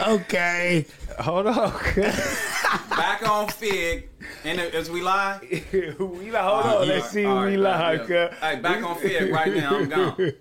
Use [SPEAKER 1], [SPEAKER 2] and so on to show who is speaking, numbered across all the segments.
[SPEAKER 1] Okay.
[SPEAKER 2] Hold on.
[SPEAKER 3] Back on Fig. And as we lie,
[SPEAKER 2] we
[SPEAKER 1] Uh,
[SPEAKER 2] like, hold on. Let's Oh, see if we like.
[SPEAKER 3] yeah.
[SPEAKER 2] uh,
[SPEAKER 3] Hey, back on Fig right now. I'm gone.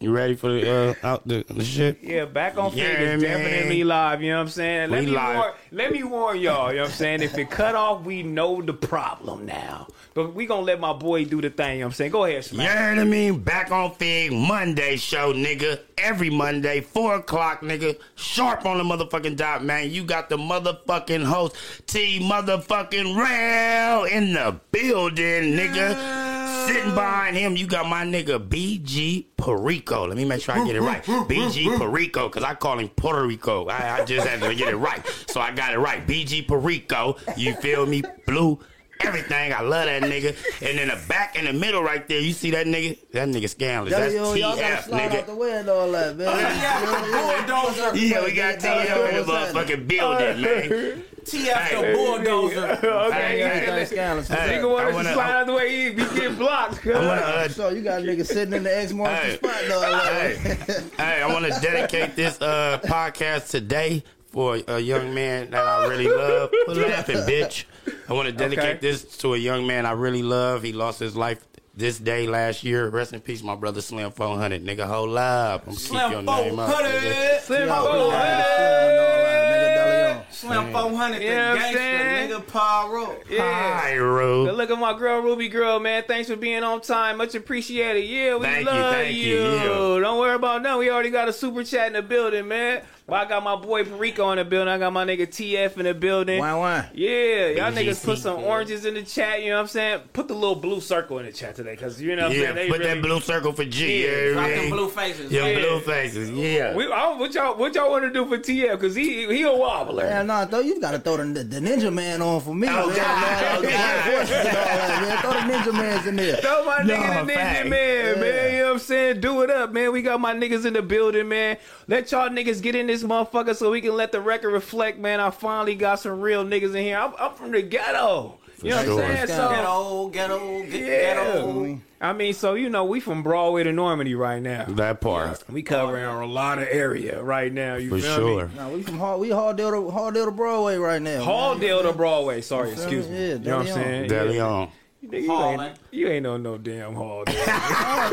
[SPEAKER 1] You ready for the uh, out the, the shit?
[SPEAKER 2] Yeah, back on
[SPEAKER 1] Yeah,
[SPEAKER 2] Fig is
[SPEAKER 1] man.
[SPEAKER 2] definitely live. You know what I'm saying? Let
[SPEAKER 1] We
[SPEAKER 2] me
[SPEAKER 1] live.
[SPEAKER 2] warn. Let me warn y'all. You know what I'm saying? If it cut off, we know the problem now. But we gonna let my boy do the thing. You know what I'm saying? Go ahead,
[SPEAKER 1] You
[SPEAKER 2] Smack.
[SPEAKER 1] heard I mean? Back on Fig Monday show, nigga. Every Monday, 4 o'clock, nigga. Sharp on the motherfucking dot, man. You got the motherfucking host, T motherfucking Rail, in the building, nigga. Sitting behind him, you got my nigga BG Perico. Let me make sure I get it right. BG Perico, because I call him Puerto Rico. I, I just had to get it right. So I got it right. BG Perico. You feel me? Blue everything. I love that nigga. And in the back, in the middle, right there, you see that nigga? That nigga scandalous. That's
[SPEAKER 4] yo, y'all gotta
[SPEAKER 1] TF,
[SPEAKER 4] slide out the
[SPEAKER 1] nigga.
[SPEAKER 4] way and all that, man.
[SPEAKER 3] Yeah, bulldozer.
[SPEAKER 1] Yeah, we got TF in the motherfucking building, man.
[SPEAKER 3] TF
[SPEAKER 1] Hey.
[SPEAKER 3] the bulldozer.
[SPEAKER 2] Okay.
[SPEAKER 1] Hey,
[SPEAKER 2] yeah,
[SPEAKER 4] Everything
[SPEAKER 2] let-
[SPEAKER 4] scandalous.
[SPEAKER 1] Hey.
[SPEAKER 2] Nigga
[SPEAKER 1] I
[SPEAKER 2] wanted
[SPEAKER 1] wanna-
[SPEAKER 2] to slide out the way he be getting blocked.
[SPEAKER 1] I wanna, uh,
[SPEAKER 4] So you got niggas sitting in the X marks
[SPEAKER 1] Hey.
[SPEAKER 4] the spot and all that.
[SPEAKER 1] hey, hey, I want to dedicate this uh, podcast today for a young man that I really love. Quit laughing, bitch. I want to dedicate
[SPEAKER 2] Okay.
[SPEAKER 1] this to a young man I really love. He lost his life this day last year. Rest in peace, my brother Slim 400. Nigga, hold up. I'm keep your
[SPEAKER 3] Slim
[SPEAKER 1] name up.
[SPEAKER 3] 400.
[SPEAKER 1] nigga.
[SPEAKER 2] Slim Bo-
[SPEAKER 4] Y'all put that in the film and all that, nigga, belly on.
[SPEAKER 3] Slim 400. The
[SPEAKER 2] You know what I'm saying?
[SPEAKER 3] gangster. Nigga, Paul Rowe.
[SPEAKER 2] Yeah.
[SPEAKER 1] Hi, Rue.
[SPEAKER 2] Good look at my girl Ruby girl, man. Thanks for being on time. Much appreciated. Yeah, we
[SPEAKER 1] Thank you,
[SPEAKER 2] love
[SPEAKER 1] thank you, yeah.
[SPEAKER 2] Don't worry about nothing. We already got a super chat in the building, man. But I got my boy Perico in the building. I got my nigga TF in the building.
[SPEAKER 4] Why, why?
[SPEAKER 2] Yeah, y'all niggas put
[SPEAKER 1] BGC,
[SPEAKER 2] some
[SPEAKER 1] yeah.
[SPEAKER 2] oranges in the chat. You know what I'm saying? Put the little blue circle in the chat today, cause you know what I'm
[SPEAKER 1] Yeah,
[SPEAKER 2] saying. They
[SPEAKER 1] put
[SPEAKER 2] really-
[SPEAKER 1] that blue circle for G.
[SPEAKER 2] Yeah,
[SPEAKER 1] Yeah,
[SPEAKER 3] Drop them
[SPEAKER 1] man.
[SPEAKER 3] blue faces.
[SPEAKER 1] Your
[SPEAKER 3] man.
[SPEAKER 1] blue faces, yeah.
[SPEAKER 2] We, I, don't- what y'all what y'all want to do for TF? Cause he he a wobbler.
[SPEAKER 4] Yeah, nah, though you gotta throw the, the ninja man on for me.
[SPEAKER 1] Oh, God.
[SPEAKER 4] man. Nah,
[SPEAKER 1] Oh,
[SPEAKER 4] the
[SPEAKER 1] God.
[SPEAKER 4] Air Forces and all that, man. Throw the ninja man's in there.
[SPEAKER 2] Throw my
[SPEAKER 1] No,
[SPEAKER 2] nigga the ninja
[SPEAKER 1] fact.
[SPEAKER 2] man, man.
[SPEAKER 4] Yeah.
[SPEAKER 2] You know what I'm saying? Do it up, man. We got my niggas in the building, man. Let y'all niggas get in this motherfucker so we can let the record reflect, man. I finally got some real niggas in here. I'm, I'm from the ghetto. you know what
[SPEAKER 1] sure.
[SPEAKER 2] I'm saying?
[SPEAKER 3] Ghetto,
[SPEAKER 2] So,
[SPEAKER 3] ghetto, get ghetto.
[SPEAKER 2] yeah. I mean, so you know, we from Broadway to Normandy right now.
[SPEAKER 1] That part,
[SPEAKER 2] We covering a lot of area right now. You
[SPEAKER 1] for
[SPEAKER 2] feel
[SPEAKER 1] sure.
[SPEAKER 2] me?
[SPEAKER 4] Nah, we from Hall, we Halldale to, Halldale to Broadway right now. man.
[SPEAKER 2] Halldale to Broadway. Sorry, excuse me.
[SPEAKER 4] Yeah,
[SPEAKER 2] you know what I'm
[SPEAKER 4] Deleon.
[SPEAKER 2] saying?
[SPEAKER 1] De
[SPEAKER 2] Yeah.
[SPEAKER 1] Leon.
[SPEAKER 2] Nigga, you, ain't,
[SPEAKER 3] Hallman.
[SPEAKER 2] you ain't on no damn Halldale.
[SPEAKER 4] Yeah,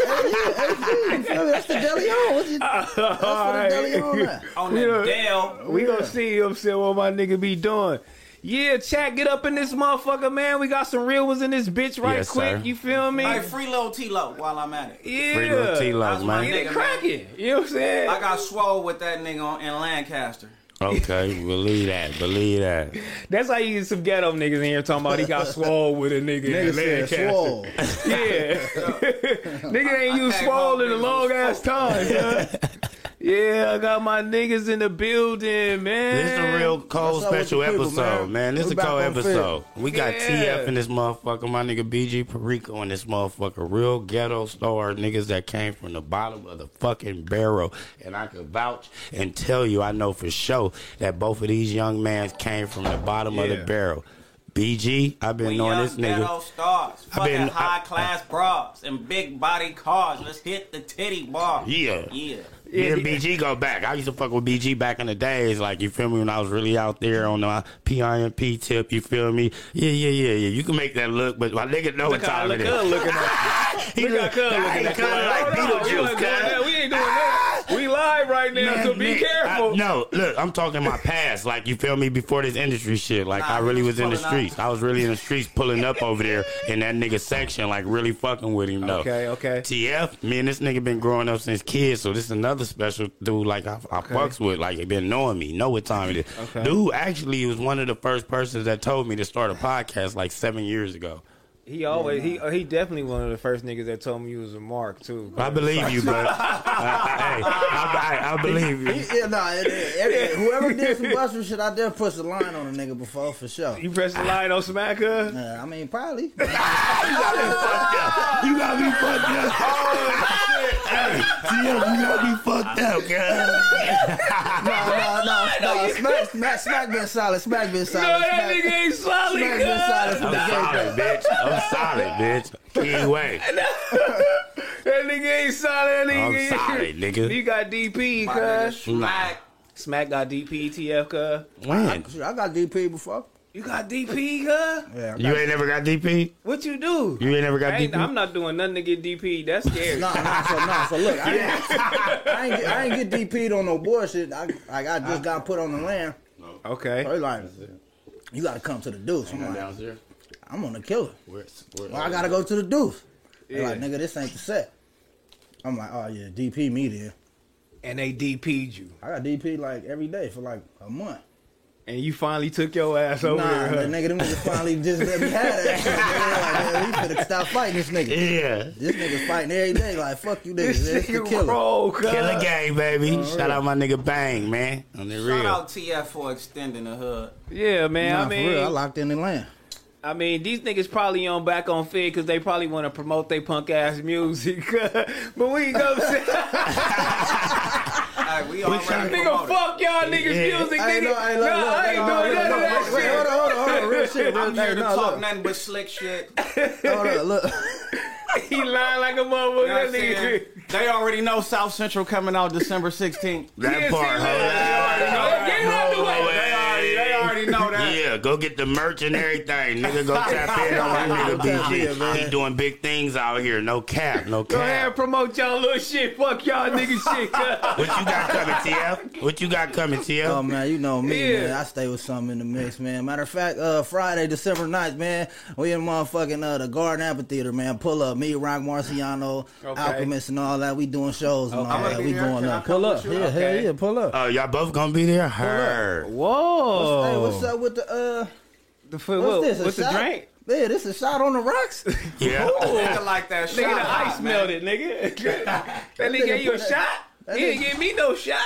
[SPEAKER 4] that's the deli on. What's it, that's where the deli on at.
[SPEAKER 3] On
[SPEAKER 2] We
[SPEAKER 3] the
[SPEAKER 2] don't-
[SPEAKER 3] Dell.
[SPEAKER 2] We gonna see you know what I'm saying what my nigga be doing. Yeah, chat, get up in this motherfucker, man. We got some real ones in this bitch right
[SPEAKER 1] Yes,
[SPEAKER 2] quick.
[SPEAKER 1] sir.
[SPEAKER 2] You feel me?
[SPEAKER 3] Hey, free little T-Lo while I'm at it.
[SPEAKER 2] yeah.
[SPEAKER 1] Free little T Lock,
[SPEAKER 3] That's my
[SPEAKER 1] man.
[SPEAKER 2] Get it
[SPEAKER 3] Nigga, man.
[SPEAKER 2] cracking. You know what I'm saying?
[SPEAKER 3] I got swole with that nigga on- in Lancaster.
[SPEAKER 1] Okay, believe that, believe that.
[SPEAKER 2] That's how you get some ghetto niggas in here talking about he got swole with a nigga. in
[SPEAKER 4] Nigga said
[SPEAKER 2] Lancaster.
[SPEAKER 4] swole.
[SPEAKER 2] Yeah. nigga ain't
[SPEAKER 3] I
[SPEAKER 2] used
[SPEAKER 3] can't
[SPEAKER 2] swole
[SPEAKER 3] hold
[SPEAKER 2] in a
[SPEAKER 3] niggas
[SPEAKER 2] long
[SPEAKER 3] on
[SPEAKER 2] ass time, yeah. Yeah, I got my niggas in the building, man.
[SPEAKER 1] This is a real cold
[SPEAKER 4] What's up with
[SPEAKER 1] special
[SPEAKER 4] the people,
[SPEAKER 1] episode, man.
[SPEAKER 4] man?
[SPEAKER 1] This is
[SPEAKER 4] We
[SPEAKER 1] a
[SPEAKER 4] back
[SPEAKER 1] cold
[SPEAKER 4] on
[SPEAKER 1] episode. We got
[SPEAKER 2] Yeah.
[SPEAKER 1] TF in this motherfucker, my nigga BG Perico in this motherfucker. Real ghetto star niggas that came from the bottom of the fucking barrel. And I can vouch and tell you, I know for sure that both of these young mans came from the bottom of the
[SPEAKER 2] Yeah.
[SPEAKER 1] barrel. BG, I've been
[SPEAKER 3] We
[SPEAKER 1] knowing
[SPEAKER 3] young
[SPEAKER 1] this nigga.
[SPEAKER 3] ghetto stars,
[SPEAKER 1] I
[SPEAKER 3] fucking
[SPEAKER 1] been- I-
[SPEAKER 3] high class bras and big body cars. Let's hit the titty bar.
[SPEAKER 1] Yeah.
[SPEAKER 3] yeah.
[SPEAKER 1] Me and BG go back. I used to fuck with BG back in the days, like you feel me, when I was really out there on the uh, PIMP tip. You feel me? Yeah, yeah, yeah, yeah. You can make that look, but my nigga know
[SPEAKER 2] Look
[SPEAKER 1] what
[SPEAKER 2] how
[SPEAKER 1] time
[SPEAKER 2] look
[SPEAKER 1] it is.
[SPEAKER 2] good looking at
[SPEAKER 1] He
[SPEAKER 2] Look how cuz
[SPEAKER 1] I
[SPEAKER 2] looking
[SPEAKER 1] ain't
[SPEAKER 2] at
[SPEAKER 1] cuz like
[SPEAKER 2] Hold on, we
[SPEAKER 1] Beetlejuice,
[SPEAKER 2] ain't doing that.
[SPEAKER 1] cuz.
[SPEAKER 2] We ain't doing that. We live right now,
[SPEAKER 1] Man,
[SPEAKER 2] so be
[SPEAKER 1] nigga,
[SPEAKER 2] careful.
[SPEAKER 1] I- no, look, I'm talking my past. Like you feel me? Before this industry shit, like
[SPEAKER 3] Nah,
[SPEAKER 1] I
[SPEAKER 3] he
[SPEAKER 1] really
[SPEAKER 3] was
[SPEAKER 1] was in the
[SPEAKER 3] pulling up.
[SPEAKER 1] streets. I was really in the streets, pulling up over there in that nigga section, like really fucking with him though.
[SPEAKER 2] Okay, okay.
[SPEAKER 1] TF, me and this nigga been growing up since kids, so this is another special dude. Like I, I fucks with, like he been knowing me, know what time it is.
[SPEAKER 2] Okay.
[SPEAKER 1] Dude, actually, was one of the first persons that told me to start a podcast like seven years ago.
[SPEAKER 2] He always he he definitely one of the first niggas that told me you was a mark too.
[SPEAKER 1] I believe you, bro. hey, I, I, I believe you.
[SPEAKER 4] Yeah, no, it, it, it- whoever did some buster shit out there pushed a line on a nigga before for sure.
[SPEAKER 2] You press the line on Smacker.
[SPEAKER 4] Uh, I mean, probably.
[SPEAKER 1] You got me fucked up. Oh, shit. Hey, TM, you got me fucked up, girl.
[SPEAKER 4] no, no, no. Smack, smack, smack been solid. Smack been solid.
[SPEAKER 2] No, that
[SPEAKER 4] Smack-
[SPEAKER 2] nigga ain't solid.
[SPEAKER 4] Smack
[SPEAKER 2] cuz.
[SPEAKER 4] been solid from
[SPEAKER 1] I'm
[SPEAKER 4] the get-go.
[SPEAKER 1] solid, bitch. I'm solid, bitch. Anyway,
[SPEAKER 2] That nigga ain't solid. That
[SPEAKER 1] I'm
[SPEAKER 2] nigga.
[SPEAKER 1] solid, nigga.
[SPEAKER 2] You got DP, cuz.
[SPEAKER 3] Smack.
[SPEAKER 2] Smack got DP, TF, cuz.
[SPEAKER 1] When?
[SPEAKER 4] Shit, I got DP before.
[SPEAKER 2] You got DP, cuz.
[SPEAKER 4] Yeah. I got-
[SPEAKER 1] You ain't never got DP?
[SPEAKER 2] What you do?
[SPEAKER 1] You ain't never got
[SPEAKER 2] I ain't,
[SPEAKER 1] DP?
[SPEAKER 2] I'm not doing nothing to get DP. That's scary.
[SPEAKER 4] No, no, so no, so look, I ain't, I ain't, get- I ain't get DP'd on no bullshit. I, like, I just got put on the land. So
[SPEAKER 2] Okay.
[SPEAKER 4] they like, you gotta come to the deuce. I'm like,
[SPEAKER 1] downstairs.
[SPEAKER 4] I'm on the killer.
[SPEAKER 1] Where,
[SPEAKER 4] Well, I gotta go to the deuce. They
[SPEAKER 2] Yeah.
[SPEAKER 4] Like, nigga, this ain't the set. I'm like, oh yeah, DP me then.
[SPEAKER 2] And they DP'd you.
[SPEAKER 4] I got DP like every day for like a month.
[SPEAKER 2] And you finally took your ass over
[SPEAKER 4] Nah,
[SPEAKER 2] there.
[SPEAKER 4] the nigga, them niggas finally just let me have that. shit. They like, man, we finna stop fighting this nigga.
[SPEAKER 1] Yeah.
[SPEAKER 4] This nigga's fighting every day. Like, fuck you, niggas.
[SPEAKER 2] This
[SPEAKER 4] This the
[SPEAKER 2] nigga
[SPEAKER 4] killer.
[SPEAKER 2] roll, cuz.
[SPEAKER 1] Killer gang, baby. Shout out my nigga Bang, man. On the
[SPEAKER 3] Shout
[SPEAKER 1] real.
[SPEAKER 3] out TF for extending the hood.
[SPEAKER 2] Yeah, man.
[SPEAKER 4] Nah,
[SPEAKER 2] I
[SPEAKER 4] for real, I
[SPEAKER 2] mean,
[SPEAKER 4] locked in the land.
[SPEAKER 2] I mean, these niggas probably on back on feed because they probably want to promote their punk ass music. but we go,
[SPEAKER 3] Hey, we already
[SPEAKER 2] nigga,
[SPEAKER 3] promoted.
[SPEAKER 2] fuck y'all niggas
[SPEAKER 1] Yeah.
[SPEAKER 2] music,
[SPEAKER 4] Hey,
[SPEAKER 2] nigga.
[SPEAKER 4] look, hey, look,
[SPEAKER 2] Nah,
[SPEAKER 4] look,
[SPEAKER 2] I ain't
[SPEAKER 4] no,
[SPEAKER 2] doing
[SPEAKER 4] no,
[SPEAKER 2] none
[SPEAKER 4] no,
[SPEAKER 2] of that
[SPEAKER 4] wait,
[SPEAKER 2] shit.
[SPEAKER 4] Hold on, hold on, hold on, real shit. Real,
[SPEAKER 3] I'm here
[SPEAKER 4] hey,
[SPEAKER 3] to
[SPEAKER 4] no,
[SPEAKER 3] talk
[SPEAKER 4] look,
[SPEAKER 3] nothing but slick shit.
[SPEAKER 4] hold on, look.
[SPEAKER 2] He lying like a
[SPEAKER 3] You know what
[SPEAKER 2] motherfucker.
[SPEAKER 3] I'm
[SPEAKER 2] That
[SPEAKER 3] saying?
[SPEAKER 2] nigga.
[SPEAKER 3] They already know South Central coming out December 16th.
[SPEAKER 1] That
[SPEAKER 2] Yeah,
[SPEAKER 1] part,
[SPEAKER 2] see,
[SPEAKER 1] ho.
[SPEAKER 2] look, they already know. Get it out the way.
[SPEAKER 3] They already- they already know that.
[SPEAKER 1] Yeah, go get the merch and everything. Nigga, go tap in on that nigga
[SPEAKER 4] Tap in, man.
[SPEAKER 1] BG. He doing big things out here. No cap, no
[SPEAKER 2] Go ahead and
[SPEAKER 1] cap.
[SPEAKER 2] promote y'all little shit. Fuck y'all nigga shit. cuz.
[SPEAKER 1] What you got coming, TF? What you got coming, TF?
[SPEAKER 4] Oh man, you know me,
[SPEAKER 2] Yeah.
[SPEAKER 4] man. I stay with something in the mix, man. Matter of fact, uh, Friday, December 9th, man, we in motherfucking uh, the Garden Amphitheater, man. Pull up, me, Rock Marciano,
[SPEAKER 2] Okay.
[SPEAKER 4] Alchemist, and all that. We doing shows and all
[SPEAKER 3] I'ma
[SPEAKER 4] that.
[SPEAKER 3] be
[SPEAKER 4] We
[SPEAKER 3] there.
[SPEAKER 4] going
[SPEAKER 3] Can I
[SPEAKER 4] up.
[SPEAKER 3] come
[SPEAKER 4] Pull
[SPEAKER 3] with
[SPEAKER 4] up, yeah,
[SPEAKER 3] you?
[SPEAKER 4] hell
[SPEAKER 3] Okay.
[SPEAKER 4] yeah, pull up.
[SPEAKER 1] Oh, y'all both gonna be there? Her.
[SPEAKER 4] Oh.
[SPEAKER 3] Oh.
[SPEAKER 2] Whoa.
[SPEAKER 4] Hey, what's up with the uh?
[SPEAKER 2] The foot,
[SPEAKER 4] What's
[SPEAKER 2] what-
[SPEAKER 4] this? A
[SPEAKER 2] What's the
[SPEAKER 4] shot?
[SPEAKER 2] drink?
[SPEAKER 4] Yeah, this a shot on the rocks.
[SPEAKER 1] Yeah.
[SPEAKER 4] Oh.
[SPEAKER 3] Nigga like that shot.
[SPEAKER 2] Nigga, the
[SPEAKER 3] hot,
[SPEAKER 2] ice
[SPEAKER 3] man.
[SPEAKER 2] melted, nigga. that nigga gave you a shot? He didn't give me no shot.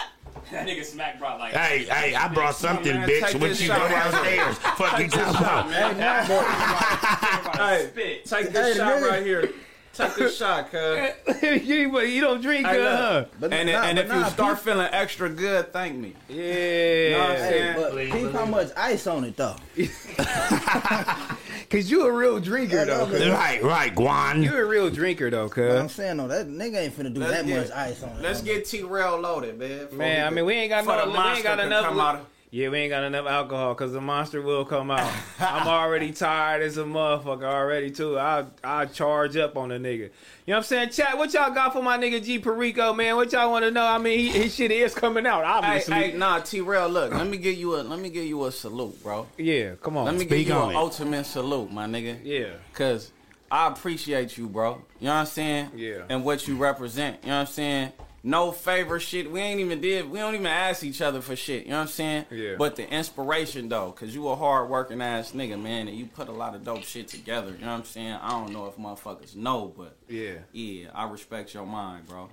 [SPEAKER 5] That nigga smack brought like
[SPEAKER 1] Hey, hey, I brought something,
[SPEAKER 3] man,
[SPEAKER 1] bitch.
[SPEAKER 3] take
[SPEAKER 1] What
[SPEAKER 3] this
[SPEAKER 1] you go
[SPEAKER 3] shot right
[SPEAKER 1] downstairs? Fucking talk about.
[SPEAKER 4] hey, now, boy.
[SPEAKER 3] Hey, Take
[SPEAKER 4] Hey,
[SPEAKER 3] this shot
[SPEAKER 4] nigga.
[SPEAKER 3] right here. Take this shot, cuz.
[SPEAKER 2] you, but you don't drink,
[SPEAKER 3] Hey,
[SPEAKER 2] huh?
[SPEAKER 3] look.
[SPEAKER 4] But
[SPEAKER 3] and
[SPEAKER 4] nah,
[SPEAKER 3] and
[SPEAKER 4] but
[SPEAKER 3] if
[SPEAKER 4] nah,
[SPEAKER 3] you start
[SPEAKER 4] peop-
[SPEAKER 3] feeling extra good, thank me.
[SPEAKER 2] Yeah.
[SPEAKER 4] Hey, but
[SPEAKER 1] Please,
[SPEAKER 4] peep how much ice on it though.
[SPEAKER 2] Cause you a real drinker though. cuz.
[SPEAKER 1] Right, right,
[SPEAKER 2] You
[SPEAKER 1] Guan.
[SPEAKER 2] a real drinker though,
[SPEAKER 4] I'm
[SPEAKER 2] cuz.
[SPEAKER 4] saying though, that nigga ain't finna do
[SPEAKER 3] Let's
[SPEAKER 4] that
[SPEAKER 3] get-
[SPEAKER 4] much ice on it.
[SPEAKER 3] Let's get T-Rail loaded, man. before
[SPEAKER 2] Man, I mean, we ain't got
[SPEAKER 3] before
[SPEAKER 2] no-
[SPEAKER 3] the
[SPEAKER 2] we ain't
[SPEAKER 3] monster
[SPEAKER 2] got
[SPEAKER 3] can
[SPEAKER 2] enough
[SPEAKER 3] come
[SPEAKER 2] li-
[SPEAKER 3] out of-
[SPEAKER 2] Yeah, we ain't got enough alcohol because the monster will come out. I'm already tired as a motherfucker already too. I I charge up on the nigga. You know what I'm saying? Chat, what y'all got for my nigga G Perico, man? What y'all want to know? I mean, he, his shit is coming out,
[SPEAKER 3] Hey,
[SPEAKER 2] obviously.
[SPEAKER 3] hey, nah, T-Rail, look, let me give you a let me give you a salute, bro.
[SPEAKER 2] Yeah, come on.
[SPEAKER 3] Let me
[SPEAKER 1] Speak
[SPEAKER 3] give you
[SPEAKER 1] on
[SPEAKER 3] an
[SPEAKER 1] it.
[SPEAKER 3] ultimate salute, my nigga.
[SPEAKER 2] Yeah.
[SPEAKER 3] Cause I appreciate you, bro. You know what I'm saying?
[SPEAKER 2] Yeah.
[SPEAKER 3] And what you represent. You know what I'm saying? No favor shit. We ain't even did we don't even ask each other for shit. You know what I'm saying?
[SPEAKER 2] Yeah.
[SPEAKER 3] But the inspiration though, cause you a hard working ass nigga, man, and you put a lot of dope shit together. You know what I'm saying? I don't know if motherfuckers know, but
[SPEAKER 2] Yeah.
[SPEAKER 3] Yeah, I respect your mind, bro.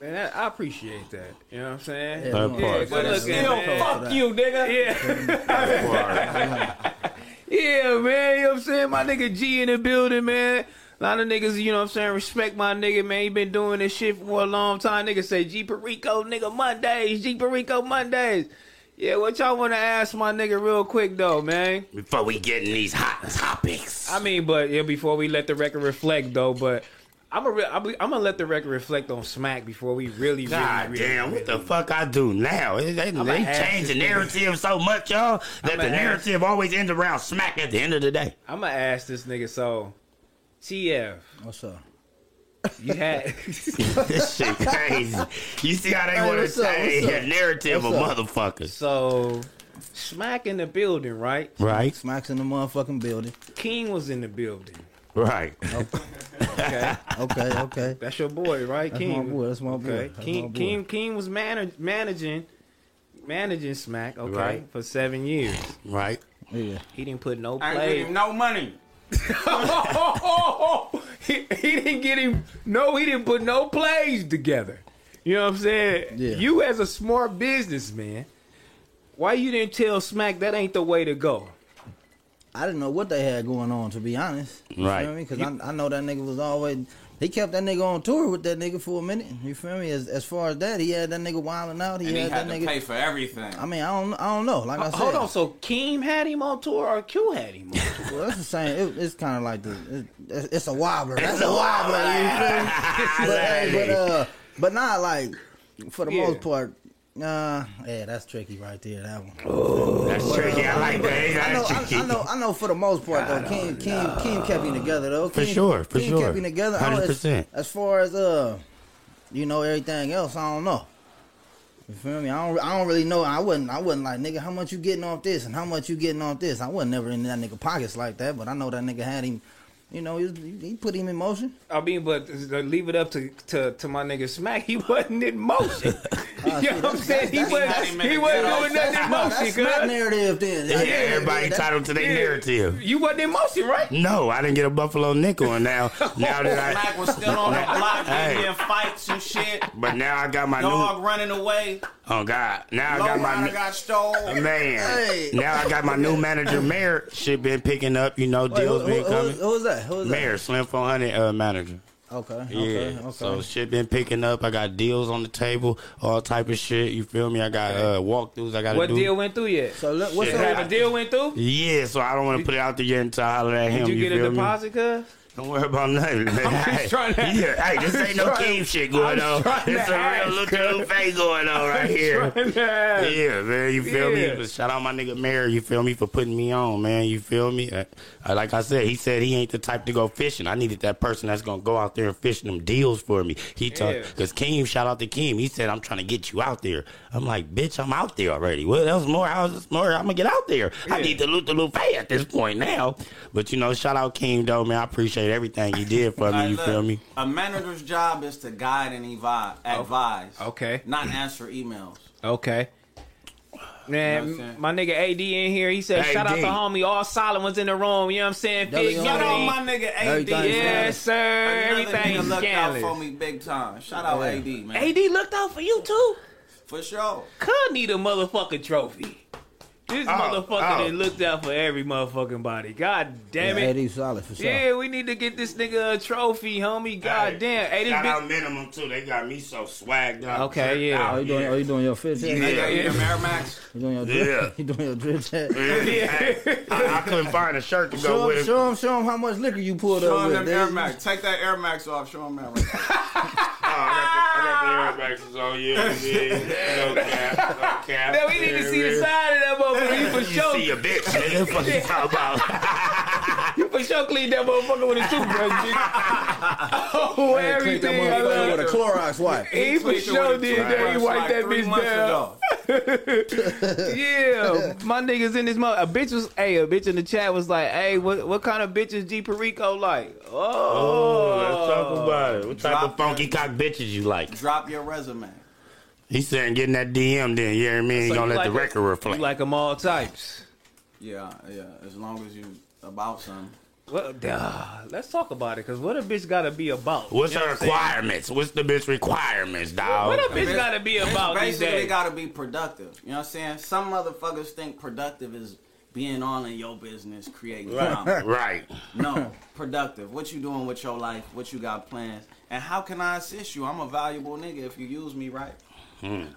[SPEAKER 2] Man, that, I appreciate that. You know what I'm saying?
[SPEAKER 4] Yeah, Third we
[SPEAKER 1] part.
[SPEAKER 2] good
[SPEAKER 3] But it's
[SPEAKER 2] looking,
[SPEAKER 3] still
[SPEAKER 2] man.
[SPEAKER 3] fuck you, nigga.
[SPEAKER 2] Yeah.
[SPEAKER 1] Right.
[SPEAKER 2] yeah, man. You know what I'm saying? My nigga G in the building, man. A lot of niggas, you know what I'm saying, respect my nigga, man. He been doing this shit for a long time. Niggas say G Perico, nigga, Mondays. G Perico, Mondays. Yeah, what y'all want to ask my nigga real quick, though, man?
[SPEAKER 1] Before we get in these hot topics.
[SPEAKER 2] I mean, but yeah, before we let the record reflect, though, but I'm a re- I'm gonna let the record reflect on Smack before we really,
[SPEAKER 1] God
[SPEAKER 2] really, really,
[SPEAKER 1] damn, what the
[SPEAKER 2] really-
[SPEAKER 1] fuck I do now? They, they
[SPEAKER 2] I'ma ask
[SPEAKER 1] change the
[SPEAKER 2] this nigga.
[SPEAKER 1] narrative so much, y'all, that
[SPEAKER 2] I'ma
[SPEAKER 1] the
[SPEAKER 2] ask-
[SPEAKER 1] narrative always ends around smack at the end of the day.
[SPEAKER 2] I'm gonna ask this nigga. So, TF,
[SPEAKER 4] What's up?
[SPEAKER 2] you had
[SPEAKER 1] this shit crazy. You see how they
[SPEAKER 4] Hey,
[SPEAKER 1] want
[SPEAKER 4] what's
[SPEAKER 1] to
[SPEAKER 4] up,
[SPEAKER 1] change
[SPEAKER 4] what's up?
[SPEAKER 1] the narrative
[SPEAKER 4] What's
[SPEAKER 1] of motherfuckers.
[SPEAKER 2] so Smack in the building, right?
[SPEAKER 1] Right,
[SPEAKER 4] Smacks in the motherfucking building.
[SPEAKER 2] King was in the building.
[SPEAKER 1] right.
[SPEAKER 2] Okay,
[SPEAKER 4] Okay, okay.
[SPEAKER 2] that's your boy, right?
[SPEAKER 4] That's
[SPEAKER 2] King.
[SPEAKER 4] my boy, that's my boy,
[SPEAKER 2] Okay.
[SPEAKER 4] that's
[SPEAKER 2] King,
[SPEAKER 4] my boy.
[SPEAKER 2] King, King was manag managing, managing Smack. Okay,
[SPEAKER 1] Right.
[SPEAKER 2] for seven years,
[SPEAKER 1] Right.
[SPEAKER 4] Yeah.
[SPEAKER 2] he didn't put no
[SPEAKER 3] I ain't give
[SPEAKER 2] play.
[SPEAKER 3] him no money.
[SPEAKER 2] he, he didn't get him. No, he didn't put no plays together. You know what I'm saying?
[SPEAKER 4] Yeah.
[SPEAKER 2] You as a smart businessman, why you didn't tell Smack that ain't the way to go?
[SPEAKER 4] I didn't know what they had going on, to be honest. You
[SPEAKER 1] Right.
[SPEAKER 4] feel me? Because I, I know that nigga was always. He kept that nigga on tour with that nigga for a minute. You feel me? As, as far as that, he had that nigga wilding out. He
[SPEAKER 3] And he
[SPEAKER 4] had
[SPEAKER 3] had
[SPEAKER 4] that
[SPEAKER 3] to
[SPEAKER 4] nigga.
[SPEAKER 3] pay for everything.
[SPEAKER 4] I mean, I don't, I don't know. Like I said,
[SPEAKER 2] Hold on, so Keem had him on tour or Q had him? On?
[SPEAKER 4] Well, that's the same. It, it's kind of like the. It, it's- it's a wobbler. That's
[SPEAKER 1] a
[SPEAKER 4] a wobbler. You feel me?
[SPEAKER 1] I
[SPEAKER 4] but, hey,
[SPEAKER 1] love
[SPEAKER 4] but,
[SPEAKER 1] it.
[SPEAKER 4] uh, but not like for the
[SPEAKER 2] Yeah.
[SPEAKER 4] most part. Nah, yeah, that's tricky right there. That one.
[SPEAKER 1] That's tricky. I like that.
[SPEAKER 4] I know,
[SPEAKER 1] That's
[SPEAKER 4] I,
[SPEAKER 1] tricky.
[SPEAKER 4] I know, I know. For the most part, though, King, King, King kept him together, though.
[SPEAKER 1] oh, For
[SPEAKER 4] King-
[SPEAKER 1] sure, for
[SPEAKER 4] King
[SPEAKER 1] sure.
[SPEAKER 4] kept him together. I don't- as-
[SPEAKER 1] 100%.
[SPEAKER 4] As far as uh, you know, everything else, I don't know. You feel me? I don't, I don't really know. I wouldn't, I wouldn't like nigga. How much you getting off this, and how much you getting off this? I wasn't never in that nigga pockets like that, but I know that nigga had him. You know, he, was- he put him in motion.
[SPEAKER 2] I mean, but leave it up to, to, to my nigga Smack. He wasn't in motion. you know what I'm saying? He
[SPEAKER 3] that's-
[SPEAKER 4] that's-
[SPEAKER 2] wasn't, he wasn't
[SPEAKER 3] that's-
[SPEAKER 2] doing nothing in
[SPEAKER 4] No, that's
[SPEAKER 2] motion,
[SPEAKER 4] not
[SPEAKER 2] cuz.
[SPEAKER 4] narrative then.
[SPEAKER 1] Yeah, everybody
[SPEAKER 4] That's-
[SPEAKER 1] entitled to their narrative.
[SPEAKER 2] You wasn't in motion, right?
[SPEAKER 1] No, I didn't get a buffalo nickel, and now, now that I,
[SPEAKER 3] Smack was still on the block, getting
[SPEAKER 1] Hey.
[SPEAKER 3] in fights and shit.
[SPEAKER 1] but now I got my
[SPEAKER 3] Dog
[SPEAKER 1] new.
[SPEAKER 3] running away.
[SPEAKER 1] Oh God, now I
[SPEAKER 3] Low
[SPEAKER 1] got my.
[SPEAKER 3] rider got stolen.
[SPEAKER 1] Man,
[SPEAKER 4] Hey.
[SPEAKER 1] now I got my new manager, Mayor. Shit been picking up, you know,
[SPEAKER 4] Wait, who,
[SPEAKER 1] deals been
[SPEAKER 4] who- who-
[SPEAKER 1] coming.
[SPEAKER 4] who was that? Who was
[SPEAKER 1] Mayor, Slim 400 uh, manager.
[SPEAKER 4] that? Okay.
[SPEAKER 1] Yeah,
[SPEAKER 4] Okay. Okay.
[SPEAKER 1] so shit been picking up. I got deals on the table, all type of shit. You feel me? I got uh, walkthroughs. I got to
[SPEAKER 2] What
[SPEAKER 1] do.
[SPEAKER 2] deal went through yet?
[SPEAKER 4] So look, what's
[SPEAKER 1] Shit.
[SPEAKER 4] up?
[SPEAKER 2] Have a deal went through?
[SPEAKER 1] Yeah, so I don't want to put it out there yet until I holler at him.
[SPEAKER 2] Did you, get a
[SPEAKER 1] feel me?
[SPEAKER 2] deposit, cuz?
[SPEAKER 1] Don't worry about nothing. Man.
[SPEAKER 2] just
[SPEAKER 1] Hey,
[SPEAKER 2] trying to-
[SPEAKER 1] yeah, hey, this ain't no
[SPEAKER 2] I'm
[SPEAKER 1] game shit going
[SPEAKER 2] I'm
[SPEAKER 1] on.
[SPEAKER 2] trying to
[SPEAKER 1] It's a
[SPEAKER 2] ask,
[SPEAKER 1] real look at
[SPEAKER 2] cuz.
[SPEAKER 1] face going on right here.
[SPEAKER 2] Yeah.
[SPEAKER 1] Yeah, man, you feel
[SPEAKER 2] Yeah.
[SPEAKER 1] me? But shout out my nigga Mayor, you feel me, for putting me on, man. You feel me? Uh, uh, like I said, he said he ain't the type to go fishing. I needed that person that's gonna go out there and fish them deals for me. He
[SPEAKER 2] Yeah.
[SPEAKER 1] talked because Keem, shout out to Keem. He said, I'm trying to get you out there. I'm like, bitch, I'm out there already. What else more? How's this more? I'm gonna get out there. I
[SPEAKER 2] Yeah.
[SPEAKER 1] need to loot the Lupe at this point now. But you know, shout out Keem though, man. I appreciate everything he did for me,
[SPEAKER 3] Alright,
[SPEAKER 1] you
[SPEAKER 3] look,
[SPEAKER 1] feel me?
[SPEAKER 3] A manager's job is to guide and evi- advise.
[SPEAKER 2] Oh, okay.
[SPEAKER 3] Not answer emails.
[SPEAKER 2] Okay.
[SPEAKER 3] You know
[SPEAKER 2] Man,
[SPEAKER 3] what I'm saying?
[SPEAKER 2] my nigga AD in here, he said,
[SPEAKER 1] Hey,
[SPEAKER 2] shout out
[SPEAKER 1] D.
[SPEAKER 2] to homie, all solid ones in the room, you know what I'm saying?
[SPEAKER 4] Deli
[SPEAKER 2] Big
[SPEAKER 4] on
[SPEAKER 3] Shout
[SPEAKER 4] Shout out
[SPEAKER 3] out
[SPEAKER 4] Hey.
[SPEAKER 3] my
[SPEAKER 2] money.
[SPEAKER 3] nigga AD.
[SPEAKER 4] Everything AD.
[SPEAKER 2] Yes, sir.
[SPEAKER 3] Another
[SPEAKER 2] Everything
[SPEAKER 3] nigga looked out for
[SPEAKER 2] scandalous.
[SPEAKER 3] me big time. Shout out AD, man.
[SPEAKER 2] AD looked out for you too.
[SPEAKER 3] For sure.
[SPEAKER 2] Could need a motherfucking trophy. This motherfucker
[SPEAKER 1] oh.
[SPEAKER 2] that looked out for every motherfucking body. God damn
[SPEAKER 4] Yeah,
[SPEAKER 2] it.
[SPEAKER 4] AD solid for sure.
[SPEAKER 2] Yeah, we need to get this nigga a trophy, homie. God
[SPEAKER 1] Hey,
[SPEAKER 2] damn. Hey, this
[SPEAKER 1] shout
[SPEAKER 2] big,
[SPEAKER 1] out minimum too. They got me so swagged up.
[SPEAKER 2] Okay,
[SPEAKER 1] tripped
[SPEAKER 2] yeah.
[SPEAKER 1] out,
[SPEAKER 4] Oh, you doing?
[SPEAKER 1] yeah.
[SPEAKER 4] Oh, you doing your fit check?
[SPEAKER 1] Yeah.
[SPEAKER 3] Yeah, yeah. Merrimax.
[SPEAKER 4] You doing your drip?
[SPEAKER 1] Yeah.
[SPEAKER 4] you doing your drip check?
[SPEAKER 1] Hey, I, I couldn't find a shirt to go
[SPEAKER 4] Show
[SPEAKER 1] with Oh,
[SPEAKER 4] him,
[SPEAKER 1] it.
[SPEAKER 4] show him, show him how much liquor you pulled
[SPEAKER 3] Show
[SPEAKER 4] up
[SPEAKER 3] him
[SPEAKER 4] with.
[SPEAKER 3] them
[SPEAKER 4] They-
[SPEAKER 3] Air Max. Take that Air Max off. Show him Air Max.
[SPEAKER 1] Oh, I got the, I got the Air Maxes on. Yeah, yeah. No cap, no cap.
[SPEAKER 2] man, we need to see the side of that motherfucker. You for
[SPEAKER 1] You see
[SPEAKER 2] sure,
[SPEAKER 1] a bitch, nigga. What you talking about?
[SPEAKER 2] you for sure clean that motherfucker with a toothbrush, nigga. Oh,
[SPEAKER 4] They cleaned that
[SPEAKER 2] everything. I
[SPEAKER 4] motherfucker
[SPEAKER 2] love
[SPEAKER 4] with a Clorox wipe.
[SPEAKER 2] He, for
[SPEAKER 3] Tweaked it
[SPEAKER 2] sure
[SPEAKER 3] with a
[SPEAKER 2] did that. He
[SPEAKER 3] toothbrush
[SPEAKER 2] wiped
[SPEAKER 3] like
[SPEAKER 2] that
[SPEAKER 3] three
[SPEAKER 2] bitch
[SPEAKER 3] months
[SPEAKER 2] down.
[SPEAKER 3] ago.
[SPEAKER 2] Yeah, my niggas in this mother. A bitch was, hey, a bitch in the chat was like, hey, what what kind of bitch is G Perico like? Oh,
[SPEAKER 1] about it. What type
[SPEAKER 3] Drop
[SPEAKER 1] of funky cock bitches you like?
[SPEAKER 3] Drop your resume.
[SPEAKER 1] He's saying getting that DM then. You know what I mean?
[SPEAKER 2] So
[SPEAKER 1] He
[SPEAKER 2] you
[SPEAKER 1] gonna let
[SPEAKER 2] like
[SPEAKER 1] the
[SPEAKER 2] it?
[SPEAKER 1] record reflect.
[SPEAKER 2] You like them all types.
[SPEAKER 3] Yeah, yeah. As long as you about something.
[SPEAKER 2] Well, duh. let's talk about it, cause what a bitch gotta be about?
[SPEAKER 1] What's
[SPEAKER 2] You know
[SPEAKER 1] her
[SPEAKER 2] what I'm saying?
[SPEAKER 1] requirements? What's the bitch requirements, dog?
[SPEAKER 2] What a bitch gotta be about these
[SPEAKER 3] Basically,
[SPEAKER 2] days?
[SPEAKER 3] they gotta be productive. You know what I'm saying? Some motherfuckers think productive is being on in your business, creating drama.
[SPEAKER 1] Right.
[SPEAKER 3] no, productive. What you doing with your life? What you got plans? And how can I assist you? I'm a valuable nigga if you use me right.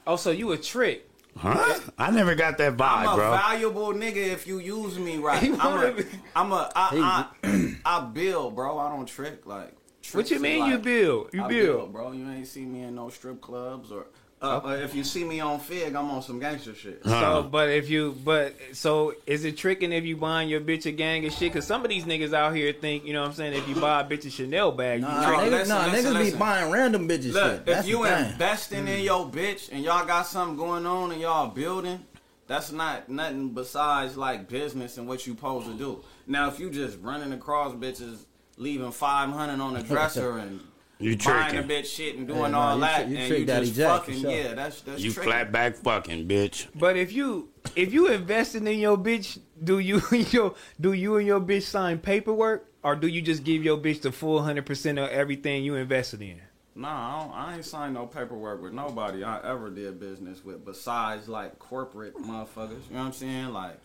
[SPEAKER 2] Oh, so you a trick?
[SPEAKER 1] Huh? I never got that vibe,
[SPEAKER 3] I'm a
[SPEAKER 1] bro.
[SPEAKER 3] valuable nigga if you use me right.
[SPEAKER 2] He
[SPEAKER 3] I'm a,
[SPEAKER 2] wanna be-
[SPEAKER 3] I'm a, I, I, I build, bro. I don't trick like.
[SPEAKER 2] What
[SPEAKER 3] tricks
[SPEAKER 2] you
[SPEAKER 3] is
[SPEAKER 2] mean
[SPEAKER 3] like-
[SPEAKER 2] you build? You
[SPEAKER 3] I
[SPEAKER 2] build.
[SPEAKER 3] bro. You ain't see me in no strip clubs or. Uh, uh, if you see me on Fig, I'm on some gangster shit.
[SPEAKER 2] So, but if you, but so is it tricking if you buying your bitch a gang of shit? Cause some of these niggas out here think, you know what I'm saying? If you buy a bitch a Chanel bag,
[SPEAKER 4] Nah,
[SPEAKER 2] you
[SPEAKER 3] Bro,
[SPEAKER 4] niggas,
[SPEAKER 3] listen,
[SPEAKER 4] nah,
[SPEAKER 3] listen,
[SPEAKER 4] niggas be
[SPEAKER 3] listen.
[SPEAKER 4] buying random bitches. shit.
[SPEAKER 3] Look,
[SPEAKER 4] That's
[SPEAKER 3] if you
[SPEAKER 4] the thing. Mm.
[SPEAKER 3] investing in your bitch and y'all got something going on and y'all building, that's not nothing besides like business and what you supposed to do. Now, if you just running across bitches, leaving five hundred on the dresser and
[SPEAKER 1] You
[SPEAKER 3] buying
[SPEAKER 1] tricking.
[SPEAKER 3] a bitch shit and doing
[SPEAKER 4] Yeah, nah,
[SPEAKER 3] all
[SPEAKER 4] you
[SPEAKER 3] that,
[SPEAKER 4] tri- you
[SPEAKER 3] and
[SPEAKER 4] trick
[SPEAKER 3] you
[SPEAKER 4] Daddy
[SPEAKER 3] just
[SPEAKER 4] Jack for
[SPEAKER 3] fucking
[SPEAKER 4] sure.
[SPEAKER 3] yeah, that's that's
[SPEAKER 1] You
[SPEAKER 3] tricky.
[SPEAKER 1] flat back fucking bitch.
[SPEAKER 2] But if you if you investing in your bitch, do you and your do you and your bitch sign paperwork, or do you just give your bitch the full hundred percent of everything you invested in?
[SPEAKER 3] Nah, I, don't, I ain't signed no paperwork with nobody I ever did business with besides like corporate motherfuckers. You know what I'm saying? Like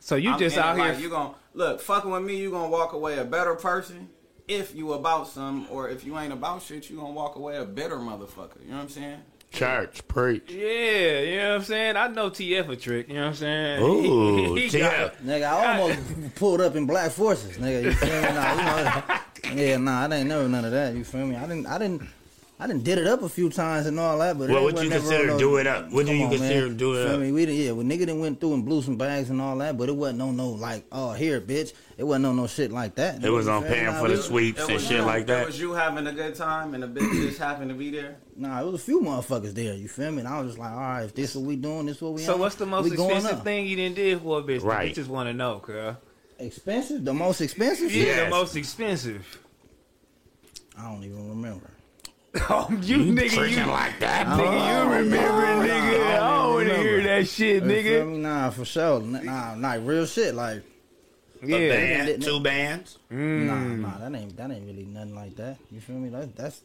[SPEAKER 2] So you
[SPEAKER 3] I'm
[SPEAKER 2] just
[SPEAKER 3] in it
[SPEAKER 2] out here.
[SPEAKER 3] Like, you gonna look fucking with me? You gonna walk away a better person if you about some, or if you ain't about shit, you gonna walk away a bitter motherfucker. You know what I'm saying?
[SPEAKER 1] Church, preach.
[SPEAKER 2] yeah, you know what I'm saying. I know TF a trick. You know what I'm saying.
[SPEAKER 1] Ooh, TF.
[SPEAKER 2] got-
[SPEAKER 4] Nigga, I almost pulled up in black forces, nigga. You feel me? Nah, you know, yeah, nah, I ain't never none of that. You feel me? I didn't, I didn't, I didn't did it up a few times and all that. But
[SPEAKER 1] Well,
[SPEAKER 4] it
[SPEAKER 1] what
[SPEAKER 4] wasn't
[SPEAKER 1] you
[SPEAKER 4] never
[SPEAKER 1] consider
[SPEAKER 4] on no-
[SPEAKER 1] do it up? What do
[SPEAKER 4] Come
[SPEAKER 1] you
[SPEAKER 4] on,
[SPEAKER 1] consider
[SPEAKER 4] man.
[SPEAKER 1] do it
[SPEAKER 4] Feel
[SPEAKER 1] up?
[SPEAKER 4] me? We didn't, yeah, well, nigga done went through and blew some bags and all that, but it wasn't on no like, oh here, bitch. It wasn't on no shit like that.
[SPEAKER 1] It was
[SPEAKER 4] You
[SPEAKER 1] on
[SPEAKER 4] feel me?
[SPEAKER 1] paying
[SPEAKER 4] Nah,
[SPEAKER 1] for
[SPEAKER 4] we-
[SPEAKER 1] the sweeps and shit
[SPEAKER 3] you,
[SPEAKER 1] like
[SPEAKER 3] It
[SPEAKER 1] that.
[SPEAKER 3] was you having a good time, and the bitch just happened to be there.
[SPEAKER 4] Nah, it was a few motherfuckers there. You feel me? And I was just like, all right, if this what we doing, this what we.
[SPEAKER 2] So
[SPEAKER 4] on,
[SPEAKER 2] what's the most
[SPEAKER 4] we going
[SPEAKER 2] expensive
[SPEAKER 4] up.
[SPEAKER 2] thing you didn't did for a bitch?
[SPEAKER 1] Right.
[SPEAKER 2] You just want to know, girl.
[SPEAKER 4] Expensive? The most expensive?
[SPEAKER 2] Yeah,
[SPEAKER 1] Yes.
[SPEAKER 2] the most expensive.
[SPEAKER 4] I don't even remember.
[SPEAKER 2] Oh, you, nigga, you
[SPEAKER 1] Freaking like that,
[SPEAKER 2] Uh-huh.
[SPEAKER 4] Oh,
[SPEAKER 1] boy.
[SPEAKER 2] nigga, you remember,
[SPEAKER 4] nah,
[SPEAKER 2] nigga.
[SPEAKER 4] nah,
[SPEAKER 2] I don't want
[SPEAKER 4] don't
[SPEAKER 2] to
[SPEAKER 4] remember.
[SPEAKER 2] hear that shit,
[SPEAKER 4] You feel
[SPEAKER 2] nigga.
[SPEAKER 4] me? Nah, for sure. N- Nah, like real shit. Like
[SPEAKER 1] A
[SPEAKER 2] Yeah.
[SPEAKER 1] band, two bands.
[SPEAKER 4] nah, nah, that ain't that ain't really nothing like that. You feel me? That, that's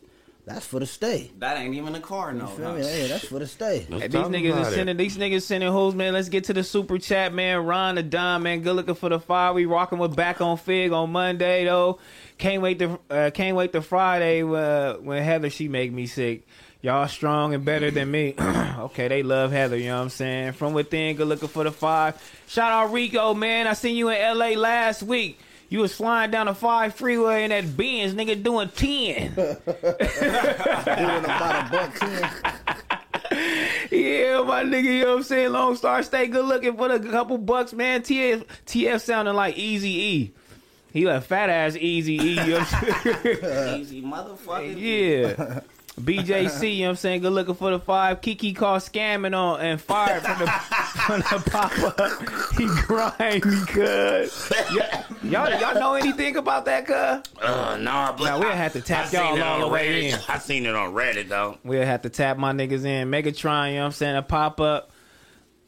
[SPEAKER 4] that's for the stay.
[SPEAKER 3] That ain't even a car, no.
[SPEAKER 4] You feel
[SPEAKER 3] huh?
[SPEAKER 4] me? Yeah, that's for the stay.
[SPEAKER 2] Hey, These niggas
[SPEAKER 1] about
[SPEAKER 2] are
[SPEAKER 1] it.
[SPEAKER 2] sending these niggas sending hoes, man. Let's get to the super chat, man. Ron the Don, man. Good looking for the fire. We rocking with back on Fig on Monday though. Can't wait to uh, can't wait to Friday uh, when Heather she make me sick. Y'all strong and better than me. okay, they love Heather. You know what I'm saying? From within, good looking for the five. Shout out Rico, man. I seen you in LA last week. You was flying down the five freeway in that Benz, nigga, doing ten.
[SPEAKER 4] Doing about a buck ten.
[SPEAKER 2] Yeah, my nigga, you know what I'm saying? Long Star State, good looking for the couple bucks, man. TF, TF sounding like Easy E. He like fat ass Easy E, you know what I'm saying?
[SPEAKER 3] Easy motherfucker.
[SPEAKER 2] Yeah. BJC, you know what I'm saying? Good looking for the five. Kiki caught scamming on and fired from the, from the pop up. He grimy, cuz. Y- Y'all, y'all know anything about that, cuz?
[SPEAKER 1] Uh, nah, but
[SPEAKER 2] Nah, we'll have to tap y'all
[SPEAKER 1] seen it
[SPEAKER 2] all
[SPEAKER 1] on
[SPEAKER 2] the way
[SPEAKER 1] Reddit.
[SPEAKER 2] in.
[SPEAKER 1] I seen it on Reddit though.
[SPEAKER 2] We'll have to tap my niggas in. Megatron, you know what I'm saying? A pop up.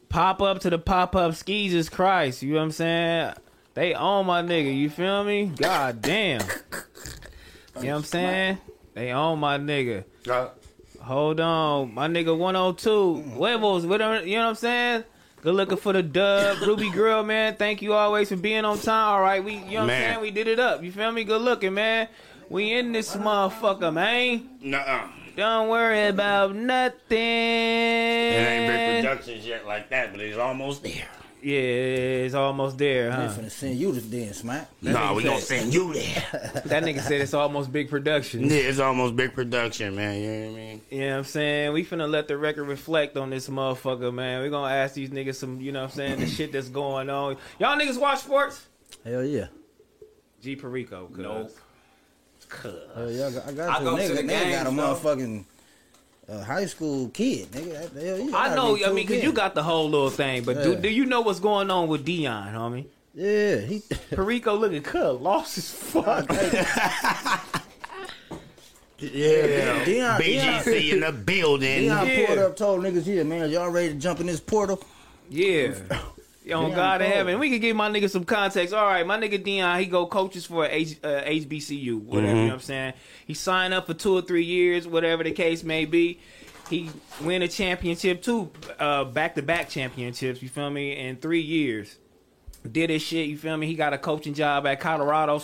[SPEAKER 2] Pop up to the pop up skis is Christ. You know what I'm saying? They own my nigga. You feel me? God damn. You know what I'm saying? They own my nigga.
[SPEAKER 1] Uh,
[SPEAKER 2] Hold on. My nigga 102. Huevos. whatever- You know what I'm saying? Good looking for the dub. Ruby Girl, man. Thank you always for being on time. All right. We, you know what I'm
[SPEAKER 1] Man.
[SPEAKER 2] saying? We did it up. You feel me? Good looking, man. We in this motherfucker, man.
[SPEAKER 1] nuh-uh.
[SPEAKER 2] Don't worry about nothing.
[SPEAKER 1] It ain't
[SPEAKER 2] Eh.
[SPEAKER 1] big productions yet like that, but it's almost there.
[SPEAKER 2] Yeah, it's almost there,
[SPEAKER 4] I'm
[SPEAKER 2] huh?
[SPEAKER 4] finna send you to dance, smack.
[SPEAKER 1] Nah, we gonna send you there.
[SPEAKER 2] that nigga said it's almost big production.
[SPEAKER 1] Yeah, it's almost big production, man. You know what I mean?
[SPEAKER 2] You know what I'm saying? We finna let the record reflect on this motherfucker, man. We gonna ask these niggas some, you know what I'm saying, the shit that's going on. Y'all niggas watch sports?
[SPEAKER 4] Hell yeah.
[SPEAKER 2] G Perico. cuz.
[SPEAKER 3] Nope.
[SPEAKER 4] Hell yeah. I got, I
[SPEAKER 3] I
[SPEAKER 4] got you.
[SPEAKER 3] go to
[SPEAKER 4] Nigga,
[SPEAKER 3] the
[SPEAKER 4] nigga got
[SPEAKER 3] games,
[SPEAKER 4] a
[SPEAKER 3] though.
[SPEAKER 4] motherfucking uh, high school kid, nigga. That- Hell yeah.
[SPEAKER 2] I
[SPEAKER 4] gotta
[SPEAKER 2] know,
[SPEAKER 4] be
[SPEAKER 2] I mean,
[SPEAKER 4] cool
[SPEAKER 2] cause you
[SPEAKER 4] kid.
[SPEAKER 2] got the whole little thing, but do,
[SPEAKER 4] Yeah.
[SPEAKER 2] do you know what's going on with Dion, homie?
[SPEAKER 4] Yeah, he.
[SPEAKER 2] Perico looking cut, lost his fuck.
[SPEAKER 1] Yeah.
[SPEAKER 4] Deion-
[SPEAKER 1] BGC in the building.
[SPEAKER 4] Deion
[SPEAKER 2] Uh, Yeah.
[SPEAKER 4] pulled up, told niggas, "Yeah, man, y'all ready to jump in this portal?"
[SPEAKER 2] Yeah. On
[SPEAKER 4] Deion
[SPEAKER 2] God in
[SPEAKER 4] Cole.
[SPEAKER 2] heaven. We can give my nigga some context. All right, my nigga Dion, he go coaches for H, uh, HBCU, whatever, you know what I'm saying? He signed up for two or three years, whatever the case may be. He win a championship, two uh, back-to-back championships, you feel me, in three years. Did his shit, you feel me? He got a coaching job at Colorado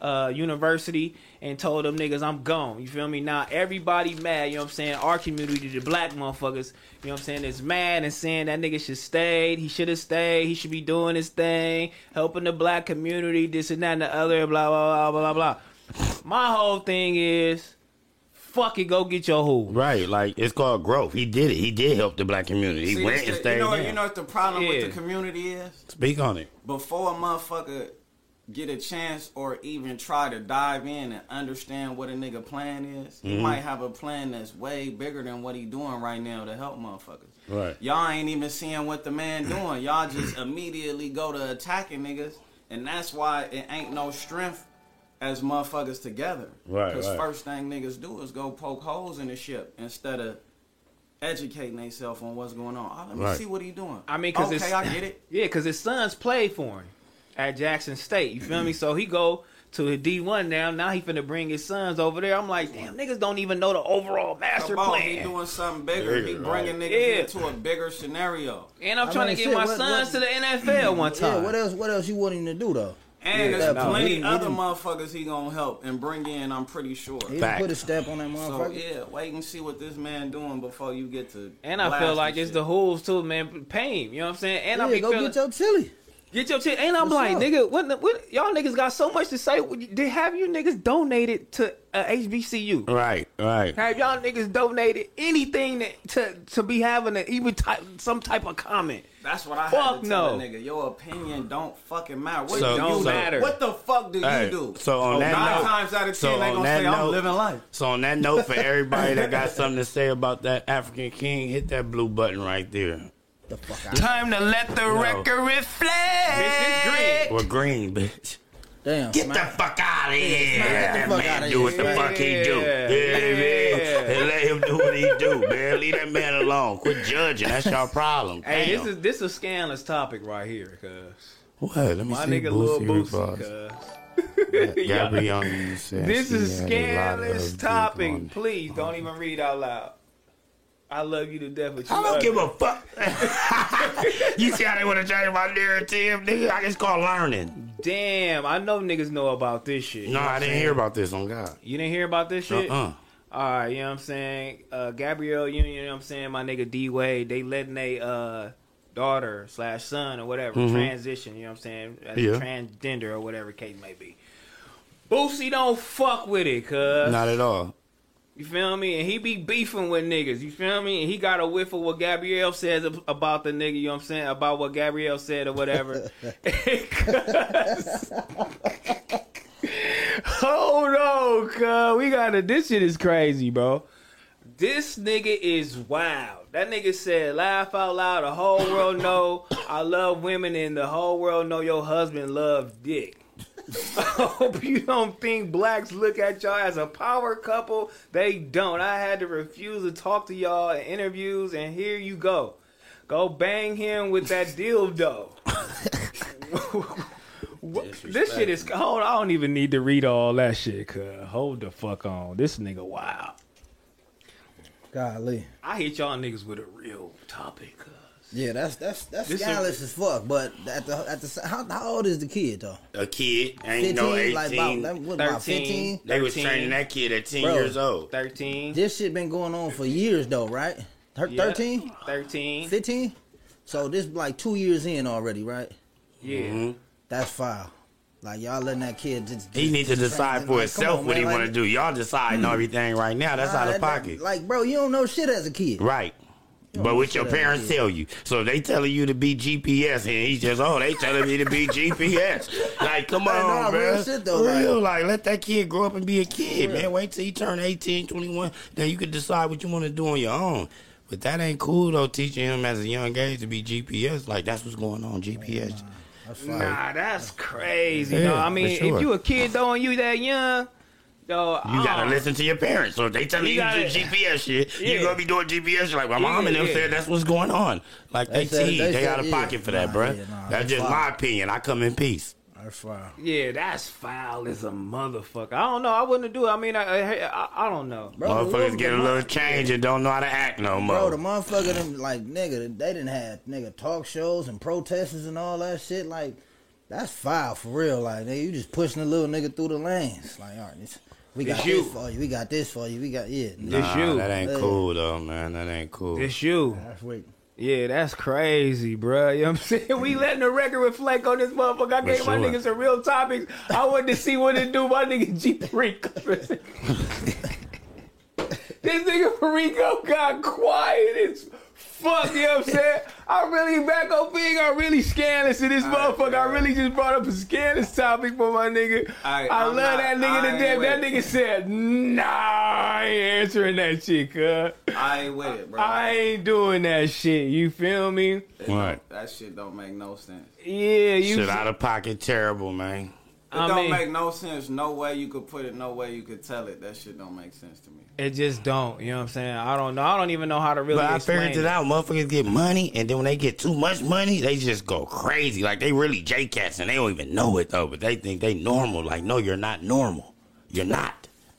[SPEAKER 2] uh, University and told them niggas, I'm gone, you feel me? Now everybody mad, you know what I'm saying? Our community, the black motherfuckers, you know what I'm saying, is mad and saying that nigga should stay. He should have stayed. He should be doing his thing, helping the black community, this and that and the other, blah, blah, blah, blah, blah. My whole thing is, fuck it, go get your who.
[SPEAKER 1] Right, like it's called growth. He did it. He did help the black community. He
[SPEAKER 3] See,
[SPEAKER 1] went
[SPEAKER 3] this-
[SPEAKER 1] and stayed.
[SPEAKER 3] you know, what-
[SPEAKER 1] down.
[SPEAKER 3] you know what the problem
[SPEAKER 2] Yeah.
[SPEAKER 3] with the community is?
[SPEAKER 1] Speak on it.
[SPEAKER 3] before a motherfucker get a chance or even try to dive in and understand what a nigga plan is, he
[SPEAKER 1] Mm-hmm.
[SPEAKER 3] might have a plan that's way bigger than what he doing right now to help motherfuckers.
[SPEAKER 1] Right.
[SPEAKER 3] Y'all ain't even seeing what the man doing. Y'all just immediately go to attacking niggas, and that's why it ain't no strength as motherfuckers together.
[SPEAKER 1] Right, right.
[SPEAKER 3] first thing niggas do is go poke holes in the ship instead of educating themselves on what's going on. Ah, let me
[SPEAKER 1] Right.
[SPEAKER 3] see what he doing.
[SPEAKER 2] I mean, cause
[SPEAKER 3] okay,
[SPEAKER 2] his,
[SPEAKER 3] I get it.
[SPEAKER 2] Yeah, cause his sons played for him at Jackson State. You feel
[SPEAKER 4] Mm-hmm.
[SPEAKER 2] me? So he go to the D one now. Now he finna bring his sons over there. I'm like, damn, niggas don't even know the overall master
[SPEAKER 3] Come on, he
[SPEAKER 2] plan.
[SPEAKER 3] doing something bigger. he
[SPEAKER 1] Bigger,
[SPEAKER 3] bringing niggas
[SPEAKER 2] right. Yeah.
[SPEAKER 3] into a bigger scenario.
[SPEAKER 2] And I'm
[SPEAKER 4] I
[SPEAKER 2] trying
[SPEAKER 4] mean,
[SPEAKER 2] to get
[SPEAKER 4] shit,
[SPEAKER 2] my
[SPEAKER 4] what-
[SPEAKER 2] sons
[SPEAKER 4] what-
[SPEAKER 2] to the NFL one
[SPEAKER 4] Yeah,
[SPEAKER 2] time.
[SPEAKER 4] what else? What else you want him to do though?
[SPEAKER 3] And
[SPEAKER 4] Yeah,
[SPEAKER 3] there's
[SPEAKER 4] no,
[SPEAKER 3] plenty
[SPEAKER 4] he- he
[SPEAKER 3] other
[SPEAKER 4] didn't-
[SPEAKER 3] motherfuckers he gonna help and bring in. I'm pretty sure.
[SPEAKER 4] He done
[SPEAKER 1] Facts.
[SPEAKER 4] put a step on that
[SPEAKER 3] So
[SPEAKER 4] motherfucker.
[SPEAKER 3] yeah, wait and see what this man doing before you get to.
[SPEAKER 2] And I
[SPEAKER 3] blast
[SPEAKER 2] feel like
[SPEAKER 3] this
[SPEAKER 2] it's
[SPEAKER 3] shit.
[SPEAKER 2] the hooves too, man. Pain, you know what I'm saying? And
[SPEAKER 4] Yeah,
[SPEAKER 2] I be
[SPEAKER 4] go
[SPEAKER 2] feeling,
[SPEAKER 4] get your chili.
[SPEAKER 2] Get your check. And I'm
[SPEAKER 4] What's
[SPEAKER 2] like,
[SPEAKER 4] up?
[SPEAKER 2] nigga, what, the- what? Y'all niggas got so much to say. Did have you niggas donated to uh, HBCU?
[SPEAKER 1] Right, right.
[SPEAKER 2] Have y'all niggas donated anything that, to to be having a, even type, some type of comment?
[SPEAKER 3] That's what I
[SPEAKER 2] Fuck
[SPEAKER 3] had to tell
[SPEAKER 2] no.
[SPEAKER 3] a nigga. Your opinion don't fucking matter. What
[SPEAKER 1] So-
[SPEAKER 3] do
[SPEAKER 2] don't
[SPEAKER 3] you,
[SPEAKER 2] matter.
[SPEAKER 3] What the fuck do
[SPEAKER 1] Hey,
[SPEAKER 3] you do?
[SPEAKER 1] so on that
[SPEAKER 3] nine
[SPEAKER 1] note-
[SPEAKER 3] times out of ten,
[SPEAKER 1] so
[SPEAKER 3] they
[SPEAKER 1] on
[SPEAKER 3] gonna
[SPEAKER 1] that
[SPEAKER 3] say
[SPEAKER 1] note-
[SPEAKER 3] I'm living life.
[SPEAKER 1] So on that note, for everybody that got something to say about that African King, hit that blue button right there.
[SPEAKER 4] The fuck out.
[SPEAKER 1] Time to let the record reflect. We're green, bitch.
[SPEAKER 4] Damn.
[SPEAKER 1] Get
[SPEAKER 4] smack.
[SPEAKER 1] the fuck out of here.
[SPEAKER 4] smack, get the
[SPEAKER 1] That
[SPEAKER 4] fuck
[SPEAKER 1] man
[SPEAKER 4] outta
[SPEAKER 1] do
[SPEAKER 4] here.
[SPEAKER 1] what the
[SPEAKER 4] Yeah.
[SPEAKER 1] fuck he do. Yeah, man. And let him do what he do, man. Leave that man alone. Quit judging. That's your problem.
[SPEAKER 2] Hey,
[SPEAKER 1] Damn.
[SPEAKER 2] this is this a scandalous topic right here, cause
[SPEAKER 1] what? Let me
[SPEAKER 2] my
[SPEAKER 1] see.
[SPEAKER 2] nigga Lil
[SPEAKER 1] Boosie
[SPEAKER 2] Boosie,
[SPEAKER 1] response.
[SPEAKER 2] cuz.
[SPEAKER 1] Yeah, Gabrielle Union said
[SPEAKER 2] This
[SPEAKER 1] she had
[SPEAKER 2] is
[SPEAKER 1] a lot of
[SPEAKER 2] scandalous
[SPEAKER 1] dick
[SPEAKER 2] topic.
[SPEAKER 1] on-
[SPEAKER 2] Please don't even read out loud. I love you to death, but you
[SPEAKER 1] I don't
[SPEAKER 2] ugly.
[SPEAKER 1] give a fuck. you see how they want to change my narrative, nigga? I just call learning.
[SPEAKER 2] Damn, I know niggas know about this shit.
[SPEAKER 1] No, I didn't hear about this on God.
[SPEAKER 2] You didn't hear about this shit?
[SPEAKER 1] Uh-uh.
[SPEAKER 2] All right, you know what I'm saying? Uh, Gabrielle Union, you know what I'm saying? My nigga D Wade, they letting they uh, daughter slash son or whatever transition, you know what I'm saying? As
[SPEAKER 1] Mm-hmm. Yeah.
[SPEAKER 2] a transgender or whatever case may be. Boosie don't fuck with it, cuz.
[SPEAKER 1] Not at all.
[SPEAKER 2] You feel me? And he be beefing with niggas. You feel me? And he got a whiff of what Gabrielle says ab- about the nigga. You know what I'm saying? About what Gabrielle said or whatever. 'Cause- Hold on, cuz. We gotta. This shit is crazy, bro. This nigga is wild. That nigga said, laugh out loud. The whole world know I love women, and the whole world know your husband loves dick. I hope you don't think blacks look at y'all as a power couple. They don't. I had to refuse to talk to y'all in interviews, and here you go. Go bang him with that dildo. What- this shit is hold. I don't even need to read all that shit. Cause hold the fuck on. This nigga wild.
[SPEAKER 4] Golly.
[SPEAKER 2] I hit y'all niggas with a real topic. cuz.
[SPEAKER 4] Yeah, that's that's that's
[SPEAKER 2] This a-
[SPEAKER 4] scandalous as fuck. But at the at the how, how old is the kid though?
[SPEAKER 1] A kid ain't
[SPEAKER 4] Fifteen,
[SPEAKER 1] no eighteen.
[SPEAKER 4] like about, that- what, about
[SPEAKER 2] 13.
[SPEAKER 4] fifteen.
[SPEAKER 1] they was
[SPEAKER 2] 13.
[SPEAKER 1] training that kid at ten
[SPEAKER 4] Bro.
[SPEAKER 1] years old.
[SPEAKER 2] Thirteen.
[SPEAKER 4] This shit been going on for years though, right? Her-
[SPEAKER 2] Yeah.
[SPEAKER 4] 13?
[SPEAKER 2] Thirteen.
[SPEAKER 4] 15? So this like two years in already, right?
[SPEAKER 2] Yeah.
[SPEAKER 4] That's foul. Like y'all letting that kid just.
[SPEAKER 1] He
[SPEAKER 4] just-
[SPEAKER 1] needs to
[SPEAKER 4] just
[SPEAKER 1] decide
[SPEAKER 4] transit-
[SPEAKER 1] for
[SPEAKER 4] like,
[SPEAKER 1] himself
[SPEAKER 4] come on,
[SPEAKER 1] what
[SPEAKER 4] man,
[SPEAKER 1] he
[SPEAKER 4] like- Hmm.
[SPEAKER 1] want to do. Y'all deciding everything right now. That's out
[SPEAKER 4] Nah,
[SPEAKER 1] of
[SPEAKER 4] Ah, that-
[SPEAKER 1] pocket.
[SPEAKER 4] Like, bro, you don't know shit as a kid. Oh,
[SPEAKER 1] Right. But
[SPEAKER 4] don't
[SPEAKER 1] what
[SPEAKER 4] say
[SPEAKER 1] your
[SPEAKER 4] that
[SPEAKER 1] parents
[SPEAKER 4] again.
[SPEAKER 1] tell you. So they telling you to be GPS, and he's just, oh, they telling me to be GPS. Like, come
[SPEAKER 4] Hey,
[SPEAKER 1] on,
[SPEAKER 4] nah,
[SPEAKER 1] man.
[SPEAKER 4] real shit, though, like-
[SPEAKER 1] Real, like, let that kid grow up and be a kid, man. Wait till he turn 18, 21. Then you can decide what you want to do on your own. But that ain't cool, though, teaching him as a young age to be GPS. Like, that's what's going on, GPS.
[SPEAKER 4] That's foul.
[SPEAKER 2] Nah, Ah, that's crazy.
[SPEAKER 1] Yeah,
[SPEAKER 2] though. I mean,
[SPEAKER 1] for sure.
[SPEAKER 2] if you a kid though and you that young, ah, though,
[SPEAKER 1] You gotta
[SPEAKER 2] I-
[SPEAKER 1] listen to your parents. So if they telling
[SPEAKER 2] You
[SPEAKER 1] you,
[SPEAKER 2] gotta-
[SPEAKER 1] to do GPS shit,
[SPEAKER 2] Yeah.
[SPEAKER 1] you gonna be doing GPS shit. Like my mom
[SPEAKER 2] Yeah,
[SPEAKER 1] and them
[SPEAKER 2] yeah.
[SPEAKER 1] said, that's what's going on. Like they,
[SPEAKER 4] They said-
[SPEAKER 1] tease.
[SPEAKER 4] they
[SPEAKER 1] They,
[SPEAKER 4] said,
[SPEAKER 1] out of
[SPEAKER 4] yeah.
[SPEAKER 1] pocket for that,
[SPEAKER 4] Nah,
[SPEAKER 1] bruh.
[SPEAKER 4] yeah, nah,
[SPEAKER 1] that's
[SPEAKER 4] they
[SPEAKER 1] just my
[SPEAKER 4] fine.
[SPEAKER 1] opinion. I come in peace.
[SPEAKER 4] That's foul.
[SPEAKER 2] Yeah, that's foul as a motherfucker. I don't know. I wouldn't do it. I mean, I I, I, I don't know.
[SPEAKER 4] Bro, the
[SPEAKER 1] Motherfuckers
[SPEAKER 4] little-
[SPEAKER 1] get a
[SPEAKER 4] the
[SPEAKER 1] little
[SPEAKER 4] mon-
[SPEAKER 1] change and don't know how to act no
[SPEAKER 4] Bro, the
[SPEAKER 1] more.
[SPEAKER 4] motherfucker, them, like, nigga, they didn't have, nigga, talk shows and protesters and all that shit. Like, that's foul for real. Like, nigga, you just pushing a little nigga through the lanes. Like, all right, this, we got
[SPEAKER 2] It's
[SPEAKER 4] this
[SPEAKER 2] you.
[SPEAKER 4] for you. We got this for you. We got, yeah. nigga,
[SPEAKER 1] Nah,
[SPEAKER 2] it's you.
[SPEAKER 1] that ain't
[SPEAKER 4] Hey.
[SPEAKER 1] cool though, man. That ain't cool.
[SPEAKER 2] It's you.
[SPEAKER 4] That's weak.
[SPEAKER 2] Yeah, that's crazy, bro. You know what I'm saying? We letting the record reflect on this motherfucker. I
[SPEAKER 1] For
[SPEAKER 2] gave my
[SPEAKER 1] sure.
[SPEAKER 2] niggas some real topics. I wanted to see what it do. My nigga G Perico. this nigga Perico got quiet as fuck. You know what I'm saying? I really back up being I really scandalous to this
[SPEAKER 3] right,
[SPEAKER 2] motherfucker. I
[SPEAKER 3] man.
[SPEAKER 2] really just brought up a scandalous topic for my nigga.
[SPEAKER 3] All right,
[SPEAKER 2] I
[SPEAKER 3] I'm
[SPEAKER 2] love
[SPEAKER 3] not-
[SPEAKER 2] that
[SPEAKER 3] I
[SPEAKER 2] nigga to
[SPEAKER 3] ain't
[SPEAKER 2] death. That
[SPEAKER 3] with
[SPEAKER 2] nigga said, nah, I ain't answering that shit, cuz.
[SPEAKER 3] I ain't with it, bro.
[SPEAKER 2] I ain't doing that shit. You feel me?
[SPEAKER 1] right.
[SPEAKER 3] That shit don't make no sense.
[SPEAKER 2] Yeah, you.
[SPEAKER 1] Shit out of pocket, terrible, man.
[SPEAKER 3] It
[SPEAKER 2] I
[SPEAKER 3] don't
[SPEAKER 2] mean-
[SPEAKER 3] make no sense. No way you could put it. No way you could tell it. That shit don't make sense to me.
[SPEAKER 2] It just don't. You know what I'm saying? I don't know. I don't even know how to really.
[SPEAKER 1] But I
[SPEAKER 2] explain
[SPEAKER 1] figured it out. Motherfuckers get money, and then when they get too much money, they just go crazy. Like they really J cats, and they don't even know it though. But they think they normal. Like no, you're not normal. You're not.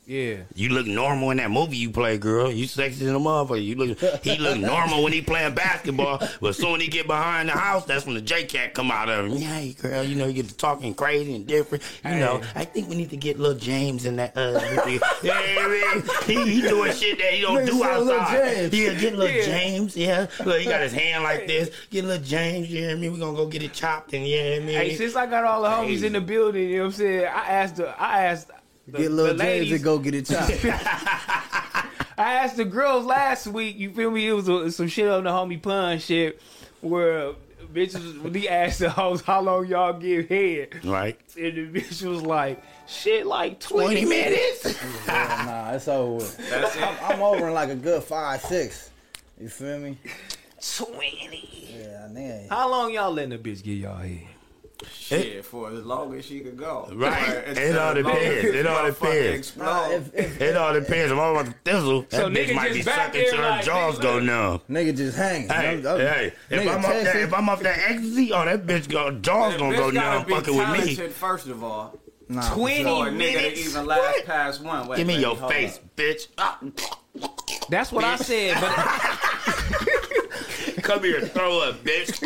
[SPEAKER 2] Yeah.
[SPEAKER 1] You look normal in that movie you play, girl. You sexy in a motherfucker. You look. He look normal when he playing basketball, but soon he get behind the house, that's when the J cat come out of him. Yeah, hey, girl. You know you get to talking crazy and different. You know. I think we need to get little James in that. Uh, with the- yeah, I mean, he, he doing shit that he don't
[SPEAKER 4] Nigga
[SPEAKER 1] do
[SPEAKER 4] said Lil
[SPEAKER 1] outside.
[SPEAKER 4] James.
[SPEAKER 1] Yeah, get little
[SPEAKER 2] Yeah.
[SPEAKER 1] James. Yeah, look, he got his hand like this. Get little James. You know what I mean? We gonna go get it chopped and yeah, you know what I mean.
[SPEAKER 2] Hey, since I got all the homies
[SPEAKER 1] Crazy.
[SPEAKER 2] in the building, you know what I'm saying? I asked the I asked the,
[SPEAKER 4] Get
[SPEAKER 2] the
[SPEAKER 4] little James
[SPEAKER 2] ladies,
[SPEAKER 4] to go get it chopped.
[SPEAKER 2] I asked the girls last week. You feel me? It was uh, some shit on the homie pun shit where bitches they asked the hoes how long y'all give head,
[SPEAKER 1] right.
[SPEAKER 2] and the bitch was like, shit, like
[SPEAKER 1] Twenty
[SPEAKER 2] twenty minutes.
[SPEAKER 1] minutes.
[SPEAKER 4] nah, it's over. With.
[SPEAKER 3] That's it.
[SPEAKER 4] I'm over in like a good five, six. You feel me?
[SPEAKER 2] Twenty.
[SPEAKER 4] Yeah, nigga.
[SPEAKER 2] How long y'all letting the bitch get y'all head?
[SPEAKER 3] Shit, for as long as she could go.
[SPEAKER 1] Right.
[SPEAKER 3] Like,
[SPEAKER 1] It
[SPEAKER 3] until
[SPEAKER 1] all
[SPEAKER 3] the
[SPEAKER 1] depends.
[SPEAKER 3] motherfucker
[SPEAKER 1] It all depends.
[SPEAKER 4] Nah,
[SPEAKER 3] explode.
[SPEAKER 4] if, if
[SPEAKER 1] It all depends. If I'm about to thizzle,
[SPEAKER 2] So
[SPEAKER 1] that bitch
[SPEAKER 2] nigga
[SPEAKER 1] might
[SPEAKER 2] just
[SPEAKER 1] be
[SPEAKER 2] back
[SPEAKER 1] sucking
[SPEAKER 2] there
[SPEAKER 1] till her
[SPEAKER 2] like,
[SPEAKER 1] jaws
[SPEAKER 2] nigga,
[SPEAKER 1] go
[SPEAKER 2] look.
[SPEAKER 1] numb.
[SPEAKER 4] nigga just hanging.
[SPEAKER 1] Hey,
[SPEAKER 4] I'm- I'm-
[SPEAKER 1] hey, if
[SPEAKER 4] nigga,
[SPEAKER 1] I'm off that,
[SPEAKER 4] Texas-
[SPEAKER 1] if I'm off that ecstasy, oh that bitch go jaws
[SPEAKER 3] That
[SPEAKER 1] gonna
[SPEAKER 3] bitch
[SPEAKER 1] go
[SPEAKER 3] gotta
[SPEAKER 1] down
[SPEAKER 3] be
[SPEAKER 1] fucking with me.
[SPEAKER 3] talented, First of all,
[SPEAKER 4] nah, for
[SPEAKER 2] Twenty
[SPEAKER 4] sure.
[SPEAKER 3] for a nigga to
[SPEAKER 2] minutes?
[SPEAKER 3] even last
[SPEAKER 2] What?
[SPEAKER 3] past one. Wait,
[SPEAKER 1] Give me
[SPEAKER 3] baby,
[SPEAKER 1] your
[SPEAKER 3] hold
[SPEAKER 1] face,
[SPEAKER 3] up.
[SPEAKER 1] bitch. Ah,
[SPEAKER 2] That's what I said, but
[SPEAKER 1] come here, throw up, bitch.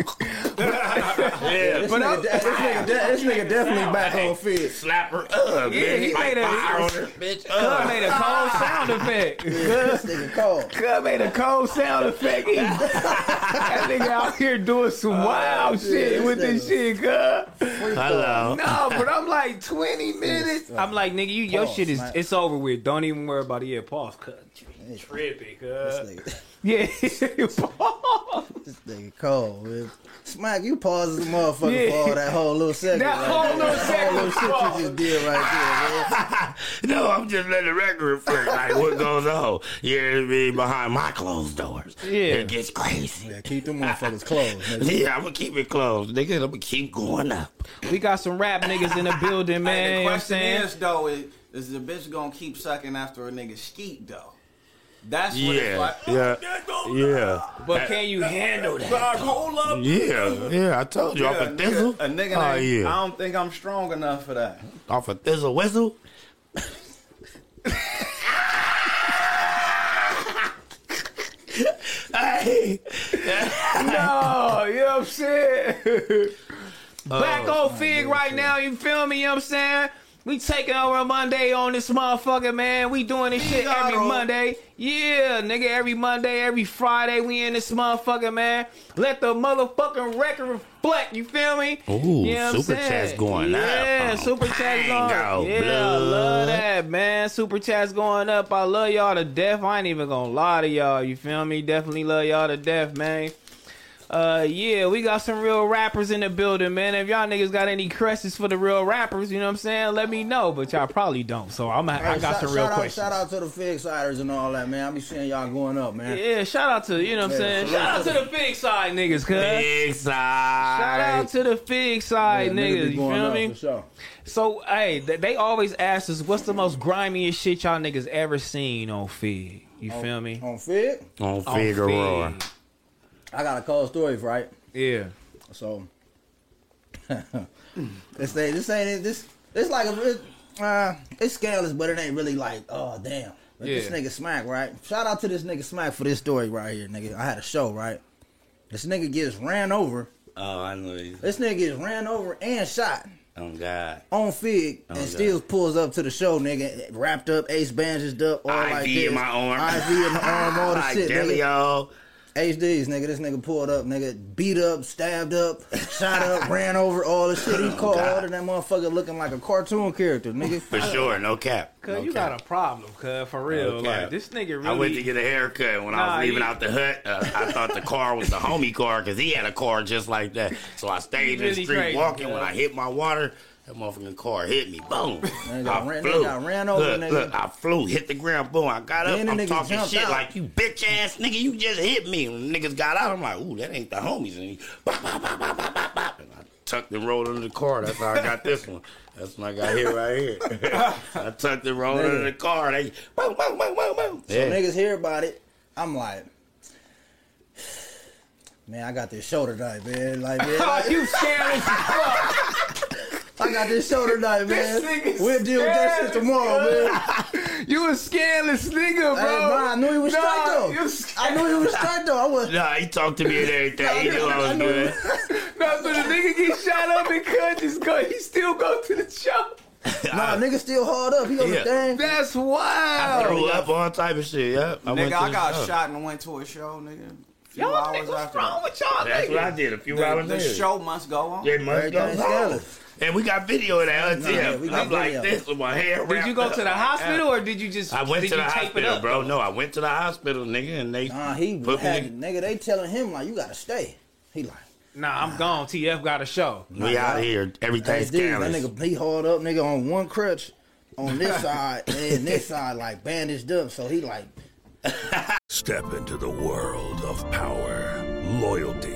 [SPEAKER 1] yeah,
[SPEAKER 4] This nigga, de- this, nigga de- this nigga definitely back on feet.
[SPEAKER 1] slap her up,
[SPEAKER 2] Yeah,
[SPEAKER 1] bitch.
[SPEAKER 2] he
[SPEAKER 1] Like
[SPEAKER 2] made a-
[SPEAKER 1] fire on her, bitch.
[SPEAKER 2] Cub
[SPEAKER 1] Up.
[SPEAKER 2] made a cold sound effect.
[SPEAKER 4] This nigga cold.
[SPEAKER 2] Cub made a cold sound effect. He- that nigga out here doing
[SPEAKER 4] Oh,
[SPEAKER 2] some wild shit
[SPEAKER 4] this
[SPEAKER 2] with this shit, cub.
[SPEAKER 1] Hello.
[SPEAKER 2] No, but I'm like 20 minutes. I'm like, nigga, you your
[SPEAKER 4] Pause,
[SPEAKER 2] shit is
[SPEAKER 4] man.
[SPEAKER 2] it's over with. Don't even worry about it. Yeah, pause. Cut. Tripping, cuz.
[SPEAKER 4] This
[SPEAKER 2] Yeah, pause.
[SPEAKER 4] nigga cold. Man. Smack, you pause this motherfucker
[SPEAKER 2] Yeah.
[SPEAKER 4] for all that whole little second.
[SPEAKER 2] That
[SPEAKER 4] right
[SPEAKER 2] whole
[SPEAKER 4] there.
[SPEAKER 2] little second
[SPEAKER 4] That whole little shit
[SPEAKER 2] pause.
[SPEAKER 4] you just did right there, man.
[SPEAKER 1] No, I'm just letting the record reflect like what goes on. You know what I mean? Behind my closed doors.
[SPEAKER 2] Yeah.
[SPEAKER 1] It gets crazy.
[SPEAKER 4] Yeah, keep them motherfuckers closed. Nigga.
[SPEAKER 1] Yeah, I'm gonna keep it closed, nigga. I'm gonna keep going up.
[SPEAKER 2] We got some rap niggas in the building, man.
[SPEAKER 3] Hey, the
[SPEAKER 2] you know what I'm
[SPEAKER 3] question
[SPEAKER 2] saying?
[SPEAKER 3] is though, is, is the bitch gonna keep sucking after a nigga skeet though? That's what it's like. Oh,
[SPEAKER 1] yeah, yeah,
[SPEAKER 2] but can you handle that?
[SPEAKER 1] yeah, yeah. I told you off
[SPEAKER 3] Yeah,
[SPEAKER 1] a thizzle.
[SPEAKER 3] A nigga,
[SPEAKER 1] oh
[SPEAKER 3] named- I
[SPEAKER 1] yeah,
[SPEAKER 3] don't think I'm strong enough for that.
[SPEAKER 1] off a thizzle whistle. hey,
[SPEAKER 2] No, you know what I'm saying? Black
[SPEAKER 1] Oh,
[SPEAKER 2] old fig right now, you feel me? You know what I'm saying? We taking over Monday on this motherfucker, man. We doing this shit every Monday. Yeah, nigga, every Monday, every Friday, we in this motherfucker, man. Let the motherfucking record reflect, you feel me?
[SPEAKER 1] Ooh,
[SPEAKER 2] You know what I'm
[SPEAKER 1] super
[SPEAKER 2] saying?
[SPEAKER 1] chat's going
[SPEAKER 2] yeah,
[SPEAKER 1] up.
[SPEAKER 2] Yeah,
[SPEAKER 1] Oh,
[SPEAKER 2] super chat's going
[SPEAKER 1] pango,
[SPEAKER 2] up. Yeah, I
[SPEAKER 1] blood.
[SPEAKER 2] love that, man. Super chat's going up. I love y'all to death. I ain't even gonna lie to y'all, you feel me? Definitely love y'all to death, man. Uh, yeah, we got some real rappers in the building, man. If y'all niggas got any questions for the real rappers, you know what I'm saying? Let me know, but y'all probably don't. So I'm, I got
[SPEAKER 4] Shout-
[SPEAKER 2] some real
[SPEAKER 4] shout
[SPEAKER 2] questions.
[SPEAKER 4] Out, shout out to the Fig Siders and all that, man. I be seeing y'all going up, man.
[SPEAKER 2] Yeah, shout out to you know what I'm
[SPEAKER 4] Yeah,
[SPEAKER 2] saying.
[SPEAKER 4] salute
[SPEAKER 2] Shout out
[SPEAKER 4] to
[SPEAKER 2] to the big side niggas, cuz.
[SPEAKER 1] big side.
[SPEAKER 2] Shout out to the fig
[SPEAKER 4] Yeah,
[SPEAKER 2] side
[SPEAKER 4] be
[SPEAKER 2] niggas, you
[SPEAKER 4] going
[SPEAKER 2] feel
[SPEAKER 4] up
[SPEAKER 2] me?
[SPEAKER 4] for sure.
[SPEAKER 2] So, hey, th- they always ask us, what's the most grimiest shit y'all niggas ever seen on Fig? You
[SPEAKER 4] Oh,
[SPEAKER 2] feel me?
[SPEAKER 4] On Fig,
[SPEAKER 1] on
[SPEAKER 2] On
[SPEAKER 1] Figueroa.
[SPEAKER 2] Fig.
[SPEAKER 4] I got a cold story, right?
[SPEAKER 2] Yeah.
[SPEAKER 4] So this ain't this ain't this. It's like a it, uh, it's scaleless, but it ain't really like oh damn. But This
[SPEAKER 2] Yeah.
[SPEAKER 4] nigga Smack, right? Shout out to this nigga Smack for this story right here, nigga. I had a show, right? This nigga gets ran over.
[SPEAKER 1] Oh, I know you.
[SPEAKER 4] This nigga gets ran over and shot
[SPEAKER 1] Oh God.
[SPEAKER 4] on Fig and
[SPEAKER 1] Oh, God.
[SPEAKER 4] still pulls up to the show, nigga. Wrapped up, Ace bandaged up, all
[SPEAKER 1] IV
[SPEAKER 4] like this.
[SPEAKER 1] in my arm.
[SPEAKER 4] IV in the arm, all the
[SPEAKER 1] Like,
[SPEAKER 4] shit,
[SPEAKER 1] damn it,
[SPEAKER 4] nigga.
[SPEAKER 1] y'all.
[SPEAKER 4] HDs, nigga. This nigga pulled up, nigga, beat up, stabbed up, shot up, ran over all the shit. He called
[SPEAKER 1] God.
[SPEAKER 4] all of that motherfucker looking like a cartoon character, nigga.
[SPEAKER 1] For sure, no cap.
[SPEAKER 2] Cuz,
[SPEAKER 1] no
[SPEAKER 2] you
[SPEAKER 1] cap.
[SPEAKER 2] got a problem, cuz, for real.
[SPEAKER 1] Okay.
[SPEAKER 2] Like, this nigga really.
[SPEAKER 1] I went to get a haircut when I
[SPEAKER 2] Nah,
[SPEAKER 1] was leaving
[SPEAKER 2] you-
[SPEAKER 1] out the hut. Uh, I thought the car was the homie car because he had a car just like that. So I stayed in
[SPEAKER 2] really
[SPEAKER 1] the street
[SPEAKER 2] crazy,
[SPEAKER 1] walking.
[SPEAKER 2] bro.
[SPEAKER 1] When I hit my water, that motherfucking car hit me. Boom.
[SPEAKER 4] got
[SPEAKER 1] I
[SPEAKER 4] ran-
[SPEAKER 1] flew.
[SPEAKER 4] nigga ran over,
[SPEAKER 1] look,
[SPEAKER 4] nigga.
[SPEAKER 1] look, I flew, hit the ground. Boom. I got up.
[SPEAKER 4] Then the
[SPEAKER 1] I'm
[SPEAKER 4] nigga
[SPEAKER 1] talking
[SPEAKER 4] jumped
[SPEAKER 1] shit
[SPEAKER 4] out.
[SPEAKER 1] like, you bitch ass nigga, you just hit me. When the niggas got out, I'm like, ooh, that ain't the homies. And he, bop, bop, bop, bop, bop, bop, bop. And I tucked and rolled under the car. That's how I got this one. That's what I got here right here. I tucked and rolled under the car. They boom, boom, boom, boom, boom.
[SPEAKER 4] So
[SPEAKER 1] Yeah.
[SPEAKER 4] niggas hear about it. I'm like, man, I got this shoulder tonight, man. Like, man, like,
[SPEAKER 2] you scared as fuck.
[SPEAKER 4] I got this shoulder tonight, man.
[SPEAKER 2] This nigga's
[SPEAKER 4] We'll deal with that
[SPEAKER 2] scared
[SPEAKER 4] shit tomorrow,
[SPEAKER 2] as
[SPEAKER 4] man.
[SPEAKER 2] You a scandalous nigga, bro.
[SPEAKER 4] Hey, bro, I knew he was
[SPEAKER 2] Nah,
[SPEAKER 4] straight though.
[SPEAKER 2] You scared.
[SPEAKER 4] I knew he was straight though. I was.
[SPEAKER 1] Nah, he talked to me and everything. He knew I was good.
[SPEAKER 2] Nah, so the nigga get shot up in cut, just go. He still go to the show.
[SPEAKER 4] Nah, nigga still hard up. He on
[SPEAKER 1] Yeah.
[SPEAKER 4] the thing.
[SPEAKER 2] That's
[SPEAKER 1] I
[SPEAKER 2] wild.
[SPEAKER 1] threw up all type of shit. Yeah. went
[SPEAKER 3] nigga,
[SPEAKER 1] to
[SPEAKER 3] I
[SPEAKER 1] the
[SPEAKER 3] got
[SPEAKER 1] show.
[SPEAKER 3] shot and went to a show, nigga. A few
[SPEAKER 2] Y'all
[SPEAKER 3] hours
[SPEAKER 2] niggas, what's
[SPEAKER 3] after
[SPEAKER 2] wrong
[SPEAKER 3] that.
[SPEAKER 2] with y'all
[SPEAKER 1] That's what I
[SPEAKER 2] niggas?
[SPEAKER 1] did a few hours
[SPEAKER 3] the,
[SPEAKER 1] later.
[SPEAKER 3] show must go on.
[SPEAKER 1] It must go
[SPEAKER 4] Everything's
[SPEAKER 1] on.
[SPEAKER 4] scandalous.
[SPEAKER 1] And we got video of that. huh,
[SPEAKER 4] yeah,
[SPEAKER 1] Tim?
[SPEAKER 4] we got
[SPEAKER 1] I'm like
[SPEAKER 4] video.
[SPEAKER 1] this with my hair wrapped
[SPEAKER 2] Did you go
[SPEAKER 1] up
[SPEAKER 2] to the
[SPEAKER 1] like
[SPEAKER 2] hospital
[SPEAKER 1] that.
[SPEAKER 2] or did you just?
[SPEAKER 1] I went
[SPEAKER 2] did
[SPEAKER 1] to the
[SPEAKER 2] you tape it
[SPEAKER 1] hospital,
[SPEAKER 2] up?
[SPEAKER 1] bro. No, I went to the hospital, nigga, and they
[SPEAKER 4] Nah, he
[SPEAKER 1] put
[SPEAKER 4] had
[SPEAKER 1] me.
[SPEAKER 4] nigga. They telling him like, you gotta stay. He like,
[SPEAKER 2] Nah, I'm gone. TF got a show.
[SPEAKER 1] We out here. Everything's
[SPEAKER 4] That's dude, that
[SPEAKER 1] scandalous.
[SPEAKER 4] nigga he hauled up, nigga, on one crutch, on this side, and then this side like bandaged up. So he like
[SPEAKER 6] Step into the world of power, loyalty,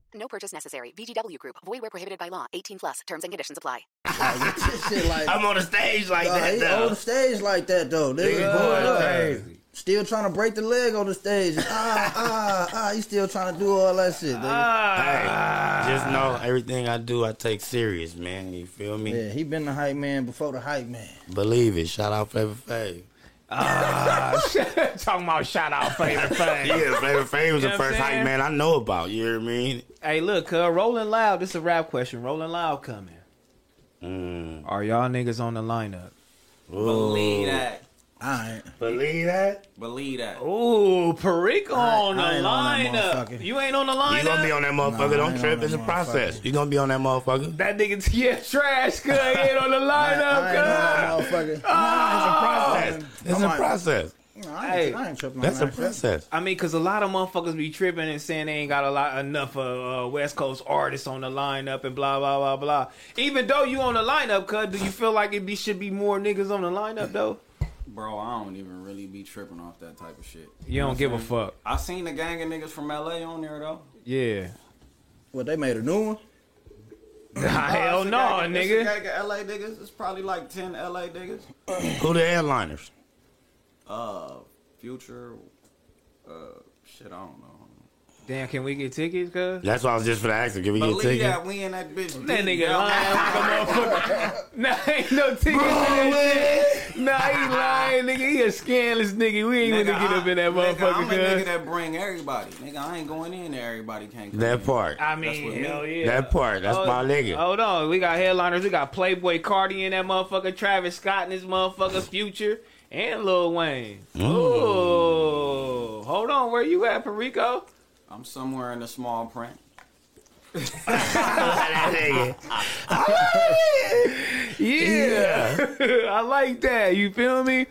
[SPEAKER 7] No purchase necessary. VGW Group. Void where prohibited by law. 18 plus. Terms and conditions apply.
[SPEAKER 4] like, this shit like
[SPEAKER 1] I'm on the stage like
[SPEAKER 4] nah,
[SPEAKER 1] that
[SPEAKER 4] he on the
[SPEAKER 1] though.
[SPEAKER 4] stage like that though. Nigga
[SPEAKER 1] Nigga
[SPEAKER 4] going
[SPEAKER 1] going
[SPEAKER 4] up.
[SPEAKER 1] crazy.
[SPEAKER 4] Still trying to break the leg on the stage. Ah, ah, ah. He still trying to do all that shit,
[SPEAKER 2] Ah.
[SPEAKER 4] nigga.
[SPEAKER 1] Hey, just know everything I do, I take serious, man. You feel me?
[SPEAKER 4] Yeah, he been the hype man before the hype man.
[SPEAKER 1] Believe it. Shout out Flavor Fave.
[SPEAKER 2] Ah, Talking about shout out favorite thing.
[SPEAKER 1] Yeah, Flavor Fave was
[SPEAKER 2] You know what I'm
[SPEAKER 1] the first hype
[SPEAKER 2] saying?
[SPEAKER 1] man I know about. You hear me?
[SPEAKER 2] Hey, look, uh, Rolling Loud. This is a rap question. Rolling Loud coming.
[SPEAKER 1] Mm.
[SPEAKER 2] Are y'all niggas on the lineup?
[SPEAKER 3] Believe that.
[SPEAKER 4] All right.
[SPEAKER 1] Believe that?
[SPEAKER 3] Believe that.
[SPEAKER 2] Ooh, Perico on the
[SPEAKER 4] I ain't on
[SPEAKER 2] lineup.
[SPEAKER 4] that motherfucker.
[SPEAKER 2] you ain't on the lineup.
[SPEAKER 1] You gonna be on that motherfucker?
[SPEAKER 4] Nah, I
[SPEAKER 1] Don't
[SPEAKER 4] ain't
[SPEAKER 1] trip.
[SPEAKER 4] on
[SPEAKER 1] It's a
[SPEAKER 4] that
[SPEAKER 1] process.
[SPEAKER 4] motherfucker.
[SPEAKER 1] You gonna be on that motherfucker?
[SPEAKER 2] that nigga's yeah trash. Cause he ain't on the
[SPEAKER 4] I, I
[SPEAKER 2] lineup.
[SPEAKER 4] ain't
[SPEAKER 2] cuz.
[SPEAKER 4] on that motherfucker.
[SPEAKER 1] Process. It's
[SPEAKER 4] I'm
[SPEAKER 1] a
[SPEAKER 4] like-
[SPEAKER 1] process.
[SPEAKER 4] Nah, I ain't,
[SPEAKER 2] Ah. Hey,
[SPEAKER 4] I ain't tripping on
[SPEAKER 1] That's a
[SPEAKER 4] that shit.
[SPEAKER 1] process.
[SPEAKER 2] I mean, cause a lot of motherfuckers be tripping and saying they ain't got a lot enough of uh, West Coast artists on the lineup and blah blah blah blah. Even though you on the lineup, cuz do you feel like it be should be more niggas on the lineup though?
[SPEAKER 3] Bro, I don't even really be tripping off that type of shit.
[SPEAKER 2] You don't give a fuck.
[SPEAKER 3] I seen a gang of niggas from LA on there though.
[SPEAKER 2] Yeah.
[SPEAKER 4] What they made a new one?
[SPEAKER 2] Hell
[SPEAKER 3] It's a gang
[SPEAKER 2] no,
[SPEAKER 3] of- it's a
[SPEAKER 2] nigga.
[SPEAKER 3] gang of LA niggas. It's probably like ten LA niggas.
[SPEAKER 1] Who the headliners?
[SPEAKER 3] Uh, future. Uh, shit, I don't know.
[SPEAKER 2] Damn, can we get tickets, cuz?
[SPEAKER 1] That's why I was just for the accident. Can we get
[SPEAKER 3] Believe
[SPEAKER 1] tickets?
[SPEAKER 3] that we in that bitch.
[SPEAKER 2] That
[SPEAKER 3] deep, yo.
[SPEAKER 2] nigga lying like a motherfucker. Nah, ain't no tickets in that shit. Nah, he lying, nigga. He a scandalous nigga. We ain't gonna
[SPEAKER 3] Nigga,
[SPEAKER 2] get up in that
[SPEAKER 3] nigga,
[SPEAKER 2] motherfucker,
[SPEAKER 3] I'm a nigga
[SPEAKER 2] cuz.
[SPEAKER 3] that bring everybody. Nigga, I ain't going in there. Everybody can't come
[SPEAKER 1] That
[SPEAKER 3] in.
[SPEAKER 1] part.
[SPEAKER 2] I
[SPEAKER 3] what
[SPEAKER 2] mean,
[SPEAKER 3] me-
[SPEAKER 2] hell yeah.
[SPEAKER 1] That part. That's
[SPEAKER 2] Hold-
[SPEAKER 1] my nigga.
[SPEAKER 2] Hold on, we got headliners. We got Playboy Cardi in that motherfucker, Travis Scott in his motherfucker, Future, and Lil Wayne. Ooh, hold on, where you at, Perico?
[SPEAKER 3] I'm somewhere in the small print.
[SPEAKER 1] That nigga.
[SPEAKER 2] Yeah, I like that. You feel me? You know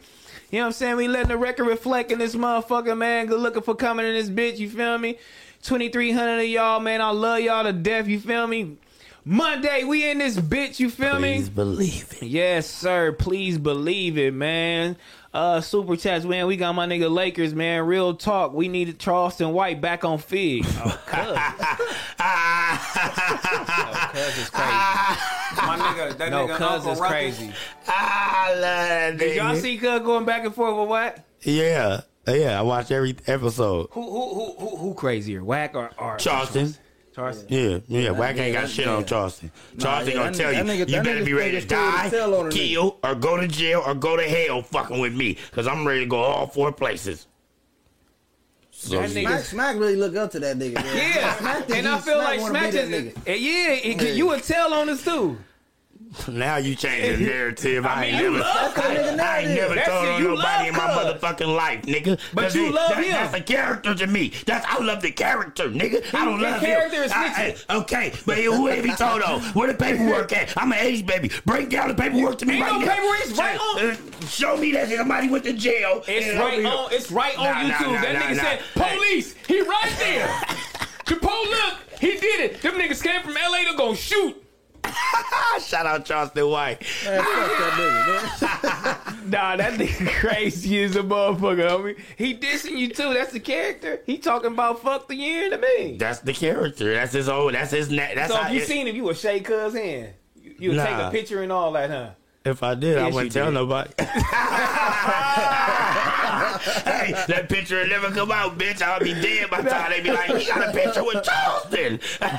[SPEAKER 2] what I'm saying? We letting the record reflect in this motherfucker, man. Good looking for coming in this bitch. You feel me? 2,300 of y'all, man. I love y'all to death. You feel me? Monday, we in this bitch. You feel me?
[SPEAKER 1] Please believe it.
[SPEAKER 2] Yes, sir. Please believe it, man. Uh, super chats, man. We got my nigga Lakers, man. Real talk. We needed Charleston White back on feed. Oh, Oh, cuz is crazy.
[SPEAKER 3] My nigga, that
[SPEAKER 2] No,
[SPEAKER 3] nigga
[SPEAKER 2] cuz
[SPEAKER 3] Uncle
[SPEAKER 2] is
[SPEAKER 3] Ruckus,
[SPEAKER 2] crazy.
[SPEAKER 1] I love that
[SPEAKER 2] Did y'all
[SPEAKER 1] nigga.
[SPEAKER 2] see cuz going back and forth with what?
[SPEAKER 1] Yeah. Yeah, I watch every episode.
[SPEAKER 2] Who who who who, who crazier? Whack or, or
[SPEAKER 1] Charleston.
[SPEAKER 2] Charleston?
[SPEAKER 1] Yeah, yeah. Whack ain't got
[SPEAKER 4] that-
[SPEAKER 1] shit on
[SPEAKER 4] yeah.
[SPEAKER 1] Charleston. Charleston
[SPEAKER 4] yeah,
[SPEAKER 1] gonna
[SPEAKER 4] that
[SPEAKER 1] tell
[SPEAKER 4] nigga-
[SPEAKER 1] you,
[SPEAKER 4] that nigga-
[SPEAKER 1] you
[SPEAKER 4] that
[SPEAKER 1] better
[SPEAKER 4] nigga
[SPEAKER 1] be ready to
[SPEAKER 4] think it's cool to
[SPEAKER 1] die,
[SPEAKER 4] tell on a nigga.
[SPEAKER 1] kill, or go to jail, or go to hell fucking with me. Because I'm ready to go all four places. So,
[SPEAKER 2] That nigga-
[SPEAKER 4] Smack, Smack really look up to that nigga. man.
[SPEAKER 2] Yeah,
[SPEAKER 4] Smack did-
[SPEAKER 2] and I
[SPEAKER 4] he-
[SPEAKER 2] feel
[SPEAKER 4] Smack
[SPEAKER 2] like
[SPEAKER 4] wanna be
[SPEAKER 2] Smack
[SPEAKER 4] that
[SPEAKER 2] is.
[SPEAKER 4] nigga.
[SPEAKER 2] Yeah, it- you would tell on us too.
[SPEAKER 1] Now you changing the narrative. I,
[SPEAKER 2] I mean,
[SPEAKER 1] ain't
[SPEAKER 2] you
[SPEAKER 1] never,
[SPEAKER 2] love
[SPEAKER 1] I,
[SPEAKER 2] Cuz.
[SPEAKER 1] I ain't never
[SPEAKER 2] That's
[SPEAKER 1] told
[SPEAKER 2] it,
[SPEAKER 1] on
[SPEAKER 2] you love
[SPEAKER 1] nobody in my
[SPEAKER 2] Cuz.
[SPEAKER 1] motherfucking life, nigga.
[SPEAKER 2] But
[SPEAKER 1] That's
[SPEAKER 2] you
[SPEAKER 1] it.
[SPEAKER 2] love
[SPEAKER 1] That-
[SPEAKER 2] him.
[SPEAKER 1] That's a character to me. That's I love the character, nigga. I don't
[SPEAKER 2] The
[SPEAKER 1] love
[SPEAKER 2] character
[SPEAKER 1] him.
[SPEAKER 2] is
[SPEAKER 1] I-
[SPEAKER 2] snitching.
[SPEAKER 1] I- okay, but whoever he told on, where the paperwork at? I'm an age baby. Bring down the paperwork to me
[SPEAKER 2] Ain't
[SPEAKER 1] right
[SPEAKER 2] no
[SPEAKER 1] now.
[SPEAKER 2] paperwork. It's right
[SPEAKER 1] Uh, Show me that somebody went to jail.
[SPEAKER 2] It's
[SPEAKER 1] and over
[SPEAKER 2] right
[SPEAKER 1] here.
[SPEAKER 2] on. It's right on
[SPEAKER 1] Nah, nah,
[SPEAKER 2] YouTube.
[SPEAKER 1] nah,
[SPEAKER 2] that
[SPEAKER 1] nah,
[SPEAKER 2] nigga
[SPEAKER 1] nah.
[SPEAKER 2] said, "Police, he right there." the pole, look, he did it. Them niggas came from LA to go shoot.
[SPEAKER 1] Ah, Shout out Charleston White.
[SPEAKER 2] Nah, that nigga crazy as a motherfucker, homie. He dissing you too. That's the character. He talking about fuck the year to me.
[SPEAKER 1] That's the character. That's his old. That's his. Na- that's
[SPEAKER 2] so
[SPEAKER 1] how
[SPEAKER 2] if you
[SPEAKER 1] it-
[SPEAKER 2] seen him, you would shake cuz hand. You, you'll take
[SPEAKER 1] Nah.
[SPEAKER 2] a picture and all that, huh?
[SPEAKER 1] If I did, I
[SPEAKER 2] Yes,
[SPEAKER 1] wouldn't
[SPEAKER 2] you
[SPEAKER 1] tell
[SPEAKER 2] did.
[SPEAKER 1] nobody. hey, that picture will never come out, bitch. I'll be dead by the time they be like, he got a picture with Charleston.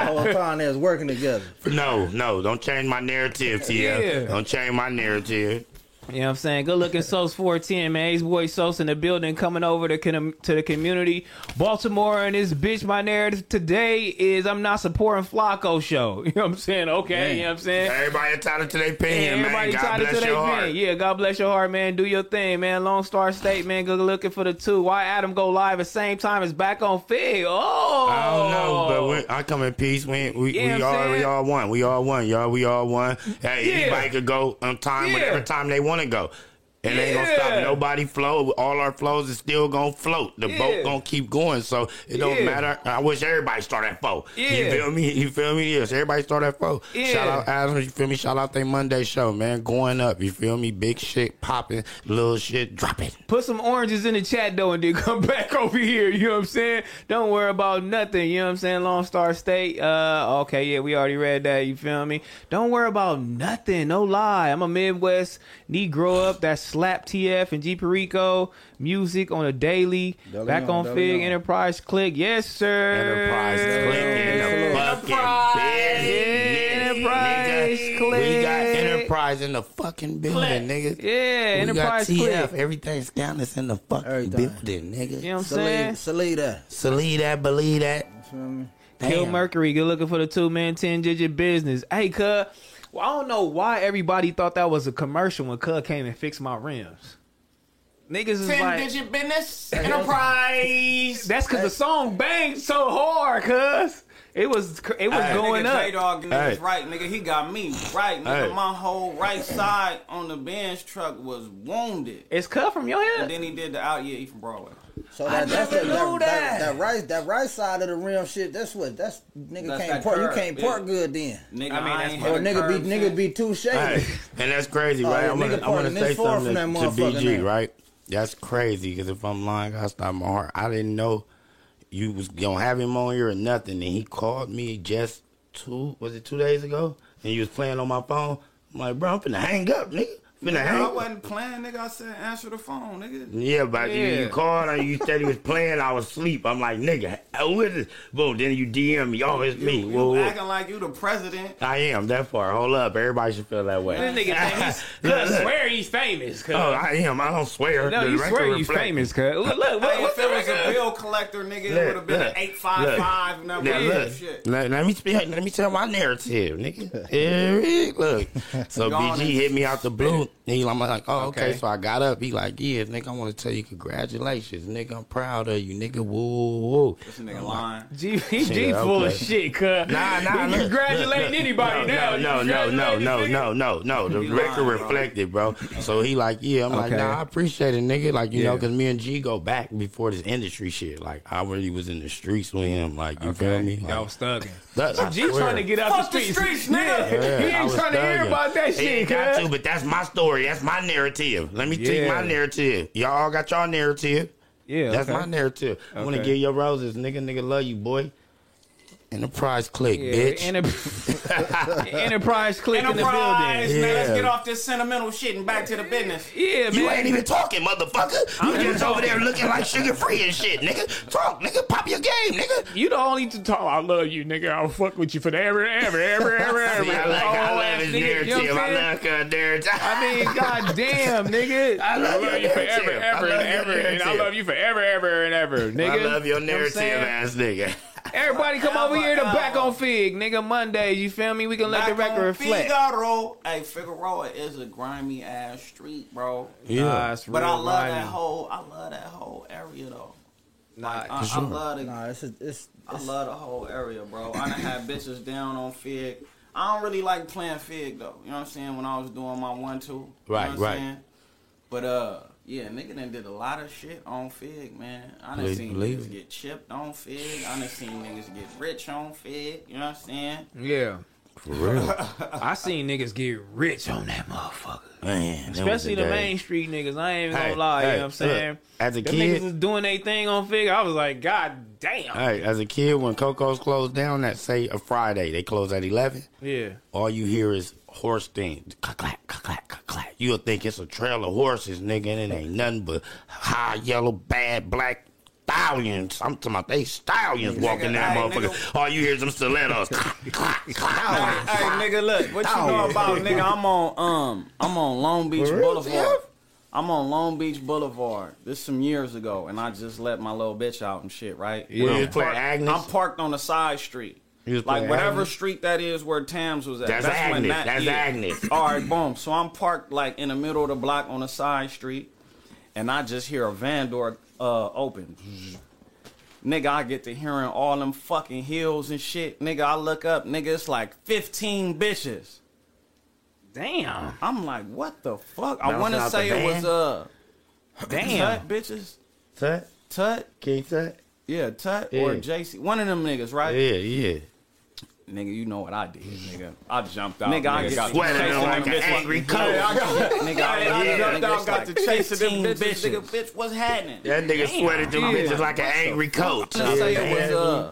[SPEAKER 4] All the time they was working together.
[SPEAKER 1] no, no, don't change my narrative, Tia.
[SPEAKER 2] Yeah.
[SPEAKER 1] Don't change my narrative.
[SPEAKER 2] You know what I'm saying? Good looking Sos 410, man. Ace Boy Sos in the building coming over to, con- to the community. Baltimore and this bitch, my narrative today is I'm not supporting Flacco show. You know what I'm saying? Okay, you know what I'm saying?
[SPEAKER 1] Everybody entitled to their opinion, man.
[SPEAKER 2] Everybody
[SPEAKER 1] God
[SPEAKER 2] tied it
[SPEAKER 1] bless
[SPEAKER 2] to
[SPEAKER 1] your
[SPEAKER 2] their
[SPEAKER 1] heart.
[SPEAKER 2] pen. Yeah, God bless your heart, man. Do your thing, man. Lone Star State, man. Good looking for the two. Why Adam go live at same time as back on Fig? Oh,
[SPEAKER 1] I don't know, but we, I come in peace. We we,
[SPEAKER 2] Yeah,
[SPEAKER 1] we
[SPEAKER 2] I'm
[SPEAKER 1] all we
[SPEAKER 2] saying.
[SPEAKER 1] all won. We all won, y'all. We all won. Hey,
[SPEAKER 2] Yeah.
[SPEAKER 1] anybody could go on time,
[SPEAKER 2] Yeah.
[SPEAKER 1] whatever time they want to go. It ain't gonna
[SPEAKER 2] Yeah.
[SPEAKER 1] stop nobody flow. All our flows is still gonna float. The
[SPEAKER 2] Yeah.
[SPEAKER 1] boat gonna keep going, so it don't
[SPEAKER 2] Yeah.
[SPEAKER 1] matter. I wish everybody start at four. You
[SPEAKER 2] Yeah.
[SPEAKER 1] feel me? You feel me? Yes, everybody start at four.
[SPEAKER 2] Yeah.
[SPEAKER 1] Shout out Adam. You feel me? Shout out they Monday show, man. Going up. You feel me? Big shit popping, little shit dropping.
[SPEAKER 2] Put some oranges in the chat though and then come back over here. You know what I'm saying? Don't worry about nothing. You know what I'm saying? Lone Star State. Uh okay, yeah, we already read that, you feel me? Don't worry about nothing. No lie. I'm a Midwest Negro up that slap TF and G Perico music on a daily.
[SPEAKER 4] Deli
[SPEAKER 2] back
[SPEAKER 4] on,
[SPEAKER 2] on
[SPEAKER 4] deli
[SPEAKER 2] Fig
[SPEAKER 4] on.
[SPEAKER 2] Enterprise Click. Yes, sir.
[SPEAKER 1] Enterprise Click in the fucking building.
[SPEAKER 2] Enterprise
[SPEAKER 1] nigga.
[SPEAKER 2] Click.
[SPEAKER 1] We got Enterprise in the fucking building, nigga.
[SPEAKER 2] Yeah,
[SPEAKER 1] we
[SPEAKER 2] Enterprise
[SPEAKER 1] got TF.
[SPEAKER 2] Click.
[SPEAKER 1] Everything's down. It's in the fucking
[SPEAKER 4] Everything.
[SPEAKER 1] building, nigga.
[SPEAKER 2] You know what I'm saying?
[SPEAKER 4] Salida, Salida.
[SPEAKER 1] So leave that, believe that.
[SPEAKER 4] You feel me?
[SPEAKER 2] Kill
[SPEAKER 1] Damn.
[SPEAKER 2] Mercury, good looking for the two man, 10 digit business. Hey, cuz, well, I don't know why everybody thought that was a commercial when cuz came and fixed my rims. Niggas is like,
[SPEAKER 1] business enterprise.
[SPEAKER 2] that's because the song banged so hard, cuz. It was, cr- it was
[SPEAKER 1] Hey.
[SPEAKER 2] going
[SPEAKER 1] Nigga,
[SPEAKER 2] up.
[SPEAKER 3] J Dog
[SPEAKER 1] Hey.
[SPEAKER 3] niggas right, nigga. He got me right, nigga.
[SPEAKER 1] Hey.
[SPEAKER 3] My whole right side on the Benz truck was wounded.
[SPEAKER 2] It's cut from your
[SPEAKER 3] And
[SPEAKER 2] head.
[SPEAKER 3] then he did the out. Yeah, he from Broadway.
[SPEAKER 4] So that, that's
[SPEAKER 2] never
[SPEAKER 4] the, that,
[SPEAKER 2] knew that.
[SPEAKER 4] that. that right that right side of the rim shit. That's what that's
[SPEAKER 3] That's
[SPEAKER 4] nigga
[SPEAKER 3] that
[SPEAKER 4] can't park. You
[SPEAKER 3] curve,
[SPEAKER 4] can't
[SPEAKER 3] yeah.
[SPEAKER 4] park good then.
[SPEAKER 3] Nigga, I
[SPEAKER 2] I mean,
[SPEAKER 3] mean,
[SPEAKER 2] that's
[SPEAKER 3] ain't
[SPEAKER 2] why-
[SPEAKER 3] hit
[SPEAKER 4] Or
[SPEAKER 3] a
[SPEAKER 4] nigga
[SPEAKER 3] curve
[SPEAKER 4] be nigga
[SPEAKER 3] since.
[SPEAKER 4] be too shady.
[SPEAKER 1] Hey, and that's crazy,
[SPEAKER 4] Oh,
[SPEAKER 1] right?
[SPEAKER 4] yeah,
[SPEAKER 1] I'm
[SPEAKER 4] nigga
[SPEAKER 1] gonna, I'm
[SPEAKER 4] parking
[SPEAKER 1] gonna
[SPEAKER 4] this
[SPEAKER 1] say
[SPEAKER 4] far
[SPEAKER 1] something to,
[SPEAKER 4] from that
[SPEAKER 1] to
[SPEAKER 4] motherfucker
[SPEAKER 1] BG,
[SPEAKER 4] now.
[SPEAKER 1] right? That's crazy because if I'm lying, I stop my heart. I didn't know you was gonna have him on here or nothing, and he called me just two was it two days ago, and he was playing on my phone. I'm like, bro, I'm finna hang up, nigga. Finna
[SPEAKER 3] Nigga,
[SPEAKER 1] hang
[SPEAKER 3] I
[SPEAKER 1] up.
[SPEAKER 3] wasn't playing, nigga. I said answer the phone, nigga.
[SPEAKER 1] Yeah, but you- You,
[SPEAKER 2] Yeah.
[SPEAKER 1] called and you said he was playing. I was asleep. I'm like, nigga, who is this? Boom. Then you DM me. Oh, it's me.
[SPEAKER 3] You
[SPEAKER 1] Whoa, whoa.
[SPEAKER 3] acting like you the president.
[SPEAKER 1] I am that far. Hold up. Everybody should feel that way.
[SPEAKER 2] This nigga think he's,
[SPEAKER 1] uh, Look,
[SPEAKER 2] cuz
[SPEAKER 1] look.
[SPEAKER 2] swear he's famous, cuz.
[SPEAKER 1] Oh, I am. I don't swear.
[SPEAKER 2] no,
[SPEAKER 1] The
[SPEAKER 2] you
[SPEAKER 1] record
[SPEAKER 2] swear you
[SPEAKER 1] reflects-
[SPEAKER 2] famous, cuz. Look, look,
[SPEAKER 3] Hey,
[SPEAKER 2] what, what
[SPEAKER 3] if
[SPEAKER 2] the
[SPEAKER 3] it was a
[SPEAKER 2] record?
[SPEAKER 3] bill collector, nigga, it
[SPEAKER 1] Look,
[SPEAKER 3] would have been an
[SPEAKER 1] look,
[SPEAKER 3] eight five five
[SPEAKER 1] look.
[SPEAKER 3] number.
[SPEAKER 1] Now,
[SPEAKER 3] Yeah,
[SPEAKER 1] look.
[SPEAKER 3] shit.
[SPEAKER 1] Let, let me speak, let me tell my narrative, nigga. Eric, look. So
[SPEAKER 3] Gone
[SPEAKER 1] BG
[SPEAKER 3] and-
[SPEAKER 1] hit me out the blue. He, I'm like, oh, okay.
[SPEAKER 2] Okay.
[SPEAKER 1] So I got up. He like, yeah, nigga, I want to tell you congratulations, nigga. I'm proud of you, nigga. Woo, woo, woo.
[SPEAKER 3] This nigga lying.
[SPEAKER 2] G, he G
[SPEAKER 1] Yeah,
[SPEAKER 2] full of
[SPEAKER 1] okay.
[SPEAKER 2] shit, cuz.
[SPEAKER 1] Nah, nah,
[SPEAKER 2] You
[SPEAKER 1] look,
[SPEAKER 2] congratulating
[SPEAKER 1] look, look.
[SPEAKER 2] anybody
[SPEAKER 1] no, No,
[SPEAKER 2] now. You
[SPEAKER 1] no, no,
[SPEAKER 2] congratulating
[SPEAKER 1] no,
[SPEAKER 2] this nigga.
[SPEAKER 1] no, no, no. The
[SPEAKER 3] You
[SPEAKER 1] record
[SPEAKER 3] lying, bro.
[SPEAKER 1] reflected, bro. So he like, yeah. I'm like,
[SPEAKER 2] Okay.
[SPEAKER 1] nah, I appreciate it, nigga. Like, you know, 'cause
[SPEAKER 2] Yeah.
[SPEAKER 1] know, because me and G go back before this industry shit. Like, I really was in the streets with him. Like, you feel me? Like,
[SPEAKER 2] Y'all was thugging.
[SPEAKER 1] that- I
[SPEAKER 2] G trying
[SPEAKER 1] swear.
[SPEAKER 2] to get out
[SPEAKER 3] Fuck
[SPEAKER 2] the
[SPEAKER 3] the
[SPEAKER 2] streets.
[SPEAKER 3] streets, nigga.
[SPEAKER 2] Yeah.
[SPEAKER 1] Yeah,
[SPEAKER 2] He
[SPEAKER 1] I
[SPEAKER 2] ain't
[SPEAKER 1] was
[SPEAKER 2] trying to hear
[SPEAKER 1] thugging.
[SPEAKER 2] about that
[SPEAKER 1] He
[SPEAKER 2] shit,
[SPEAKER 1] ain't got to,
[SPEAKER 2] cuz.
[SPEAKER 1] but that's my story. That's my narrative. Let me take
[SPEAKER 2] Yeah.
[SPEAKER 1] my narrative. Y'all got y'all narrative.
[SPEAKER 2] Yeah,
[SPEAKER 1] that's
[SPEAKER 2] okay.
[SPEAKER 1] my narrative. I want to
[SPEAKER 2] Okay.
[SPEAKER 1] give your roses, nigga. Nigga, love you, boy. Enterprise click, bitch.
[SPEAKER 2] Enter- Enterprise click in the
[SPEAKER 3] Enterprise,
[SPEAKER 2] building.
[SPEAKER 3] man. Let's
[SPEAKER 1] Yeah.
[SPEAKER 3] get off this sentimental shit and back to the business.
[SPEAKER 2] Yeah,
[SPEAKER 1] You
[SPEAKER 2] man.
[SPEAKER 1] ain't even talking, motherfucker. You just over there looking like sugar free and shit, nigga. Talk, nigga. Pop your game, nigga.
[SPEAKER 2] You the only to talk. I love you, nigga. I'll fuck with you for the ever, ever, ever, ever, ever.
[SPEAKER 1] See, I, like, I
[SPEAKER 2] Whole
[SPEAKER 1] love
[SPEAKER 2] ass
[SPEAKER 1] his
[SPEAKER 2] nigga,
[SPEAKER 1] narrative.
[SPEAKER 2] you know what I'm
[SPEAKER 1] I
[SPEAKER 2] saying?
[SPEAKER 1] love her narrative.
[SPEAKER 2] I mean, goddamn, nigga.
[SPEAKER 1] I love your
[SPEAKER 2] you forever,
[SPEAKER 1] narrative. I
[SPEAKER 2] ever, and
[SPEAKER 1] love your
[SPEAKER 2] ever, and I
[SPEAKER 1] narrative.
[SPEAKER 2] love you forever, ever, and ever, nigga.
[SPEAKER 1] I love your
[SPEAKER 2] You know
[SPEAKER 1] narrative,
[SPEAKER 2] what I'm saying?
[SPEAKER 1] ass nigga.
[SPEAKER 2] Everybody come over here to
[SPEAKER 3] Hour,
[SPEAKER 2] back on Fig, nigga. Mondays, you feel me? We can let the
[SPEAKER 3] Back
[SPEAKER 2] record
[SPEAKER 3] on
[SPEAKER 2] reflect.
[SPEAKER 3] Figaro. Hey, Figueroa is a grimy ass street, bro.
[SPEAKER 2] Yeah. Nah, it's
[SPEAKER 3] but I
[SPEAKER 2] real
[SPEAKER 3] love that
[SPEAKER 2] grimy.
[SPEAKER 3] whole. I love that whole area though.
[SPEAKER 2] Nah,
[SPEAKER 3] I, I love the.
[SPEAKER 4] Nah, it's, a, it's
[SPEAKER 3] I love the whole area, bro. I done had bitches down on Fig. I don't really like playing Fig though. You know what I'm saying? When I was doing my one two.
[SPEAKER 1] Right,
[SPEAKER 3] you know what I'm
[SPEAKER 1] right.
[SPEAKER 3] saying? But uh, yeah, nigga done did a lot of shit on Fig, man. I done
[SPEAKER 1] Believe-
[SPEAKER 3] seen
[SPEAKER 1] believe
[SPEAKER 3] niggas
[SPEAKER 1] it.
[SPEAKER 3] get chipped on Fig. I done seen niggas get rich on Fig. You know what I'm saying?
[SPEAKER 2] Yeah.
[SPEAKER 1] For real.
[SPEAKER 2] I seen niggas get rich on that motherfucker.
[SPEAKER 1] Man, them was
[SPEAKER 2] Especially the
[SPEAKER 1] days.
[SPEAKER 2] main street niggas. I ain't even
[SPEAKER 1] Hey,
[SPEAKER 2] gonna lie, you
[SPEAKER 1] hey,
[SPEAKER 2] know what I'm saying?
[SPEAKER 1] look, as a
[SPEAKER 2] Them
[SPEAKER 1] kid-
[SPEAKER 2] niggas was doing their thing on Fig. I was like, God damn.
[SPEAKER 1] Hey, as a kid, when Coco's closed down, that say a Friday, they close at eleven.
[SPEAKER 2] Yeah.
[SPEAKER 1] All you hear is horse things. Clack, clack, clack, clack, clack, clack. You'll think it's a trail of horses, nigga, and it ain't nothing but high yellow, bad, black stallions. I'm talking about they stallions walking that motherfucker. All you hear is them stilettos. Clack, clack, clack.
[SPEAKER 3] Hey, nigga, look, what you know about, nigga? I'm on um, I'm on Long Beach Boulevard. I'm on Long Beach Boulevard. This some years ago, and I just let my little bitch out and shit, right?
[SPEAKER 1] Yeah. You was playing Agnes?
[SPEAKER 3] I'm parked on the side street.
[SPEAKER 1] You was
[SPEAKER 3] Like
[SPEAKER 1] playing
[SPEAKER 3] whatever
[SPEAKER 1] Agnes?
[SPEAKER 3] street that is where Tams was at.
[SPEAKER 1] That's
[SPEAKER 3] when
[SPEAKER 1] Agnes.
[SPEAKER 3] that-
[SPEAKER 1] That's
[SPEAKER 3] yeah.
[SPEAKER 1] Agnes.
[SPEAKER 3] All right, boom. So I'm parked like in the middle of the block on the side street, and I just hear a van door uh, open. Nigga, I get to hearing all them fucking heels and shit. Nigga, I look up, nigga, it's like 15 bitches.
[SPEAKER 2] Damn.
[SPEAKER 3] I'm like, what the fuck? I
[SPEAKER 1] Bouncing
[SPEAKER 3] want to
[SPEAKER 1] out the
[SPEAKER 3] say it was
[SPEAKER 1] van?
[SPEAKER 3] uh,
[SPEAKER 2] Damn.
[SPEAKER 3] Tut bitches,
[SPEAKER 1] Tut,
[SPEAKER 3] Tut,
[SPEAKER 1] King Tut.
[SPEAKER 3] yeah, Tut
[SPEAKER 1] Yeah.
[SPEAKER 3] or JC, one of them niggas,
[SPEAKER 1] Yeah,
[SPEAKER 3] right?
[SPEAKER 1] yeah.
[SPEAKER 3] Nigga, you know what I did, nigga. I jumped out.
[SPEAKER 5] Nigga,
[SPEAKER 3] Nigga,
[SPEAKER 5] I
[SPEAKER 3] I
[SPEAKER 5] get
[SPEAKER 3] got
[SPEAKER 5] sweated
[SPEAKER 3] chasing
[SPEAKER 5] like
[SPEAKER 3] them
[SPEAKER 5] an
[SPEAKER 3] bitches.
[SPEAKER 5] angry
[SPEAKER 3] Nigga,
[SPEAKER 5] colt.
[SPEAKER 3] I got- Nigga, I
[SPEAKER 1] Yeah.
[SPEAKER 3] jumped out,
[SPEAKER 1] Got
[SPEAKER 3] got
[SPEAKER 1] to
[SPEAKER 3] to chase
[SPEAKER 2] chasing them
[SPEAKER 3] them bitches.
[SPEAKER 2] bitches.
[SPEAKER 3] Nigga, bitch, what's happening?
[SPEAKER 1] That nigga sweated them
[SPEAKER 2] Yeah.
[SPEAKER 1] bitches like an angry coat.
[SPEAKER 3] I say it was uh,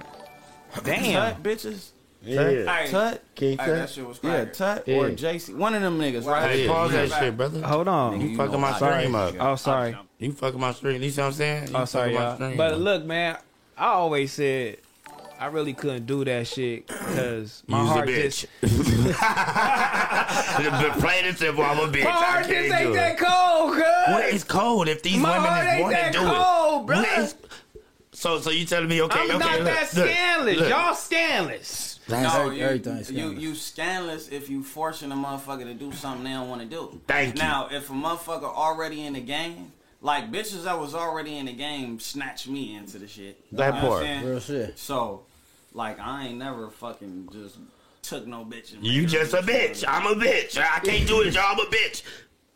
[SPEAKER 2] Damn.
[SPEAKER 3] Tut bitches.
[SPEAKER 1] Yeah.
[SPEAKER 3] Hey, Tut,
[SPEAKER 1] King
[SPEAKER 3] Hey,
[SPEAKER 1] Tut.
[SPEAKER 3] shit was crazy. Yeah, Tut or
[SPEAKER 1] Yeah.
[SPEAKER 3] JC, one of them niggas, right?
[SPEAKER 1] Hey,
[SPEAKER 3] Yeah.
[SPEAKER 1] pause that shit, brother.
[SPEAKER 2] Hold on.
[SPEAKER 1] You
[SPEAKER 3] you
[SPEAKER 1] fucking
[SPEAKER 3] know
[SPEAKER 1] my
[SPEAKER 3] I
[SPEAKER 1] stream up.
[SPEAKER 2] Oh, sorry.
[SPEAKER 1] You fucking my stream. You see what I'm saying? You
[SPEAKER 2] Oh, sorry,
[SPEAKER 1] fucking my
[SPEAKER 2] y'all.
[SPEAKER 1] stream,
[SPEAKER 2] But
[SPEAKER 1] bro.
[SPEAKER 2] look, man, I always said I really couldn't do that shit because my
[SPEAKER 1] You's a
[SPEAKER 2] heart
[SPEAKER 1] bitch.
[SPEAKER 2] just
[SPEAKER 1] the plain and simple, I'm a bitch.
[SPEAKER 2] my
[SPEAKER 1] I
[SPEAKER 2] heart just
[SPEAKER 1] can't
[SPEAKER 2] ain't
[SPEAKER 1] do
[SPEAKER 2] that
[SPEAKER 1] it.
[SPEAKER 2] cold,
[SPEAKER 1] What
[SPEAKER 2] cuz.
[SPEAKER 1] is cold if these
[SPEAKER 2] My heart
[SPEAKER 1] women
[SPEAKER 2] ain't
[SPEAKER 1] is want to
[SPEAKER 2] that
[SPEAKER 1] do
[SPEAKER 2] cold,
[SPEAKER 1] it?
[SPEAKER 2] bruh.
[SPEAKER 1] What is- So, so you telling me okay?
[SPEAKER 2] I'm
[SPEAKER 1] okay,
[SPEAKER 2] not
[SPEAKER 1] look,
[SPEAKER 2] that
[SPEAKER 1] look,
[SPEAKER 2] scandalous.
[SPEAKER 1] look.
[SPEAKER 2] Y'all scandalous.
[SPEAKER 3] No,
[SPEAKER 4] every-
[SPEAKER 3] you,
[SPEAKER 4] everything's
[SPEAKER 3] you
[SPEAKER 4] scandalous.
[SPEAKER 3] you scandalous if you forcing a motherfucker to do something they don't want to do.
[SPEAKER 1] Thank you.
[SPEAKER 3] Now, if a motherfucker already in the game, like bitches that was already in the game, snatched me into the shit. You
[SPEAKER 1] That
[SPEAKER 3] know what I'm
[SPEAKER 1] part.
[SPEAKER 3] saying?
[SPEAKER 4] real shit.
[SPEAKER 3] So, like, I ain't never fucking just took no bitch. and made
[SPEAKER 1] You
[SPEAKER 3] her
[SPEAKER 1] just
[SPEAKER 3] do
[SPEAKER 1] a bitch.
[SPEAKER 3] something.
[SPEAKER 1] I'm a bitch. I can't do it. Y'all, I'm a bitch.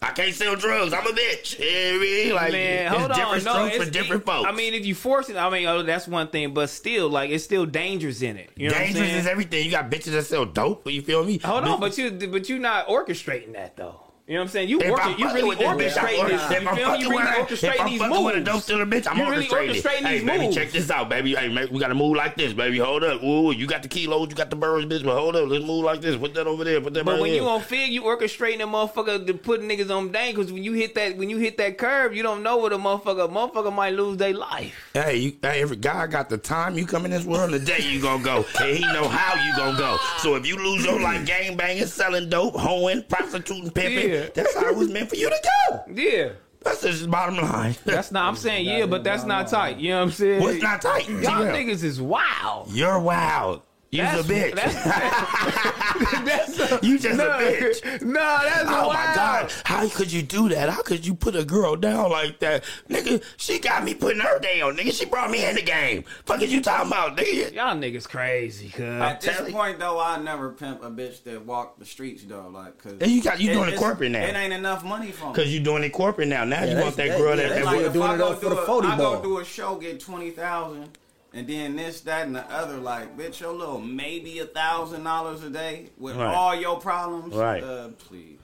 [SPEAKER 1] I can't sell drugs. I'm a bitch. You know what I mean? Like,
[SPEAKER 2] Man,
[SPEAKER 1] it's
[SPEAKER 2] hold
[SPEAKER 1] different
[SPEAKER 2] on. No,
[SPEAKER 1] strokes
[SPEAKER 2] it's
[SPEAKER 1] for different folks.
[SPEAKER 2] I mean, if you force it, I mean, oh, that's one thing, but still, like, it's still dangers in it. You know what I'm
[SPEAKER 1] dangerous
[SPEAKER 2] saying?
[SPEAKER 1] is everything. You got bitches that sell dope. You feel me?
[SPEAKER 2] Hold on,
[SPEAKER 1] Bitches-
[SPEAKER 2] but you but you not orchestrating that though. You know what I'm saying? You
[SPEAKER 1] If
[SPEAKER 2] working,
[SPEAKER 1] I'm
[SPEAKER 2] you
[SPEAKER 1] fucking
[SPEAKER 2] really
[SPEAKER 1] with this bitch, I'm
[SPEAKER 2] orchestrating this.
[SPEAKER 1] orchestrating- if
[SPEAKER 2] You
[SPEAKER 1] I'm
[SPEAKER 2] feel me?
[SPEAKER 1] fucking
[SPEAKER 2] You really
[SPEAKER 1] with her- if
[SPEAKER 2] orchestrating
[SPEAKER 1] I'm
[SPEAKER 2] these
[SPEAKER 1] fucking with a dope
[SPEAKER 2] moves.
[SPEAKER 1] dealer bitch, I'm
[SPEAKER 2] You
[SPEAKER 1] orchestrating.
[SPEAKER 2] really
[SPEAKER 1] it.
[SPEAKER 2] orchestrating
[SPEAKER 1] hey,
[SPEAKER 2] these
[SPEAKER 1] baby,
[SPEAKER 2] moves.
[SPEAKER 1] check this out, baby. Hey, man, we gotta move like this, baby. Hold up. Ooh, you got the kilos, you got the birds, bitch. But hold up, let's move like this. Put that over there. Put that.
[SPEAKER 2] But
[SPEAKER 1] over
[SPEAKER 2] when
[SPEAKER 1] there.
[SPEAKER 2] you on fig, you orchestrating a motherfucker to put niggas on dang. Because when you hit that, when you hit that curve, you don't know what a motherfucker. Motherfucker might lose their life.
[SPEAKER 1] Hey, you, hey, every guy got the time you come in this world, the day you gonna go, and he know how you gonna go. So if you lose your life, gang banging, selling dope, hoeing, prostituting, pimping,
[SPEAKER 2] Yeah.
[SPEAKER 1] that's how it was meant for you to go.
[SPEAKER 2] Yeah,
[SPEAKER 1] That's just bottom line.
[SPEAKER 2] that's not. I'm saying yeah, but that's not tight. You know what I'm saying?
[SPEAKER 1] What's not tight?
[SPEAKER 2] Y'all
[SPEAKER 1] Yeah.
[SPEAKER 2] niggas is wild.
[SPEAKER 1] You're wild. You's a
[SPEAKER 2] That's-
[SPEAKER 1] bitch.
[SPEAKER 2] That's, that's a,
[SPEAKER 1] you just
[SPEAKER 2] no,
[SPEAKER 1] a bitch.
[SPEAKER 2] No, that's
[SPEAKER 1] Oh
[SPEAKER 2] wild.
[SPEAKER 1] my God! How could you do that? How could you put a girl down like that, nigga? She got me putting her down, nigga. She brought me in the game. Fuck is you talking about, nigga?
[SPEAKER 2] Y'all niggas crazy, cuz.
[SPEAKER 3] At this
[SPEAKER 1] telling you.
[SPEAKER 3] point, though, I never pimp a bitch that walked the streets, though. Like, cause
[SPEAKER 1] And you got- you
[SPEAKER 3] it-
[SPEAKER 1] doing it
[SPEAKER 3] it's-
[SPEAKER 1] corporate now.
[SPEAKER 3] It ain't enough money for me.
[SPEAKER 1] Cause you doing it corporate now. Now you
[SPEAKER 4] they-
[SPEAKER 1] want that
[SPEAKER 4] they-
[SPEAKER 1] girl that,
[SPEAKER 4] yeah, they
[SPEAKER 1] that
[SPEAKER 4] like
[SPEAKER 1] was-
[SPEAKER 4] We're doing
[SPEAKER 3] I
[SPEAKER 4] it
[SPEAKER 3] go
[SPEAKER 4] all for
[SPEAKER 3] do
[SPEAKER 4] the
[SPEAKER 3] a-
[SPEAKER 4] 40
[SPEAKER 3] I
[SPEAKER 4] ball.
[SPEAKER 3] go do a show, get twenty thousand, and then this, that, and the other. Like, bitch, your little maybe a thousand dollars a day with
[SPEAKER 1] Right.
[SPEAKER 3] all your problems.
[SPEAKER 1] Right.
[SPEAKER 3] Uh, please.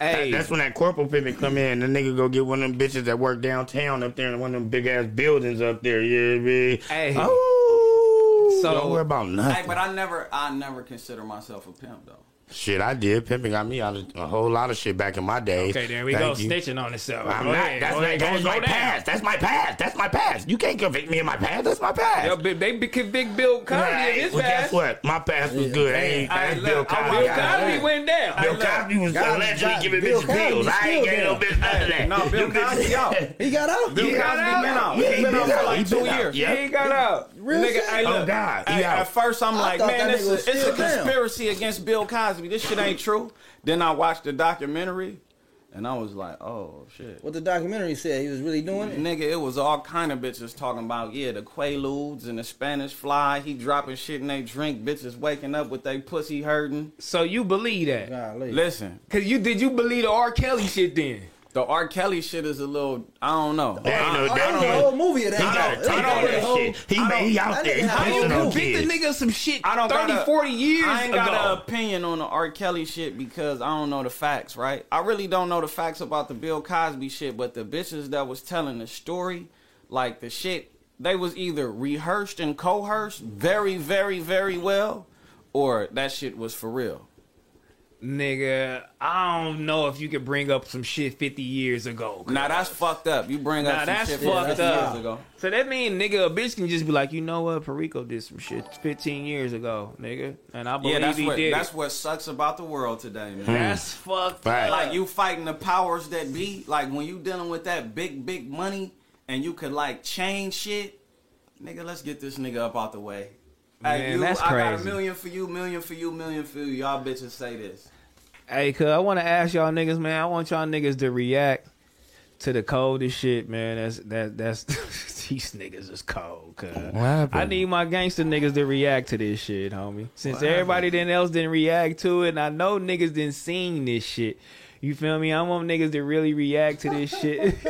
[SPEAKER 2] Hey,
[SPEAKER 1] That's when that corporal pivot come in. The nigga go get one of them bitches that work downtown up there in one of them big ass buildings up there. Yeah, be
[SPEAKER 2] Hey.
[SPEAKER 1] Oh,
[SPEAKER 2] So-
[SPEAKER 1] don't worry about
[SPEAKER 3] Hey,
[SPEAKER 1] nothing.
[SPEAKER 3] but I never, I never consider myself a pimp though.
[SPEAKER 1] shit, I did. Pimping got me out of a whole lot of shit back in my day.
[SPEAKER 2] okay, there we
[SPEAKER 1] Thank
[SPEAKER 2] go.
[SPEAKER 1] you.
[SPEAKER 2] Snitching on itself.
[SPEAKER 1] I'm
[SPEAKER 2] Go
[SPEAKER 1] not.
[SPEAKER 2] ahead,
[SPEAKER 1] That's,
[SPEAKER 2] go
[SPEAKER 1] not,
[SPEAKER 2] ahead,
[SPEAKER 1] that's
[SPEAKER 2] go-
[SPEAKER 1] my
[SPEAKER 2] go down.
[SPEAKER 1] past. That's my past. That's my past. You can't convict me of my past. That's my past.
[SPEAKER 2] Yeah, but they be convict Bill Cosby
[SPEAKER 1] Right.
[SPEAKER 2] of his
[SPEAKER 1] well,
[SPEAKER 2] past.
[SPEAKER 1] guess what? My past was good. I ain't
[SPEAKER 3] Hey,
[SPEAKER 1] that's
[SPEAKER 3] look,
[SPEAKER 1] Bill
[SPEAKER 3] I-
[SPEAKER 1] Cosby.
[SPEAKER 2] Bill
[SPEAKER 1] I-
[SPEAKER 2] Cosby went down.
[SPEAKER 1] Bill Cosby was
[SPEAKER 4] Cosby-
[SPEAKER 1] allegedly
[SPEAKER 4] Cosby-
[SPEAKER 1] giving
[SPEAKER 4] Bill
[SPEAKER 1] bitches
[SPEAKER 4] Cosby
[SPEAKER 1] pills. I ain't
[SPEAKER 4] still
[SPEAKER 1] gave no
[SPEAKER 4] there.
[SPEAKER 1] bitch none of that.
[SPEAKER 3] No, Bill
[SPEAKER 1] Them bitches-
[SPEAKER 3] Cosby out.
[SPEAKER 4] He got out.
[SPEAKER 3] Bill
[SPEAKER 2] He
[SPEAKER 3] Cosby
[SPEAKER 2] got
[SPEAKER 3] been
[SPEAKER 2] out.
[SPEAKER 3] out.
[SPEAKER 1] Yeah,
[SPEAKER 3] He's
[SPEAKER 1] he
[SPEAKER 3] been
[SPEAKER 1] been
[SPEAKER 3] out for
[SPEAKER 1] out. He
[SPEAKER 3] like
[SPEAKER 1] been
[SPEAKER 3] two
[SPEAKER 1] out.
[SPEAKER 3] years.
[SPEAKER 1] Yeah.
[SPEAKER 2] He got out.
[SPEAKER 4] Real
[SPEAKER 3] nigga,
[SPEAKER 4] shit.
[SPEAKER 3] hey, look,
[SPEAKER 1] Oh, God,
[SPEAKER 3] hey,
[SPEAKER 1] he out.
[SPEAKER 3] at first, I'm
[SPEAKER 4] I
[SPEAKER 3] like,
[SPEAKER 4] thought
[SPEAKER 3] man,
[SPEAKER 4] that
[SPEAKER 3] this
[SPEAKER 4] nigga was
[SPEAKER 3] is, it's a
[SPEAKER 4] still down.
[SPEAKER 3] conspiracy against Bill Cosby. This shit ain't true. Then I watched the documentary, and I was like, oh shit.
[SPEAKER 4] What the documentary said, he was really doing it.
[SPEAKER 3] Nigga, it was all kind of bitches talking about yeah, the Quaaludes and the Spanish Fly. He dropping shit in they drink. Bitches waking up with they pussy hurting.
[SPEAKER 2] So you believe that?
[SPEAKER 3] Listen,
[SPEAKER 2] Cause you did you believe the R. Kelly shit then?
[SPEAKER 3] the R. Kelly shit is a little. I don't know.
[SPEAKER 1] There ain't no-
[SPEAKER 3] I- I
[SPEAKER 1] there ain't
[SPEAKER 3] don't
[SPEAKER 1] no-
[SPEAKER 3] know.
[SPEAKER 4] The whole movie of that.
[SPEAKER 1] He got a
[SPEAKER 4] It was
[SPEAKER 1] ton
[SPEAKER 4] all
[SPEAKER 1] of
[SPEAKER 4] the
[SPEAKER 1] that
[SPEAKER 4] whole-
[SPEAKER 1] shit. He, he out
[SPEAKER 4] that
[SPEAKER 1] there.
[SPEAKER 4] nigga
[SPEAKER 1] He
[SPEAKER 4] had a
[SPEAKER 1] pissing
[SPEAKER 4] whole
[SPEAKER 1] on
[SPEAKER 4] movie.
[SPEAKER 2] Beat the
[SPEAKER 1] kids.
[SPEAKER 2] nigga some shit
[SPEAKER 3] I don't
[SPEAKER 2] 30,
[SPEAKER 3] got a-
[SPEAKER 2] 40 years
[SPEAKER 3] I ain't
[SPEAKER 2] ago.
[SPEAKER 3] got an opinion on the R. Kelly shit because I don't know the facts, right? I really don't know the facts about the Bill Cosby shit, but the bitches that was telling the story, like the shit, they was either rehearsed and coerced very, very, very well, or that shit was for real.
[SPEAKER 2] Nigga, I don't know if you could bring up some shit 50 years ago.
[SPEAKER 3] Now that's fucked up. You bring
[SPEAKER 2] Nah,
[SPEAKER 3] up some
[SPEAKER 2] that's
[SPEAKER 3] shit
[SPEAKER 2] fucked
[SPEAKER 3] 50
[SPEAKER 2] up.
[SPEAKER 3] years ago.
[SPEAKER 2] So that mean, nigga, a bitch can just be like, you know what, Perico did some shit 15 years ago, nigga, and I
[SPEAKER 3] Yeah,
[SPEAKER 2] believe
[SPEAKER 3] that's
[SPEAKER 2] he
[SPEAKER 3] what
[SPEAKER 2] did.
[SPEAKER 3] that's
[SPEAKER 2] it.
[SPEAKER 3] what sucks about the world today, man.
[SPEAKER 2] that's fucked
[SPEAKER 1] Fact.
[SPEAKER 2] up.
[SPEAKER 3] like you fighting the powers that be. Like when you dealing with that big, big money and you could like change shit, nigga. Let's get this nigga up out the way.
[SPEAKER 2] Man,
[SPEAKER 3] hey, you,
[SPEAKER 2] that's
[SPEAKER 3] I got a
[SPEAKER 2] crazy.
[SPEAKER 3] million for you, million for you, million for you. Y'all bitches say this.
[SPEAKER 2] Hey, cuz I want to ask y'all niggas, man. I want y'all niggas to react to the coldest shit, man. That's that that's these niggas is cold, cuz. I need my gangster niggas to react to this shit, homie. Since everybody then else didn't react to it, and I know niggas didn't seen this shit. You feel me? I want niggas to really react to this shit.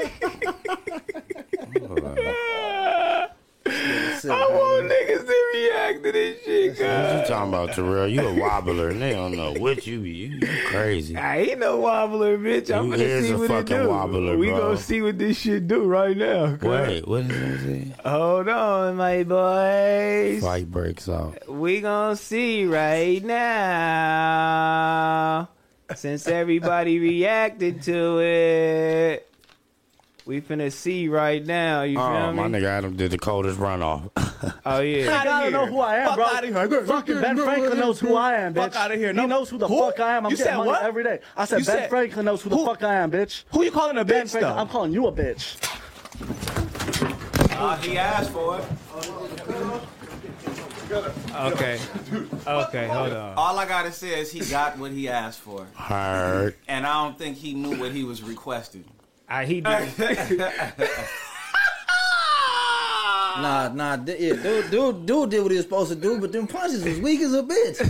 [SPEAKER 4] Sick,
[SPEAKER 2] I want niggas to react to this shit, cuz.
[SPEAKER 1] What you talking about, Terrell? You a wobbler. They don't know what you be. You, you crazy.
[SPEAKER 2] I ain't no wobbler, bitch. I'm
[SPEAKER 1] You
[SPEAKER 2] gonna
[SPEAKER 1] is
[SPEAKER 2] see
[SPEAKER 1] a
[SPEAKER 2] what it
[SPEAKER 1] fucking
[SPEAKER 2] do.
[SPEAKER 1] wobbler,
[SPEAKER 2] we
[SPEAKER 1] bro.
[SPEAKER 2] gonna see what this shit do right now. cuz.
[SPEAKER 1] Wait, what is it?
[SPEAKER 2] Hold on, my boys.
[SPEAKER 1] Fight breaks out.
[SPEAKER 2] We gonna see right now. Since everybody reacted to it, we finna see right now. You
[SPEAKER 1] Oh,
[SPEAKER 2] feel
[SPEAKER 1] my
[SPEAKER 2] me?
[SPEAKER 1] nigga Adam did the coldest runoff.
[SPEAKER 2] Oh yeah.
[SPEAKER 8] I don't know who I am, bro. Fucking Ben Franklin knows who I am, bitch.
[SPEAKER 9] Fuck outta here.
[SPEAKER 8] He
[SPEAKER 9] No.
[SPEAKER 8] knows who the
[SPEAKER 9] Who?
[SPEAKER 8] fuck I am. I'm
[SPEAKER 9] You
[SPEAKER 8] getting
[SPEAKER 9] said
[SPEAKER 8] money
[SPEAKER 9] what?
[SPEAKER 8] every day. I said
[SPEAKER 9] You
[SPEAKER 8] Ben
[SPEAKER 9] said-
[SPEAKER 8] Franklin knows who the fuck I am, bitch.
[SPEAKER 9] Who you calling a
[SPEAKER 8] Ben
[SPEAKER 9] bitch,
[SPEAKER 8] Franklin,
[SPEAKER 9] though?
[SPEAKER 8] I'm calling you a bitch.
[SPEAKER 3] Uh, he asked for it.
[SPEAKER 2] Okay. Okay. Hold on.
[SPEAKER 3] All I gotta say is he got what he asked for,
[SPEAKER 1] Hard.
[SPEAKER 3] and I don't think he knew what he was requesting.
[SPEAKER 2] I he did.
[SPEAKER 4] Nah, nah, d- yeah, dude, dude, dude did what he was supposed to do, but them punches was weak as a bitch.
[SPEAKER 2] I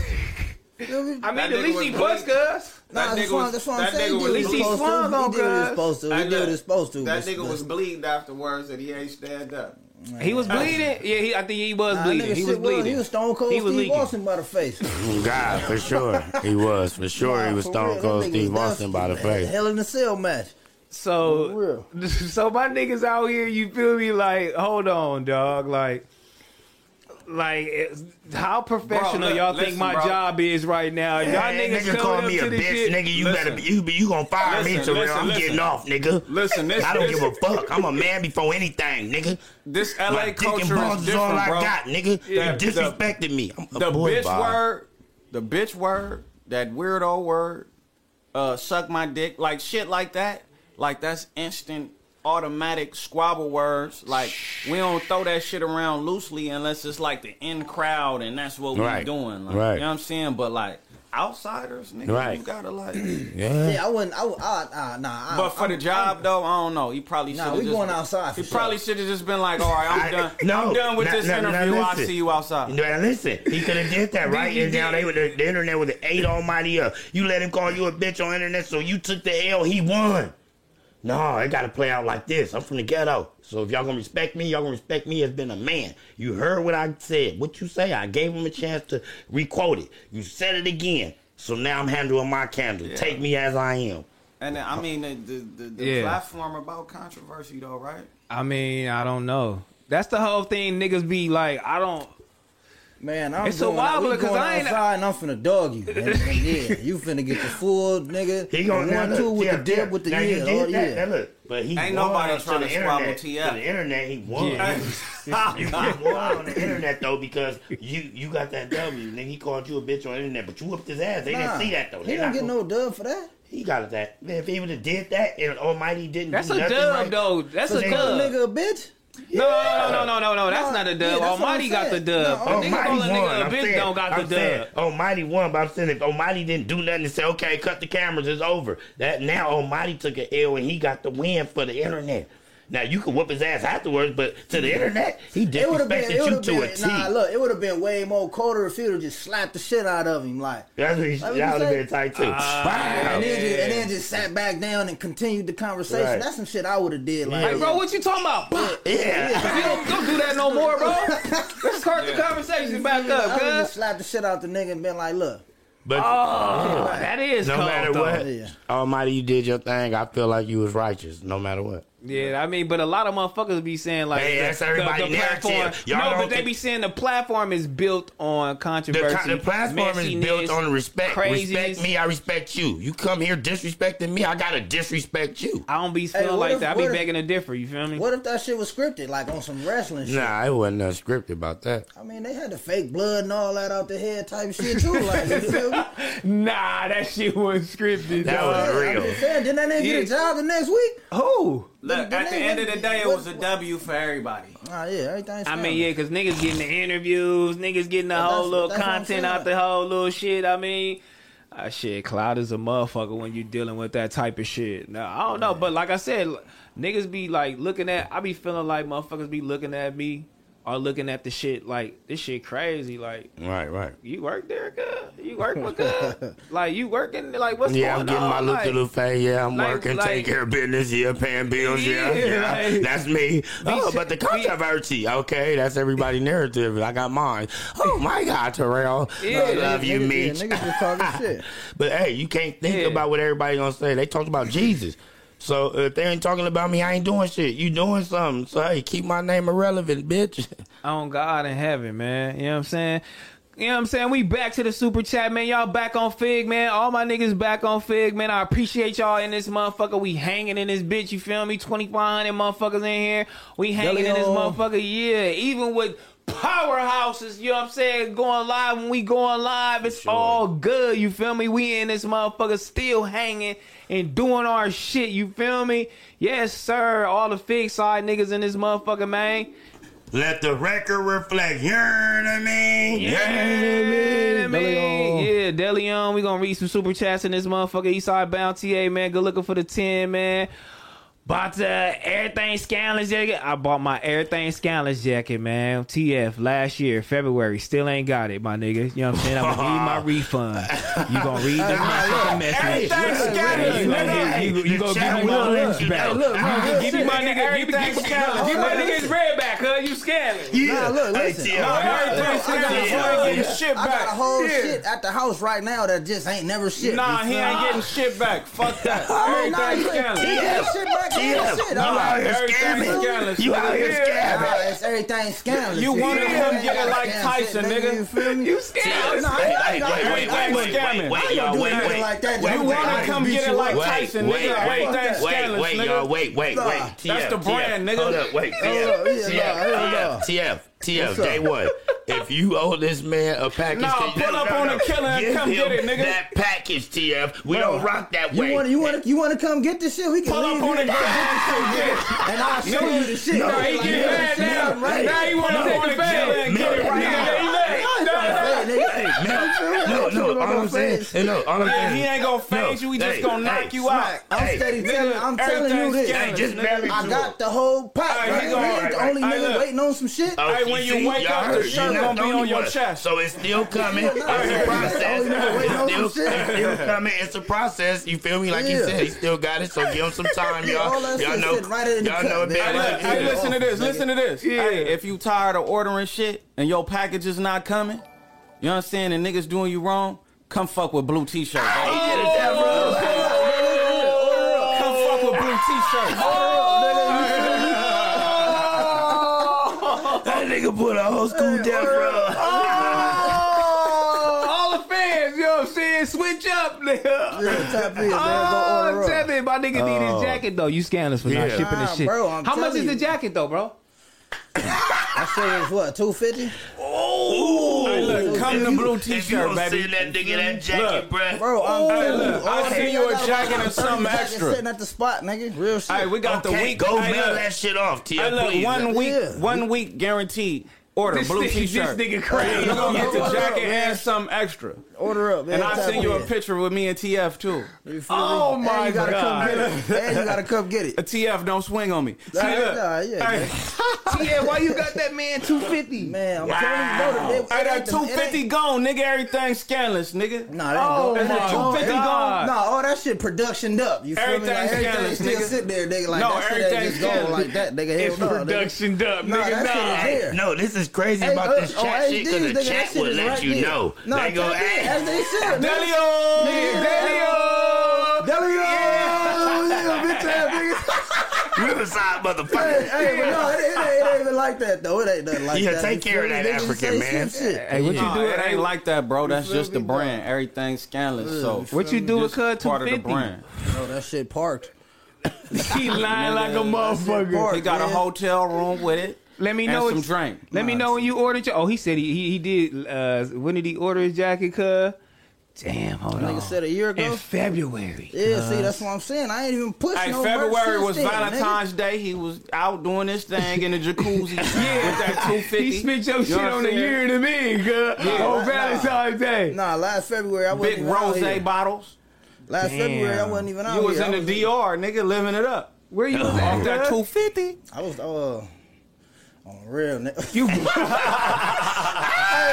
[SPEAKER 2] mean,
[SPEAKER 3] That
[SPEAKER 2] at
[SPEAKER 3] nigga
[SPEAKER 2] least
[SPEAKER 3] was
[SPEAKER 2] he
[SPEAKER 3] weak.
[SPEAKER 2] bust us.
[SPEAKER 4] Nah,
[SPEAKER 3] That
[SPEAKER 4] that's
[SPEAKER 3] nigga
[SPEAKER 4] what,
[SPEAKER 3] was-
[SPEAKER 4] that's what I'm
[SPEAKER 3] that
[SPEAKER 4] saying.
[SPEAKER 3] nigga
[SPEAKER 4] He did what
[SPEAKER 3] was-
[SPEAKER 4] he
[SPEAKER 3] at least he
[SPEAKER 4] supposed to.
[SPEAKER 2] swung
[SPEAKER 4] do.
[SPEAKER 2] on
[SPEAKER 4] He did what he
[SPEAKER 2] us.
[SPEAKER 4] supposed to.
[SPEAKER 3] Hey,
[SPEAKER 4] He did what he
[SPEAKER 3] look,
[SPEAKER 4] supposed to.
[SPEAKER 3] That
[SPEAKER 4] but-
[SPEAKER 3] nigga
[SPEAKER 4] but-
[SPEAKER 3] was bleeding afterwards that he ain't stand up.
[SPEAKER 2] He was bleeding. Yeah, he, I think he was
[SPEAKER 4] Nah,
[SPEAKER 2] bleeding. He
[SPEAKER 4] nigga, shit,
[SPEAKER 2] was
[SPEAKER 4] well,
[SPEAKER 2] bleeding.
[SPEAKER 4] He was Stone Cold
[SPEAKER 2] He was
[SPEAKER 4] Steve
[SPEAKER 2] leaking.
[SPEAKER 4] Austin by the face.
[SPEAKER 1] God, for sure. He was. For sure, he was
[SPEAKER 4] For
[SPEAKER 1] Stone
[SPEAKER 4] real,
[SPEAKER 1] Cold
[SPEAKER 4] that nigga
[SPEAKER 1] Steve
[SPEAKER 4] was
[SPEAKER 1] Austin by the
[SPEAKER 4] definitely a
[SPEAKER 1] face.
[SPEAKER 4] Hell in a cell match.
[SPEAKER 2] So, so my niggas out here, you feel me? Like, hold on, dog. Like, like, it's- how professional
[SPEAKER 3] Bro, look,
[SPEAKER 2] y'all think
[SPEAKER 3] listen,
[SPEAKER 2] my
[SPEAKER 3] bro.
[SPEAKER 2] job is right now? Y'all
[SPEAKER 1] Hey,
[SPEAKER 2] niggas
[SPEAKER 1] nigga
[SPEAKER 2] coming
[SPEAKER 1] called
[SPEAKER 2] up
[SPEAKER 1] me
[SPEAKER 2] to
[SPEAKER 1] a
[SPEAKER 2] this
[SPEAKER 1] bitch,
[SPEAKER 2] shit.
[SPEAKER 1] nigga. You better be, you be, you gonna fire me,
[SPEAKER 3] Listen,
[SPEAKER 1] Terrell.
[SPEAKER 3] listen,
[SPEAKER 1] I'm
[SPEAKER 3] listen.
[SPEAKER 1] getting off, nigga.
[SPEAKER 3] Listen, this-
[SPEAKER 1] I don't
[SPEAKER 3] this-
[SPEAKER 1] give a fuck. I'm a man before anything, nigga.
[SPEAKER 3] This uh, LA
[SPEAKER 1] My dick and
[SPEAKER 3] culture
[SPEAKER 1] balls
[SPEAKER 3] is
[SPEAKER 1] is all
[SPEAKER 3] different,
[SPEAKER 1] I
[SPEAKER 3] bro.
[SPEAKER 1] got, nigga.
[SPEAKER 3] Yeah,
[SPEAKER 1] they disrespected me. I'm a
[SPEAKER 3] the
[SPEAKER 1] boy,
[SPEAKER 3] bitch
[SPEAKER 1] Bob.
[SPEAKER 3] word, the bitch word, that weirdo word, uh, suck my dick, like shit like that, like that's instant automatic squabble words. Like we don't throw that shit around loosely unless it's like the in crowd and that's what we
[SPEAKER 1] Right.
[SPEAKER 3] doing. Like,
[SPEAKER 1] Right.
[SPEAKER 3] You know what I'm saying? But like outsiders, nigga,
[SPEAKER 1] Right.
[SPEAKER 3] you gotta like.
[SPEAKER 1] Yeah.
[SPEAKER 4] Yeah, I wouldn't. I, would- I, I nah. I,
[SPEAKER 3] But for the job though, I don't know. He probably
[SPEAKER 4] Nah,
[SPEAKER 3] should.
[SPEAKER 4] we going outside for
[SPEAKER 3] He
[SPEAKER 4] sure.
[SPEAKER 3] probably should have just been like, "All right, I'm
[SPEAKER 1] I-
[SPEAKER 3] done.
[SPEAKER 1] No,
[SPEAKER 3] I'm done with
[SPEAKER 1] now-
[SPEAKER 3] this
[SPEAKER 1] now- now
[SPEAKER 3] interview. I'll
[SPEAKER 1] listen.
[SPEAKER 3] see you outside."
[SPEAKER 1] Now listen, he could have did that right, and now they would the, the internet would have ate almighty up. You let him call you a bitch on internet, so you took the L. He won. No, it got to play out like this. I'm from the ghetto, so if y'all gonna respect me, y'all gonna respect me as being a man. You heard what I said. What you say? I gave him a chance to requote it. You said it again, so now I'm handling my candle. Take me as I am.
[SPEAKER 3] And then, I mean, the the, the, the
[SPEAKER 2] Yeah.
[SPEAKER 3] platform about controversy, though, right?
[SPEAKER 2] I mean, I don't know. That's the whole thing. Niggas be like, I don't.
[SPEAKER 4] Man, I'm
[SPEAKER 2] It's a
[SPEAKER 4] going,
[SPEAKER 2] wobbler,
[SPEAKER 4] we
[SPEAKER 2] 'cause
[SPEAKER 4] going
[SPEAKER 2] I ain't-
[SPEAKER 4] outside and I'm finna dog you. man. yeah, you finna get the full nigga.
[SPEAKER 1] He gonna
[SPEAKER 4] the
[SPEAKER 1] now
[SPEAKER 4] one
[SPEAKER 1] look,
[SPEAKER 4] two with
[SPEAKER 1] yeah,
[SPEAKER 4] the dip
[SPEAKER 1] yeah.
[SPEAKER 4] with the
[SPEAKER 1] Now
[SPEAKER 4] yeah.
[SPEAKER 1] you
[SPEAKER 4] oh,
[SPEAKER 1] did that.
[SPEAKER 4] yeah.
[SPEAKER 1] Now look, but he
[SPEAKER 3] Ain't
[SPEAKER 1] won
[SPEAKER 3] nobody
[SPEAKER 1] on
[SPEAKER 3] trying to swallow
[SPEAKER 1] internet.
[SPEAKER 3] TF.
[SPEAKER 1] the internet, he won.
[SPEAKER 2] Yeah.
[SPEAKER 1] you got won on the internet though because you you got that W. Nigga, he called you a bitch on the internet, but you whooped his ass. They
[SPEAKER 4] Nah,
[SPEAKER 1] didn't see that though.
[SPEAKER 4] He
[SPEAKER 1] They
[SPEAKER 4] don't
[SPEAKER 1] not
[SPEAKER 4] get
[SPEAKER 1] gonna-
[SPEAKER 4] no dub for that.
[SPEAKER 1] He got that. Man, if he would have did that and Almighty didn't
[SPEAKER 2] That's
[SPEAKER 1] do
[SPEAKER 2] a
[SPEAKER 1] nothing
[SPEAKER 2] dub,
[SPEAKER 1] right-
[SPEAKER 2] though. That's
[SPEAKER 1] So
[SPEAKER 2] a
[SPEAKER 1] they-
[SPEAKER 3] Uh.
[SPEAKER 4] Call the
[SPEAKER 2] dub.
[SPEAKER 4] nigga a bitch.
[SPEAKER 2] No, no, no, no, no, no. That's not a dub.
[SPEAKER 1] Yeah, that's what
[SPEAKER 2] Almighty
[SPEAKER 1] I
[SPEAKER 2] got the
[SPEAKER 1] said. No,
[SPEAKER 2] dub. A nigga
[SPEAKER 1] Oh, Almighty
[SPEAKER 2] call a nigga
[SPEAKER 1] won.
[SPEAKER 2] a
[SPEAKER 1] I'm
[SPEAKER 2] bitch
[SPEAKER 1] saying-
[SPEAKER 2] don't got the
[SPEAKER 1] I'm saying
[SPEAKER 2] dub.
[SPEAKER 1] Almighty won, but I'm saying if Almighty didn't do nothing and say, okay, cut the cameras, it's over. That now Almighty took an L and he got the win for the internet. Now you could whoop his ass afterwards, but to the internet, he
[SPEAKER 4] It would've been-
[SPEAKER 1] disrespected
[SPEAKER 4] it
[SPEAKER 1] you
[SPEAKER 4] would've
[SPEAKER 1] to a
[SPEAKER 4] been-
[SPEAKER 1] T.
[SPEAKER 4] Nah, look, it would have been way more colder if he would have just slapped the shit out of him. Like,
[SPEAKER 1] That's what he,
[SPEAKER 4] Like what
[SPEAKER 1] that
[SPEAKER 4] you
[SPEAKER 1] would have
[SPEAKER 4] said?
[SPEAKER 1] been tight too. Oh, Ah.
[SPEAKER 4] and, then just, and
[SPEAKER 1] Wow.
[SPEAKER 4] then just sat back down and continued the conversation.
[SPEAKER 1] Right.
[SPEAKER 4] That's some shit I would have did. Like,
[SPEAKER 2] Hey, bro, what you talking about?
[SPEAKER 4] Yeah.
[SPEAKER 2] You don't, don't do that no more, bro. Let's start the conversation back
[SPEAKER 4] I
[SPEAKER 2] up,
[SPEAKER 4] would
[SPEAKER 2] cuz.
[SPEAKER 4] just slapped the shit out the nigga and been like, look.
[SPEAKER 1] But
[SPEAKER 2] Oh, that is
[SPEAKER 1] no
[SPEAKER 2] cold,
[SPEAKER 1] matter
[SPEAKER 2] though.
[SPEAKER 1] what, Almighty, you did your thing. I feel like you was righteous, no matter what.
[SPEAKER 2] Yeah, I mean, but a lot of motherfuckers be saying like,
[SPEAKER 1] Hey, that's everybody narrative.
[SPEAKER 2] platform.
[SPEAKER 1] Y'all
[SPEAKER 2] no,
[SPEAKER 1] don't
[SPEAKER 2] but they
[SPEAKER 1] think-
[SPEAKER 2] be saying the platform is built on
[SPEAKER 1] The,
[SPEAKER 2] controversy.
[SPEAKER 1] co- the platform is built
[SPEAKER 2] messiness,
[SPEAKER 1] on respect.
[SPEAKER 2] craziness.
[SPEAKER 1] Respect me, I respect you. You come here disrespecting me, I gotta disrespect you.
[SPEAKER 2] I don't be
[SPEAKER 4] Hey,
[SPEAKER 2] feeling
[SPEAKER 4] what
[SPEAKER 2] like
[SPEAKER 4] if-
[SPEAKER 2] that. I be
[SPEAKER 4] what if-
[SPEAKER 2] begging to differ. You feel me?
[SPEAKER 4] What if that shit was scripted, like on some wrestling shit?
[SPEAKER 1] Nah, it wasn't nothing scripted about that.
[SPEAKER 4] I mean, they had the fake blood and all that out the head type shit too. Like, you feel me?
[SPEAKER 2] Nah, that shit wasn't scripted.
[SPEAKER 1] That
[SPEAKER 2] dog.
[SPEAKER 1] was real.
[SPEAKER 4] I'm just saying, didn't that nigga get
[SPEAKER 2] Yeah.
[SPEAKER 4] a job the next week?
[SPEAKER 2] Who?
[SPEAKER 3] Look, at the end of the day, it was a W for everybody.
[SPEAKER 4] Ah, yeah, everything's.
[SPEAKER 2] I
[SPEAKER 4] fine.
[SPEAKER 2] mean, yeah, because niggas getting the interviews, niggas getting the
[SPEAKER 4] But
[SPEAKER 2] whole
[SPEAKER 4] that's-
[SPEAKER 2] little
[SPEAKER 4] that's what I'm
[SPEAKER 2] content out the whole little shit. I mean, ah, shit, cloud is a motherfucker when you dealing with that type of shit. No, I don't know, but like I said, l- niggas be like looking at, I be feeling like motherfuckers be looking at me or looking at the shit like, this shit crazy. Like,
[SPEAKER 1] Right, right.
[SPEAKER 2] you work there, cuz? You work with cuz? like, you working? Like, what's
[SPEAKER 1] yeah,
[SPEAKER 2] going
[SPEAKER 1] I'm getting
[SPEAKER 2] on?
[SPEAKER 1] my look
[SPEAKER 2] like,
[SPEAKER 1] to the face. Yeah, I'm
[SPEAKER 2] like-
[SPEAKER 1] working,
[SPEAKER 2] like-
[SPEAKER 1] taking care of business. Yeah, paying bills. Yeah,
[SPEAKER 2] Yeah,
[SPEAKER 1] yeah,
[SPEAKER 2] like-
[SPEAKER 1] that's me. Oh, but the controversy. Okay, that's everybody narrative. I got mine. Oh my God, Terrell, I love you,
[SPEAKER 4] Niggas-
[SPEAKER 1] Mitch.
[SPEAKER 4] yeah, Niggas just talking shit.
[SPEAKER 1] But hey, you can't think about what everybody gonna say. They talked about Jesus. So if they ain't talking about me, I ain't doing shit. You doing something. So hey, keep my name irrelevant, bitch.
[SPEAKER 2] on God in heaven, man. You know what I'm saying? You know what I'm saying? We back to the super chat, man. Y'all back on Fig, man. All my niggas back on Fig, man. I appreciate y'all in this motherfucker. We hanging in this bitch, you feel me? 2,500 motherfuckers in here. We hanging in this
[SPEAKER 4] Delio.
[SPEAKER 2] motherfucker, yeah. Even with powerhouses, you know what I'm saying? Going live, when we going live, it's all good, you feel me? We in this motherfucker still hanging and doing our shit, you feel me? Yes, sir. All the Fig side niggas in this motherfucker, man.
[SPEAKER 1] Let the record reflect. You know what I mean? You know what I mean?
[SPEAKER 2] Yeah, man. Yeah, Deleon. We gonna read some super chats in this motherfucker. Eastside Bound TA, man. Good looking for the 10, man. Bought the everything scandalous jacket. I bought my everything scandalous jacket, man. TF last year, February. Still ain't got it, my nigga. You know what I'm saying? I'm gonna need my refund. You gonna read this motherfucking message?
[SPEAKER 1] Everything scandalous,
[SPEAKER 2] You gonna
[SPEAKER 1] nigga.
[SPEAKER 2] give- you- You
[SPEAKER 1] The
[SPEAKER 2] gonna
[SPEAKER 1] chat
[SPEAKER 2] give me my
[SPEAKER 1] will let
[SPEAKER 2] lunch
[SPEAKER 1] you
[SPEAKER 2] back?
[SPEAKER 1] know. Look, man,
[SPEAKER 2] Give give me my
[SPEAKER 1] shit,
[SPEAKER 2] nigga. Give me give me-
[SPEAKER 1] everything scandalous.
[SPEAKER 2] give my nigga his red back, huh? You scandalous?
[SPEAKER 4] Nah, look,
[SPEAKER 1] Hey,
[SPEAKER 4] listen.
[SPEAKER 1] T.L.,
[SPEAKER 4] I got-
[SPEAKER 1] I got-
[SPEAKER 4] I got- I got
[SPEAKER 1] I
[SPEAKER 4] a
[SPEAKER 1] got-
[SPEAKER 4] whole-
[SPEAKER 1] yeah.
[SPEAKER 4] I got a whole shit at the house right now that just ain't never shit.
[SPEAKER 3] Nah,
[SPEAKER 4] You
[SPEAKER 3] he
[SPEAKER 4] feel
[SPEAKER 3] ain't
[SPEAKER 4] me?
[SPEAKER 3] getting shit back. Fuck that.
[SPEAKER 4] I mean, nah,
[SPEAKER 3] Everything's
[SPEAKER 4] you ain't-
[SPEAKER 3] scandalous.
[SPEAKER 4] you ain't getting shit back
[SPEAKER 1] TF,
[SPEAKER 4] on that shit.
[SPEAKER 1] you out here
[SPEAKER 3] Everything's
[SPEAKER 1] scamming.
[SPEAKER 3] scandalous,
[SPEAKER 1] You out here
[SPEAKER 3] nigga.
[SPEAKER 4] Nah,
[SPEAKER 1] scamming.
[SPEAKER 4] it's everything scandalous.
[SPEAKER 3] You wanted
[SPEAKER 4] feel me?
[SPEAKER 3] him getting
[SPEAKER 4] Goddamn
[SPEAKER 3] like Tyson,
[SPEAKER 4] shit,
[SPEAKER 3] nigga.
[SPEAKER 4] You feel me?
[SPEAKER 2] You scandalous?
[SPEAKER 4] Nah,
[SPEAKER 1] Hey,
[SPEAKER 4] I-
[SPEAKER 1] hey,
[SPEAKER 4] I-
[SPEAKER 1] wait, wait,
[SPEAKER 4] I-
[SPEAKER 1] wait, wait, wait, wait,
[SPEAKER 4] I ain't
[SPEAKER 1] y'all,
[SPEAKER 4] doing
[SPEAKER 1] wait,
[SPEAKER 4] nothing
[SPEAKER 1] wait.
[SPEAKER 4] like that.
[SPEAKER 1] Wait,
[SPEAKER 4] Y'all
[SPEAKER 1] wait,
[SPEAKER 4] think I
[SPEAKER 1] wait,
[SPEAKER 4] can
[SPEAKER 3] come
[SPEAKER 4] beat
[SPEAKER 3] get
[SPEAKER 4] you
[SPEAKER 3] it
[SPEAKER 4] up?
[SPEAKER 3] like
[SPEAKER 1] Wait,
[SPEAKER 3] Tyson,
[SPEAKER 1] wait,
[SPEAKER 3] nigga.
[SPEAKER 1] wait,
[SPEAKER 3] Everything's
[SPEAKER 1] wait,
[SPEAKER 3] scandalous,
[SPEAKER 1] wait,
[SPEAKER 3] nigga.
[SPEAKER 1] y'all, wait, wait, wait.
[SPEAKER 4] Nah.
[SPEAKER 1] TF,
[SPEAKER 3] That's the brand,
[SPEAKER 1] TF,
[SPEAKER 3] nigga.
[SPEAKER 1] Hold up, wait,
[SPEAKER 4] Hold up, yeah,
[SPEAKER 1] TF,
[SPEAKER 4] nah, hold
[SPEAKER 1] TF,
[SPEAKER 4] up.
[SPEAKER 1] TF, TF,
[SPEAKER 4] What's up?
[SPEAKER 1] day one. If you owe this man a package,
[SPEAKER 3] Nah,
[SPEAKER 1] to-
[SPEAKER 3] pull up on the killer and
[SPEAKER 1] Give
[SPEAKER 3] come get
[SPEAKER 1] him
[SPEAKER 3] it, nigga.
[SPEAKER 1] That package, TF. We
[SPEAKER 4] Bro,
[SPEAKER 1] don't rock that way.
[SPEAKER 4] You want to you want to you want to come get this shit? We can
[SPEAKER 3] Pull
[SPEAKER 4] leave
[SPEAKER 3] up on
[SPEAKER 4] here
[SPEAKER 3] the
[SPEAKER 4] and
[SPEAKER 3] ground.
[SPEAKER 4] come get this shit, and I'll show you the shit.
[SPEAKER 1] no,
[SPEAKER 4] Like,
[SPEAKER 1] he
[SPEAKER 4] you
[SPEAKER 1] getting
[SPEAKER 4] know,
[SPEAKER 1] mad
[SPEAKER 4] it's
[SPEAKER 1] now.
[SPEAKER 4] nothing right.
[SPEAKER 1] Now he wanna
[SPEAKER 4] No,
[SPEAKER 1] take the
[SPEAKER 4] it's
[SPEAKER 1] bag
[SPEAKER 4] nothing.
[SPEAKER 1] and get it right
[SPEAKER 4] Nah,
[SPEAKER 1] now.
[SPEAKER 4] nah, nah,
[SPEAKER 1] Hey,
[SPEAKER 4] nigga,
[SPEAKER 1] hey, no, no, no, all I'm saying, hey, no, all I'm
[SPEAKER 3] Yeah,
[SPEAKER 1] saying,
[SPEAKER 3] he ain't gonna phase
[SPEAKER 1] no,
[SPEAKER 3] you. He just
[SPEAKER 1] hey,
[SPEAKER 3] gonna knock
[SPEAKER 1] hey,
[SPEAKER 3] you out.
[SPEAKER 4] I'm
[SPEAKER 1] Hey,
[SPEAKER 4] steady
[SPEAKER 3] nigga,
[SPEAKER 4] telling I'm telling you
[SPEAKER 3] everything's
[SPEAKER 4] this.
[SPEAKER 3] scandalous,
[SPEAKER 1] Hey, just
[SPEAKER 3] nigga.
[SPEAKER 1] marry
[SPEAKER 4] I
[SPEAKER 1] two of
[SPEAKER 4] got the whole pot.
[SPEAKER 3] Hey,
[SPEAKER 4] Right,
[SPEAKER 3] he
[SPEAKER 4] he
[SPEAKER 3] gonna-
[SPEAKER 4] ain't the only
[SPEAKER 3] hey,
[SPEAKER 4] nigga
[SPEAKER 3] look.
[SPEAKER 4] waiting on some shit.
[SPEAKER 1] Oh,
[SPEAKER 3] Hey,
[SPEAKER 1] you
[SPEAKER 3] when you
[SPEAKER 1] see,
[SPEAKER 3] wake
[SPEAKER 1] y'all
[SPEAKER 3] up, the
[SPEAKER 1] heard. You're
[SPEAKER 3] shirt
[SPEAKER 1] not
[SPEAKER 3] gonna
[SPEAKER 1] the
[SPEAKER 3] be
[SPEAKER 1] only
[SPEAKER 3] on your
[SPEAKER 1] one.
[SPEAKER 3] chest.
[SPEAKER 1] So it's still coming.
[SPEAKER 4] Yeah,
[SPEAKER 1] It's
[SPEAKER 4] nah,
[SPEAKER 1] a
[SPEAKER 4] yeah,
[SPEAKER 1] process.
[SPEAKER 4] yeah, yeah, yeah, yeah,
[SPEAKER 1] It's still,
[SPEAKER 4] yeah, yeah,
[SPEAKER 1] it's still coming. It's a process. You feel me? Like you
[SPEAKER 4] Yeah.
[SPEAKER 1] said, he still got it. So give him some time,
[SPEAKER 4] Yeah, all
[SPEAKER 1] y'all.
[SPEAKER 4] that
[SPEAKER 1] Y'all
[SPEAKER 4] shit
[SPEAKER 1] know.
[SPEAKER 4] sit right in the
[SPEAKER 1] y'all
[SPEAKER 4] cut,
[SPEAKER 1] know it been
[SPEAKER 4] man.
[SPEAKER 3] Hey,
[SPEAKER 1] like
[SPEAKER 3] look,
[SPEAKER 1] this.
[SPEAKER 3] hey, listen to this.
[SPEAKER 4] Nigga.
[SPEAKER 3] Listen to this. Hey, if you tired of ordering shit and your package is not coming, you know what I'm saying, and niggas doing you wrong, come fuck with blue t-shirt. baby. Come fuck with blue t-shirt.
[SPEAKER 4] Oh,
[SPEAKER 1] That nigga put a whole school down, bro.
[SPEAKER 2] Oh, all the fans, you know what I'm saying? Switch up, nigga.
[SPEAKER 4] Yeah, tap in,
[SPEAKER 2] Oh,
[SPEAKER 4] man. Go order up. Oh.
[SPEAKER 2] tap in. My nigga need his jacket, though. You scandalous for not
[SPEAKER 1] Yeah.
[SPEAKER 2] shipping this
[SPEAKER 4] Nah,
[SPEAKER 2] shit.
[SPEAKER 4] bro, I'm
[SPEAKER 2] How much
[SPEAKER 4] telling
[SPEAKER 2] is the
[SPEAKER 4] you.
[SPEAKER 2] jacket, though, bro?
[SPEAKER 4] I say it's what two fifty. Oh.
[SPEAKER 3] Hey, look,
[SPEAKER 4] Ooh.
[SPEAKER 3] come the blue
[SPEAKER 1] If you
[SPEAKER 3] t-shirt,
[SPEAKER 1] don't
[SPEAKER 3] baby.
[SPEAKER 1] send that nigga that jacket,
[SPEAKER 3] Look.
[SPEAKER 1] bruh.
[SPEAKER 3] Bro, I'm- Hey, look, I'll
[SPEAKER 4] Oh,
[SPEAKER 3] send
[SPEAKER 4] nigga,
[SPEAKER 3] you a
[SPEAKER 4] I got
[SPEAKER 3] jacket
[SPEAKER 4] about
[SPEAKER 3] and something
[SPEAKER 4] 30 jackets
[SPEAKER 3] extra.
[SPEAKER 4] Sitting at the spot, nigga. Real shit.
[SPEAKER 3] Hey, we got the week. Hey, look. Hey, look, one week, one week guaranteed. Order
[SPEAKER 2] This
[SPEAKER 3] blue
[SPEAKER 2] nigga- this
[SPEAKER 3] t-shirt.
[SPEAKER 2] nigga crazy.
[SPEAKER 3] You gonna get the
[SPEAKER 2] Order up,
[SPEAKER 3] jacket
[SPEAKER 2] man.
[SPEAKER 3] and some extra.
[SPEAKER 4] Order up, man.
[SPEAKER 3] And I'll
[SPEAKER 4] Tap
[SPEAKER 3] send you a
[SPEAKER 4] in.
[SPEAKER 3] picture with me and TF too.
[SPEAKER 4] feel me?
[SPEAKER 3] Oh
[SPEAKER 4] And
[SPEAKER 3] my
[SPEAKER 4] you gotta
[SPEAKER 3] god!
[SPEAKER 4] come get it. And you gotta come get it.
[SPEAKER 3] A TF don't swing on me. See,
[SPEAKER 4] Nah,
[SPEAKER 3] look.
[SPEAKER 4] nah, yeah,
[SPEAKER 3] Hey,
[SPEAKER 4] man.
[SPEAKER 2] yeah, why you got that man 250?
[SPEAKER 4] Man, I'm telling you,
[SPEAKER 3] Wow.
[SPEAKER 4] bro,
[SPEAKER 3] Hey, that
[SPEAKER 4] ain't the- it ain't-
[SPEAKER 3] 250 gone, nigga. Everything scandalous, nigga.
[SPEAKER 4] Nah,
[SPEAKER 3] oh, and
[SPEAKER 4] that ain't go-
[SPEAKER 3] that
[SPEAKER 4] that ain't
[SPEAKER 3] 250
[SPEAKER 4] go-
[SPEAKER 3] gone.
[SPEAKER 4] Nah, all that shit productioned up. You feel me?
[SPEAKER 3] Everything's
[SPEAKER 4] Like, everything
[SPEAKER 3] scandalous,
[SPEAKER 4] still
[SPEAKER 3] nigga.
[SPEAKER 4] sit there, nigga. Like
[SPEAKER 3] No,
[SPEAKER 4] that shit ain't just
[SPEAKER 3] everything's
[SPEAKER 4] going
[SPEAKER 3] scandalous.
[SPEAKER 4] like that, nigga. Hell
[SPEAKER 2] It's
[SPEAKER 4] no,
[SPEAKER 2] productioned
[SPEAKER 4] nigga.
[SPEAKER 2] up,
[SPEAKER 4] Nah,
[SPEAKER 2] nigga.
[SPEAKER 4] that
[SPEAKER 2] Nah.
[SPEAKER 4] shit is
[SPEAKER 2] Hey,
[SPEAKER 4] there.
[SPEAKER 1] No, this is crazy
[SPEAKER 4] Hey,
[SPEAKER 1] about
[SPEAKER 4] uh,
[SPEAKER 1] this
[SPEAKER 4] oh,
[SPEAKER 1] chat
[SPEAKER 4] hey,
[SPEAKER 1] shit
[SPEAKER 4] these
[SPEAKER 1] because the
[SPEAKER 4] niggas, that
[SPEAKER 1] chat
[SPEAKER 4] shit
[SPEAKER 1] will
[SPEAKER 4] is
[SPEAKER 1] let
[SPEAKER 4] right
[SPEAKER 1] you
[SPEAKER 4] there.
[SPEAKER 1] know.
[SPEAKER 4] Nah,
[SPEAKER 1] they gonna
[SPEAKER 4] tap in,
[SPEAKER 1] ask.
[SPEAKER 4] as they said, nigga.
[SPEAKER 3] Delio!
[SPEAKER 4] Nigga,
[SPEAKER 3] Delio!
[SPEAKER 4] Delio! Yeah, bitch ass nigga.
[SPEAKER 1] Riverside
[SPEAKER 4] Hey,
[SPEAKER 1] motherfucker.
[SPEAKER 4] hey, but no, it, it, ain't- it ain't even like that though. It ain't nothing like
[SPEAKER 1] Yeah,
[SPEAKER 4] that.
[SPEAKER 1] take
[SPEAKER 4] You
[SPEAKER 1] care of
[SPEAKER 4] feel me?
[SPEAKER 1] that
[SPEAKER 4] Niggas
[SPEAKER 1] African
[SPEAKER 4] say
[SPEAKER 1] man.
[SPEAKER 4] some shit.
[SPEAKER 2] Hey, what
[SPEAKER 3] Nah,
[SPEAKER 2] you do?
[SPEAKER 3] it ain't like that, bro. That's
[SPEAKER 4] You feel
[SPEAKER 3] just the
[SPEAKER 4] me,
[SPEAKER 3] brand. Everything's scandalous.
[SPEAKER 4] you
[SPEAKER 3] So
[SPEAKER 4] feel
[SPEAKER 2] What you do with Cud
[SPEAKER 3] It's part of the
[SPEAKER 2] 250?
[SPEAKER 3] brand.
[SPEAKER 4] Bro, that shit parked.
[SPEAKER 2] He lying like a motherfucker.
[SPEAKER 3] He got a hotel room with it.
[SPEAKER 2] Let me
[SPEAKER 3] and
[SPEAKER 2] know
[SPEAKER 3] some
[SPEAKER 2] it's-
[SPEAKER 3] drink.
[SPEAKER 2] Let me know when you ordered your. Oh, he said he he, he did. Uh, when did he order his jacket? Cuz damn, hold on.
[SPEAKER 4] Nigga said a year
[SPEAKER 2] in
[SPEAKER 4] ago.
[SPEAKER 2] February.
[SPEAKER 4] Yeah, see, that's what I'm saying. I ain't even pushing
[SPEAKER 3] Hey,
[SPEAKER 4] no merch
[SPEAKER 3] February
[SPEAKER 4] since
[SPEAKER 3] was
[SPEAKER 4] then,
[SPEAKER 3] Valentine's Day. He was out doing this thing in the jacuzzi yeah. with that 250.
[SPEAKER 2] He spit your
[SPEAKER 3] You
[SPEAKER 2] shit
[SPEAKER 3] know what I'm
[SPEAKER 2] on the
[SPEAKER 3] saying?
[SPEAKER 2] year and the me, cuz.
[SPEAKER 3] Yeah.
[SPEAKER 2] on
[SPEAKER 4] Nah,
[SPEAKER 2] Valentine's Day.
[SPEAKER 4] nigga. Nah, last February I wasn't
[SPEAKER 3] Big
[SPEAKER 4] even out
[SPEAKER 3] rose
[SPEAKER 4] here.
[SPEAKER 3] bottles.
[SPEAKER 4] Last
[SPEAKER 2] Damn.
[SPEAKER 4] February I wasn't even out
[SPEAKER 3] You was
[SPEAKER 4] here. Oh, I
[SPEAKER 3] in the DR, nigga, living it up.
[SPEAKER 2] Where you was
[SPEAKER 3] Off
[SPEAKER 2] at?
[SPEAKER 3] that
[SPEAKER 2] cuz?
[SPEAKER 3] 250.
[SPEAKER 4] I was uh on real nigga.
[SPEAKER 2] You
[SPEAKER 4] hey,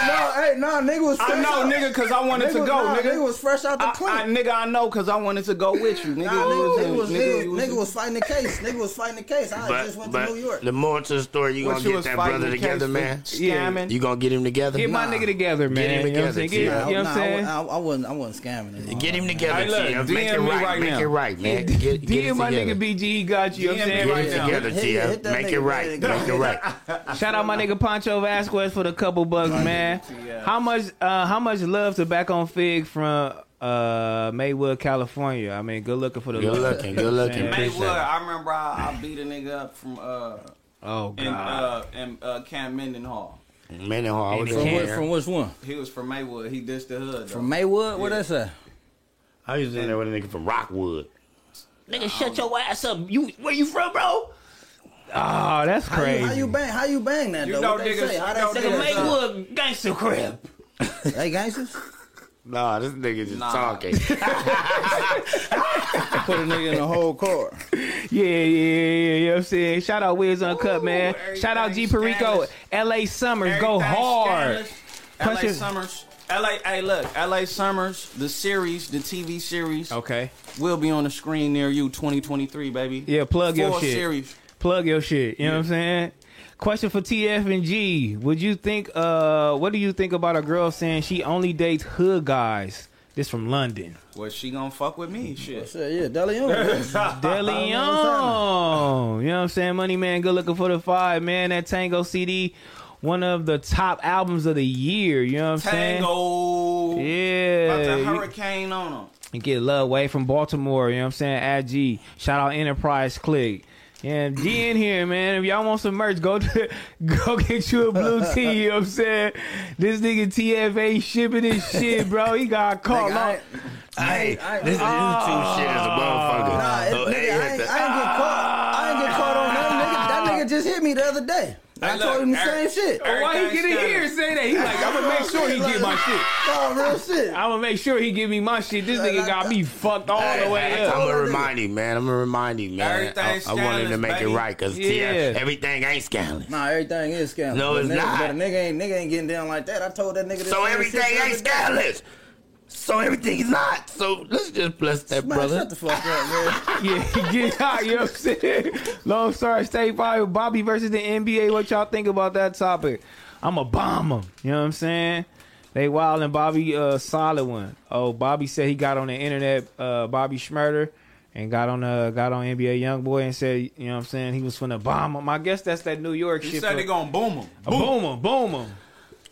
[SPEAKER 4] no, hey, no, nigga was.
[SPEAKER 3] I
[SPEAKER 4] fresh
[SPEAKER 3] know,
[SPEAKER 4] out-
[SPEAKER 3] nigga, because I wanted to
[SPEAKER 4] Nigga,
[SPEAKER 3] go,
[SPEAKER 4] nah,
[SPEAKER 3] nigga.
[SPEAKER 4] nigga was fresh out the
[SPEAKER 3] I,
[SPEAKER 4] clinic.
[SPEAKER 3] I, nigga, I know, because I wanted to go with you, nigga. You
[SPEAKER 4] Nah, nigga, nigga, was, nigga,
[SPEAKER 3] you
[SPEAKER 4] nigga was fighting the case. Nigga was fighting the case. I just went to New York.
[SPEAKER 1] the more to the story, you
[SPEAKER 3] What
[SPEAKER 1] gonna
[SPEAKER 3] you
[SPEAKER 1] get
[SPEAKER 3] was
[SPEAKER 1] that
[SPEAKER 3] fighting
[SPEAKER 1] brother
[SPEAKER 3] the case
[SPEAKER 1] together,
[SPEAKER 3] for
[SPEAKER 1] man.
[SPEAKER 3] scamming?
[SPEAKER 1] You gonna get him together.
[SPEAKER 2] get my nigga together, man.
[SPEAKER 1] him
[SPEAKER 2] you know what
[SPEAKER 1] together,
[SPEAKER 2] I'm saying?
[SPEAKER 1] T.
[SPEAKER 2] Get- you know what I'm
[SPEAKER 4] nah,
[SPEAKER 2] saying?
[SPEAKER 4] I, wa- I, I wasn't. I wasn't scamming. Anymore.
[SPEAKER 1] Get him together,
[SPEAKER 3] Hey, look,
[SPEAKER 1] T. Make it
[SPEAKER 3] DM me
[SPEAKER 1] right,
[SPEAKER 3] right
[SPEAKER 1] make
[SPEAKER 3] now.
[SPEAKER 1] it right, man. Get, get it
[SPEAKER 2] DM my
[SPEAKER 1] together.
[SPEAKER 2] nigga BG, he got you. you know what I'm
[SPEAKER 3] DM me
[SPEAKER 1] Get
[SPEAKER 2] saying?
[SPEAKER 3] right
[SPEAKER 1] it
[SPEAKER 3] now.
[SPEAKER 1] together,
[SPEAKER 4] Hit-
[SPEAKER 1] T.
[SPEAKER 4] hit that
[SPEAKER 1] Make it
[SPEAKER 4] nigga,
[SPEAKER 1] right.
[SPEAKER 4] man.
[SPEAKER 1] Make it right.
[SPEAKER 2] Shout out my nigga Pancho Vasquez for the couple bucks, man. How much uh how much love to back on Fig from uh Maywood, California. I mean, good looking for the
[SPEAKER 1] Good
[SPEAKER 2] love.
[SPEAKER 1] looking, good looking. Appreciate
[SPEAKER 3] Maywood,
[SPEAKER 1] it.
[SPEAKER 3] I remember I, I beat a nigga up from uh
[SPEAKER 2] Oh god.
[SPEAKER 3] in uh in uh Camp Mendenhall.
[SPEAKER 1] Man, no, I was
[SPEAKER 2] From
[SPEAKER 1] in
[SPEAKER 2] what-
[SPEAKER 1] there.
[SPEAKER 4] From which one?
[SPEAKER 3] He was from Maywood. He dissed the hood. Though.
[SPEAKER 4] From Maywood? What that say?
[SPEAKER 1] I was in there with a nigga from Rockwood.
[SPEAKER 2] Nigga, shut your ass up. You where you from, bro? Oh, that's
[SPEAKER 4] How you,
[SPEAKER 2] crazy.
[SPEAKER 4] how you bang? How you bang that?
[SPEAKER 3] You
[SPEAKER 4] though?
[SPEAKER 3] know
[SPEAKER 4] what they
[SPEAKER 3] niggas-
[SPEAKER 4] say? How
[SPEAKER 3] you know
[SPEAKER 4] they say
[SPEAKER 3] niggas
[SPEAKER 4] that?
[SPEAKER 2] Maywood gangster crib.
[SPEAKER 4] They gangsters?
[SPEAKER 1] Nah, this nigga just
[SPEAKER 3] Nah.
[SPEAKER 1] talking.
[SPEAKER 4] Put a nigga in the whole car.
[SPEAKER 2] Yeah, yeah, yeah, you know what I'm saying? Shout out Wiz Uncut,
[SPEAKER 3] Ooh,
[SPEAKER 2] man. Shout out G
[SPEAKER 3] everything
[SPEAKER 2] Perico.
[SPEAKER 3] scandalous.
[SPEAKER 2] LA Summers, go
[SPEAKER 3] Everything
[SPEAKER 2] hard.
[SPEAKER 3] scandalous.
[SPEAKER 2] Punch
[SPEAKER 3] LA
[SPEAKER 2] it.
[SPEAKER 3] Summers. LA, hey, look, LA Summers, the series, the TV series,
[SPEAKER 2] Okay.
[SPEAKER 3] will be on the screen near you 2023, baby.
[SPEAKER 2] Yeah, plug your
[SPEAKER 3] Full
[SPEAKER 2] shit.
[SPEAKER 3] series.
[SPEAKER 2] Plug your shit. You know what I'm saying? Question for TF and G. Would you think uh what do you think about a girl saying she only dates hood guys? This from London.
[SPEAKER 3] Was she gonna fuck with me? Shit.
[SPEAKER 4] Yeah, yeah, Deleon.
[SPEAKER 2] Deleon. You know what I'm saying? Money Man, good looking for the five, man. That Tango CD, one of the top albums of the year. You know what I'm
[SPEAKER 3] Tango.
[SPEAKER 2] saying?
[SPEAKER 3] About
[SPEAKER 2] Yeah.
[SPEAKER 3] the
[SPEAKER 2] You-
[SPEAKER 3] hurricane on him.
[SPEAKER 2] and get love away from Baltimore. You know what I'm saying? At G. Shout out Enterprise Click. And G in here, man. If y'all want some merch, go to, go get you a blue tee. You know what I'm saying? This nigga TFA shipping his shit, bro. He got caught.
[SPEAKER 4] Nigga, I
[SPEAKER 2] Like,
[SPEAKER 4] ain't-
[SPEAKER 1] Hey,
[SPEAKER 4] I- Ah.
[SPEAKER 1] this YouTube shit is a motherfucker.
[SPEAKER 4] Nah, it,
[SPEAKER 1] Oh,
[SPEAKER 4] nigga, I,
[SPEAKER 1] hey,
[SPEAKER 4] ain't, I ain't
[SPEAKER 1] hit
[SPEAKER 4] get
[SPEAKER 1] the-
[SPEAKER 4] caught. I ain't get caught on that nigga. That nigga just hit me the other day. I
[SPEAKER 3] Hey,
[SPEAKER 4] told
[SPEAKER 3] look,
[SPEAKER 4] him the
[SPEAKER 3] Eric-
[SPEAKER 4] same shit.
[SPEAKER 3] Eric-
[SPEAKER 2] why he get in here and say that? He like, I'm gonna make sure he get my shit.
[SPEAKER 4] Oh, real shit.
[SPEAKER 2] I'm gonna make sure he give me my shit. This nigga got me fucked all the way
[SPEAKER 1] I'm
[SPEAKER 2] up.
[SPEAKER 1] gonna remind him, man. I'm gonna remind him, man. I,
[SPEAKER 3] Everything's
[SPEAKER 1] I wanted to
[SPEAKER 3] scandalous,
[SPEAKER 1] make it
[SPEAKER 3] baby.
[SPEAKER 1] right because
[SPEAKER 2] Yeah.
[SPEAKER 1] everything ain't scandalous.
[SPEAKER 4] Nah, everything is scandalous.
[SPEAKER 1] No,
[SPEAKER 4] But
[SPEAKER 1] it's
[SPEAKER 4] nigga,
[SPEAKER 1] not.
[SPEAKER 4] But a nigga ain't nigga ain't getting down like that. I told that nigga. This
[SPEAKER 1] So
[SPEAKER 4] same
[SPEAKER 1] everything
[SPEAKER 4] shit the
[SPEAKER 1] ain't
[SPEAKER 4] other day.
[SPEAKER 1] scandalous. So everything is not. So let's just bless that
[SPEAKER 4] Man,
[SPEAKER 1] brother.
[SPEAKER 4] shut the fuck up, man.
[SPEAKER 2] Yeah, get out. You know what I'm saying? Long story, stay fire. Bobby versus the NBA. What y'all think about that topic? I'm a bomber. You know what I'm saying? They wild and Bobby uh, solid one. Oh, Bobby said he got on the internet. Uh, Bobby Schmurder. And got on uh, got on NBA YoungBoy and said, you know what I'm saying, he was finna bomb him. I guess that's that New York
[SPEAKER 3] He
[SPEAKER 2] shit.
[SPEAKER 3] said
[SPEAKER 2] for-
[SPEAKER 3] they gonna boom him.
[SPEAKER 2] a boom him, boom him,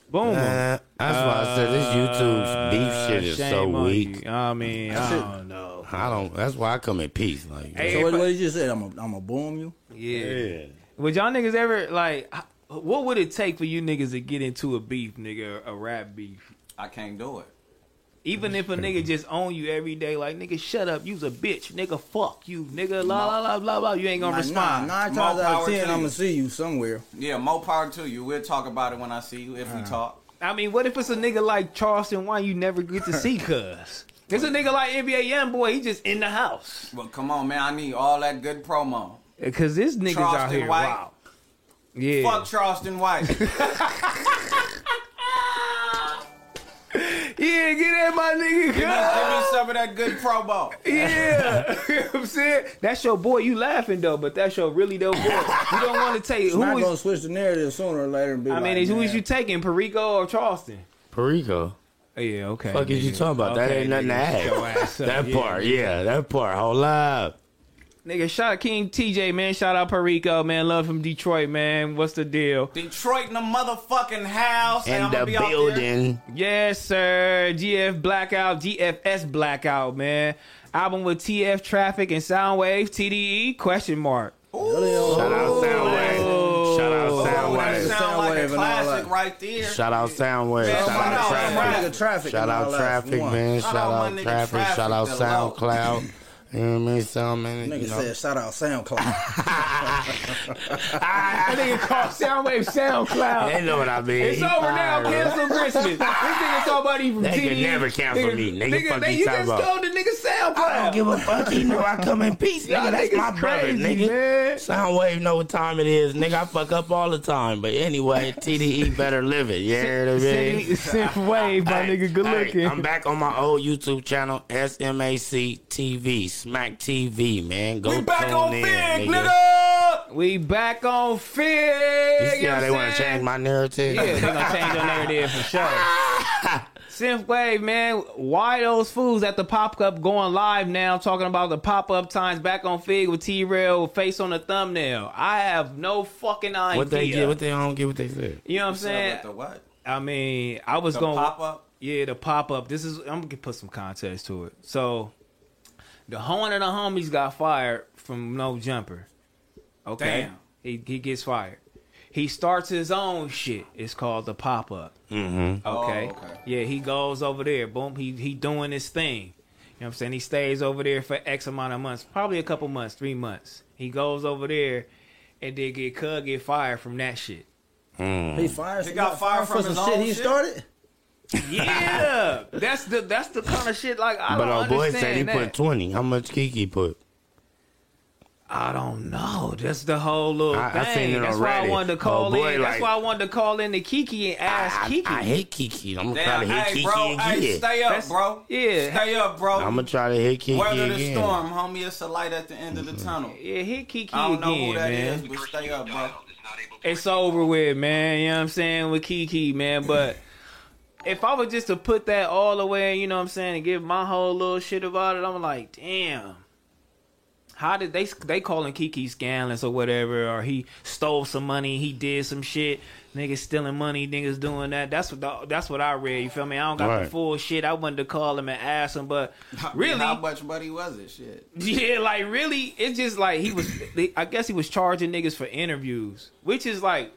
[SPEAKER 2] boom him.
[SPEAKER 1] Uh, that's why I said this YouTube
[SPEAKER 4] Uh,
[SPEAKER 1] beef shit is so
[SPEAKER 2] shame on
[SPEAKER 1] weak.
[SPEAKER 2] you. I mean, I don't know.
[SPEAKER 1] I don't. That's why I come in peace. Like,
[SPEAKER 2] Hey,
[SPEAKER 4] So what, what you just said? I'm a, I'm a boom you.
[SPEAKER 2] yeah.
[SPEAKER 1] yeah.
[SPEAKER 2] Would y'all niggas ever like h- What would it take for you niggas to get into a beef, nigga, a rap beef?
[SPEAKER 3] I can't do it.
[SPEAKER 2] Even if a nigga just own you every day, like nigga, shut up, you's a bitch, nigga, fuck you, nigga, la la la blah blah. You ain't gonna
[SPEAKER 3] Like,
[SPEAKER 2] respond.
[SPEAKER 3] nah, nine times More out of power ten, to
[SPEAKER 4] I'm
[SPEAKER 3] you.
[SPEAKER 4] gonna see you somewhere.
[SPEAKER 3] Yeah, more power to you. We'll talk about it when I see you, if
[SPEAKER 2] Uh-huh.
[SPEAKER 3] we talk.
[SPEAKER 2] I mean, what if it's a nigga like Charleston Wine you never get to see, cuz? It's a nigga like NBA Young Boy, he just in the house.
[SPEAKER 3] Well, come on, man. I need all that good promo.
[SPEAKER 2] Uh, Cause this niggas out
[SPEAKER 3] Charleston
[SPEAKER 2] here
[SPEAKER 3] White.
[SPEAKER 2] wild. Yeah.
[SPEAKER 3] Fuck Charleston White.
[SPEAKER 2] Yeah, get at my nigga.
[SPEAKER 3] Give me, give me some of that good promo.
[SPEAKER 2] Yeah, you know what I'm saying that's your boy. You laughing though, but that's your really though boy. You don't want to take
[SPEAKER 4] It's
[SPEAKER 2] who
[SPEAKER 4] not
[SPEAKER 2] is.
[SPEAKER 4] gonna switch the narrative sooner or later. And be
[SPEAKER 2] I mean,
[SPEAKER 4] like,
[SPEAKER 2] is, who is
[SPEAKER 4] man,
[SPEAKER 2] you taking, Perico or Charleston?
[SPEAKER 1] Perico.
[SPEAKER 2] Yeah, okay.
[SPEAKER 1] Fuck is you
[SPEAKER 2] nigga.
[SPEAKER 1] talking about? that
[SPEAKER 2] Okay,
[SPEAKER 1] ain't nothing to
[SPEAKER 2] nigga, shut your
[SPEAKER 1] add.
[SPEAKER 2] ass up,
[SPEAKER 1] That
[SPEAKER 2] yeah.
[SPEAKER 1] part, yeah, that part. Hold up.
[SPEAKER 2] Nigga, shout out King TJ, man. Shout out Perico, man. Love from Detroit, man. What's the deal?
[SPEAKER 3] Detroit in the motherfucking house. and I'm
[SPEAKER 2] In
[SPEAKER 3] gonna be out there.
[SPEAKER 2] Yes, sir. GF Blackout, GFS Blackout, man. Album with TF Traffic and Soundwave, TDE, question mark.
[SPEAKER 1] Shout out Soundwave. Shout out Soundwave.
[SPEAKER 3] Sound like a
[SPEAKER 1] and all
[SPEAKER 3] classic right there.
[SPEAKER 1] Shout out Soundwave.
[SPEAKER 3] Man,
[SPEAKER 1] Shout
[SPEAKER 3] shout out
[SPEAKER 1] out
[SPEAKER 3] my
[SPEAKER 1] Traffic.
[SPEAKER 3] nigga Traffic
[SPEAKER 1] Shout
[SPEAKER 3] and
[SPEAKER 1] out
[SPEAKER 3] all that
[SPEAKER 1] Traffic,
[SPEAKER 3] for
[SPEAKER 1] man.
[SPEAKER 3] one.
[SPEAKER 1] Shout out Traffic. Shout out
[SPEAKER 3] Traffic,
[SPEAKER 1] SoundCloud. You know what I mean? So many.
[SPEAKER 4] Nigga
[SPEAKER 1] you know.
[SPEAKER 4] said, shout out SoundCloud.
[SPEAKER 2] That nigga called Soundwave SoundCloud.
[SPEAKER 1] They know what I mean.
[SPEAKER 2] It's
[SPEAKER 1] He
[SPEAKER 2] over now.
[SPEAKER 1] fired up.
[SPEAKER 2] Cancel Christmas. This nigga somebody from E.
[SPEAKER 1] They can
[SPEAKER 2] TDE.
[SPEAKER 1] never cancel me. Nigga, fuck
[SPEAKER 2] they-
[SPEAKER 1] you
[SPEAKER 2] you
[SPEAKER 1] talking
[SPEAKER 2] just
[SPEAKER 1] about.
[SPEAKER 2] told the nigga SoundCloud. I
[SPEAKER 1] don't give a fuck. You know I come in peace, nigga.
[SPEAKER 2] Y'all
[SPEAKER 1] That's
[SPEAKER 2] niggas
[SPEAKER 1] my brother,
[SPEAKER 2] crazy,
[SPEAKER 1] nigga.
[SPEAKER 2] man.
[SPEAKER 1] Soundwave know what time it is, nigga. I fuck up all the time, but anyway, TDE better live it. Yeah, know what I mean.
[SPEAKER 2] Synth Wave, my
[SPEAKER 1] Hey,
[SPEAKER 2] E, nigga. Good
[SPEAKER 1] hey,
[SPEAKER 2] looking.
[SPEAKER 1] I'm back on my old YouTube channel, SMAC TV, Smack TV, man. Go
[SPEAKER 2] We back
[SPEAKER 1] tune
[SPEAKER 2] on
[SPEAKER 1] in,
[SPEAKER 2] Fig, We back on
[SPEAKER 1] You
[SPEAKER 2] Fig.
[SPEAKER 1] see how
[SPEAKER 2] know
[SPEAKER 1] they
[SPEAKER 2] what
[SPEAKER 1] want
[SPEAKER 2] I'm
[SPEAKER 1] to
[SPEAKER 2] saying?
[SPEAKER 1] change my narrative?
[SPEAKER 2] Yeah, they gonna change your narrative for sure. Synthwave, man, why those fools at the pop up going live now? Talking about the pop up times back on Fig with T Rail, face on the thumbnail. I have no fucking idea.
[SPEAKER 1] what they get? What they I don't get? What they said?
[SPEAKER 2] you know what I'm
[SPEAKER 3] You said
[SPEAKER 2] saying?
[SPEAKER 3] with the what?
[SPEAKER 2] I mean, I was
[SPEAKER 3] The
[SPEAKER 2] going to
[SPEAKER 3] pop-up?
[SPEAKER 2] Yeah, the pop up. This is I'm gonna put some context to it. So, the one of the homies got fired from No Jumper. Okay,
[SPEAKER 3] Damn.
[SPEAKER 2] he he gets fired. He starts his own shit. It's called the pop up.
[SPEAKER 1] Mm-hmm.
[SPEAKER 2] Okay.
[SPEAKER 3] Oh, okay.
[SPEAKER 2] Yeah, he goes over there. Boom. He he doing his thing. You know what I'm saying? He stays over there for X amount of months, probably a couple months, three months. He goes over there and then get Cug get fired from that shit.
[SPEAKER 4] he fired.
[SPEAKER 3] He got fired
[SPEAKER 4] for
[SPEAKER 3] from
[SPEAKER 4] some
[SPEAKER 3] his
[SPEAKER 4] shit
[SPEAKER 3] own
[SPEAKER 4] he
[SPEAKER 3] shit?
[SPEAKER 4] started.
[SPEAKER 2] Yeah. that's the that's the kind of shit like I
[SPEAKER 1] But
[SPEAKER 2] don't
[SPEAKER 1] our boy said he
[SPEAKER 2] understand
[SPEAKER 1] put
[SPEAKER 2] that.
[SPEAKER 1] twenty. How much Kiki put?
[SPEAKER 2] I don't know. That's the whole little
[SPEAKER 1] I- I
[SPEAKER 2] thing.
[SPEAKER 1] seen it
[SPEAKER 2] that's why I
[SPEAKER 1] already.
[SPEAKER 2] wanted to
[SPEAKER 1] Oh,
[SPEAKER 2] call
[SPEAKER 1] boy,
[SPEAKER 2] in.
[SPEAKER 1] like-
[SPEAKER 2] That's why I wanted to call in to Kiki and ask Kiki.
[SPEAKER 1] I hate Kiki. I'm gonna try
[SPEAKER 3] Damn,
[SPEAKER 1] to hit
[SPEAKER 3] hey,
[SPEAKER 1] Kiki
[SPEAKER 3] bro. Hey,
[SPEAKER 1] again.
[SPEAKER 3] stay up, bro.
[SPEAKER 2] Yeah.
[SPEAKER 3] Stay up, bro.
[SPEAKER 1] I'm gonna try to hit Kiki
[SPEAKER 3] Weather the
[SPEAKER 1] again. Mm-hmm.
[SPEAKER 3] storm, homie. It's a light at the end of the tunnel.
[SPEAKER 2] Yeah, hit Kiki
[SPEAKER 3] I don't know
[SPEAKER 2] again,
[SPEAKER 3] who that
[SPEAKER 2] man.
[SPEAKER 3] is, but stay up, bro.
[SPEAKER 2] it's over with, man. You know what I'm saying? With Kiki, man. But if I were just to put that all away, you know what I'm saying, and give my whole little shit about it, I'm like, damn. How did they they calling Kiki scandalous or whatever, or he stole some money, he did some shit, niggas stealing money, niggas doing that. That's what the, that's what I read. You feel me? I don't got the
[SPEAKER 3] Right.
[SPEAKER 2] full shit. I wanted to call him and ask him, but really,
[SPEAKER 3] How much money was it? Shit.
[SPEAKER 2] yeah, like really, it's just like he was. They, I guess he was charging niggas for interviews, which is like,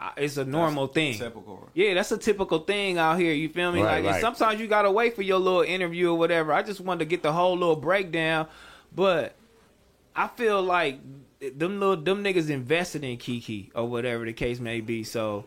[SPEAKER 2] uh, it's a normal thing.
[SPEAKER 3] Typical.
[SPEAKER 2] Yeah, that's a typical thing out here. You feel me?
[SPEAKER 3] Right,
[SPEAKER 2] like and
[SPEAKER 3] right.
[SPEAKER 2] sometimes you gotta wait for your little interview or whatever. I just wanted to get the whole little breakdown, but I feel like them little them niggas invested in Kiki or whatever the case may be. So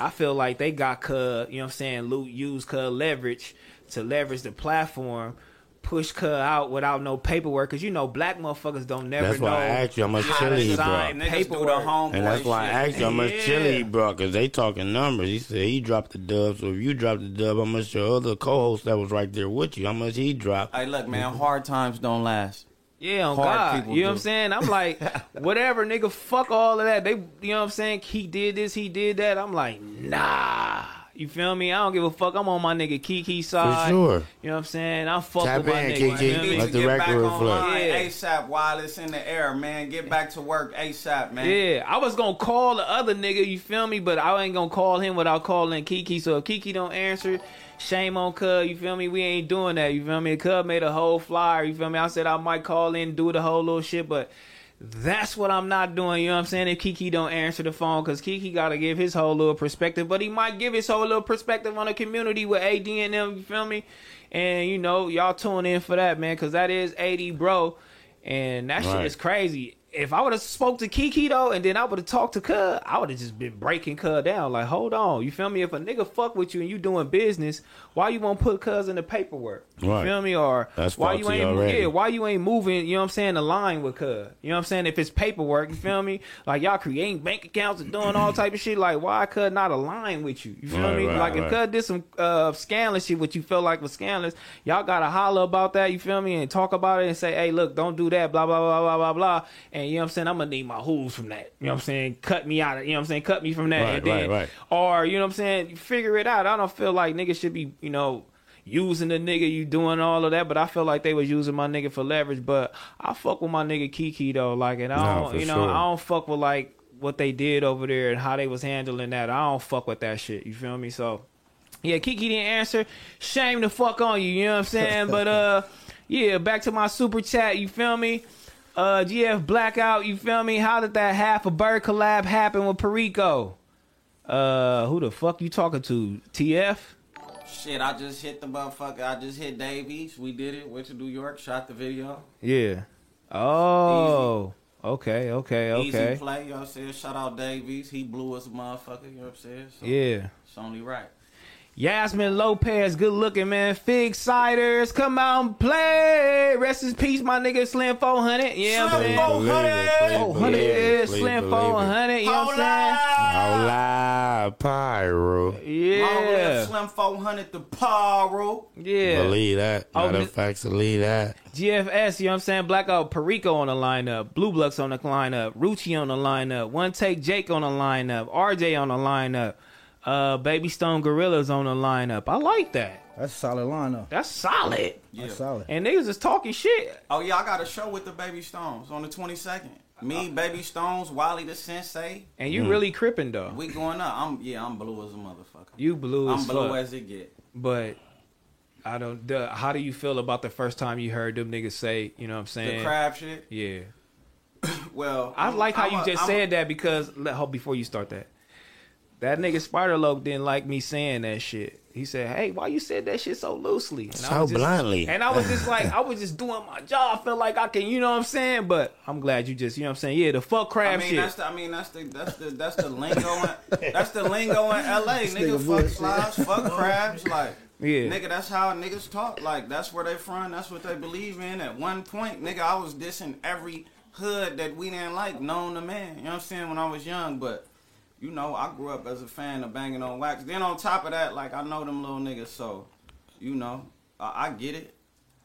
[SPEAKER 2] I feel like they got Cub, you know what I'm saying, Luke used Cub leverage to leverage the platform, push Cub out without no paperwork. Cause you know black motherfuckers don't never
[SPEAKER 1] That's
[SPEAKER 2] know.
[SPEAKER 1] why I asked you how much chili he
[SPEAKER 2] sign
[SPEAKER 1] brought.
[SPEAKER 2] paperwork.
[SPEAKER 1] And that's why I asked you how much
[SPEAKER 2] Yeah.
[SPEAKER 1] chili he brought, because they talking numbers. He said he dropped the dub, so if you dropped the dub, how much your other co-host that was right there with you, how much he dropped?
[SPEAKER 3] Hey, look, man.
[SPEAKER 1] Mm-hmm.
[SPEAKER 3] Hard times don't last.
[SPEAKER 2] Yeah, on
[SPEAKER 3] Hard
[SPEAKER 2] God.
[SPEAKER 3] people
[SPEAKER 2] You know what I'm
[SPEAKER 3] do.
[SPEAKER 2] saying? I'm like, whatever, nigga, fuck all of that. They you know what I'm saying? He did this, he did that. I'm like, nah. You feel me? I don't give a fuck. I'm on my nigga Kiki side.
[SPEAKER 1] sure.
[SPEAKER 2] You know what I'm saying? I fuck
[SPEAKER 1] Tap
[SPEAKER 2] with my
[SPEAKER 1] in,
[SPEAKER 2] nigga.
[SPEAKER 1] Kiki.
[SPEAKER 2] You know what I mean?
[SPEAKER 1] Let the
[SPEAKER 3] Get
[SPEAKER 1] record
[SPEAKER 3] back
[SPEAKER 1] reflect.
[SPEAKER 3] online
[SPEAKER 2] Yeah.
[SPEAKER 3] ASAP while it's in the air, man. Get back to work ASAP, man.
[SPEAKER 2] Yeah, I was gonna call the other nigga, you feel me? But I ain't gonna call him without calling Kiki. So if Kiki don't answer, shame on Cub, you feel me? We ain't doing that, you feel me? Cub made a whole flyer, you feel me? I said I might call in, do the whole little shit, but That's what I'm not doing. You know what I'm saying? If Kiki don't answer the phone, because Kiki got to give his whole little perspective, but he might give his whole little perspective on the community with AD and them. You feel me? And you know, y'all tune in for that, man, because that is AD, bro, and that
[SPEAKER 1] Right.
[SPEAKER 2] shit is crazy. If I would have spoke to Kiki though, and then I would have talked to Cud, I would have just been breaking Cud down. Like, hold on, you feel me? If a nigga fuck with you and you doing business, why you won't put Cuz in the paperwork?
[SPEAKER 1] Right.
[SPEAKER 2] You feel me? Or
[SPEAKER 1] That's
[SPEAKER 2] why you
[SPEAKER 1] faulty
[SPEAKER 2] ain't
[SPEAKER 1] already.
[SPEAKER 2] yeah, why you ain't moving, you know what I'm saying, the line with Cuz. You know what I'm saying? If it's paperwork, you feel me? Like y'all creating bank accounts and doing all type of shit, like why Cuz not align with you? You feel
[SPEAKER 1] Right,
[SPEAKER 2] me?
[SPEAKER 1] right,
[SPEAKER 2] like if
[SPEAKER 1] right.
[SPEAKER 2] Cuz did some uh scandalous shit, what you feel like was scandalous, y'all gotta holler about that, you feel me, and talk about it and say, hey, look, don't do that, blah, blah, blah, blah, blah, blah. And you know what I'm saying? I'm gonna need my hooves from that. You know what I'm saying? Cut me out of you know what I'm saying, cut me from that.
[SPEAKER 1] Right,
[SPEAKER 2] and then,
[SPEAKER 1] right, right.
[SPEAKER 2] Or you know what I'm saying, figure it out. I don't feel like niggas should be, you know, using the nigga, you doing all of that, but I feel like they was using my nigga for leverage. But I fuck with my nigga Kiki though. Like and I
[SPEAKER 9] Nah,
[SPEAKER 2] don't
[SPEAKER 9] for
[SPEAKER 2] Oh, you know,
[SPEAKER 9] sure.
[SPEAKER 2] I don't fuck with like what they did over there and how they was handling that. I don't fuck with that shit. You feel me? So yeah, Kiki didn't answer. Shame the fuck on you, you know what I'm saying? but uh yeah, back to my super chat, you feel me? Uh GF Blackout, you feel me? How did that half a bird collab happen with Perico? Uh who the fuck you talking to? TF?
[SPEAKER 3] Shit, I just hit the motherfucker. I just hit Davies. We did it. Went to New York, shot the video.
[SPEAKER 2] Yeah. Oh. Okay, okay,
[SPEAKER 3] Easy
[SPEAKER 2] okay.
[SPEAKER 3] play, you know what I'm saying? Shout out Davies. He blew us a motherfucker, you know what I'm saying? So,
[SPEAKER 2] Yeah.
[SPEAKER 3] It's only right.
[SPEAKER 2] Yasmin Lopez, good looking man. Fig Ciders, come out and play. Rest in peace, my nigga Slim 400. Yeah,
[SPEAKER 3] Slim
[SPEAKER 2] Slim
[SPEAKER 3] 400.
[SPEAKER 1] believe it,
[SPEAKER 2] Yeah,
[SPEAKER 1] please
[SPEAKER 2] Slim
[SPEAKER 1] believe it.
[SPEAKER 2] 400. You know what I'm
[SPEAKER 1] Hola, Pyro.
[SPEAKER 2] saying?
[SPEAKER 3] Long live
[SPEAKER 2] Yeah.
[SPEAKER 3] Slim 400 the Paro.
[SPEAKER 2] Yeah.
[SPEAKER 1] Believe that.
[SPEAKER 2] Oh,
[SPEAKER 1] Matter
[SPEAKER 2] mi-
[SPEAKER 1] of fact, believe that.
[SPEAKER 2] GFS, you know what I'm saying? Blackout Perico on the lineup, Blue Blux on the lineup, Rucci on the lineup, One Take Jake on the lineup, RJ on the lineup, uh, Baby Stone Gorillas on the lineup. I like that.
[SPEAKER 4] That's a solid lineup.
[SPEAKER 2] That's solid.
[SPEAKER 3] Yeah.
[SPEAKER 4] That's solid.
[SPEAKER 2] And niggas is talking shit.
[SPEAKER 3] Oh, yeah, I got a show with the Baby Stones on the 22nd.
[SPEAKER 2] Uh-huh.
[SPEAKER 3] Me, Baby Stones, Wally the Sensei.
[SPEAKER 2] And
[SPEAKER 1] Mm.
[SPEAKER 2] you really cripping though.
[SPEAKER 3] We going up. I'm yeah, I'm blue as a motherfucker.
[SPEAKER 2] You blue
[SPEAKER 3] I'm
[SPEAKER 2] as
[SPEAKER 3] blue
[SPEAKER 2] fuck.
[SPEAKER 3] as it get.
[SPEAKER 2] But I don't. The, how do you feel about the first time you heard them niggas say, you know what I'm saying?
[SPEAKER 3] The crab shit.
[SPEAKER 2] Yeah.
[SPEAKER 3] Well,
[SPEAKER 2] I like how
[SPEAKER 3] I'm
[SPEAKER 2] you
[SPEAKER 3] a-
[SPEAKER 2] just
[SPEAKER 3] I'm a-
[SPEAKER 2] said that because let hope before you start that. That nigga Spider Loke didn't like me saying that shit. He said, "Hey, why you said that shit so loosely, and
[SPEAKER 1] So
[SPEAKER 2] was just-
[SPEAKER 1] blindly.
[SPEAKER 2] And I was just like, I was just doing my job. I felt like I can, you know what I'm saying. But I'm glad you just, you know what I'm saying. Yeah, the fuck
[SPEAKER 3] I
[SPEAKER 2] crab
[SPEAKER 3] mean,
[SPEAKER 2] shit.
[SPEAKER 3] that's the, I mean, that's the, that's the, that's the lingo. In, that's the lingo in LA. Nigga,
[SPEAKER 4] This nigga
[SPEAKER 3] fuck
[SPEAKER 4] bullshit.
[SPEAKER 3] slides, fuck crabs, like.
[SPEAKER 2] Yeah.
[SPEAKER 3] Nigga, that's how niggas talk. Like, that's where they from. That's what they believe in. At one point, nigga, I was dissing every hood that we didn't like, known to man. You know what I'm saying? When I was young, but you know, I grew up as a fan of banging on wax. Then on top of that, like I know them little niggas, so you know, I, I get it.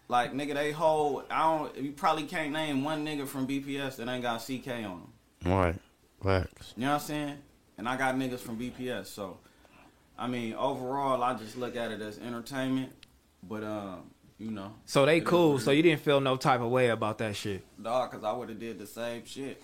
[SPEAKER 3] Like nigga, they hold. I don't. You probably can't name one nigga from BPS that ain't got CK on them.
[SPEAKER 1] Right. Facts.
[SPEAKER 3] You know what I'm saying? And I got niggas from BPS, so I mean, overall, I just look at it as entertainment. But um, you know,
[SPEAKER 2] so they
[SPEAKER 3] it is
[SPEAKER 2] cool.
[SPEAKER 3] what it
[SPEAKER 2] So you didn't feel no type of way about that shit.
[SPEAKER 3] dog, cause I would have did the same shit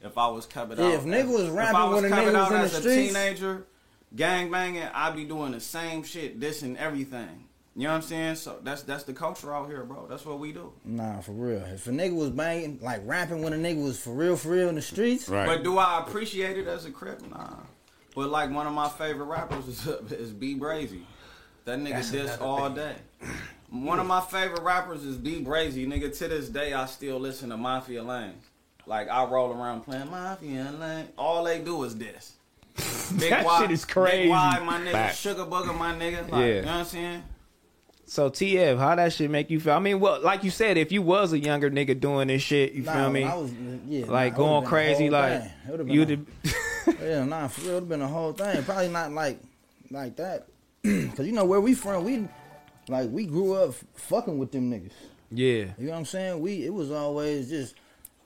[SPEAKER 3] if I was coming
[SPEAKER 4] Yeah,
[SPEAKER 3] out.
[SPEAKER 4] if nigga was
[SPEAKER 3] if
[SPEAKER 4] rapping
[SPEAKER 3] I was
[SPEAKER 4] when the
[SPEAKER 3] coming
[SPEAKER 4] nigga was
[SPEAKER 3] out
[SPEAKER 4] in the
[SPEAKER 3] as a
[SPEAKER 4] streets.
[SPEAKER 3] teenager, gang banging, I'd be doing the same shit, this and everything. You know what I'm saying? So that's that's the culture out here, bro. That's what we do.
[SPEAKER 4] Nah, for real. If a nigga was banging, like rapping when a nigga was for real, for real in the streets.
[SPEAKER 3] But do I appreciate it as a crip? Nah. But like one of my favorite rappers is, is B Brazy. That nigga
[SPEAKER 10] That's
[SPEAKER 3] diss
[SPEAKER 10] another
[SPEAKER 3] all
[SPEAKER 10] thing.
[SPEAKER 3] day. One of my favorite rappers is B Brazy. Nigga, to this day, I still listen to Mafia Lane. Like, I roll around playing Mafia Lane. All they do is this.
[SPEAKER 2] That shit is crazy.
[SPEAKER 3] Big Y, my nigga.
[SPEAKER 2] Facts.
[SPEAKER 3] Sugar Booger, my nigga. Like,
[SPEAKER 2] Yeah.
[SPEAKER 3] You know what I'm saying?
[SPEAKER 2] So TF, how that shit make you feel? I mean, well, like you said, if you was a younger nigga doing this shit, you
[SPEAKER 4] Nah,
[SPEAKER 2] feel
[SPEAKER 4] when
[SPEAKER 2] me?
[SPEAKER 4] I was-
[SPEAKER 3] uh,
[SPEAKER 4] yeah, nah,
[SPEAKER 2] like
[SPEAKER 4] it would've
[SPEAKER 2] going
[SPEAKER 4] been a
[SPEAKER 2] crazy,
[SPEAKER 4] whole
[SPEAKER 2] like
[SPEAKER 4] thing. It would've been
[SPEAKER 2] you
[SPEAKER 4] a-
[SPEAKER 2] did.
[SPEAKER 4] yeah, nah, for real, it'd been a whole thing. Probably not like like that, cause you know where we from. We like we grew up fucking with them niggas.
[SPEAKER 2] Yeah,
[SPEAKER 4] You know what I'm saying? We it was always just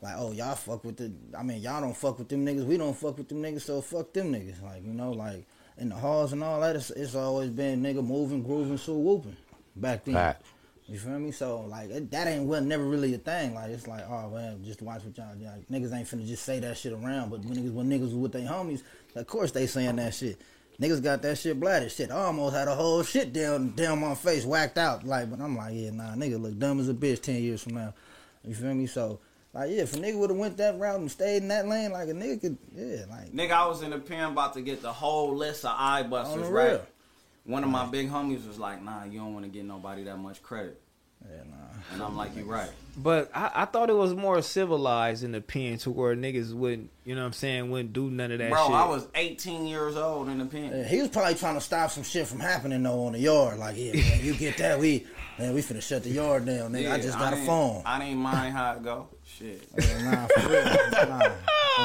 [SPEAKER 4] like, oh y'all fuck with the. I mean y'all don't fuck with them niggas. We don't fuck with them niggas. So fuck them niggas. Like you know, like in the halls and all that. It's, it's always been nigga moving, grooving, so whooping back then.
[SPEAKER 1] Fact.
[SPEAKER 4] You feel me? So like it, that ain't was never really a thing. Like it's like oh man, just watch what y'all do. Like, niggas ain't finna just say that shit around. But when niggas when niggas was with their homies, of course they saying that shit. Niggas got that shit bladder shit. I almost had a whole shit down down my face, whacked out. Like, but I'm like, yeah, nah, nigga look dumb as a bitch ten years from now. You feel me? So Like yeah, if a nigga would have went that route and stayed in that lane, like a nigga could yeah, like
[SPEAKER 3] Nigga, I was in the pen about to get the whole list of eye busters,
[SPEAKER 4] the
[SPEAKER 3] right?
[SPEAKER 4] real.
[SPEAKER 3] One of my big homies was like, nah, you don't want to get nobody that much credit.
[SPEAKER 4] Yeah, nah.
[SPEAKER 3] And I'm like, you right.
[SPEAKER 2] But I, I thought it was more civilized in the pen to where niggas wouldn't, you know what I'm saying, wouldn't do none of that
[SPEAKER 3] Bro,
[SPEAKER 2] shit.
[SPEAKER 3] I was 18 years old in the pen.
[SPEAKER 4] Yeah, he was probably trying to stop some shit from happening though on the yard. Like, yeah, man, you get that, we man, we finna shut the yard down, nigga. I
[SPEAKER 3] Yeah,
[SPEAKER 4] just got a
[SPEAKER 3] didn't-
[SPEAKER 4] phone.
[SPEAKER 3] I didn't mind how it go. Shit.
[SPEAKER 4] nah, for real.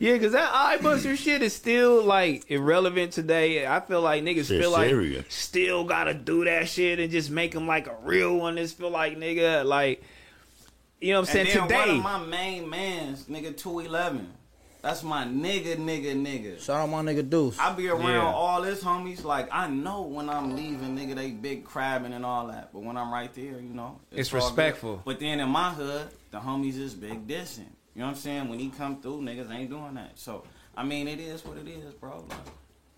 [SPEAKER 2] Yeah, cause that eye buster shit is still like irrelevant today. I feel like niggas
[SPEAKER 1] Shit
[SPEAKER 2] feel like
[SPEAKER 1] serious.
[SPEAKER 2] still gotta do that shit and just make them like a real one. Just feel like nigga, like you know what I'm
[SPEAKER 3] and
[SPEAKER 2] saying.
[SPEAKER 3] then one
[SPEAKER 2] Today,
[SPEAKER 3] of my main mans, nigga, 211. That's my nigga, nigga, nigga.
[SPEAKER 4] Shout out my nigga Deuce.
[SPEAKER 3] I be around
[SPEAKER 4] Yeah.
[SPEAKER 3] all his homies. Like I know when I'm leaving, nigga, they big crabbing and all that. But when I'm right there, you know,
[SPEAKER 2] It's
[SPEAKER 3] all good.
[SPEAKER 2] respectful.
[SPEAKER 3] But then in my hood, the homies is big dissing. You know what I'm saying? When he come through, niggas ain't doing that. So I mean, it is what it is, bro. Like,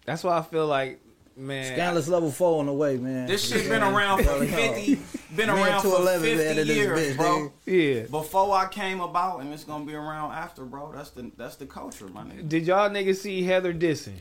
[SPEAKER 2] that's why I feel like man,
[SPEAKER 4] Scandalous level four on the way, man.
[SPEAKER 3] this shit
[SPEAKER 4] Yeah,
[SPEAKER 3] been around for
[SPEAKER 4] hell, yeah.
[SPEAKER 3] fifty, been
[SPEAKER 4] Man,
[SPEAKER 3] around for
[SPEAKER 4] 211 is
[SPEAKER 3] fifty
[SPEAKER 4] added this
[SPEAKER 3] years,
[SPEAKER 4] bitch,
[SPEAKER 3] bro.
[SPEAKER 2] Yeah.
[SPEAKER 3] Before I came about, and it's gonna be around after, bro. That's the that's the culture, my nigga.
[SPEAKER 2] Did y'all niggas see Heather dissing?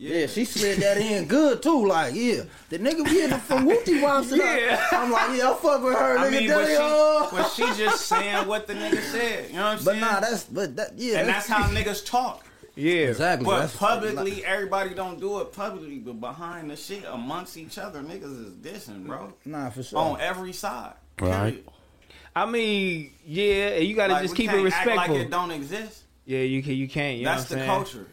[SPEAKER 4] Yeah, she slid that in good too. Like, yeah, the nigga we in the from Wooty Wops. Yeah. I'm like, yeah, I fuck with her,
[SPEAKER 3] I
[SPEAKER 4] nigga.
[SPEAKER 3] mean, but
[SPEAKER 4] Daddy,
[SPEAKER 3] she,
[SPEAKER 4] oh.
[SPEAKER 3] but she just saying what the nigga said. You know what I'm
[SPEAKER 4] But
[SPEAKER 3] saying?
[SPEAKER 4] nah, that's but that yeah.
[SPEAKER 3] and that's how niggas talk.
[SPEAKER 2] Yeah,
[SPEAKER 4] exactly.
[SPEAKER 3] But
[SPEAKER 4] that's-
[SPEAKER 3] publicly, everybody don't do it publicly, but behind the shit, amongst each other, niggas is dissing, bro.
[SPEAKER 4] nah, for sure.
[SPEAKER 3] On every side.
[SPEAKER 2] Right. I mean, yeah, you gotta
[SPEAKER 3] Like,
[SPEAKER 2] just
[SPEAKER 3] we
[SPEAKER 2] keep it
[SPEAKER 3] can't act
[SPEAKER 2] respectful.
[SPEAKER 3] like it don't exist.
[SPEAKER 2] yeah, you can. You can't. You know
[SPEAKER 3] That's
[SPEAKER 2] what
[SPEAKER 3] the
[SPEAKER 2] I'm saying?
[SPEAKER 3] culture.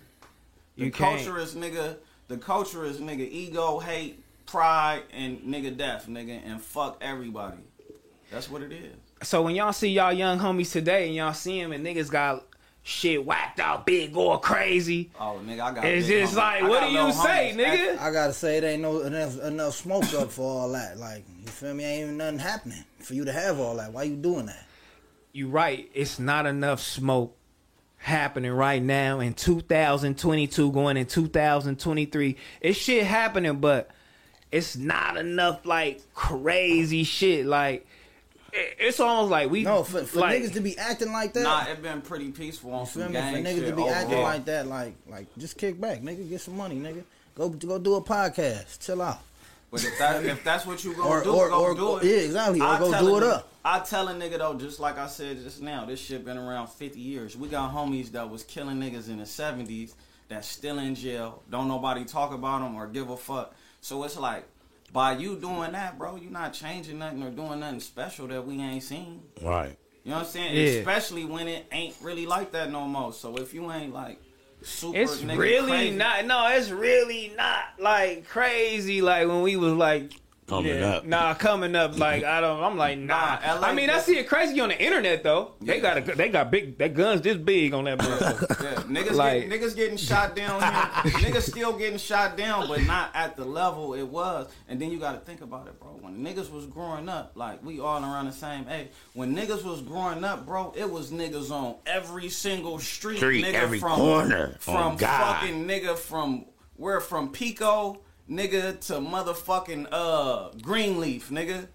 [SPEAKER 3] The
[SPEAKER 2] You can't.
[SPEAKER 3] culture is nigga. The culture is nigga ego, hate, pride, and nigga death, nigga, and fuck everybody. That's what it is.
[SPEAKER 2] So when y'all see y'all young homies today and y'all see them and niggas got shit whacked out big or crazy.
[SPEAKER 3] Oh, nigga, I got.
[SPEAKER 2] It's
[SPEAKER 3] big
[SPEAKER 2] just
[SPEAKER 3] homies.
[SPEAKER 2] like,
[SPEAKER 3] I
[SPEAKER 2] what
[SPEAKER 3] got
[SPEAKER 2] do you
[SPEAKER 3] little
[SPEAKER 2] say,
[SPEAKER 3] homies.
[SPEAKER 2] nigga?
[SPEAKER 4] I gotta say, it ain't no enough, enough smoke up for all that. Like, you feel me? Ain't even nothing happening for you to have all that. Why you doing that?
[SPEAKER 2] You right. It's not enough smoke happening right now in 2022 going in 2023. It's shit happening, but it's not enough like crazy shit. Like it- it's almost like we
[SPEAKER 4] No, for, for
[SPEAKER 2] like,
[SPEAKER 4] niggas to be acting like that.
[SPEAKER 3] Nah, it been pretty peaceful on
[SPEAKER 4] feel
[SPEAKER 3] some
[SPEAKER 4] me?
[SPEAKER 3] gang
[SPEAKER 4] For niggas
[SPEAKER 3] shit
[SPEAKER 4] to be acting
[SPEAKER 3] overall.
[SPEAKER 4] like that, like, like just kick back, nigga. Get some money, nigga. Go, go do a podcast. Chill out.
[SPEAKER 3] But if, that, if that's what you gonna
[SPEAKER 4] Or-
[SPEAKER 3] do,
[SPEAKER 4] or-
[SPEAKER 3] go
[SPEAKER 4] or-
[SPEAKER 3] do it.
[SPEAKER 4] yeah, exactly. Or
[SPEAKER 3] I
[SPEAKER 4] go
[SPEAKER 3] tell
[SPEAKER 4] do
[SPEAKER 3] a
[SPEAKER 4] it
[SPEAKER 3] nigga-
[SPEAKER 4] up.
[SPEAKER 3] I tell a nigga though, just like I said just now, this shit been around 50 years. We got homies that was killing niggas in the 70s that's still in jail. Don't nobody talk about them or give a fuck. So it's like, by you doing that, bro, you not changing nothing or doing nothing special that we ain't seen.
[SPEAKER 1] Right.
[SPEAKER 3] You know what I'm saying?
[SPEAKER 2] Yeah.
[SPEAKER 3] Especially when it ain't really like that no more. So if you ain't like super,
[SPEAKER 2] It's
[SPEAKER 3] nigga
[SPEAKER 2] really
[SPEAKER 3] crazy-
[SPEAKER 2] not. No, it's really not like crazy. Like when we was like
[SPEAKER 1] Coming
[SPEAKER 2] yeah,
[SPEAKER 1] up.
[SPEAKER 2] Nah, coming up. Like I don't. I'm like nah.
[SPEAKER 3] Nah, LA
[SPEAKER 2] I mean, I see it crazy on the internet though. They got a. They got big. That guns this big on that motherfucker.
[SPEAKER 3] Yeah, niggas, get,
[SPEAKER 2] Like-
[SPEAKER 3] niggas getting shot down here. niggas still getting shot down, but not at the level it was. And then you got to think about it, bro. When niggas was growing up, like we all around the same age. When niggas was growing up, bro, it was niggas on every single street,
[SPEAKER 1] Street,
[SPEAKER 3] nigga,
[SPEAKER 1] every
[SPEAKER 3] from,
[SPEAKER 1] corner,
[SPEAKER 3] from
[SPEAKER 1] on God.
[SPEAKER 3] fucking nigga from where from Pico, nigga to motherfucking uh Greenleaf, nigga.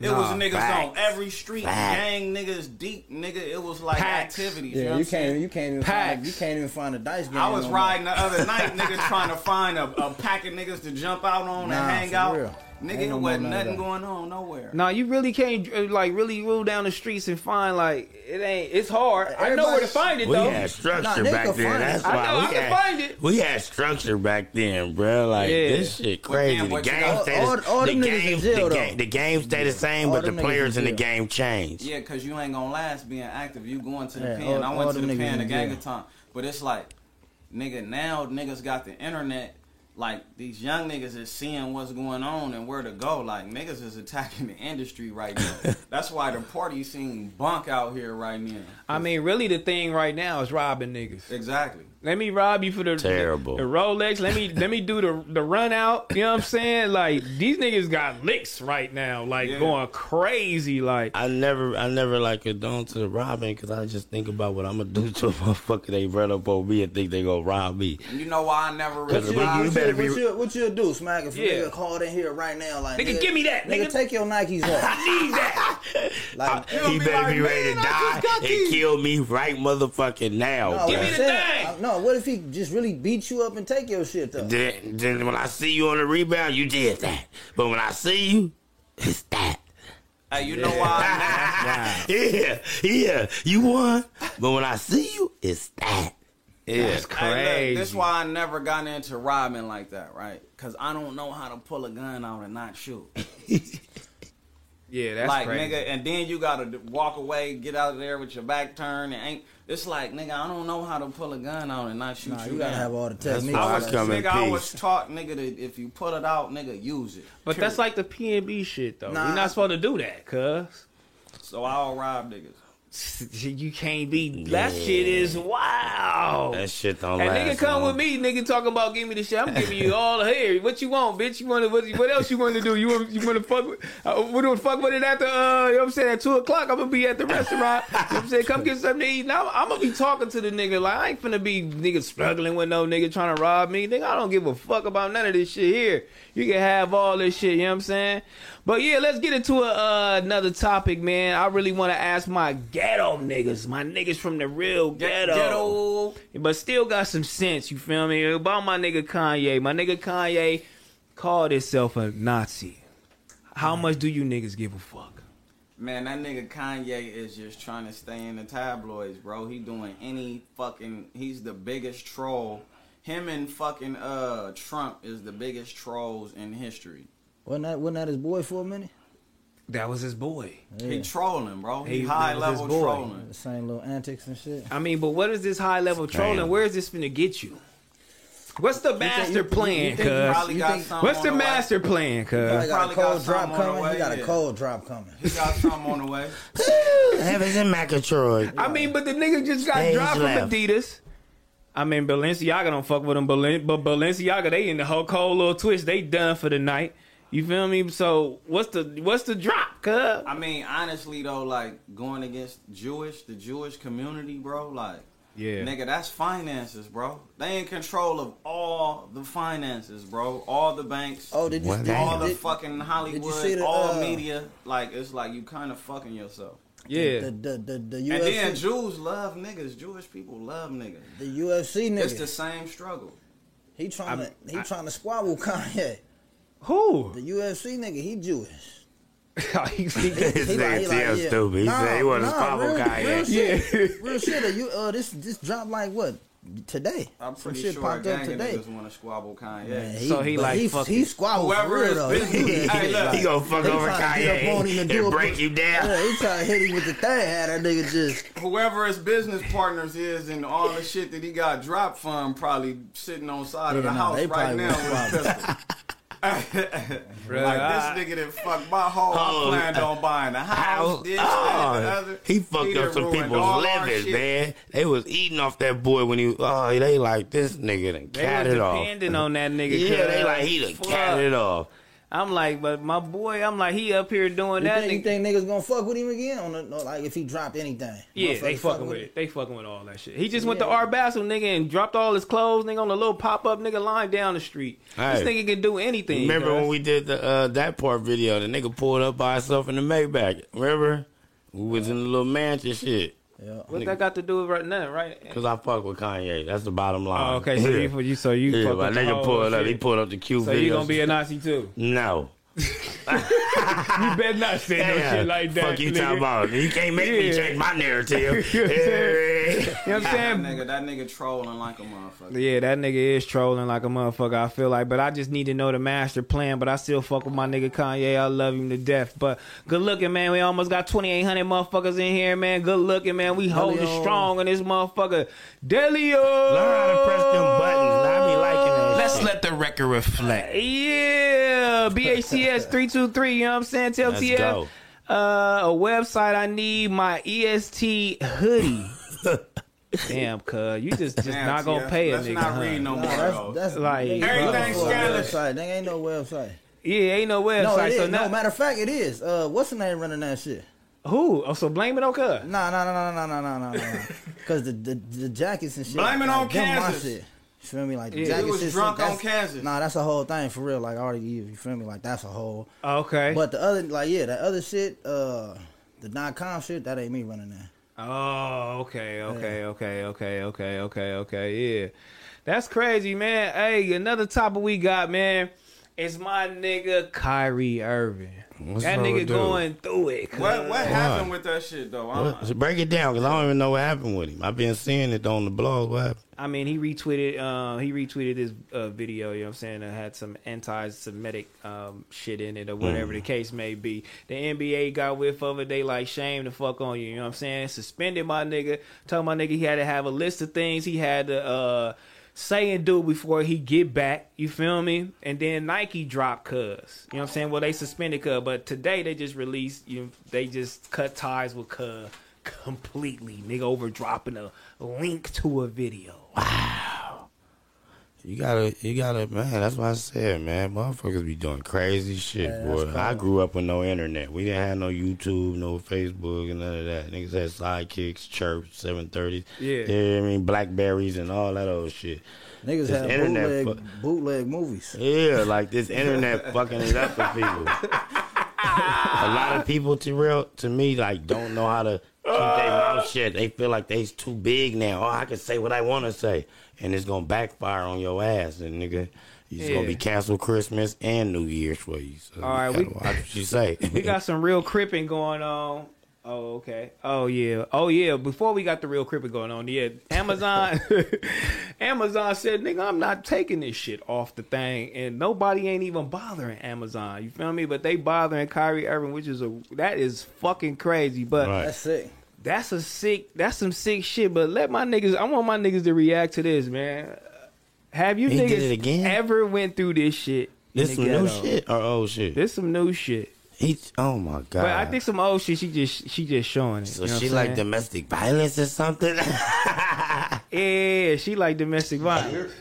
[SPEAKER 3] It was
[SPEAKER 1] Nah,
[SPEAKER 3] niggas on
[SPEAKER 1] facts.
[SPEAKER 3] every street,
[SPEAKER 1] Facts.
[SPEAKER 3] gang niggas deep, nigga. It was like
[SPEAKER 2] Facts.
[SPEAKER 3] activities. you know what
[SPEAKER 4] Yeah, you
[SPEAKER 3] I'm saying?
[SPEAKER 4] can't, you can't even, find, you can't even find a dice game.
[SPEAKER 3] I was
[SPEAKER 4] no more.
[SPEAKER 3] riding the other night, nigga, trying to find a, a pack of niggas to jump out on
[SPEAKER 4] Nah,
[SPEAKER 3] and hang
[SPEAKER 4] for
[SPEAKER 3] out.
[SPEAKER 4] real. Ain't
[SPEAKER 3] Nigga, it
[SPEAKER 4] no more
[SPEAKER 3] wasn't
[SPEAKER 4] none of
[SPEAKER 3] nothing
[SPEAKER 4] that.
[SPEAKER 3] going on nowhere.
[SPEAKER 2] Nah, you really can't uh, like really roll down the streets and find like it ain't. It's hard. I know where to
[SPEAKER 4] Everybody's-
[SPEAKER 2] find it
[SPEAKER 1] We
[SPEAKER 2] though.
[SPEAKER 1] had structure
[SPEAKER 4] Nah,
[SPEAKER 1] back
[SPEAKER 4] nigga,
[SPEAKER 1] then.
[SPEAKER 4] find it.
[SPEAKER 1] That's
[SPEAKER 2] I
[SPEAKER 1] why
[SPEAKER 2] know, I
[SPEAKER 1] we
[SPEAKER 2] can
[SPEAKER 1] had
[SPEAKER 2] find it.
[SPEAKER 1] we had structure back then, bro. Like
[SPEAKER 2] Yeah.
[SPEAKER 1] this shit
[SPEAKER 3] But then
[SPEAKER 1] crazy. the
[SPEAKER 3] what you
[SPEAKER 1] game
[SPEAKER 3] got-
[SPEAKER 1] stays
[SPEAKER 4] all- all
[SPEAKER 1] the,
[SPEAKER 4] them niggas in
[SPEAKER 1] game,
[SPEAKER 4] jail,
[SPEAKER 1] the,
[SPEAKER 4] though.
[SPEAKER 1] game, the game stay the same,
[SPEAKER 4] All
[SPEAKER 1] but the
[SPEAKER 4] them niggas in
[SPEAKER 1] players in the
[SPEAKER 4] jail.
[SPEAKER 1] game change.
[SPEAKER 3] Yeah, because you ain't gonna last being active. You going to the
[SPEAKER 4] Yeah,
[SPEAKER 3] pen.
[SPEAKER 4] all-
[SPEAKER 3] I
[SPEAKER 4] all
[SPEAKER 3] went to
[SPEAKER 4] them
[SPEAKER 3] the
[SPEAKER 4] niggas
[SPEAKER 3] pen
[SPEAKER 4] in
[SPEAKER 3] a gang
[SPEAKER 4] jail.
[SPEAKER 3] of time. But it's like, nigga, now niggas got the internet. Like, these young niggas is seeing what's going on and where to go. Like, niggas is attacking the industry right now. That's why the party scene bunk out here right now.
[SPEAKER 2] I mean, really, the thing right now is robbing niggas.
[SPEAKER 3] Exactly.
[SPEAKER 2] Let me rob you for the
[SPEAKER 1] Terrible.
[SPEAKER 2] the Rolex. Let me let me do the the run out. You know what I'm saying? Like these niggas got licks right now, like
[SPEAKER 3] Yeah.
[SPEAKER 2] going crazy. Like
[SPEAKER 1] I never, I never like it done to the robbing because I just think about what I'm gonna do to a motherfucker. They run up on me and think they gonna rob me.
[SPEAKER 3] And you know why I never
[SPEAKER 1] Cause
[SPEAKER 3] really
[SPEAKER 1] you, you
[SPEAKER 3] robbed?
[SPEAKER 1] been better be.
[SPEAKER 4] What you, what you do, Smack, if
[SPEAKER 1] Yeah.
[SPEAKER 4] a nigga called in here right now, like,
[SPEAKER 1] Nigga, give me that, nigga.
[SPEAKER 4] take your Nikes off. I need that. Like,
[SPEAKER 1] he better be ready to die and kill me right motherfucking now. bruh.
[SPEAKER 4] thing. uh, No, what if he just really beat you up and take your shit, though?
[SPEAKER 1] Then, then when I see you on the rebound, you did that. But when I see you,
[SPEAKER 3] Hey, you know why?
[SPEAKER 1] yeah, yeah, you won. But when I see you, it's that. Yeah,
[SPEAKER 3] Hey, look, this is why I never got into robbing like that, right? Because I don't know how to pull a gun out and not shoot.
[SPEAKER 2] Yeah, that's
[SPEAKER 3] like
[SPEAKER 2] crazy.
[SPEAKER 3] nigga, and then you gotta d- walk away, get out of there with your back turned, and ain't. It's like nigga, I don't know how to pull a gun out and not shoot
[SPEAKER 4] Nah,
[SPEAKER 3] you.
[SPEAKER 4] you gotta
[SPEAKER 3] down.
[SPEAKER 4] have all the
[SPEAKER 3] That's
[SPEAKER 4] techniques.
[SPEAKER 3] why I
[SPEAKER 4] That's
[SPEAKER 3] was,
[SPEAKER 4] come
[SPEAKER 3] nigga,
[SPEAKER 4] in
[SPEAKER 3] I
[SPEAKER 4] peace.
[SPEAKER 3] was taught nigga that if you pull it out, nigga, use it.
[SPEAKER 2] But that's like the PNB shit though.
[SPEAKER 3] Nah.
[SPEAKER 2] You're not supposed to do that, cuz.
[SPEAKER 3] So I'll rob niggas.
[SPEAKER 2] You can't be. That shit is wow.
[SPEAKER 1] That shit don't
[SPEAKER 2] And nigga
[SPEAKER 1] last.
[SPEAKER 2] come
[SPEAKER 1] long.
[SPEAKER 2] with me, nigga talking about give me the shit. I'm giving you all the hair. What you want, bitch? You want to what, what else you want to do? You want you want to fuck with? Uh, we don't fuck with it after. Uh, you know what I'm saying? At two o'clock, I'm gonna be at the restaurant. you know what I'm saying? Come get something to eat. Now I'm gonna be talking to the nigga like I ain't finna be nigga struggling with no nigga trying to rob me. Nigga, I don't give a fuck about none of this shit here. You can have all this shit. You know what I'm saying? But yeah, let's get into a, uh, another topic, man. I really want to ask my ghetto niggas, my niggas from the real ghetto.
[SPEAKER 3] Ghetto.
[SPEAKER 2] But still got some sense, you feel me? About my nigga Kanye. My nigga Kanye called himself a Nazi. How much do you niggas give a fuck?
[SPEAKER 3] Man, that nigga Kanye is just trying to stay in the tabloids, bro. He doing any fucking. He's the biggest troll. Him and fucking uh Trump is the biggest trolls in history.
[SPEAKER 4] Wasn't that, wasn't that his boy for a minute?
[SPEAKER 2] That was his boy.
[SPEAKER 3] He trolling, bro. He,
[SPEAKER 2] He-
[SPEAKER 3] high
[SPEAKER 2] that was his
[SPEAKER 3] level
[SPEAKER 2] boy.
[SPEAKER 3] trolling.
[SPEAKER 4] The same little antics and shit.
[SPEAKER 2] I mean, but what is this high level trolling? Where is this finna get you? What's the master
[SPEAKER 4] you-
[SPEAKER 2] plan,
[SPEAKER 4] you think you probably got
[SPEAKER 2] cuz?
[SPEAKER 4] something
[SPEAKER 2] What's
[SPEAKER 4] on
[SPEAKER 2] the
[SPEAKER 4] the way?
[SPEAKER 2] master plan,
[SPEAKER 4] He
[SPEAKER 2] cuz?
[SPEAKER 4] probably got
[SPEAKER 3] Probably
[SPEAKER 4] a
[SPEAKER 3] got
[SPEAKER 4] cold drop
[SPEAKER 3] something on the
[SPEAKER 4] coming.
[SPEAKER 3] way,
[SPEAKER 4] He got
[SPEAKER 3] yeah.
[SPEAKER 4] a cold drop coming.
[SPEAKER 3] He got something on the way.
[SPEAKER 1] Heavens in McAtroy.
[SPEAKER 2] I mean, but the nigga just got
[SPEAKER 1] Stage
[SPEAKER 2] dropped from
[SPEAKER 1] left.
[SPEAKER 2] Adidas. I mean, Balenciaga don't fuck with them, Balen- but Balenciaga they in the whole cold little twist. They done for the night. You feel me? So what's the what's the drop, cuz?
[SPEAKER 3] I mean, honestly though, like going against Jewish, the Jewish community, bro. Like,
[SPEAKER 2] Yeah.
[SPEAKER 3] nigga, that's finances, bro. They in control of all the finances, bro. All the banks.
[SPEAKER 4] Oh, did you- Well, did-
[SPEAKER 3] all the
[SPEAKER 4] did-
[SPEAKER 3] fucking Hollywood,
[SPEAKER 4] see the,
[SPEAKER 3] all
[SPEAKER 4] uh,
[SPEAKER 3] media. Like, it's like you kind of fucking yourself.
[SPEAKER 4] The, the, the, the UFC.
[SPEAKER 3] And then Jews love niggas. Jewish people love niggas.
[SPEAKER 4] the UFC nigga.
[SPEAKER 3] It's the same struggle.
[SPEAKER 4] He trying
[SPEAKER 3] I'm-
[SPEAKER 4] to he
[SPEAKER 3] I-
[SPEAKER 4] trying to squabble Kanye.
[SPEAKER 2] Who?
[SPEAKER 4] The UFC nigga. He Jewish.
[SPEAKER 2] This
[SPEAKER 1] nigga Tim stupid. He said he wanna squabble
[SPEAKER 4] real,
[SPEAKER 1] Kanye.
[SPEAKER 4] Real shit. real shit. Are you uh, this this dropped like what today?
[SPEAKER 3] I'm
[SPEAKER 4] Some
[SPEAKER 3] pretty
[SPEAKER 4] shit
[SPEAKER 3] sure a
[SPEAKER 4] popped up
[SPEAKER 3] gang of
[SPEAKER 4] today.
[SPEAKER 3] niggas want to squabble Kanye.
[SPEAKER 4] Man, he- So he but like he- fucking- he squabble for
[SPEAKER 3] Whoever
[SPEAKER 4] real
[SPEAKER 3] is
[SPEAKER 4] though.
[SPEAKER 3] busy- hey, look.
[SPEAKER 1] He gonna fuck
[SPEAKER 4] They
[SPEAKER 1] over
[SPEAKER 4] tryna get up
[SPEAKER 1] Kanye
[SPEAKER 4] on him
[SPEAKER 1] and,
[SPEAKER 4] do a-
[SPEAKER 1] break you down.
[SPEAKER 4] Yeah, he trying to hit him with the thing. Had that nigga just
[SPEAKER 3] whoever his business partners is and all the shit that he got dropped from probably sitting on side of
[SPEAKER 4] Yeah,
[SPEAKER 3] the
[SPEAKER 4] nah,
[SPEAKER 3] house
[SPEAKER 4] they
[SPEAKER 3] right
[SPEAKER 4] probably
[SPEAKER 3] now with a pistol.
[SPEAKER 1] Bruh,
[SPEAKER 3] like
[SPEAKER 1] I-
[SPEAKER 3] this nigga that fucked my whole
[SPEAKER 1] Oh,
[SPEAKER 3] plan on buying a house, this, that, and the
[SPEAKER 1] Oh,
[SPEAKER 3] other.
[SPEAKER 1] he fucked
[SPEAKER 3] He
[SPEAKER 1] up
[SPEAKER 3] done
[SPEAKER 1] some
[SPEAKER 3] ruined
[SPEAKER 1] people's
[SPEAKER 3] all our
[SPEAKER 1] livings,
[SPEAKER 3] shit.
[SPEAKER 1] man. They was eating off that boy when he was. Oh, they like this nigga done
[SPEAKER 2] They was
[SPEAKER 1] cat it off.
[SPEAKER 2] depending on that nigga.
[SPEAKER 1] Yeah, they
[SPEAKER 2] cuz.
[SPEAKER 1] like he done
[SPEAKER 2] Fuck.
[SPEAKER 1] cat it off.
[SPEAKER 2] I'm like, but my boy, I'm like, he up here doing
[SPEAKER 4] You
[SPEAKER 2] that.
[SPEAKER 4] think,
[SPEAKER 2] nigga.
[SPEAKER 4] you think niggas gonna fuck with him again? On the, no, like if he dropped anything?
[SPEAKER 2] Yeah, they
[SPEAKER 4] Motherfuckers
[SPEAKER 2] fucking with
[SPEAKER 4] him.
[SPEAKER 2] it. They fucking with all that shit. He just went to R Basel, nigga, and dropped all his clothes, nigga, on a little pop up, nigga, line down the street. This
[SPEAKER 1] Hey.
[SPEAKER 2] nigga can do anything.
[SPEAKER 1] Remember
[SPEAKER 2] cuz.
[SPEAKER 1] when we did the uh, that part video? The nigga pulled up by himself in the Maybach. Remember? We was in the little mansion shit.
[SPEAKER 4] Yeah.
[SPEAKER 2] What that got to do with right now, right?
[SPEAKER 1] Cause I fuck with Kanye. That's the bottom line.
[SPEAKER 2] Oh, okay, so you- you- so you
[SPEAKER 1] yeah,
[SPEAKER 2] fuck
[SPEAKER 1] my
[SPEAKER 2] with the
[SPEAKER 1] nigga
[SPEAKER 2] whole
[SPEAKER 1] pulled up.
[SPEAKER 2] shit.
[SPEAKER 1] He pulled up the Q
[SPEAKER 2] So
[SPEAKER 1] video.
[SPEAKER 2] you gonna be a Nazi too?
[SPEAKER 1] No.
[SPEAKER 2] You better not say no
[SPEAKER 1] Yeah,
[SPEAKER 2] shit like that.
[SPEAKER 1] Fuck you
[SPEAKER 2] nigga.
[SPEAKER 1] talking about. You can't make me
[SPEAKER 2] Yeah.
[SPEAKER 1] change my narrative.
[SPEAKER 2] You know what I'm
[SPEAKER 1] Yeah.
[SPEAKER 2] saying? You know what I'm
[SPEAKER 3] That
[SPEAKER 2] saying?
[SPEAKER 3] nigga, that nigga trolling like a motherfucker.
[SPEAKER 2] Yeah, that nigga is trolling like a motherfucker. I feel like, but I just need to know the master plan. But I still fuck with my nigga Kanye. I love him to death. But good looking, man. We almost got twenty eight hundred motherfuckers in here, man. Good looking, man. We holding
[SPEAKER 1] Delio.
[SPEAKER 2] strong in this motherfucker. Delio,
[SPEAKER 1] Learn how to press them buttons. I be liking that.
[SPEAKER 2] Let's
[SPEAKER 1] let the record reflect.
[SPEAKER 2] yeah, BHCS three two three. You know what I'm saying? Tell
[SPEAKER 1] Let's
[SPEAKER 2] TF
[SPEAKER 1] go.
[SPEAKER 2] Uh, a website. I need my EST hoodie. Damn, cuz you just just
[SPEAKER 3] Damn,
[SPEAKER 2] not gonna
[SPEAKER 3] TF,
[SPEAKER 2] pay a
[SPEAKER 3] let's
[SPEAKER 2] nigga.
[SPEAKER 3] not
[SPEAKER 2] huh?
[SPEAKER 3] read no more, though.
[SPEAKER 4] That's
[SPEAKER 2] Like,
[SPEAKER 4] niggas
[SPEAKER 2] Everything
[SPEAKER 4] looking for a
[SPEAKER 2] scandalous.
[SPEAKER 4] Website. Nigga ain't no website.
[SPEAKER 2] Yeah, ain't no website.
[SPEAKER 4] No, it is.
[SPEAKER 2] so
[SPEAKER 4] no
[SPEAKER 2] now,
[SPEAKER 4] matter of fact, it is. Uh, what's the name running that shit?
[SPEAKER 2] who? Oh, so blame it on cuz.
[SPEAKER 4] Nah, nah, nah, nah, nah, nah, nah, nah, nah. Because the, the the jackets and shit.
[SPEAKER 3] Blame it
[SPEAKER 4] like,
[SPEAKER 3] on
[SPEAKER 4] them my
[SPEAKER 3] Kansas.
[SPEAKER 4] shit. You feel me? Like the
[SPEAKER 3] Yeah.
[SPEAKER 4] jacket
[SPEAKER 3] You was
[SPEAKER 4] shit,
[SPEAKER 3] drunk
[SPEAKER 4] that's-
[SPEAKER 3] on Kansas.
[SPEAKER 4] Nah, that's a whole thing for real. Like already, you, you feel me? Like that's a whole.
[SPEAKER 2] Okay.
[SPEAKER 4] But the other, like yeah, that other shit, uh, the non-com shit, that ain't me running that.
[SPEAKER 2] Oh, okay, okay, okay, okay, okay, okay, okay. Yeah, that's crazy, man. Hey, another topic we got, man. It's my nigga Kyrie Irving. that
[SPEAKER 1] wrong
[SPEAKER 2] nigga
[SPEAKER 1] with dude?
[SPEAKER 2] going through it. cuz.
[SPEAKER 3] What what happened with that shit though? I'm-
[SPEAKER 1] What? So break it down because I don't even know what happened with him. I've been seeing it on the blog. What happened?
[SPEAKER 2] I mean, he retweeted. Uh, he retweeted this uh, video. You know, what I'm saying that had some anti-Semitic um, shit in it, or whatever
[SPEAKER 1] Mm.
[SPEAKER 2] the case may be. The NBA got whiff of it. They like shame the fuck on you. You know what I'm saying? Suspended my nigga. Told my nigga he had to have a list of things he had to uh, say and do before he get back. You feel me? And then Nike dropped Cuz. You know what I'm saying? Well, they suspended Cuz, but today they just released. You, they just cut ties with Cuz completely. Nigga over dropping a link to a video.
[SPEAKER 1] You gotta, you gotta, man. That's what I said, man. Motherfuckers be doing crazy shit,
[SPEAKER 2] Yeah, that's
[SPEAKER 1] boy. I grew up with no internet. We didn't have no YouTube, no Facebook, and none of that. Niggas had sidekicks, chirps, seven thirties.
[SPEAKER 4] Yeah.
[SPEAKER 1] I mean blackberries and all that old shit.
[SPEAKER 4] Niggas
[SPEAKER 1] This
[SPEAKER 4] have
[SPEAKER 1] internet
[SPEAKER 4] bootleg bootleg movies.
[SPEAKER 1] Yeah, like this internet fucking it up for people. A lot of people to real to me like don't know how to keep their mouth shut. They feel like they's too big now. Oh, I can say what I want to say, and it's gonna backfire on your ass, and nigga, you just gonna be
[SPEAKER 2] Yeah.
[SPEAKER 1] canceled Christmas and New Year's for you. So
[SPEAKER 2] All right,
[SPEAKER 1] you gotta
[SPEAKER 2] we-
[SPEAKER 1] watch what you say.
[SPEAKER 2] we got some real cripping going on. Oh, okay. Oh yeah. Oh yeah. Before we got the real cripping going on, yeah. Amazon Amazon said, nigga, I'm not taking this shit off the thing. And nobody ain't even bothering Amazon. You feel me? But they bothering Kyrie Irving, which is a that is fucking crazy. But
[SPEAKER 4] Right. That's sick.
[SPEAKER 2] That's a sick that's some sick shit. But let my niggas I want my niggas to react to this, man. Have you
[SPEAKER 1] He
[SPEAKER 2] niggas
[SPEAKER 1] did it again?
[SPEAKER 2] ever went through this shit? in
[SPEAKER 1] This
[SPEAKER 2] the
[SPEAKER 1] some new
[SPEAKER 2] ghetto?
[SPEAKER 1] shit or old shit?
[SPEAKER 2] This some new shit.
[SPEAKER 1] He, oh my god!
[SPEAKER 2] But I think some old shit. She just she just showing it.
[SPEAKER 1] so she like domestic violence or something.
[SPEAKER 2] Yeah, she like domestic violence.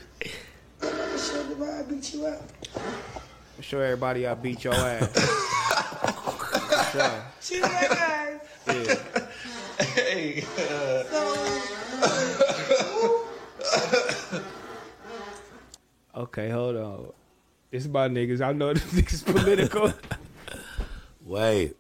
[SPEAKER 9] I beat you up.
[SPEAKER 2] I'm sure everybody, I beat your ass. Sure.
[SPEAKER 9] See you later, guys.
[SPEAKER 2] Yeah.
[SPEAKER 9] Hey.
[SPEAKER 2] Okay, hold on. It's about niggas. I know this niggas political.
[SPEAKER 1] Wait.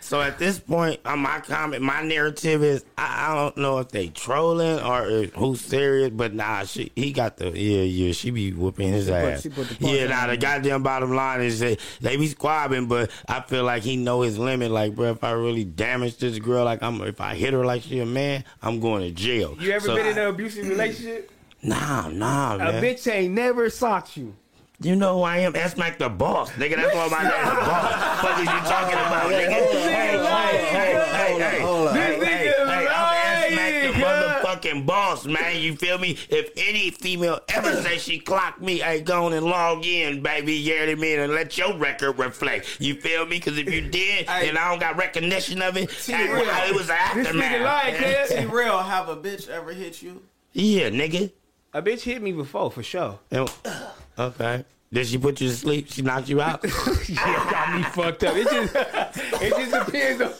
[SPEAKER 1] So at this point, uh, my comment, my narrative is I, I don't know if they trolling or if who's serious, but nah, she he got the yeah yeah she be whooping his
[SPEAKER 4] She put-
[SPEAKER 1] ass.
[SPEAKER 4] she put the punch
[SPEAKER 1] yeah,
[SPEAKER 4] on
[SPEAKER 1] nah, the
[SPEAKER 4] him.
[SPEAKER 1] goddamn bottom line is that they be squabbing, but I feel like he know his limit. Like, bro, if I really damage this girl, like I'm if I hit her like she a man, I'm going to jail.
[SPEAKER 2] You ever
[SPEAKER 1] So-
[SPEAKER 2] been in an abusive relationship?
[SPEAKER 1] Nah, nah, man.
[SPEAKER 2] A bitch ain't never socked you.
[SPEAKER 1] You know who I am? That's Mike the boss, nigga. That's why my name is boss. Fuck is you talking about, nigga? Hey, hey, hey, hey, hey,
[SPEAKER 9] Hold on, hold on, hold on.
[SPEAKER 1] hey,
[SPEAKER 9] This
[SPEAKER 1] hey,
[SPEAKER 9] nigga
[SPEAKER 1] hey, I'm
[SPEAKER 9] lying,
[SPEAKER 1] Mac the
[SPEAKER 9] cuz.
[SPEAKER 1] motherfucking boss, man. You feel me? If any female ever say she clocked me, hey, go on and log in, baby. You hear me? And let your record reflect. You feel me? Because if you did, and I don't got recognition of it, hey,
[SPEAKER 3] real.
[SPEAKER 1] well, it was an
[SPEAKER 3] This
[SPEAKER 1] aftermath.
[SPEAKER 3] T real, have a bitch ever hit you?
[SPEAKER 1] yeah, nigga.
[SPEAKER 2] A bitch hit me before for sure.
[SPEAKER 1] And- Okay. Did she put you to sleep? She knocked you out?
[SPEAKER 2] yeah, got me fucked up. It just, it just depends on.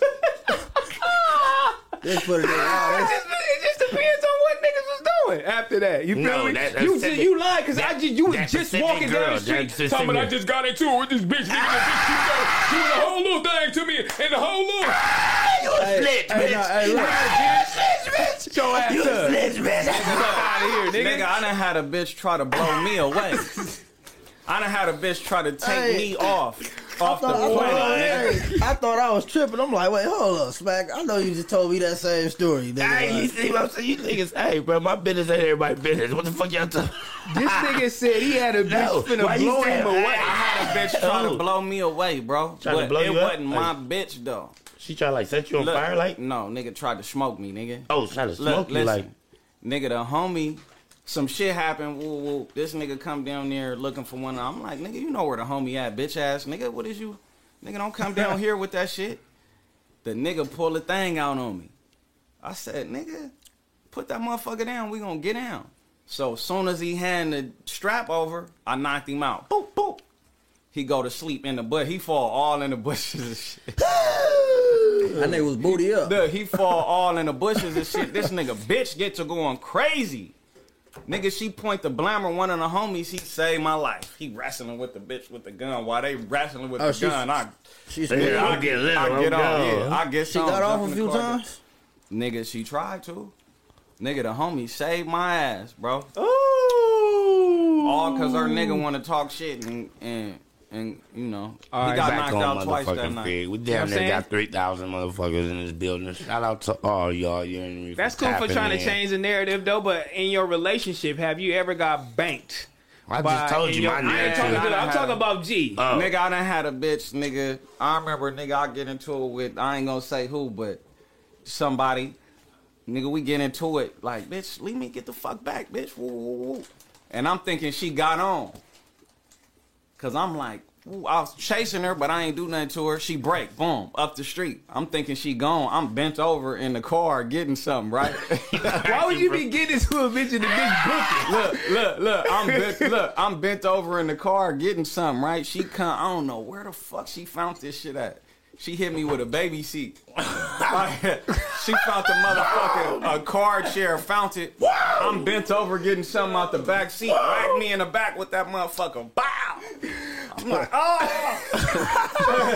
[SPEAKER 4] That's what it
[SPEAKER 2] it,
[SPEAKER 4] is.
[SPEAKER 2] just, it just depends on what niggas was doing after that. You feel
[SPEAKER 1] No,
[SPEAKER 2] me?
[SPEAKER 1] that- that
[SPEAKER 2] you
[SPEAKER 1] specific-
[SPEAKER 2] just, you lied because I just you
[SPEAKER 1] that
[SPEAKER 2] was just
[SPEAKER 1] specific
[SPEAKER 2] walking
[SPEAKER 1] girl,
[SPEAKER 2] down the
[SPEAKER 1] that
[SPEAKER 2] street.
[SPEAKER 1] specific-
[SPEAKER 5] Tommy, I just got into it with this bitch. Nigga, that bitch keep doing doing the whole little thing to me and the whole little.
[SPEAKER 1] You a
[SPEAKER 9] snitch, bitch. You
[SPEAKER 1] a snitch, bitch.
[SPEAKER 2] Your ass
[SPEAKER 9] You a snitch, bitch.
[SPEAKER 3] out
[SPEAKER 2] of here,
[SPEAKER 3] nigga. I done had a bitch try to blow me away. I done had a bitch try to take
[SPEAKER 4] Hey.
[SPEAKER 3] me off, off the
[SPEAKER 4] I thought,
[SPEAKER 3] planet.
[SPEAKER 4] I,
[SPEAKER 3] nigga.
[SPEAKER 4] was- I thought I was tripping. I'm like, wait, hold up, Smack. I know you just told me that same story. nigga.
[SPEAKER 1] Hey, you
[SPEAKER 4] Like-
[SPEAKER 1] see what I'm saying? You niggas, hey, bro, my business ain't everybody's business. What the fuck y'all talking?
[SPEAKER 2] This nigga said he had a bitch
[SPEAKER 3] No, why
[SPEAKER 2] finna
[SPEAKER 3] you
[SPEAKER 2] blow
[SPEAKER 3] said-
[SPEAKER 2] him away.
[SPEAKER 3] I had a bitch trying to blow me away, bro.
[SPEAKER 1] Tried to
[SPEAKER 3] But
[SPEAKER 1] blow
[SPEAKER 3] it
[SPEAKER 1] you up?
[SPEAKER 3] wasn't my bitch though.
[SPEAKER 1] She tried to like set you on
[SPEAKER 3] Look,
[SPEAKER 1] fire, like?
[SPEAKER 3] No, nigga tried to smoke me, nigga.
[SPEAKER 1] Oh, tried to
[SPEAKER 3] Look,
[SPEAKER 1] smoke you,
[SPEAKER 3] listen.
[SPEAKER 1] like?
[SPEAKER 3] Nigga, the homie, some shit happened. Woo, woo. This nigga come down there looking for one. I'm like, nigga, you know where the homie at, bitch ass nigga. What is you? Nigga, don't come down here with that shit. The nigga pull a thing out on me. I said, nigga, put that motherfucker down. We gonna get down. So soon as he hand the strap over, I knocked him out. Boop boop. He go to sleep in the bush. He fall all in the bushes and shit.
[SPEAKER 4] That nigga was booty up.
[SPEAKER 3] Look, he fall all in the bushes and shit. This nigga bitch get to going crazy. Nigga, she point the blamer one of the homies. He saved my life. He wrestling with the bitch with the gun while they wrestling with
[SPEAKER 4] Oh,
[SPEAKER 3] the
[SPEAKER 4] she's-
[SPEAKER 3] gun. I,
[SPEAKER 4] she's-
[SPEAKER 3] yeah, I get lit. I get off.
[SPEAKER 4] I'm gone.
[SPEAKER 3] Yeah, I get
[SPEAKER 4] She
[SPEAKER 3] some.
[SPEAKER 4] got off
[SPEAKER 3] Jump
[SPEAKER 4] a
[SPEAKER 3] in the
[SPEAKER 4] few
[SPEAKER 3] car, get-
[SPEAKER 4] times?
[SPEAKER 3] Nigga, she tried to. Nigga, the homie saved my ass, bro.
[SPEAKER 2] Ooh.
[SPEAKER 3] All cause her nigga want to talk shit and and and you know he
[SPEAKER 1] Alright,
[SPEAKER 3] got
[SPEAKER 1] back
[SPEAKER 3] knocked
[SPEAKER 1] on
[SPEAKER 3] out twice that
[SPEAKER 1] motherfucking
[SPEAKER 3] night.
[SPEAKER 1] Fig. We
[SPEAKER 3] You know
[SPEAKER 1] damn
[SPEAKER 3] what I'm
[SPEAKER 1] near
[SPEAKER 3] saying?
[SPEAKER 1] got 3,000 motherfuckers in this building. Shout out to all y'all. You and me
[SPEAKER 2] That's cool for
[SPEAKER 1] tapping
[SPEAKER 2] trying
[SPEAKER 1] in.
[SPEAKER 2] to change the narrative, though. But in your relationship, have you ever got banked?
[SPEAKER 1] I
[SPEAKER 2] by-
[SPEAKER 1] just told
[SPEAKER 2] in
[SPEAKER 1] you
[SPEAKER 2] your-
[SPEAKER 1] my
[SPEAKER 2] I ain't
[SPEAKER 1] narrative. Uh.
[SPEAKER 2] talking to- I'm talking about G.
[SPEAKER 3] Nigga, I done had a bitch, nigga. I remember, nigga, I get into it with, I ain't gonna say who, but somebody. Nigga, we get into it. Like, bitch, leave me get the fuck back, bitch. Woo, woo, woo. And I'm thinking she got on. Cause I'm like, ooh, I was chasing her, but I ain't do nothing to her. She break, boom, up the street. I'm thinking she gone. I'm bent over in the car getting something, right?
[SPEAKER 2] Why would you be getting into a bitch in the bitch booking?
[SPEAKER 3] look, look, look. I'm bent, look. I'm bent over in the car getting something. Right? She come. I don't know where the fuck she found this shit at. She hit me with a baby seat. Like, she found the motherfucking a card chair fountain. I'm bent over getting something out the back seat. Rack me in the back with that motherfucker. Bow. I'm like, oh.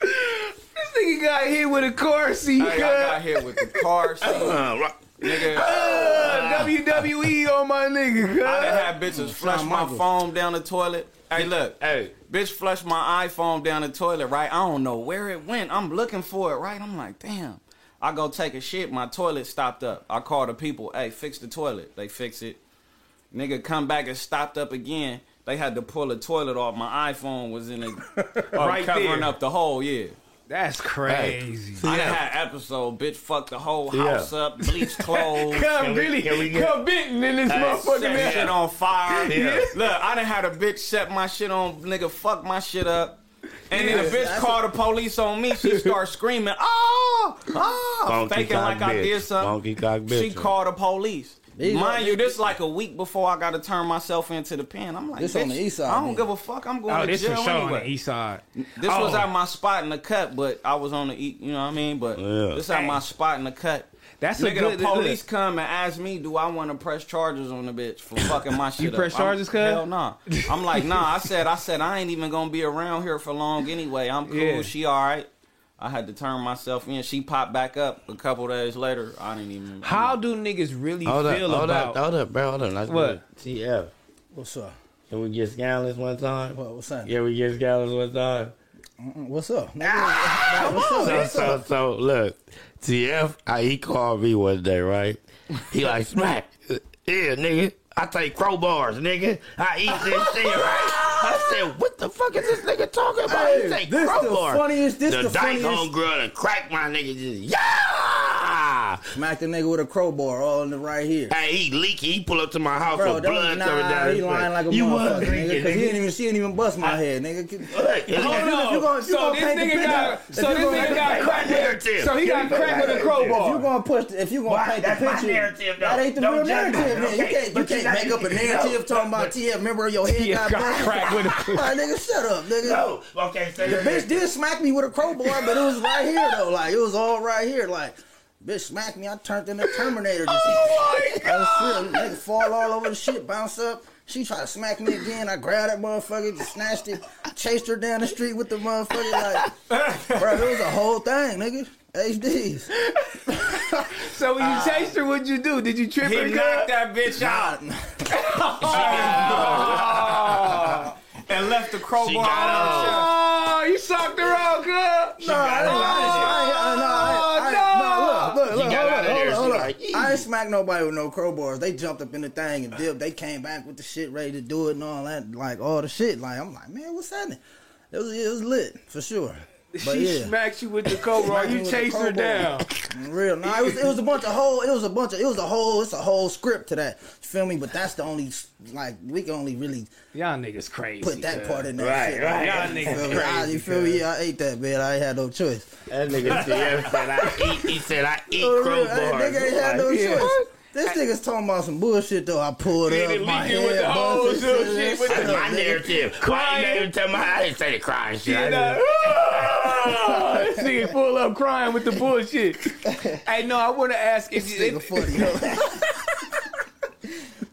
[SPEAKER 2] This nigga got hit with a car seat.
[SPEAKER 3] Hey, I got hit with the car seat. Nigga.
[SPEAKER 2] Uh, WWE on my nigga. cuz.
[SPEAKER 3] I done had bitches flush my
[SPEAKER 2] Michaels.
[SPEAKER 3] phone down the toilet. Hey, look, hey, bitch flushed my iPhone down the toilet, right? I don't know where it went. I'm looking for it, right? I'm like, damn. I go take a shit. My toilet stopped up. I call the people. Hey, fix the toilet. They fix it. Nigga come back and stopped up again. They had to pull the toilet off. My iPhone was in it,
[SPEAKER 2] Right
[SPEAKER 1] Oh,
[SPEAKER 3] right covering
[SPEAKER 2] there.
[SPEAKER 3] up the hole. Yeah.
[SPEAKER 2] That's crazy.
[SPEAKER 3] I done had episode, bitch, fuck the whole
[SPEAKER 2] Yeah.
[SPEAKER 3] house up, bleach clothes.
[SPEAKER 2] Come really, come bitten in this
[SPEAKER 3] Hey,
[SPEAKER 2] motherfucking
[SPEAKER 3] set
[SPEAKER 2] ass.
[SPEAKER 3] shit on fire.
[SPEAKER 2] Yeah.
[SPEAKER 3] Look, I done had a bitch set my shit on, nigga, fuck my shit up. And then
[SPEAKER 2] Yeah.
[SPEAKER 3] a bitch called the police on me. She starts screaming, oh, oh,
[SPEAKER 1] Funky
[SPEAKER 3] thinking
[SPEAKER 1] cock
[SPEAKER 3] like I
[SPEAKER 1] bitch.
[SPEAKER 3] did
[SPEAKER 1] Funky
[SPEAKER 3] something.
[SPEAKER 1] cock
[SPEAKER 3] she
[SPEAKER 1] bitch.
[SPEAKER 3] called the police.
[SPEAKER 1] These
[SPEAKER 3] Mind
[SPEAKER 1] are-
[SPEAKER 3] you, this like a week before I got to turn myself into the pen. I'm like,
[SPEAKER 4] This
[SPEAKER 3] bitch,
[SPEAKER 4] on the east side,
[SPEAKER 3] I don't
[SPEAKER 4] then.
[SPEAKER 3] give a fuck. I'm going
[SPEAKER 2] Oh,
[SPEAKER 3] to
[SPEAKER 2] this
[SPEAKER 3] jail
[SPEAKER 2] for sure on
[SPEAKER 3] anyway.
[SPEAKER 2] the east side.
[SPEAKER 3] This was
[SPEAKER 2] Oh.
[SPEAKER 3] at my spot in the cut, but I was on the eat. You know what I mean? But this at my spot in the cut.
[SPEAKER 2] That's a
[SPEAKER 3] nigga.
[SPEAKER 2] good-
[SPEAKER 3] the police
[SPEAKER 2] look.
[SPEAKER 3] come and ask me, do I want to press charges on the bitch for fucking my shit?
[SPEAKER 2] You
[SPEAKER 3] up?
[SPEAKER 2] press
[SPEAKER 3] I'm-
[SPEAKER 2] charges, cuz?
[SPEAKER 3] Hell nah. I'm like, nah. I said, I said, I ain't even gonna be around here for long anyway. I'm cool.
[SPEAKER 2] Yeah.
[SPEAKER 3] She all right. I had to turn myself in. She popped back up a couple days later. I didn't even.
[SPEAKER 2] How do niggas really
[SPEAKER 1] Hold up,
[SPEAKER 2] feel
[SPEAKER 1] hold
[SPEAKER 2] about?
[SPEAKER 1] up, hold up, bro. Hold up. Let's
[SPEAKER 2] What?
[SPEAKER 1] do it. TF.
[SPEAKER 4] What's up?
[SPEAKER 1] Can we get scandalous one time?
[SPEAKER 4] What, what's that?
[SPEAKER 1] Yeah, we get scandalous one time.
[SPEAKER 4] Mm-mm, What's up? Nigga, what's up?
[SPEAKER 1] So,
[SPEAKER 4] What's
[SPEAKER 1] so,
[SPEAKER 4] up?
[SPEAKER 1] so, look, TF, uh, he called me one day, right? He like, smack, yeah, nigga, I take crowbars, nigga. I eat this shit, right? I said, what the fuck is this nigga talking about?
[SPEAKER 4] Hey,
[SPEAKER 1] he take
[SPEAKER 4] this the
[SPEAKER 1] crowbars.
[SPEAKER 4] funniest- this
[SPEAKER 1] the
[SPEAKER 4] the
[SPEAKER 1] dice
[SPEAKER 4] funniest-
[SPEAKER 1] homegirl and crack my nigga just, yeah!
[SPEAKER 4] Smack the nigga with a crowbar all in the right here.
[SPEAKER 1] Hey, he leaky. He pull up to my house
[SPEAKER 4] Bro,
[SPEAKER 1] with
[SPEAKER 4] that-
[SPEAKER 1] blood
[SPEAKER 4] nah,
[SPEAKER 1] coming down
[SPEAKER 4] he
[SPEAKER 1] his
[SPEAKER 4] lying
[SPEAKER 1] face.
[SPEAKER 4] like a
[SPEAKER 1] You was
[SPEAKER 4] motherfucker, nigga,
[SPEAKER 1] leaking,
[SPEAKER 4] because
[SPEAKER 1] nigga.
[SPEAKER 4] he didn't even she didn't even bust my head, nigga. If you- if you
[SPEAKER 1] Hold
[SPEAKER 4] gonna- if you
[SPEAKER 2] So
[SPEAKER 4] gonna
[SPEAKER 2] this
[SPEAKER 4] paint the
[SPEAKER 2] nigga
[SPEAKER 4] picture-
[SPEAKER 2] got
[SPEAKER 4] if
[SPEAKER 2] so
[SPEAKER 4] you
[SPEAKER 2] this
[SPEAKER 4] gonna
[SPEAKER 2] nigga
[SPEAKER 4] paint the-
[SPEAKER 2] got
[SPEAKER 1] My narrative.
[SPEAKER 2] So he got cracked with a
[SPEAKER 4] If you
[SPEAKER 2] crowbar.
[SPEAKER 4] gonna push, the, if you gonna
[SPEAKER 1] Why?
[SPEAKER 4] paint the
[SPEAKER 1] That's
[SPEAKER 4] picture,
[SPEAKER 1] my narrative, though.
[SPEAKER 4] that ain't the
[SPEAKER 1] Don't
[SPEAKER 4] real
[SPEAKER 1] judge me.
[SPEAKER 4] narrative, man. You
[SPEAKER 1] Okay,
[SPEAKER 4] can't, you
[SPEAKER 1] but
[SPEAKER 4] can't
[SPEAKER 1] you
[SPEAKER 4] make
[SPEAKER 1] not-
[SPEAKER 4] up a narrative
[SPEAKER 1] No.
[SPEAKER 4] talking about
[SPEAKER 1] But-
[SPEAKER 4] TF. Remember your head
[SPEAKER 2] Yeah,
[SPEAKER 4] got,
[SPEAKER 2] got
[SPEAKER 4] busted?
[SPEAKER 2] cracked with a-
[SPEAKER 4] Like, nigga, shut up, nigga.
[SPEAKER 1] No. Okay, so
[SPEAKER 4] The bitch did smack me with a crowbar, but it was right here though. Like it was all right here. Like bitch smacked me. I turned into Terminator. Just oh my god! Nigga fall all over the shit, bounce up. She tried to smack me again. I grabbed that motherfucker, just snatched it, chased her down the street with the motherfucker. Like, bro, it was a whole thing, nigga. HDs.
[SPEAKER 2] So when you chased her, what'd you do? Did you trip
[SPEAKER 3] He
[SPEAKER 2] her?
[SPEAKER 3] knocked
[SPEAKER 2] cuz?
[SPEAKER 3] that bitch out and left the crowbar on her chest.
[SPEAKER 2] Oh, you socked her out, cuz.
[SPEAKER 4] No, I didn't. I didn't. I ain't- I- no, I ain't- I- no, look, look,
[SPEAKER 1] She got
[SPEAKER 4] hold
[SPEAKER 1] out
[SPEAKER 4] up,
[SPEAKER 1] of there,
[SPEAKER 4] hold up,
[SPEAKER 1] she
[SPEAKER 4] hold up.
[SPEAKER 1] like, "Ee."
[SPEAKER 4] I ain't smacked nobody with no crowbars. They jumped up in the thing and dipped. They came back with the shit ready to do it and all that, like all the shit. Like I'm like, man, what's happening? It was it was lit for sure. But
[SPEAKER 2] She
[SPEAKER 4] yeah,
[SPEAKER 2] smacked you with the crowbar.
[SPEAKER 4] Smacked me
[SPEAKER 2] You
[SPEAKER 4] with the
[SPEAKER 2] chased her
[SPEAKER 4] crowbar.
[SPEAKER 2] down.
[SPEAKER 4] real. No, it was it was a bunch of whole. It was a bunch of it was a whole. It's a whole script to that. You feel me? But that's the only like we can only really
[SPEAKER 2] Y'all niggas crazy.
[SPEAKER 4] put that
[SPEAKER 2] cuz.
[SPEAKER 4] part in there.
[SPEAKER 1] Right,
[SPEAKER 4] shit.
[SPEAKER 1] right.
[SPEAKER 2] Y'all
[SPEAKER 4] You feel me?
[SPEAKER 2] niggas
[SPEAKER 4] I-
[SPEAKER 2] crazy.
[SPEAKER 4] You feel me? Yeah, I ate that, man. I ain't had no choice.
[SPEAKER 1] That nigga TF said I eat. He said I eat
[SPEAKER 4] Oh,
[SPEAKER 1] crowbars.
[SPEAKER 4] Hey, nigga ain't had no
[SPEAKER 1] Like,
[SPEAKER 4] choice. This nigga's talking about some bullshit though. I pulled
[SPEAKER 2] Did
[SPEAKER 4] up
[SPEAKER 2] it
[SPEAKER 4] my
[SPEAKER 2] leak it
[SPEAKER 4] head.
[SPEAKER 2] with the
[SPEAKER 4] busted,
[SPEAKER 2] hoes, shit,
[SPEAKER 4] shit,
[SPEAKER 2] with
[SPEAKER 4] shit,
[SPEAKER 1] That's
[SPEAKER 4] shit,
[SPEAKER 1] my
[SPEAKER 4] nigga.
[SPEAKER 1] narrative. Crying. Why you made him tell me I didn't say the crying shit? I
[SPEAKER 2] Yeah,
[SPEAKER 1] didn't-
[SPEAKER 2] nah. Oh, this nigga full up crying with the bullshit. hey, no, I want to ask if you. If,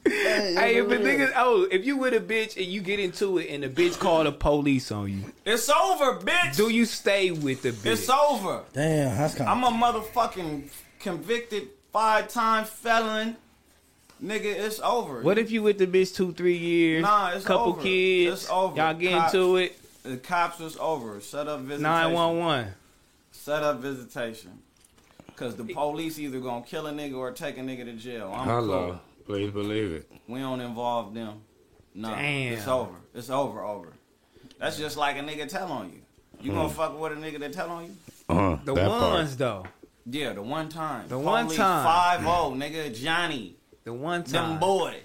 [SPEAKER 2] hey, if a nigga, oh, if you with a bitch and you get into it and the bitch call the police on you,
[SPEAKER 3] It's over, bitch.
[SPEAKER 2] do you stay with the bitch?
[SPEAKER 3] It's over.
[SPEAKER 4] Damn, that's kind
[SPEAKER 3] I'm a motherfucking convicted five time felon. Nigga, it's over.
[SPEAKER 2] What if you with the bitch two, three years?
[SPEAKER 3] Nah, it's
[SPEAKER 2] couple
[SPEAKER 3] over.
[SPEAKER 2] kids.
[SPEAKER 3] It's over.
[SPEAKER 2] Y'all get
[SPEAKER 3] Cops.
[SPEAKER 2] into it.
[SPEAKER 3] The cops is over. Set up visitation.
[SPEAKER 2] Nine one one.
[SPEAKER 3] Set up visitation. Cause the police either gonna kill a nigga or take a nigga to jail. I'm
[SPEAKER 1] Hello.
[SPEAKER 3] cool.
[SPEAKER 1] Please believe it.
[SPEAKER 3] We don't involve them. No,
[SPEAKER 1] Damn.
[SPEAKER 3] it's over. It's over. Over. That's just like a nigga tell on you. You gonna
[SPEAKER 1] Mm.
[SPEAKER 3] fuck with a nigga that tell on you?
[SPEAKER 1] Uh,
[SPEAKER 2] The
[SPEAKER 1] that part.
[SPEAKER 2] ones though.
[SPEAKER 3] Yeah, the one time.
[SPEAKER 2] The one time.
[SPEAKER 3] Five zero, nigga Johnny.
[SPEAKER 2] The one
[SPEAKER 3] Them
[SPEAKER 2] time.
[SPEAKER 3] boys.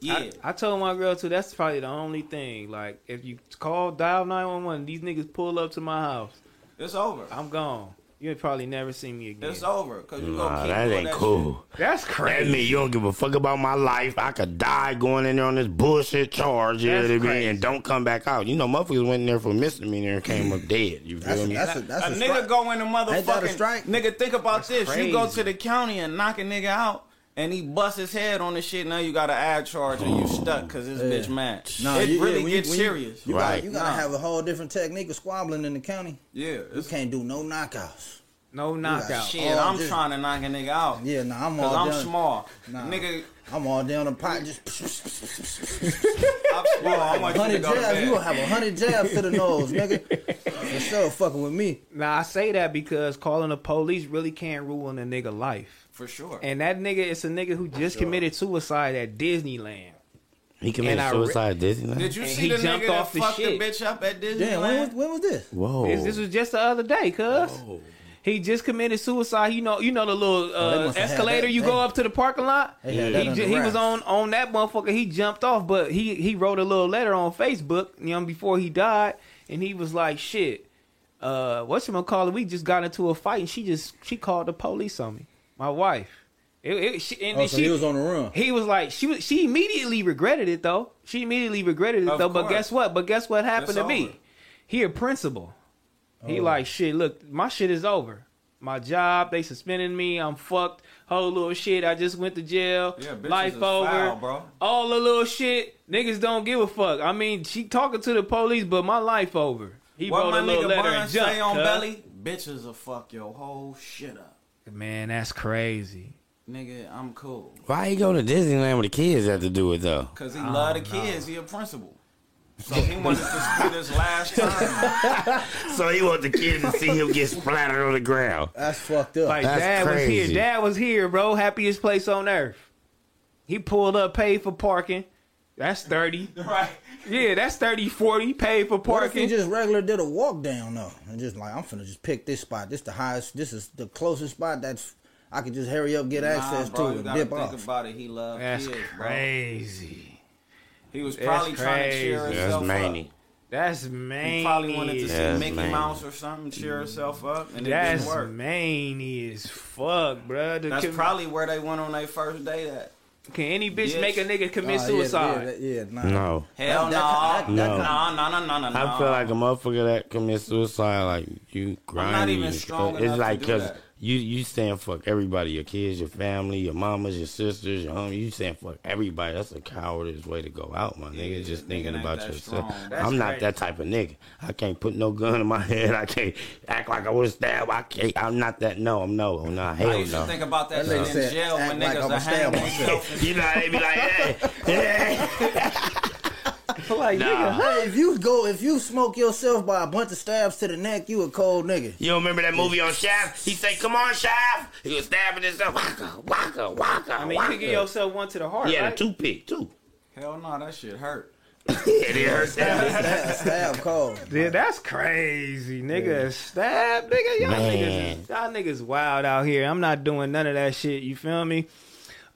[SPEAKER 3] Yeah.
[SPEAKER 2] I, I told my girl too. That's probably the only thing. Like, if you call dial nine one one, these niggas pull up to my house.
[SPEAKER 3] It's over.
[SPEAKER 2] I'm gone. You ain't probably never see me again.
[SPEAKER 3] It's over. Cause you gonna
[SPEAKER 1] Nah,
[SPEAKER 3] keep
[SPEAKER 1] that
[SPEAKER 3] doing
[SPEAKER 1] ain't
[SPEAKER 3] that
[SPEAKER 1] cool.
[SPEAKER 2] That's
[SPEAKER 1] That
[SPEAKER 2] crazy.
[SPEAKER 1] mean you don't give a fuck about my life. I could die going in there on this bullshit charge, you know
[SPEAKER 3] That's
[SPEAKER 1] what I mean, and don't come back out. You know, motherfuckers went in there for misdemeanor and came up dead. You feel me?
[SPEAKER 3] a, nigga go in the
[SPEAKER 4] Ain't that a
[SPEAKER 3] motherfucking
[SPEAKER 4] strike?
[SPEAKER 3] nigga. Think about this: you go
[SPEAKER 4] crazy.
[SPEAKER 3] to the county and knock a nigga out, and he busts his head on the shit. Now you got an ad charge and you stuck because this bitch mad. it really gets serious.
[SPEAKER 4] You, gotta, you gotta
[SPEAKER 3] Nah.
[SPEAKER 4] have a whole different technique of squabbling in the county.
[SPEAKER 3] Yeah,
[SPEAKER 4] you can't do no knockouts.
[SPEAKER 2] No
[SPEAKER 4] knockout.
[SPEAKER 3] Shit, Oh, I'm trying to knock a nigga out.
[SPEAKER 4] Yeah, nah, I'm all
[SPEAKER 3] Cause I'm
[SPEAKER 4] done.
[SPEAKER 3] small,
[SPEAKER 4] Nah.
[SPEAKER 3] nigga.
[SPEAKER 4] I'm all down the pot. Just
[SPEAKER 3] I'm small. I want you to
[SPEAKER 4] hundred
[SPEAKER 3] go to
[SPEAKER 4] jabs.
[SPEAKER 3] bed.
[SPEAKER 4] You gonna have a hundred jabs to the nose, nigga. For sure, fucking with me.
[SPEAKER 2] Now I say that because calling the police really can't ruin a nigga life.
[SPEAKER 3] for sure.
[SPEAKER 2] And that nigga is a nigga who just committed suicide at Disneyland.
[SPEAKER 1] He committed
[SPEAKER 2] And I re-
[SPEAKER 1] suicide, didn't he?
[SPEAKER 3] Did you
[SPEAKER 2] And
[SPEAKER 3] see
[SPEAKER 2] he
[SPEAKER 3] the
[SPEAKER 2] jumped
[SPEAKER 3] nigga that
[SPEAKER 2] off the
[SPEAKER 3] fucked
[SPEAKER 2] shit.
[SPEAKER 3] the bitch up at Disneyland?
[SPEAKER 4] Damn, when was, when was this?
[SPEAKER 1] Whoa.
[SPEAKER 2] This, this was just the other day, cuz. He just committed suicide. You know, you know the little
[SPEAKER 4] they
[SPEAKER 2] uh,
[SPEAKER 4] must have had
[SPEAKER 2] escalator
[SPEAKER 4] that-
[SPEAKER 2] you go
[SPEAKER 4] they-
[SPEAKER 2] up to the parking lot.
[SPEAKER 4] they had
[SPEAKER 2] He,
[SPEAKER 4] that under
[SPEAKER 2] ju- he was
[SPEAKER 4] wraps.
[SPEAKER 2] on on that motherfucker. He jumped off, but he he wrote a little letter on Facebook, you know, before he died, and he was like, "Shit, uh, what's gonna call it? We just got into a fight, and she just she called the police on me, my wife. It, it, she, and
[SPEAKER 4] Oh,
[SPEAKER 2] then
[SPEAKER 4] so
[SPEAKER 2] she
[SPEAKER 4] he was on the run.
[SPEAKER 2] He was like, she was, she immediately regretted it though. She immediately regretted it
[SPEAKER 3] Of
[SPEAKER 2] though. But
[SPEAKER 3] course.
[SPEAKER 2] guess what? But guess what happened
[SPEAKER 3] It's
[SPEAKER 2] to
[SPEAKER 3] over.
[SPEAKER 2] me? He a principal. He
[SPEAKER 3] Oh.
[SPEAKER 2] like shit. Look, my shit is over. My job, they suspended me. I'm fucked. Whole little shit. I just went to jail.
[SPEAKER 3] Yeah, bitches
[SPEAKER 2] Life
[SPEAKER 3] is
[SPEAKER 2] over.
[SPEAKER 3] foul, bro.
[SPEAKER 2] All the little shit. Niggas don't give a fuck. I mean, she talking to the police, but my life over. He
[SPEAKER 3] what
[SPEAKER 2] wrote
[SPEAKER 3] my
[SPEAKER 2] a little
[SPEAKER 3] nigga
[SPEAKER 2] letter
[SPEAKER 3] Bun
[SPEAKER 2] and jumped.
[SPEAKER 3] say on
[SPEAKER 2] cuz.
[SPEAKER 3] belly? Bitches will fuck your whole shit up,
[SPEAKER 2] Man, that's crazy.
[SPEAKER 3] nigga. I'm cool.
[SPEAKER 1] Why he go to Disneyland with the kids have to do it though?
[SPEAKER 3] Cause he love the kids. He a principal. So he wanted to spend his last time.
[SPEAKER 1] So he want the kids to see him get splattered on the ground.
[SPEAKER 4] That's fucked up.
[SPEAKER 2] Like
[SPEAKER 1] That's
[SPEAKER 2] dad was
[SPEAKER 1] crazy.
[SPEAKER 2] here. Dad was here, bro. Happiest place on earth. He pulled up, paid for parking. That's 30.
[SPEAKER 3] right.
[SPEAKER 2] Yeah, that's 30, 40, paid for
[SPEAKER 4] What if he
[SPEAKER 2] parking.
[SPEAKER 4] just regular did a walk down though, and just like I'm finna just pick this spot. This the highest. This is the closest spot that's I could just hurry up get access
[SPEAKER 3] nah, bro,
[SPEAKER 4] to
[SPEAKER 3] you
[SPEAKER 4] and
[SPEAKER 3] gotta
[SPEAKER 4] dip
[SPEAKER 3] think
[SPEAKER 4] off.
[SPEAKER 3] about it. He loved
[SPEAKER 2] That's
[SPEAKER 3] kids, bro.
[SPEAKER 2] crazy.
[SPEAKER 3] He was
[SPEAKER 2] That's
[SPEAKER 3] probably trying to cheer
[SPEAKER 2] crazy.
[SPEAKER 1] That's
[SPEAKER 3] himself
[SPEAKER 1] mania.
[SPEAKER 2] That's
[SPEAKER 3] up.
[SPEAKER 2] man.
[SPEAKER 3] He probably wanted to see
[SPEAKER 1] That's
[SPEAKER 3] Mickey
[SPEAKER 1] mania.
[SPEAKER 3] Mouse or something, cheer herself up, and it
[SPEAKER 2] Mm. That's
[SPEAKER 3] didn't work.
[SPEAKER 2] mania as fuck, bro. The-
[SPEAKER 3] That's
[SPEAKER 2] can,
[SPEAKER 3] probably where they went on their first date at.
[SPEAKER 2] can any bitch
[SPEAKER 3] Yes.
[SPEAKER 2] make a nigga commit
[SPEAKER 3] Ah,
[SPEAKER 4] Nah, Ah, yeah,
[SPEAKER 2] suicide?
[SPEAKER 4] Yeah, yeah, nah.
[SPEAKER 1] No.
[SPEAKER 3] Hell no.
[SPEAKER 4] That- that-
[SPEAKER 1] No.
[SPEAKER 3] No, no, no, no, no, no.
[SPEAKER 1] I feel like a motherfucker that commits suicide, like you grind.
[SPEAKER 3] even strong
[SPEAKER 1] it's
[SPEAKER 3] enough to
[SPEAKER 1] like
[SPEAKER 3] do
[SPEAKER 1] because
[SPEAKER 3] that.
[SPEAKER 1] you you saying fuck everybody, your kids, your family, your mamas, your sisters, your homie. You saying fuck everybody. That's a cowardice way to go out, my nigga. Just thinking
[SPEAKER 3] ain't
[SPEAKER 1] about
[SPEAKER 3] that
[SPEAKER 1] yourself.
[SPEAKER 3] strong. That's
[SPEAKER 1] I'm not
[SPEAKER 3] crazy.
[SPEAKER 1] that type of nigga. I can't put no gun in my head. I can't act like I was stabbed. I can't. I'm not that. No, I'm no. I'm not. Hell
[SPEAKER 3] I used
[SPEAKER 1] no.
[SPEAKER 3] to think about that,
[SPEAKER 4] That nigga
[SPEAKER 3] shit in
[SPEAKER 4] said,
[SPEAKER 3] jail when
[SPEAKER 4] act
[SPEAKER 3] niggas
[SPEAKER 4] like I'ma
[SPEAKER 3] are
[SPEAKER 4] stab
[SPEAKER 3] hanging
[SPEAKER 4] myself.
[SPEAKER 3] themselves.
[SPEAKER 1] you know, they be like, hey, hey.
[SPEAKER 2] like,
[SPEAKER 1] Nah.
[SPEAKER 2] nigga,
[SPEAKER 4] Hey, if you go, if you smoke yourself by a bunch of stabs to the neck, you a cold nigga.
[SPEAKER 1] You remember that movie on Shaft? He say, "Come on, Shaft." He was stabbing himself. Waka, waka, waka.
[SPEAKER 2] I mean, you can get yourself one to the heart,
[SPEAKER 1] Yeah,
[SPEAKER 2] right?
[SPEAKER 1] the toothpick too.
[SPEAKER 3] Hell no, that shit hurt.
[SPEAKER 1] it hurts.
[SPEAKER 4] Stab, stab cold.
[SPEAKER 2] Dude, that's crazy, nigga. Stab, nigga. Y'all
[SPEAKER 1] Man.
[SPEAKER 2] niggas, y'all niggas wild out here. I'm not doing none of that shit. You feel me?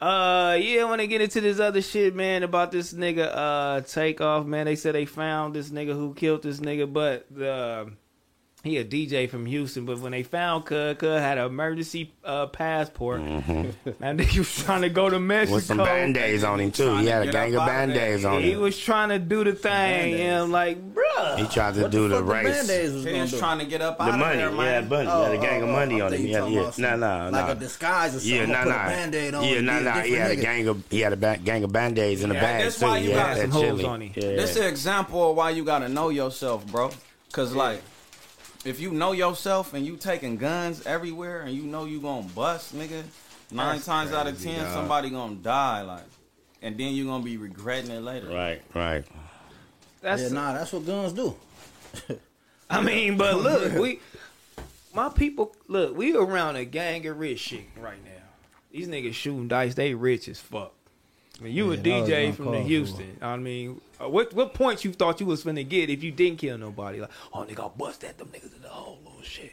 [SPEAKER 2] Uh, yeah. When they get into this other shit, man, about this nigga, uh, takeoff, man. They said they found this nigga who killed this nigga, but the He a DJ from Houston, but when they found Cud, Cud had an emergency uh, passport. That nigga was trying to go to Mexico
[SPEAKER 1] Mm-hmm. With some band-aids on him too. He had a gang of band-aids on
[SPEAKER 2] He
[SPEAKER 1] him.
[SPEAKER 2] was trying to do the thing, and I'm like, bruh.
[SPEAKER 1] He tried to do the race.
[SPEAKER 3] Parents trying to get up
[SPEAKER 1] The
[SPEAKER 3] out of
[SPEAKER 1] money,
[SPEAKER 3] there,
[SPEAKER 1] yeah,
[SPEAKER 3] man.
[SPEAKER 1] bunny,
[SPEAKER 3] Oh,
[SPEAKER 1] yeah, the gang of
[SPEAKER 3] oh,
[SPEAKER 1] money
[SPEAKER 3] oh,
[SPEAKER 1] on
[SPEAKER 3] I
[SPEAKER 1] him,
[SPEAKER 3] think
[SPEAKER 1] yeah,
[SPEAKER 3] you
[SPEAKER 1] yeah,
[SPEAKER 3] talking
[SPEAKER 1] nah,
[SPEAKER 3] about
[SPEAKER 1] nah,
[SPEAKER 3] like
[SPEAKER 1] nah.
[SPEAKER 3] a disguise or something.
[SPEAKER 1] Yeah,
[SPEAKER 3] or
[SPEAKER 1] nah,
[SPEAKER 3] put a
[SPEAKER 1] nah.
[SPEAKER 3] Band-Aid on
[SPEAKER 1] yeah,
[SPEAKER 3] and
[SPEAKER 1] nah,
[SPEAKER 3] be a
[SPEAKER 1] nah. He
[SPEAKER 3] different
[SPEAKER 1] had a
[SPEAKER 3] nigga.
[SPEAKER 1] gang of he had a ba- gang of band aids in the
[SPEAKER 3] Yeah,
[SPEAKER 1] bag
[SPEAKER 3] that's
[SPEAKER 1] too.
[SPEAKER 3] why you
[SPEAKER 1] yeah,
[SPEAKER 3] got
[SPEAKER 1] that
[SPEAKER 3] some
[SPEAKER 1] chili.
[SPEAKER 3] holes on him.
[SPEAKER 1] Yeah.
[SPEAKER 3] That's the example of why you gotta know yourself, bro. Cause like, if you know yourself and you taking guns everywhere and you know you gonna bust, nigga, nine
[SPEAKER 1] That's
[SPEAKER 3] times out of
[SPEAKER 1] crazy,
[SPEAKER 3] ten
[SPEAKER 1] dog.
[SPEAKER 3] somebody gonna die, like, and then you gonna be regretting it later.
[SPEAKER 1] Right, right.
[SPEAKER 2] That's
[SPEAKER 4] yeah, nah, that's what guns do.
[SPEAKER 2] I mean, but look, we my people look, we around a gang of rich shit right now. These niggas shooting dice, they rich as fuck. I mean, you
[SPEAKER 4] Yeah,
[SPEAKER 2] a
[SPEAKER 4] that was my
[SPEAKER 2] DJ from the
[SPEAKER 4] call,
[SPEAKER 2] Houston. I mean, uh, what what points you thought you was finna get if you didn't kill nobody? Like, oh nigga, I bust at them niggas in the hole little shit.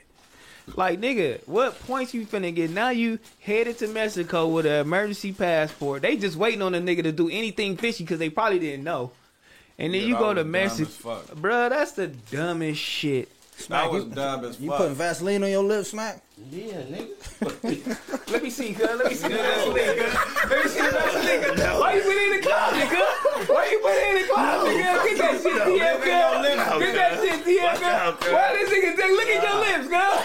[SPEAKER 2] Like nigga, what points you finna get? Now you headed to Mexico with an emergency passport. They just waiting on a nigga to do anything fishy because they probably didn't know. And then
[SPEAKER 3] Yeah,
[SPEAKER 2] you
[SPEAKER 3] that
[SPEAKER 2] go
[SPEAKER 3] was
[SPEAKER 2] to
[SPEAKER 3] dumb
[SPEAKER 2] Mexico,
[SPEAKER 3] as fuck.
[SPEAKER 2] bruh. That's the dumbest shit.
[SPEAKER 3] That was dumb as
[SPEAKER 4] You
[SPEAKER 3] fuck.
[SPEAKER 4] putting Vaseline on your lips, smack?
[SPEAKER 3] yeah, nigga.
[SPEAKER 2] Let me see, cuz. Let me see the best nigga. Let me see the best nigga. Why you put it in the club, nigga? Why you put it in the club, nigga? Get that shit,
[SPEAKER 9] No,
[SPEAKER 2] DM,
[SPEAKER 9] leave your lips
[SPEAKER 2] girl.
[SPEAKER 9] out,
[SPEAKER 2] Get that
[SPEAKER 9] cuz.
[SPEAKER 2] shit, DM,
[SPEAKER 9] Watch out,
[SPEAKER 2] girl.
[SPEAKER 9] cuz.
[SPEAKER 2] Why this nigga think? Look at your lips, girl.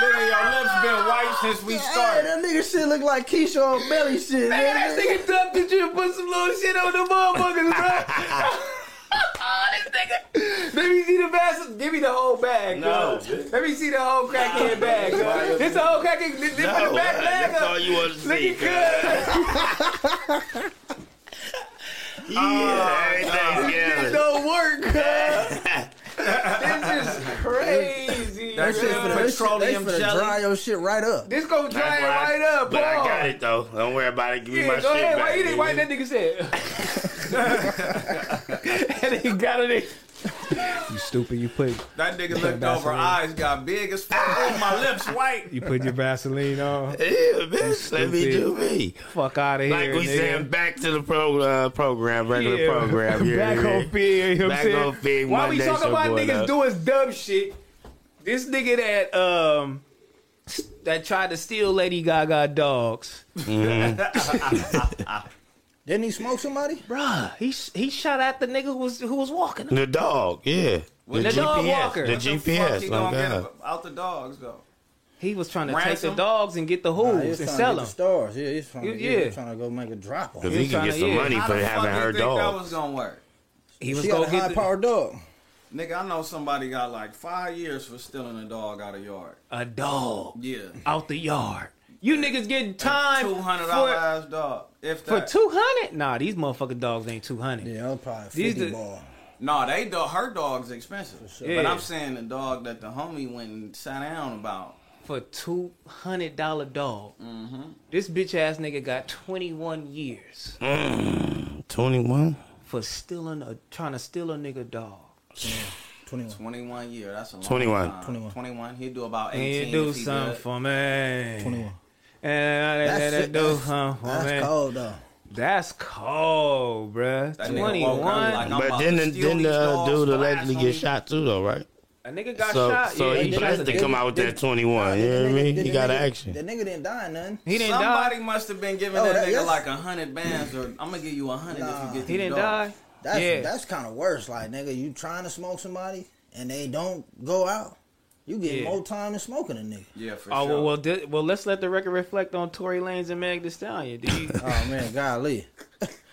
[SPEAKER 3] nigga, your lips been white since we
[SPEAKER 4] Hey,
[SPEAKER 3] started.
[SPEAKER 4] that nigga shit look like Keyshawn Belly
[SPEAKER 2] Nigga,
[SPEAKER 4] shit.
[SPEAKER 2] that
[SPEAKER 4] nigga.
[SPEAKER 2] nigga ducked at you to put some little shit on the motherfuckers, bro. this nigga. Let me see the best. Give me the whole bag,
[SPEAKER 1] No.
[SPEAKER 2] girl. Let me see the whole crackhead bag, girl. This the whole crackhead. This, this
[SPEAKER 1] No,
[SPEAKER 2] the back bag
[SPEAKER 1] that's
[SPEAKER 2] up.
[SPEAKER 1] all you want to
[SPEAKER 2] Look
[SPEAKER 1] see,
[SPEAKER 2] at cuz. Oh,
[SPEAKER 1] Yeah, everything's together.
[SPEAKER 2] This don't work, cuz. this is crazy.
[SPEAKER 4] That shit
[SPEAKER 2] bruh.
[SPEAKER 4] for the they
[SPEAKER 3] Petroleum
[SPEAKER 4] finna
[SPEAKER 3] jelly.
[SPEAKER 4] dry your shit right up.
[SPEAKER 2] This gonna
[SPEAKER 1] That's
[SPEAKER 2] dry it
[SPEAKER 1] why I-
[SPEAKER 2] right up,
[SPEAKER 1] But I
[SPEAKER 2] Paul.
[SPEAKER 1] got it though. Don't worry about it. Give me
[SPEAKER 2] Yeah,
[SPEAKER 1] my
[SPEAKER 2] go
[SPEAKER 1] shit
[SPEAKER 2] ahead.
[SPEAKER 1] back.
[SPEAKER 2] Why you didn't? Why
[SPEAKER 1] nigga.
[SPEAKER 2] that nigga said? and he got it. in. You stupid. You put
[SPEAKER 3] That nigga
[SPEAKER 2] Yeah,
[SPEAKER 3] looked over,
[SPEAKER 2] Vaseline.
[SPEAKER 3] eyes got big as fuck. Oh, my lips white.
[SPEAKER 2] you put your Vaseline on.
[SPEAKER 1] Yeah, bitch. Let me do me.
[SPEAKER 2] Fuck out of
[SPEAKER 1] Like
[SPEAKER 2] here,
[SPEAKER 1] we said,
[SPEAKER 2] nigga.
[SPEAKER 1] back to the pro, uh, program, regular
[SPEAKER 2] Yeah.
[SPEAKER 1] program. Yeah,
[SPEAKER 2] Back
[SPEAKER 1] yeah.
[SPEAKER 2] on field, you know what I'm
[SPEAKER 1] Back
[SPEAKER 2] saying?
[SPEAKER 1] on field,
[SPEAKER 2] Why we
[SPEAKER 1] Monday
[SPEAKER 2] talking
[SPEAKER 1] show
[SPEAKER 2] about
[SPEAKER 1] going
[SPEAKER 2] niggas
[SPEAKER 1] up.
[SPEAKER 2] doing dumb shit? This nigga that um that tried to steal Lady Gaga dogs,
[SPEAKER 4] Didn't he smoke somebody?
[SPEAKER 2] bruh. He he shot at the nigga who was who was walking.
[SPEAKER 1] The dog, yeah. The,
[SPEAKER 2] The
[SPEAKER 1] GPS,
[SPEAKER 2] dog walker.
[SPEAKER 1] the
[SPEAKER 2] What the
[SPEAKER 3] Fuck,
[SPEAKER 1] GPS,
[SPEAKER 3] you
[SPEAKER 1] my
[SPEAKER 3] gonna get
[SPEAKER 1] God.
[SPEAKER 3] up- out the dogs though.
[SPEAKER 2] He was trying to take the
[SPEAKER 3] Ransom?
[SPEAKER 2] dogs and get the
[SPEAKER 4] Nah, he was
[SPEAKER 2] hooves
[SPEAKER 4] trying
[SPEAKER 2] and
[SPEAKER 4] to
[SPEAKER 2] sell
[SPEAKER 4] get
[SPEAKER 2] them.
[SPEAKER 4] the stars. Yeah, he's trying, to, yeah,
[SPEAKER 2] Yeah.
[SPEAKER 4] he's trying to go make a drop on.
[SPEAKER 1] If
[SPEAKER 4] him.
[SPEAKER 1] he can
[SPEAKER 2] tryna-
[SPEAKER 1] get some
[SPEAKER 2] yeah.
[SPEAKER 1] money
[SPEAKER 3] How
[SPEAKER 1] for
[SPEAKER 3] the fuck
[SPEAKER 1] having
[SPEAKER 3] you
[SPEAKER 1] her
[SPEAKER 3] think that
[SPEAKER 1] dog.
[SPEAKER 3] was gonna work?
[SPEAKER 2] He was
[SPEAKER 4] She got
[SPEAKER 2] gonna
[SPEAKER 4] a
[SPEAKER 2] get
[SPEAKER 4] high
[SPEAKER 2] the,
[SPEAKER 4] powered dog.
[SPEAKER 3] Nigga, I know somebody got like five years for stealing a dog out of yard.
[SPEAKER 2] a dog
[SPEAKER 3] Yeah.
[SPEAKER 2] out the yard. You niggas getting time
[SPEAKER 3] Two hundred dollar
[SPEAKER 2] for
[SPEAKER 3] ass dog. If
[SPEAKER 2] for
[SPEAKER 3] that.
[SPEAKER 2] two hundred? Nah, these motherfucking dogs ain't two hundred.
[SPEAKER 4] Yeah, that was probably
[SPEAKER 2] These
[SPEAKER 4] fifty
[SPEAKER 2] the-
[SPEAKER 4] ball.
[SPEAKER 3] No, they dog, her dog's expensive. But
[SPEAKER 2] Yeah.
[SPEAKER 3] I'm saying the dog that the homie went and sat down about.
[SPEAKER 2] For two hundred dollar dog,
[SPEAKER 3] Mm-hmm.
[SPEAKER 2] this bitch ass nigga got twenty one years
[SPEAKER 1] Mm, 21?
[SPEAKER 2] for stealing a trying to steal a nigga dog.
[SPEAKER 4] Twenty one.
[SPEAKER 3] 21 year. That's a long
[SPEAKER 1] 21.
[SPEAKER 3] time.
[SPEAKER 4] 21.
[SPEAKER 3] 21. He'd do about 18.
[SPEAKER 2] And you do
[SPEAKER 3] if he
[SPEAKER 2] something
[SPEAKER 3] good.
[SPEAKER 2] for me.
[SPEAKER 4] 21.
[SPEAKER 2] And I
[SPEAKER 4] That
[SPEAKER 2] let that Oh, do
[SPEAKER 4] shit, that's,
[SPEAKER 2] something for
[SPEAKER 4] that's
[SPEAKER 2] me.
[SPEAKER 4] cold though.
[SPEAKER 2] That's cold, bruh.
[SPEAKER 3] That nigga woke up
[SPEAKER 2] Twenty one.
[SPEAKER 3] like, I'm
[SPEAKER 1] But
[SPEAKER 3] about
[SPEAKER 1] then,
[SPEAKER 3] to
[SPEAKER 1] the-
[SPEAKER 3] steal
[SPEAKER 1] then
[SPEAKER 3] these
[SPEAKER 1] the uh,
[SPEAKER 3] dogs'
[SPEAKER 1] dude
[SPEAKER 3] glass
[SPEAKER 1] allegedly
[SPEAKER 3] on
[SPEAKER 1] get
[SPEAKER 3] you.
[SPEAKER 1] shot too, though, right?
[SPEAKER 2] A nigga got
[SPEAKER 1] so,
[SPEAKER 2] shot.
[SPEAKER 1] so
[SPEAKER 2] yeah,
[SPEAKER 1] Oh, he
[SPEAKER 2] he,
[SPEAKER 4] tried
[SPEAKER 1] blessed
[SPEAKER 4] to-
[SPEAKER 1] to come out with that 21. You know what I mean? He got
[SPEAKER 4] The
[SPEAKER 1] action.
[SPEAKER 4] nigga didn't die nothing.
[SPEAKER 2] he didn't
[SPEAKER 3] Somebody
[SPEAKER 2] die.
[SPEAKER 3] must have been giving
[SPEAKER 4] Oh,
[SPEAKER 3] that,
[SPEAKER 4] that-
[SPEAKER 3] nigga
[SPEAKER 4] yes.
[SPEAKER 3] like a hundred bands, or I'm gonna give you a hundred if
[SPEAKER 4] Nah.
[SPEAKER 3] you get
[SPEAKER 2] He
[SPEAKER 3] these
[SPEAKER 2] didn't
[SPEAKER 3] dogs.
[SPEAKER 2] die.
[SPEAKER 4] That's
[SPEAKER 2] yeah.
[SPEAKER 4] that's kind of worse. Like nigga, you trying to smoke somebody and they don't go out. You get
[SPEAKER 2] Yeah.
[SPEAKER 4] more time than smoking a nigga.
[SPEAKER 3] Yeah, for
[SPEAKER 2] Oh
[SPEAKER 3] sure.
[SPEAKER 2] well, well, di- well. Let's let the record reflect on Tory Lanez and Meg Thee Stallion. Do you,
[SPEAKER 4] Oh man, golly.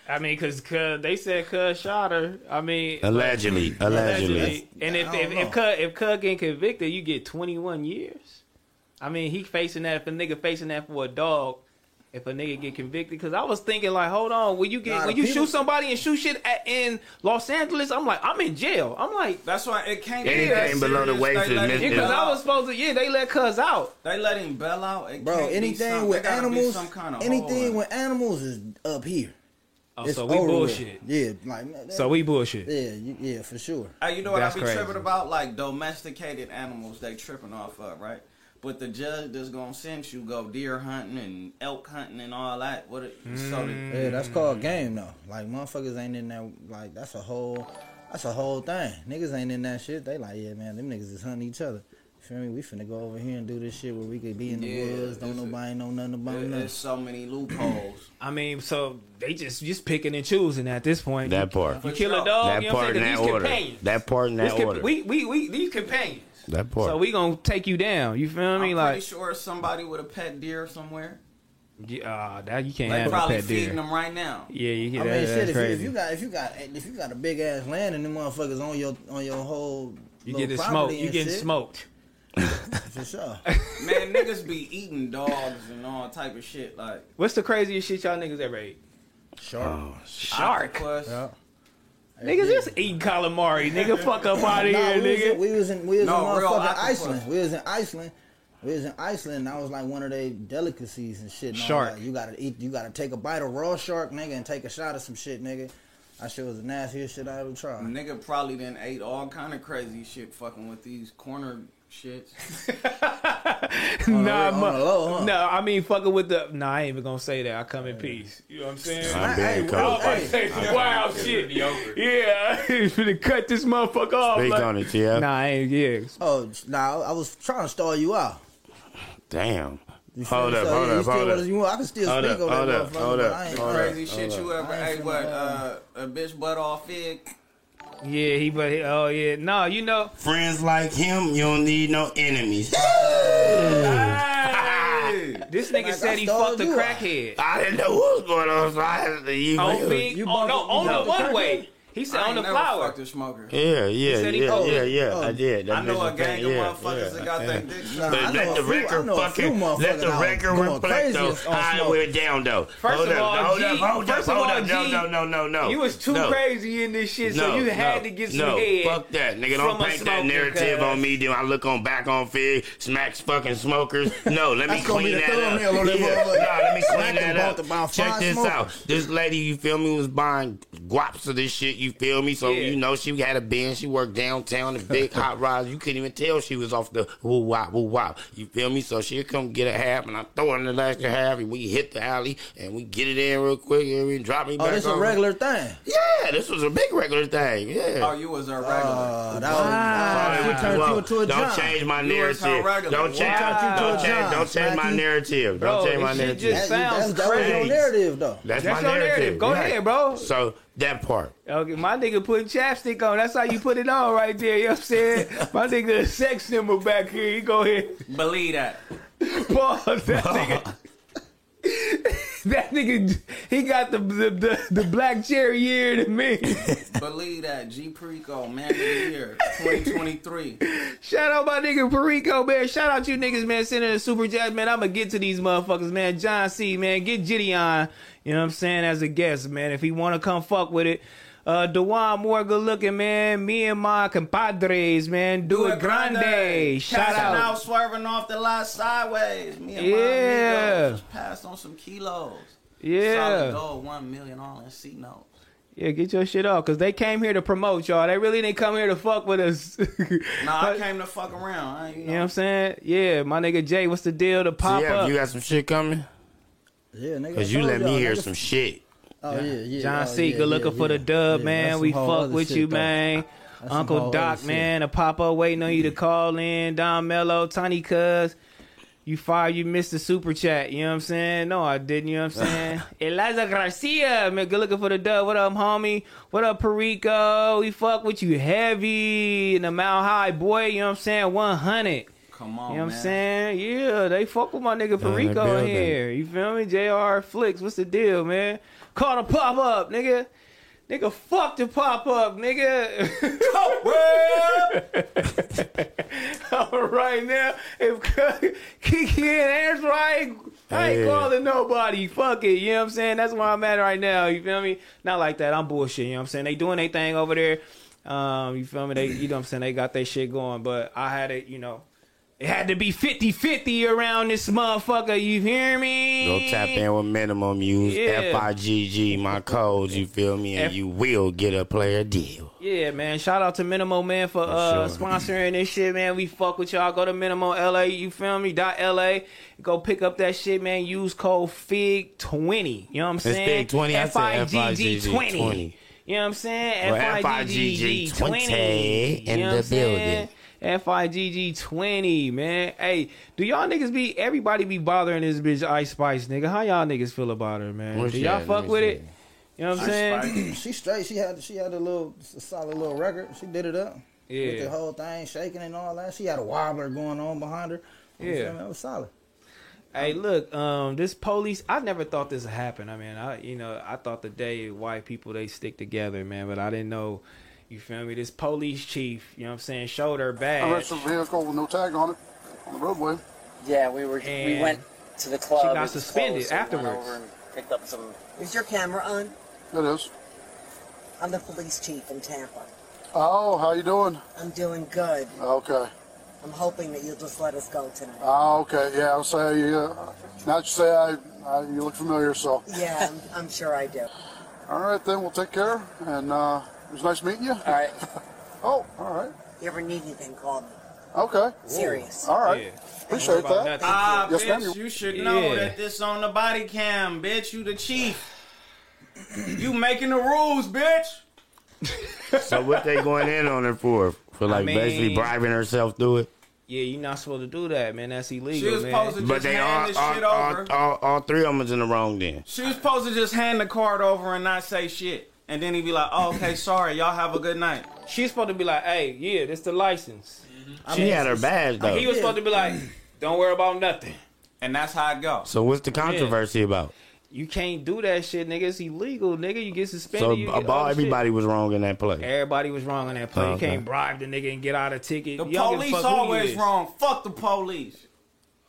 [SPEAKER 2] I mean, because they said Cuz shot her. I mean,
[SPEAKER 1] Allegedly. Allegedly.
[SPEAKER 2] and if
[SPEAKER 4] I
[SPEAKER 2] if
[SPEAKER 4] don't
[SPEAKER 2] if
[SPEAKER 4] know.
[SPEAKER 2] Cuz if Cuz getting convicted, you get twenty one years. I mean, he facing that if a nigga facing that for a dog. If a nigga get convicted, because I was thinking like, hold on, when you get
[SPEAKER 4] Nah,
[SPEAKER 2] when
[SPEAKER 4] the
[SPEAKER 2] you
[SPEAKER 4] people-
[SPEAKER 2] shoot somebody and shoot shit at, in Los Angeles, I'm like, I'm in jail. I'm like,
[SPEAKER 3] That's why it can't be
[SPEAKER 1] Anything
[SPEAKER 3] that serious.
[SPEAKER 1] below the waist
[SPEAKER 3] They
[SPEAKER 1] is
[SPEAKER 3] let him
[SPEAKER 1] mis-
[SPEAKER 3] bell
[SPEAKER 2] yeah, because I
[SPEAKER 3] out.
[SPEAKER 2] was supposed to. Yeah, they let Cuz out.
[SPEAKER 3] They let him bail out. It
[SPEAKER 4] Bro,
[SPEAKER 3] can't be
[SPEAKER 4] anything
[SPEAKER 3] some-
[SPEAKER 4] with
[SPEAKER 3] there gotta be
[SPEAKER 4] animals,
[SPEAKER 3] some kind of hole
[SPEAKER 4] anything
[SPEAKER 3] in it.
[SPEAKER 4] with animals is up here.
[SPEAKER 2] Oh,
[SPEAKER 4] It's
[SPEAKER 2] so we
[SPEAKER 4] over with.
[SPEAKER 2] bullshit.
[SPEAKER 4] Yeah, like that-
[SPEAKER 2] So we bullshit.
[SPEAKER 4] Yeah, you- yeah, for sure.
[SPEAKER 3] Hey, Uh, you know what
[SPEAKER 2] That's
[SPEAKER 3] I be
[SPEAKER 2] crazy.
[SPEAKER 3] tripping about? Like domesticated animals, they tripping off of, right? But the judge that's gonna send you go deer hunting and elk hunting and all that. What? It, so the,
[SPEAKER 2] Mm.
[SPEAKER 3] Mm-hmm.
[SPEAKER 4] Yeah, that's called game though. Like motherfuckers ain't in there. Like that's a whole That's a whole thing. Niggas ain't in that shit. They like, yeah, man, them niggas is hunting each other. You feel me? We finna go over here and do this shit where we could be in the
[SPEAKER 3] Yeah,
[SPEAKER 4] woods. Don't
[SPEAKER 3] it's a-
[SPEAKER 4] nobody know nothing about
[SPEAKER 3] There-
[SPEAKER 4] nothing.
[SPEAKER 3] There's so many loopholes.
[SPEAKER 2] I mean, so they just just picking and choosing at this point.
[SPEAKER 1] That part.
[SPEAKER 2] You kill a dog,
[SPEAKER 1] That
[SPEAKER 2] you know what
[SPEAKER 1] part
[SPEAKER 2] I'm
[SPEAKER 1] in
[SPEAKER 2] saying?
[SPEAKER 1] that
[SPEAKER 2] 'Cause These
[SPEAKER 1] order.
[SPEAKER 2] companions.
[SPEAKER 1] That part in that
[SPEAKER 2] These comp-
[SPEAKER 1] order.
[SPEAKER 2] We, we, we, these companions.
[SPEAKER 1] That part.
[SPEAKER 2] So we gonna take you down. You feel me?
[SPEAKER 3] I'm
[SPEAKER 2] like,
[SPEAKER 3] pretty sure somebody with a pet deer somewhere.
[SPEAKER 2] yeah, uh, that you can't
[SPEAKER 3] They
[SPEAKER 2] have a
[SPEAKER 3] probably
[SPEAKER 2] pet deer.
[SPEAKER 3] feeding them right now.
[SPEAKER 2] Yeah, you
[SPEAKER 4] I
[SPEAKER 2] hear
[SPEAKER 4] mean,
[SPEAKER 2] that?
[SPEAKER 4] shit.
[SPEAKER 2] that's
[SPEAKER 4] If you,
[SPEAKER 2] crazy.
[SPEAKER 4] if you got if you got if you got a big ass land and them motherfuckers on your on your whole
[SPEAKER 2] You
[SPEAKER 4] little
[SPEAKER 2] getting
[SPEAKER 4] property
[SPEAKER 2] smoked.
[SPEAKER 4] and
[SPEAKER 2] You getting
[SPEAKER 4] shit,
[SPEAKER 2] smoked.
[SPEAKER 4] for sure.
[SPEAKER 3] Man, niggas be eating dogs and all type of shit. Like
[SPEAKER 2] What's the craziest shit y'all niggas ever ate?
[SPEAKER 1] Oh,
[SPEAKER 4] Shark.
[SPEAKER 2] Shark.
[SPEAKER 3] Octopus.
[SPEAKER 2] Niggas just eating calamari. Nigga, fuck up out of
[SPEAKER 4] Nah,
[SPEAKER 2] here,
[SPEAKER 4] we was
[SPEAKER 2] nigga.
[SPEAKER 4] in- we was in we was
[SPEAKER 2] No,
[SPEAKER 4] in
[SPEAKER 2] real
[SPEAKER 4] motherfucking
[SPEAKER 2] octopus.
[SPEAKER 4] Iceland. We was in Iceland. We was in Iceland. And I was like one of their delicacies and shit. And all
[SPEAKER 2] Shark.
[SPEAKER 4] that. You gotta eat. You gotta take a bite of raw shark, nigga, and take a shot of some shit, nigga. That shit was the nastiest shit I ever tried.
[SPEAKER 3] Nigga probably done ate all kind of crazy shit fucking with these corner shits.
[SPEAKER 2] nah,
[SPEAKER 3] on
[SPEAKER 2] mu-
[SPEAKER 3] the low, huh?
[SPEAKER 2] nah, I mean fucking with the. Nah, I ain't even gonna say that. I come in peace. You know what I'm saying?
[SPEAKER 1] I'm being
[SPEAKER 2] I was about to
[SPEAKER 1] coached.
[SPEAKER 2] say some wild shit. Yeah, he's finna cut this motherfucker off.
[SPEAKER 1] Speak
[SPEAKER 2] like-
[SPEAKER 1] on it, yeah.
[SPEAKER 2] Nah, I ain't. Yeah,
[SPEAKER 4] Oh, nah, I was trying to stall you out.
[SPEAKER 1] Damn.
[SPEAKER 4] You feel
[SPEAKER 1] Hold
[SPEAKER 4] me?
[SPEAKER 1] up,
[SPEAKER 4] So
[SPEAKER 1] hold
[SPEAKER 4] you
[SPEAKER 1] up,
[SPEAKER 4] still
[SPEAKER 1] hold up.
[SPEAKER 4] wanna- you- I can still
[SPEAKER 1] Hold
[SPEAKER 4] speak
[SPEAKER 1] up,
[SPEAKER 4] on that
[SPEAKER 1] hold up,
[SPEAKER 4] motherfucker,
[SPEAKER 1] hold
[SPEAKER 4] but
[SPEAKER 1] up,
[SPEAKER 4] I ain't-
[SPEAKER 1] hold up,
[SPEAKER 3] crazy shit
[SPEAKER 1] hold
[SPEAKER 3] you
[SPEAKER 1] up.
[SPEAKER 3] ever ate? What? Uh, a bitch butt off egg?
[SPEAKER 2] yeah. He, but oh yeah. Nah, you know.
[SPEAKER 1] Friends like him, you don't need no enemies.
[SPEAKER 2] Hey, this nigga
[SPEAKER 1] Like,
[SPEAKER 2] said
[SPEAKER 1] I
[SPEAKER 2] he
[SPEAKER 1] stalled
[SPEAKER 2] fucked a
[SPEAKER 1] you out.
[SPEAKER 2] crackhead.
[SPEAKER 1] I didn't know what was going on, so I had to you.
[SPEAKER 2] On big,
[SPEAKER 1] you
[SPEAKER 2] oh, no,
[SPEAKER 3] bought
[SPEAKER 2] on the
[SPEAKER 3] the
[SPEAKER 2] one
[SPEAKER 3] crackhead?
[SPEAKER 2] way. He said
[SPEAKER 3] I
[SPEAKER 2] on
[SPEAKER 3] ain't
[SPEAKER 2] the
[SPEAKER 3] never
[SPEAKER 2] flower.
[SPEAKER 3] fucked a smoker.
[SPEAKER 1] yeah, yeah,
[SPEAKER 2] said he
[SPEAKER 1] yeah,
[SPEAKER 2] fucked.
[SPEAKER 1] yeah, yeah. I
[SPEAKER 2] Oh.
[SPEAKER 1] did. That
[SPEAKER 3] I know
[SPEAKER 1] bitch
[SPEAKER 3] a
[SPEAKER 1] was
[SPEAKER 3] gang
[SPEAKER 1] thing,
[SPEAKER 3] of
[SPEAKER 1] yeah,
[SPEAKER 3] motherfuckers that got
[SPEAKER 1] yeah.
[SPEAKER 3] their dick
[SPEAKER 1] But
[SPEAKER 3] sucked. I know a
[SPEAKER 1] let the
[SPEAKER 3] few- I
[SPEAKER 1] record
[SPEAKER 3] know a few
[SPEAKER 1] fucking let
[SPEAKER 3] motherfuckers
[SPEAKER 1] the
[SPEAKER 3] out
[SPEAKER 1] record
[SPEAKER 3] going
[SPEAKER 1] reflect
[SPEAKER 3] crazy
[SPEAKER 1] though.
[SPEAKER 3] on smoke.
[SPEAKER 1] I went down though.
[SPEAKER 2] First
[SPEAKER 1] hold
[SPEAKER 2] of
[SPEAKER 1] up,
[SPEAKER 2] all,
[SPEAKER 1] hold
[SPEAKER 2] G,
[SPEAKER 1] up, hold up,
[SPEAKER 2] first of
[SPEAKER 1] hold
[SPEAKER 2] all,
[SPEAKER 1] up, no,
[SPEAKER 2] G,
[SPEAKER 1] no, no, no, no.
[SPEAKER 2] You was too
[SPEAKER 1] no.
[SPEAKER 2] crazy in this shit, so
[SPEAKER 1] No,
[SPEAKER 2] you had
[SPEAKER 1] no,
[SPEAKER 2] to get some
[SPEAKER 1] no,
[SPEAKER 2] head.
[SPEAKER 1] Fuck that, nigga.
[SPEAKER 2] from
[SPEAKER 1] Don't
[SPEAKER 2] a
[SPEAKER 1] paint that
[SPEAKER 2] smoker,
[SPEAKER 1] narrative
[SPEAKER 2] cuz.
[SPEAKER 1] on me. Then I look on back on Fig, smacks fucking smokers. No, let me
[SPEAKER 4] That's gonna be
[SPEAKER 1] clean
[SPEAKER 4] the
[SPEAKER 1] that up.
[SPEAKER 4] thumbnail on that
[SPEAKER 1] Yeah,
[SPEAKER 4] motherfucker.
[SPEAKER 1] nah, let me clean
[SPEAKER 4] Smacking
[SPEAKER 1] that
[SPEAKER 4] both
[SPEAKER 1] up.
[SPEAKER 4] about
[SPEAKER 1] Check
[SPEAKER 4] five
[SPEAKER 1] this
[SPEAKER 4] smokers.
[SPEAKER 1] out. This lady, you feel me, was buying guaps of this shit. You feel me? So
[SPEAKER 2] Yeah.
[SPEAKER 1] you know she had a bin. She worked downtown in big hot rods. You couldn't even tell she was off the woo wop woo wop. You feel me? So she would come get a half, and I throw in the last half, and we hit the alley, and we get it in real quick, and we drop me
[SPEAKER 4] Oh,
[SPEAKER 1] back.
[SPEAKER 4] this a
[SPEAKER 1] on.
[SPEAKER 4] regular thing.
[SPEAKER 1] Yeah, this was a big regular thing. Yeah.
[SPEAKER 3] Oh, you was a regular.
[SPEAKER 2] Uh,
[SPEAKER 4] Uh, that was-
[SPEAKER 1] Wow.
[SPEAKER 4] she turned you
[SPEAKER 1] Whoa,
[SPEAKER 4] into a
[SPEAKER 1] don't
[SPEAKER 4] John.
[SPEAKER 1] change my
[SPEAKER 4] You
[SPEAKER 1] narrative.
[SPEAKER 4] was her regular.
[SPEAKER 1] Don't
[SPEAKER 4] Wow.
[SPEAKER 1] change.
[SPEAKER 4] Turned you to a
[SPEAKER 1] Don't change.
[SPEAKER 4] John,
[SPEAKER 1] Don't change my
[SPEAKER 4] Smacky.
[SPEAKER 1] narrative.
[SPEAKER 2] Bro,
[SPEAKER 1] Don't change my
[SPEAKER 2] this shit
[SPEAKER 1] narrative.
[SPEAKER 2] just sounds
[SPEAKER 4] that was your
[SPEAKER 2] crazy.
[SPEAKER 4] narrative, though.
[SPEAKER 1] That's,
[SPEAKER 2] That's
[SPEAKER 1] my
[SPEAKER 2] your narrative. Go
[SPEAKER 1] Right.
[SPEAKER 2] ahead, bro.
[SPEAKER 1] So that part.
[SPEAKER 2] Okay, my nigga putting chapstick on. That's how you put it on right there. You know what I'm saying? My nigga a sex symbol back here. He go ahead.
[SPEAKER 3] Believe that.
[SPEAKER 2] Pause. That nigga. that nigga. He got the the, the, the black cherry ear to me.
[SPEAKER 3] Believe that. G Perico, man of the year, 2023.
[SPEAKER 2] Shout out my nigga Perico, man. Shout out you niggas, man. Sending a super chat, man. I'ma get to these motherfuckers, man. John C, man. Get Jitty on. You know what I'm saying? As a guest, man. If he wanna come fuck with it. Uh Dewan Moore, good looking, man. Me and my compadres, man. Do, it grande. Shout
[SPEAKER 3] Passing
[SPEAKER 2] out.
[SPEAKER 3] swerving off the lot sideways. Me and my
[SPEAKER 2] Yeah.
[SPEAKER 3] amigos just passed on some kilos.
[SPEAKER 2] Yeah.
[SPEAKER 3] Solid gold, one million all in C notes.
[SPEAKER 2] Yeah, get your shit off. Cause they came here to promote y'all. They really didn't come here to fuck with us.
[SPEAKER 3] Nah, I came to fuck around. I, ain't- you
[SPEAKER 2] you
[SPEAKER 3] know.
[SPEAKER 2] know what I'm saying? Yeah, my nigga Jay, what's the deal? The pop
[SPEAKER 1] yeah,
[SPEAKER 2] up.
[SPEAKER 1] you got some shit coming.
[SPEAKER 4] Yeah, nigga.
[SPEAKER 1] Cause you
[SPEAKER 4] I
[SPEAKER 1] let
[SPEAKER 4] told
[SPEAKER 1] me
[SPEAKER 4] y'all,
[SPEAKER 1] hear
[SPEAKER 4] nigga.
[SPEAKER 1] some shit.
[SPEAKER 4] Oh yeah, yeah.
[SPEAKER 2] John
[SPEAKER 4] oh,
[SPEAKER 2] C,
[SPEAKER 4] yeah,
[SPEAKER 2] good looking
[SPEAKER 4] yeah,
[SPEAKER 2] for the
[SPEAKER 4] yeah.
[SPEAKER 2] dub,
[SPEAKER 4] Yeah, that's
[SPEAKER 2] man.
[SPEAKER 4] some
[SPEAKER 2] We
[SPEAKER 4] whole
[SPEAKER 2] fuck
[SPEAKER 4] other
[SPEAKER 2] with
[SPEAKER 4] shit,
[SPEAKER 2] you,
[SPEAKER 4] though.
[SPEAKER 2] man.
[SPEAKER 4] That's some
[SPEAKER 2] Uncle
[SPEAKER 4] whole other
[SPEAKER 2] Doc,
[SPEAKER 4] shit.
[SPEAKER 2] man, a pop up waiting on you to call in. Don Mello, Tiny Cuz. You fire, you missed the super chat. You know what I'm saying? No, I didn't. You know what I'm saying? Eliza Garcia, man, good looking for the dub. What up, homie? What up, Perico? We fuck with you heavy in the Mount High, boy. You know what I'm saying? 100.
[SPEAKER 3] Come on,
[SPEAKER 2] You know what I'm
[SPEAKER 3] man.
[SPEAKER 2] saying? Yeah, they fuck with my nigga
[SPEAKER 1] Down in the
[SPEAKER 2] Perico in
[SPEAKER 1] building.
[SPEAKER 2] here. You feel me? JR Flicks, what's the deal, man? Call the pop up, nigga. Nigga, fuck the pop up, nigga. All right now, if Kiki and Aaron's right, I ain't
[SPEAKER 1] Yeah.
[SPEAKER 2] calling nobody. Fuck it. You know what I'm saying? That's where I'm at right now. You feel me? Not like that. I'm bullshit. You know what I'm saying? They doing their thing over there. Um, you feel me? They, you know what I'm saying? They got their shit going, but I had it, you know. It had to be 50-50 around this motherfucker. You hear me?
[SPEAKER 1] Go tap in with minimum. Use
[SPEAKER 2] Yeah.
[SPEAKER 1] F I G G my codes. You feel me? And
[SPEAKER 2] F-
[SPEAKER 1] you will get a player deal.
[SPEAKER 2] Yeah, man. Shout out to Minimo Man for uh
[SPEAKER 1] sure.
[SPEAKER 2] sponsoring this shit, man. We fuck with y'all. Go to Minimo LA, you feel me? Dot LA. Go pick up that shit, man. Use code FIG20. You know what I'm
[SPEAKER 1] It's
[SPEAKER 2] saying?
[SPEAKER 1] Fig 20. I said
[SPEAKER 2] F-I-G-G
[SPEAKER 1] F I G G 20.
[SPEAKER 2] You know what I'm saying?
[SPEAKER 1] Well,
[SPEAKER 2] F-I-G-G 20
[SPEAKER 1] in
[SPEAKER 2] you know
[SPEAKER 1] the
[SPEAKER 2] what I'm saying?
[SPEAKER 1] building.
[SPEAKER 2] FIGG 20, man. Hey, do y'all niggas be, everybody be bothering this bitch Ice Spice, nigga? How y'all niggas feel about her, man?
[SPEAKER 1] Where's
[SPEAKER 2] do
[SPEAKER 1] she
[SPEAKER 2] y'all
[SPEAKER 1] at? Let
[SPEAKER 2] fuck
[SPEAKER 1] me
[SPEAKER 2] with
[SPEAKER 1] see.
[SPEAKER 2] it? You know what I'm saying?
[SPEAKER 4] she straight. She had she had a little a solid little record. She did it up. With
[SPEAKER 2] Yeah.
[SPEAKER 4] the whole thing shaking and all that. She had a wobbler going on behind her. You
[SPEAKER 2] Yeah.
[SPEAKER 4] feel me? That was solid.
[SPEAKER 2] Hey, look, um, this police. I never thought this would happen. I mean, I you know, I thought the day white people they stick together, man, but I didn't know. You feel me? This police chief, you know what I'm saying, showed her
[SPEAKER 3] Uh-huh,
[SPEAKER 2] badge.
[SPEAKER 10] Arrested a vehicle with no tag on it on the roadway.
[SPEAKER 11] Yeah, we were. we
[SPEAKER 2] And
[SPEAKER 11] went to the club.
[SPEAKER 2] she
[SPEAKER 11] it
[SPEAKER 2] got
[SPEAKER 11] was
[SPEAKER 2] suspended
[SPEAKER 11] closed, so we went
[SPEAKER 2] afterwards.
[SPEAKER 11] over and picked up some. Is your camera on?
[SPEAKER 10] It is.
[SPEAKER 11] I'm the police chief in Tampa.
[SPEAKER 10] Oh, how you doing?
[SPEAKER 11] I'm doing good.
[SPEAKER 10] Okay.
[SPEAKER 11] I'm hoping that you'll just let us go tonight.
[SPEAKER 10] Oh, okay. Yeah, I'll say. Yeah. Now that you say, I, I you look familiar. So.
[SPEAKER 11] Yeah, I'm, I'm sure I do.
[SPEAKER 10] All right, then we'll take care. And uh, it was nice meeting you. All
[SPEAKER 11] right.
[SPEAKER 10] oh, all right.
[SPEAKER 11] You ever need anything, call me.
[SPEAKER 10] Okay.
[SPEAKER 11] Serious.
[SPEAKER 10] All right. Appreciate
[SPEAKER 2] about
[SPEAKER 10] that.
[SPEAKER 2] nothing.
[SPEAKER 3] Ah,
[SPEAKER 10] yes, ma'am.
[SPEAKER 3] bitch, you should know
[SPEAKER 2] Yeah.
[SPEAKER 3] that this on the body cam, bitch. You the chief. you making the rules, bitch.
[SPEAKER 1] so what they going in on her for? For like
[SPEAKER 2] mean-
[SPEAKER 1] basically bribing herself through it.
[SPEAKER 2] Yeah, you're not supposed to do that, man. That's illegal,
[SPEAKER 3] She was
[SPEAKER 2] man.
[SPEAKER 3] supposed to
[SPEAKER 1] But they all,
[SPEAKER 3] this shit
[SPEAKER 1] all, all,
[SPEAKER 3] over.
[SPEAKER 1] all, all three of them is in the wrong then.
[SPEAKER 3] She was supposed to just hand the card over and not say shit. And then he'd be like, oh, okay, sorry, y'all have a good night.
[SPEAKER 2] She's supposed to be like, hey, yeah, this the license. I
[SPEAKER 1] She
[SPEAKER 2] mean,
[SPEAKER 1] had her badge though.
[SPEAKER 2] He was supposed to be like, don't worry about nothing.
[SPEAKER 3] And that's how it goes.
[SPEAKER 1] so what's the controversy about?
[SPEAKER 2] You can't do that shit, nigga. It's illegal, nigga. You get suspended.
[SPEAKER 1] So
[SPEAKER 2] you get all
[SPEAKER 1] about
[SPEAKER 2] this shit.
[SPEAKER 1] everybody was wrong in that play.
[SPEAKER 2] Everybody was wrong on that play.
[SPEAKER 1] Okay.
[SPEAKER 2] You can't bribe the nigga and get out a ticket.
[SPEAKER 3] The
[SPEAKER 2] You don't
[SPEAKER 3] police
[SPEAKER 2] give a fuck who you
[SPEAKER 3] always
[SPEAKER 2] is.
[SPEAKER 3] wrong. Fuck the police.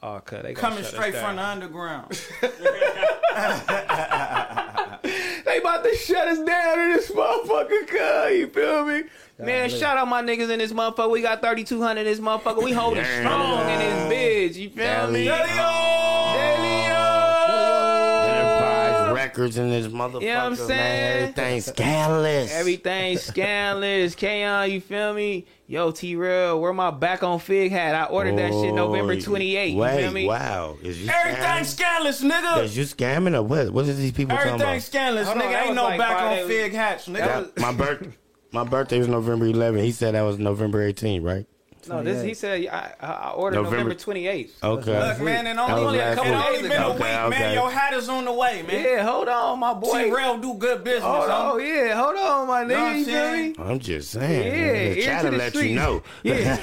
[SPEAKER 2] Oh, cut. They gonna
[SPEAKER 3] Coming
[SPEAKER 2] shut us
[SPEAKER 3] straight from
[SPEAKER 2] down.
[SPEAKER 3] the underground.
[SPEAKER 2] They about to shut us down in this motherfucker, cuz. You feel me? Man,
[SPEAKER 3] Golly.
[SPEAKER 2] shout out my niggas in this motherfucker. We got 3,200 in this motherfucker. We holding
[SPEAKER 1] Damn.
[SPEAKER 2] strong in this bitch. You feel me?
[SPEAKER 1] Delio. Enterprise records in this motherfucker.
[SPEAKER 2] You know what I'm saying?
[SPEAKER 1] Man, everything's scandalous.
[SPEAKER 2] Everything scandalous. K-On, you feel me? Yo, T-Rail, where my back on fig hat? I ordered that shit November
[SPEAKER 1] Boy,
[SPEAKER 2] 28th.
[SPEAKER 1] Oh, Wait,
[SPEAKER 2] you feel me?
[SPEAKER 1] wow. Is you
[SPEAKER 3] Everything scandalous, nigga.
[SPEAKER 1] Is you scamming or what? What is these people talking
[SPEAKER 3] Everything
[SPEAKER 1] about?
[SPEAKER 3] scandalous,
[SPEAKER 2] Hold on,
[SPEAKER 3] nigga.
[SPEAKER 2] that
[SPEAKER 3] Ain't
[SPEAKER 2] was
[SPEAKER 3] no
[SPEAKER 2] like
[SPEAKER 3] back
[SPEAKER 2] Friday.
[SPEAKER 3] on fig hats,
[SPEAKER 1] Yeah,
[SPEAKER 3] nigga.
[SPEAKER 1] my birth, my birthday was November 11th. He said that was November 18th, right?
[SPEAKER 2] No, this he said I, I- I ordered November,
[SPEAKER 1] November- Oh.
[SPEAKER 2] 28th.
[SPEAKER 1] Okay.
[SPEAKER 3] Look, man, and
[SPEAKER 1] That
[SPEAKER 3] only,
[SPEAKER 1] was
[SPEAKER 3] only,
[SPEAKER 1] last
[SPEAKER 3] it
[SPEAKER 1] week.
[SPEAKER 3] only been a
[SPEAKER 1] Okay,
[SPEAKER 3] week, man.
[SPEAKER 1] okay.
[SPEAKER 3] Your hat is on the way, man.
[SPEAKER 2] Yeah, hold on, my boy.
[SPEAKER 3] T-Rail do good business,
[SPEAKER 2] Hold
[SPEAKER 3] homie.
[SPEAKER 2] on, Oh, yeah, hold on, my nigga.
[SPEAKER 3] Know what I'm
[SPEAKER 2] you feel
[SPEAKER 3] saying?
[SPEAKER 2] me?
[SPEAKER 1] I'm just saying.
[SPEAKER 2] Yeah,
[SPEAKER 1] man.
[SPEAKER 2] ear
[SPEAKER 1] try
[SPEAKER 2] to
[SPEAKER 1] to,
[SPEAKER 2] the
[SPEAKER 1] let
[SPEAKER 2] street.
[SPEAKER 1] you know.
[SPEAKER 2] Yeah.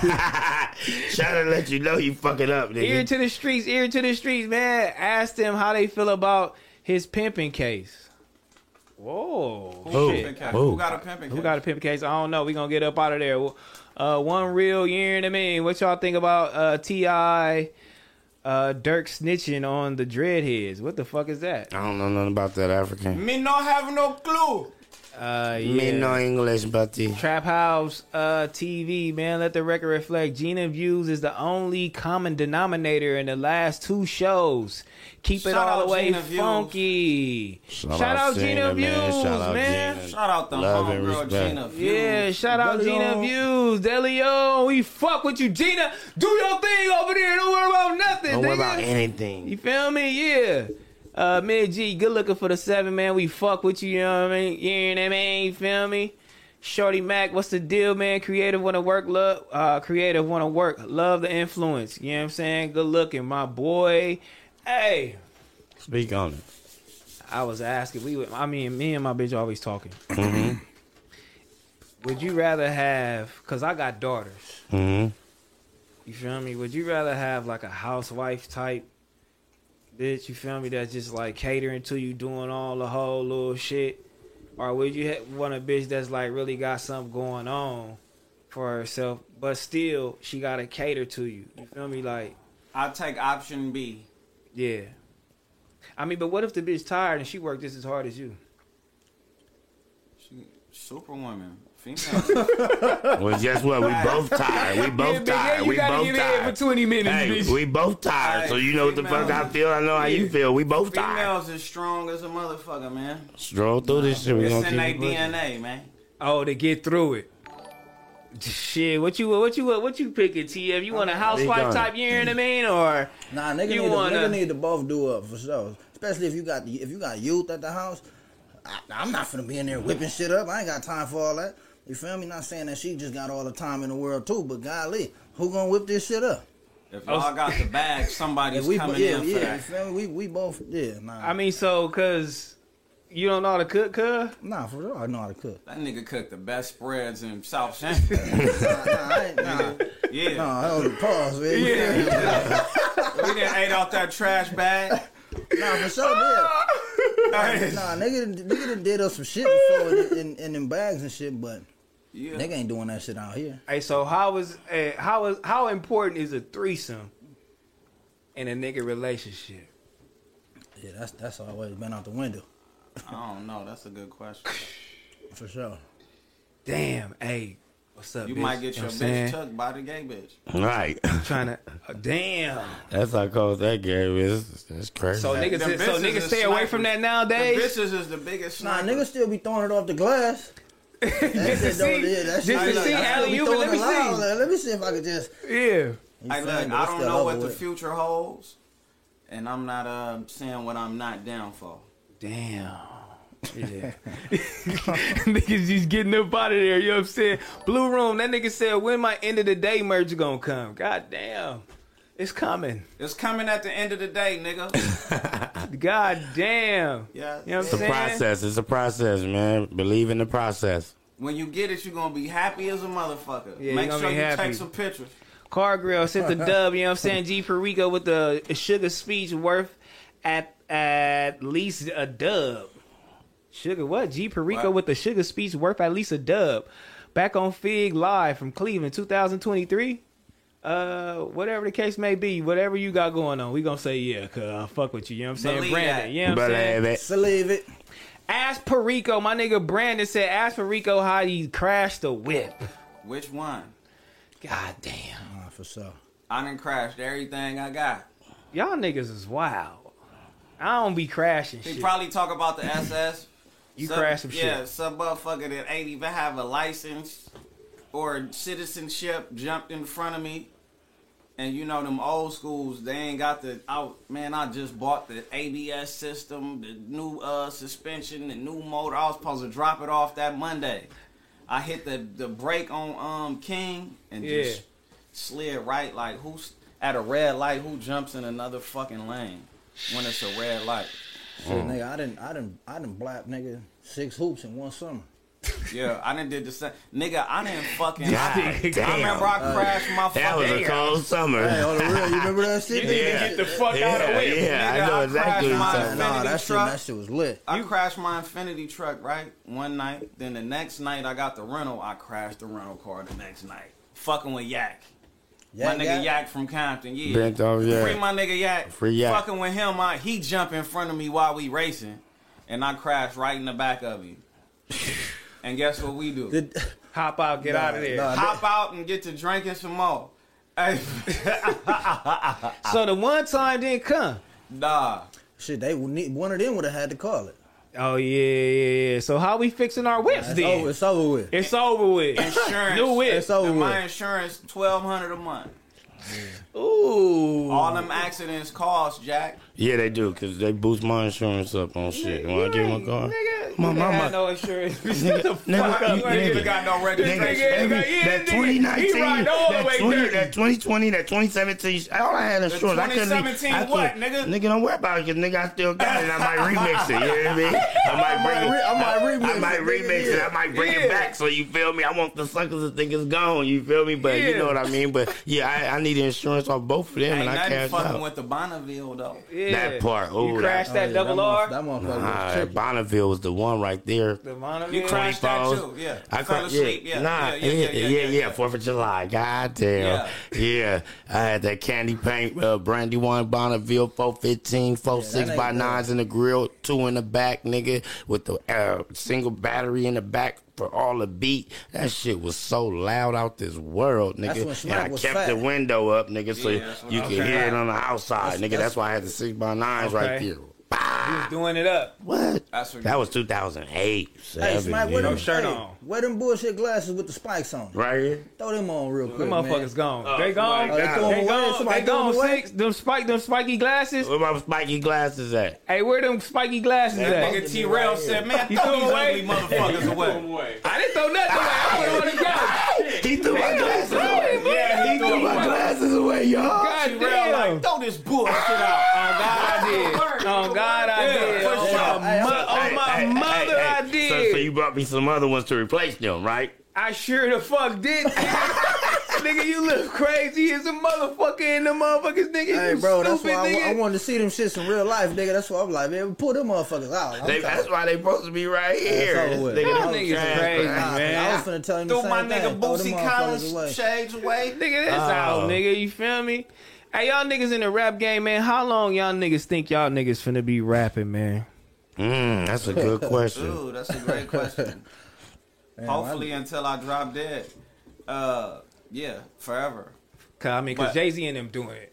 [SPEAKER 1] try to let you know you fucking up,
[SPEAKER 2] Ear
[SPEAKER 1] nigga.
[SPEAKER 2] to the streets, ear to the streets, man. Ask them how they feel about his pimping case. Whoa.
[SPEAKER 3] Who?
[SPEAKER 2] shit.
[SPEAKER 3] Pimping case? Who got a pimping
[SPEAKER 2] Who
[SPEAKER 3] case?
[SPEAKER 2] got a pimping case? I don't know. we going to get up out of there. Uh, one real year in the mean. What y'all think about uh, T.I. Uh, Dirk snitching on the Dreadheads? What the fuck is that?
[SPEAKER 1] I don't know nothing about that African.
[SPEAKER 3] Me not have no clue.
[SPEAKER 2] Uh, yeah.
[SPEAKER 1] Me no English, buddy.
[SPEAKER 2] Trap House uh, TV, man, let the record reflect. Gina Views is the only common denominator in the last two shows. Keep it
[SPEAKER 3] Shout
[SPEAKER 2] all
[SPEAKER 3] out
[SPEAKER 2] the way
[SPEAKER 3] Gina Views.
[SPEAKER 2] funky. Shout, out Gina, Views, man.
[SPEAKER 3] Shout out the
[SPEAKER 1] Love and
[SPEAKER 3] homegirl
[SPEAKER 1] respect.
[SPEAKER 3] Gina.
[SPEAKER 2] Yeah, shout out Gina
[SPEAKER 3] Delio.
[SPEAKER 2] Views, Delio. We fuck with you, Gina. Do your thing over there. Don't worry about nothing.
[SPEAKER 1] Don't worry
[SPEAKER 2] nigga.
[SPEAKER 1] about anything.
[SPEAKER 2] You feel me? Yeah. Uh, Mid G, good looking for the seven, man. We fuck with you, you know what I mean? You know what I mean? You feel me? Shorty Mac, what's the deal, man? Creative wanna work, love. Uh, creative wanna work, love the influence. You know what I'm saying? Good looking, my boy. Hey,
[SPEAKER 1] Speak on it.
[SPEAKER 2] I was asking. We, would- I mean, me and my bitch always talking.
[SPEAKER 1] Mhm.
[SPEAKER 2] Would you rather have? Cause I got daughters.
[SPEAKER 1] Mhm.
[SPEAKER 2] You feel me? Would you rather have like a housewife type bitch? You feel me? That's just like catering to you, doing all the whole little shit, or would you ha- want a bitch that's like really got something going on for herself, but still she gotta cater to you? You feel me? Like,
[SPEAKER 3] I take option B.
[SPEAKER 2] yeah. I mean, but what if the bitch tired and she worked just as hard as you?
[SPEAKER 3] She, superwoman. Female.
[SPEAKER 1] Well, guess what? We both tired. We
[SPEAKER 2] Yeah,
[SPEAKER 1] both
[SPEAKER 2] big A,
[SPEAKER 1] tired.
[SPEAKER 2] you
[SPEAKER 1] We
[SPEAKER 2] gotta
[SPEAKER 1] both
[SPEAKER 2] give it in
[SPEAKER 1] tired.
[SPEAKER 2] for 20 minutes,
[SPEAKER 1] Hey,
[SPEAKER 2] bitch.
[SPEAKER 1] we both tired. So you know what the fuck I feel. I know how you feel. We both tired.
[SPEAKER 3] Females is strong as a motherfucker, man.
[SPEAKER 1] Stroll through this shit. We
[SPEAKER 3] It's
[SPEAKER 1] gonna
[SPEAKER 3] in
[SPEAKER 1] keep
[SPEAKER 3] their
[SPEAKER 1] it pushing.
[SPEAKER 3] DNA, man.
[SPEAKER 2] Oh, to get through it. Shit, what you what you what you picking, TF? You want a housewife
[SPEAKER 4] gone.
[SPEAKER 2] type? You know what I mean? Or
[SPEAKER 4] Nah, nigga,
[SPEAKER 2] you
[SPEAKER 4] need,
[SPEAKER 2] wanna-
[SPEAKER 4] to, nigga need to both do up for sure. Especially if you got if you got youth at the house. I, I'm not finna be in there whipping shit up. I ain't got time for all that. You feel me? Not saying that she just got all the time in the world too, but golly, who gonna whip this shit up?
[SPEAKER 3] If
[SPEAKER 2] Oh.
[SPEAKER 3] y'all got the bag, somebody's
[SPEAKER 4] If we,
[SPEAKER 3] coming
[SPEAKER 4] yeah,
[SPEAKER 3] in
[SPEAKER 4] yeah,
[SPEAKER 3] for
[SPEAKER 4] you
[SPEAKER 3] that.
[SPEAKER 4] feel me? We we both yeah, nah.
[SPEAKER 2] I mean, so cause you don't know how to cook, cuz?
[SPEAKER 4] Nah, for real, I know how to cook.
[SPEAKER 3] That nigga cooked the best spreads in South Central. Yeah.
[SPEAKER 4] Nah, that was a pause, man.
[SPEAKER 3] we didn't ate out that trash bag.
[SPEAKER 4] Nah, for sure, yeah. nah, nigga, done- nigga done did us some shit before in, in, in them bags and shit, but nigga ain't doing that shit out here.
[SPEAKER 2] Hey, so how is eh, how is how important is a threesome in a nigga relationship?
[SPEAKER 4] Yeah, that's that's always been out the window.
[SPEAKER 3] I don't know. That's a good question.
[SPEAKER 4] For sure.
[SPEAKER 2] Damn, hey, what's up?
[SPEAKER 3] You
[SPEAKER 2] bitch?
[SPEAKER 3] might get
[SPEAKER 2] You
[SPEAKER 3] your
[SPEAKER 2] know what I'm
[SPEAKER 3] bitch
[SPEAKER 2] saying?
[SPEAKER 3] tucked by the gay bitch.
[SPEAKER 1] Right.
[SPEAKER 2] trying to. damn.
[SPEAKER 1] That's how cold that game is. That's crazy.
[SPEAKER 2] So niggas,
[SPEAKER 3] Them
[SPEAKER 2] so
[SPEAKER 3] bitches
[SPEAKER 2] niggas
[SPEAKER 3] is
[SPEAKER 2] stay away
[SPEAKER 3] snipers.
[SPEAKER 2] from that nowadays.
[SPEAKER 3] The bitches is the biggest
[SPEAKER 4] Nah,
[SPEAKER 3] sniper.
[SPEAKER 4] niggas still be throwing it off the glass. That shit
[SPEAKER 2] to
[SPEAKER 4] don't-
[SPEAKER 2] see-
[SPEAKER 4] yeah, that
[SPEAKER 2] just
[SPEAKER 4] shit-
[SPEAKER 2] to
[SPEAKER 4] I know,
[SPEAKER 2] see
[SPEAKER 4] I still be
[SPEAKER 2] alley-oop,
[SPEAKER 4] throwing
[SPEAKER 2] let me
[SPEAKER 4] it loud,
[SPEAKER 2] see.
[SPEAKER 4] like, Let me see if I could just.
[SPEAKER 2] Yeah.
[SPEAKER 3] Hey,
[SPEAKER 4] You
[SPEAKER 3] look,
[SPEAKER 4] feel me? But
[SPEAKER 3] I
[SPEAKER 4] it's
[SPEAKER 3] don't
[SPEAKER 4] still
[SPEAKER 3] know
[SPEAKER 4] over
[SPEAKER 3] what the
[SPEAKER 4] with.
[SPEAKER 3] future holds, and I'm not uh, saying what I'm not down for.
[SPEAKER 2] Damn. Yeah. niggas just getting up out of there. You know what I'm saying? Blue Room, that nigga said, when my end of the day merge gonna come? God damn. It's coming.
[SPEAKER 3] It's coming at the end of the day, nigga.
[SPEAKER 2] God damn.
[SPEAKER 3] Yeah.
[SPEAKER 2] You know what
[SPEAKER 1] It's a
[SPEAKER 2] I'm saying?
[SPEAKER 1] process. It's a process, man. Believe in the process.
[SPEAKER 3] When you get it, you're gonna be happy as a motherfucker.
[SPEAKER 2] Yeah, you
[SPEAKER 3] Make
[SPEAKER 2] gonna
[SPEAKER 3] sure
[SPEAKER 2] be
[SPEAKER 3] you
[SPEAKER 2] happy.
[SPEAKER 3] take some pictures.
[SPEAKER 2] Cargill sent the dub, you know what I'm saying? G Perico with the sugar speech worth at at least a dub. Sugar what? G Perico
[SPEAKER 3] What?
[SPEAKER 2] with the sugar speech worth at least a dub. Back on Fig Live from Cleveland 2023. Uh, whatever the case may be, whatever you got going on, we gonna say yeah, cause I fuck with you. You know what I'm saying,
[SPEAKER 3] Believe
[SPEAKER 2] Brandon.
[SPEAKER 3] that.
[SPEAKER 2] You know what I'm saying.
[SPEAKER 1] Believe it.
[SPEAKER 4] Believe it.
[SPEAKER 2] Ask Perico, my nigga Brandon said, ask Perico how he crashed the whip.
[SPEAKER 3] Which one?
[SPEAKER 2] God damn.
[SPEAKER 4] Nah, for sure.
[SPEAKER 3] I done crashed everything I got.
[SPEAKER 2] Y'all niggas is wild. I don't be crashing
[SPEAKER 3] He
[SPEAKER 2] shit.
[SPEAKER 3] probably talk about the SS.
[SPEAKER 2] You crashed some
[SPEAKER 3] yeah,
[SPEAKER 2] shit.
[SPEAKER 3] some motherfucker that ain't even have a license or citizenship jumped in front of me. And you know them old schools, they ain't got the out. Man, I just bought the ABS system, the new uh, suspension, the new motor. I was supposed to drop it off that Monday. I hit the the brake on um King and just
[SPEAKER 2] Yeah.
[SPEAKER 3] slid right. Like who's at a red light? Who jumps in another fucking lane when it's a red light?
[SPEAKER 4] Shit, nigga, I didn't, I didn't, I didn't blap, nigga, six hoops in one summer.
[SPEAKER 3] Yeah, I done did the same. Nigga, I didn't fucking.
[SPEAKER 1] God
[SPEAKER 3] I,
[SPEAKER 1] damn.
[SPEAKER 3] remember I crashed my fucking.
[SPEAKER 1] That was a cold summer.
[SPEAKER 4] Hey, on the real, you remember that shit?
[SPEAKER 1] You need to Yeah. get the fuck
[SPEAKER 4] out
[SPEAKER 1] outta Yeah, whip. yeah, I know exactly what you're
[SPEAKER 3] crashed my
[SPEAKER 1] talking about.
[SPEAKER 3] Infinity
[SPEAKER 4] Nah, that shit,
[SPEAKER 3] truck.
[SPEAKER 4] that shit was lit.
[SPEAKER 3] I crashed my Infinity truck right one night. Then the next night I got the rental. I crashed the rental car the next night. Fucking with Yak.
[SPEAKER 4] Yak
[SPEAKER 3] my nigga
[SPEAKER 4] Yak?
[SPEAKER 3] Yak? from Compton. Yeah.
[SPEAKER 1] Bent over, yeah.
[SPEAKER 3] Free my nigga Yak.
[SPEAKER 1] Free Yak.
[SPEAKER 3] Fucking with him. I, he jump in front of me while we racing, and I crashed right in the back of him. and guess what we do?
[SPEAKER 2] Hop out, get
[SPEAKER 4] Nah,
[SPEAKER 2] out of there.
[SPEAKER 4] nah,
[SPEAKER 3] Hop out and get to drinking some more. Hey,
[SPEAKER 2] so the one time didn't come.
[SPEAKER 3] nah.
[SPEAKER 4] Shit, they would need one of them would have had to call it.
[SPEAKER 2] Oh yeah, yeah, yeah. So how we fixing our whips
[SPEAKER 4] It's
[SPEAKER 2] then?
[SPEAKER 4] over, it's over with.
[SPEAKER 2] It's over with.
[SPEAKER 3] Insurance.
[SPEAKER 2] New whip.
[SPEAKER 4] It's over
[SPEAKER 3] And my
[SPEAKER 4] with.
[SPEAKER 3] insurance twelve hundred a month.
[SPEAKER 2] Ooh.
[SPEAKER 3] All them accidents cost, Jack.
[SPEAKER 1] Yeah, they do, because they boost my insurance up on shit. You want to give them a call?
[SPEAKER 2] Nigga,
[SPEAKER 1] My
[SPEAKER 2] you ain't
[SPEAKER 1] mama.
[SPEAKER 2] had no insurance. Shut the fuck up.
[SPEAKER 3] You ain't even got no registration.
[SPEAKER 2] Nigga, yeah,
[SPEAKER 1] that
[SPEAKER 2] nigga,
[SPEAKER 1] 2019,
[SPEAKER 2] he ride all the
[SPEAKER 1] that,
[SPEAKER 2] way
[SPEAKER 1] 20,
[SPEAKER 2] dirty.
[SPEAKER 1] that 2020, that 2017, all I had insurance. I couldn't even-
[SPEAKER 3] 2017
[SPEAKER 1] I
[SPEAKER 3] what,
[SPEAKER 1] couldn't-
[SPEAKER 3] nigga?
[SPEAKER 1] Nigga, don't worry about it, because nigga, I still got it. I might remix it, you know what I mean? I might bring it.
[SPEAKER 4] I might remix
[SPEAKER 1] I might
[SPEAKER 4] it, nigga,
[SPEAKER 1] remix it.
[SPEAKER 4] yeah.
[SPEAKER 1] I might bring
[SPEAKER 2] Yeah.
[SPEAKER 1] it back. So you feel me? I want the suckers to think it's gone. You feel me? But
[SPEAKER 2] Yeah.
[SPEAKER 1] you know what I mean. But yeah, I, I need insurance off both of them,
[SPEAKER 3] Ain't
[SPEAKER 1] and I
[SPEAKER 3] nothing
[SPEAKER 1] cashed
[SPEAKER 3] fucking
[SPEAKER 1] out.
[SPEAKER 3] with the Bonneville though.
[SPEAKER 2] Yeah.
[SPEAKER 1] That part, ooh,
[SPEAKER 2] you
[SPEAKER 1] that-
[SPEAKER 2] crashed that,
[SPEAKER 4] Oh, yeah,
[SPEAKER 2] double
[SPEAKER 4] motherf-
[SPEAKER 2] R.
[SPEAKER 4] That
[SPEAKER 1] Nah,
[SPEAKER 4] motherfucker was
[SPEAKER 1] that
[SPEAKER 4] tripping.
[SPEAKER 1] Bonneville was the one right there.
[SPEAKER 2] the monomer.
[SPEAKER 3] You crashed that too.
[SPEAKER 1] 24s.
[SPEAKER 3] Yeah.
[SPEAKER 1] I
[SPEAKER 3] Fell
[SPEAKER 1] cra-
[SPEAKER 3] asleep.
[SPEAKER 1] Yeah.
[SPEAKER 3] Yeah.
[SPEAKER 1] Nah,
[SPEAKER 3] Yeah, yeah, yeah, yeah, yeah, yeah.
[SPEAKER 1] Fourth of July. God damn. Yeah. I had that candy paint, uh, brandy one, Bonneville, 415, four six
[SPEAKER 4] that
[SPEAKER 1] by
[SPEAKER 4] ain't
[SPEAKER 1] nines in the grill, two in the back, nigga, with the uh, single battery in the back for all the beat. That shit was so loud out this world,
[SPEAKER 4] That's when
[SPEAKER 1] nigga. And I
[SPEAKER 4] Smack was
[SPEAKER 1] kept
[SPEAKER 4] fat.
[SPEAKER 1] the window up, nigga, so
[SPEAKER 3] Yeah, that's what
[SPEAKER 1] you
[SPEAKER 3] I'm
[SPEAKER 1] could
[SPEAKER 3] saying.
[SPEAKER 1] hear it on the outside,
[SPEAKER 4] That's-
[SPEAKER 1] nigga. That's,
[SPEAKER 4] that's-
[SPEAKER 1] why I had the six by nines right
[SPEAKER 2] Okay.
[SPEAKER 1] there. Bah!
[SPEAKER 2] Just doing it up.
[SPEAKER 1] What?
[SPEAKER 3] That's what
[SPEAKER 1] That was 2008.
[SPEAKER 4] Hey,
[SPEAKER 1] seven,
[SPEAKER 4] Smack,
[SPEAKER 1] yeah.
[SPEAKER 4] wear them, hey, Wear them bullshit glasses with the spikes on.
[SPEAKER 1] Right here.
[SPEAKER 4] Throw them on real quick.
[SPEAKER 2] Them motherfuckers gone. they gone.
[SPEAKER 4] Oh,
[SPEAKER 2] They gone. They gone. They gone.
[SPEAKER 4] Six.
[SPEAKER 2] Six. Them spike. Them spiky glasses.
[SPEAKER 1] Where my spiky glasses at?
[SPEAKER 2] Hey, where them spiky glasses
[SPEAKER 3] That
[SPEAKER 2] at?
[SPEAKER 3] nigga T Rail said, man,
[SPEAKER 2] You
[SPEAKER 3] throw
[SPEAKER 2] threw 'em
[SPEAKER 3] these
[SPEAKER 2] away?
[SPEAKER 3] ugly motherfuckers away.
[SPEAKER 2] I didn't throw nothing away. I put it on the couch.
[SPEAKER 1] He threw my glasses away.
[SPEAKER 3] Yeah, he threw
[SPEAKER 1] my glasses away, y'all.
[SPEAKER 2] God
[SPEAKER 3] T-Rail like,
[SPEAKER 2] damn.
[SPEAKER 3] throw this bullshit out.
[SPEAKER 2] Oh God, I did. Oh God, I
[SPEAKER 3] Yeah,
[SPEAKER 2] did.
[SPEAKER 3] for
[SPEAKER 2] Oh
[SPEAKER 3] sure.
[SPEAKER 2] my, mo- oh,
[SPEAKER 1] Hey,
[SPEAKER 2] my
[SPEAKER 1] hey, hey,
[SPEAKER 2] mother,
[SPEAKER 1] hey.
[SPEAKER 2] I
[SPEAKER 1] So, so
[SPEAKER 2] did.
[SPEAKER 1] you brought me some other ones to replace them, right?
[SPEAKER 2] I sure the fuck did. nigga, you look crazy as a motherfucker in the motherfuckers, nigga.
[SPEAKER 4] Hey,
[SPEAKER 2] you
[SPEAKER 4] bro, that's
[SPEAKER 2] stupid,
[SPEAKER 4] why I, wa- I
[SPEAKER 2] nigga.
[SPEAKER 4] wanted to see them shits in real life, nigga. That's why I'm like, man, pull them motherfuckers out. I'm
[SPEAKER 1] They,
[SPEAKER 4] tired.
[SPEAKER 1] that's why they supposed to be right here.
[SPEAKER 4] That's over with.
[SPEAKER 1] This
[SPEAKER 4] Y'all
[SPEAKER 1] nigga,
[SPEAKER 2] niggas crazy, man.
[SPEAKER 4] I was finna tell him the
[SPEAKER 3] Throw
[SPEAKER 4] same
[SPEAKER 3] my
[SPEAKER 4] thing.
[SPEAKER 3] nigga
[SPEAKER 4] Throw them
[SPEAKER 3] Boosie
[SPEAKER 4] motherfuckers
[SPEAKER 3] Collins
[SPEAKER 4] away.
[SPEAKER 3] shades away.
[SPEAKER 2] Nigga, that's
[SPEAKER 1] Oh.
[SPEAKER 2] out, nigga. You feel me? Hey, y'all niggas in the rap game, man. How long y'all niggas think y'all niggas finna be rapping, man?
[SPEAKER 1] Mm, that's a good question.
[SPEAKER 3] Ooh, that's a great question. Hopefully, until I drop dead. Uh, yeah, forever.
[SPEAKER 2] 'Cause, I mean,
[SPEAKER 3] But-
[SPEAKER 2] cause Jay Z and them doing it.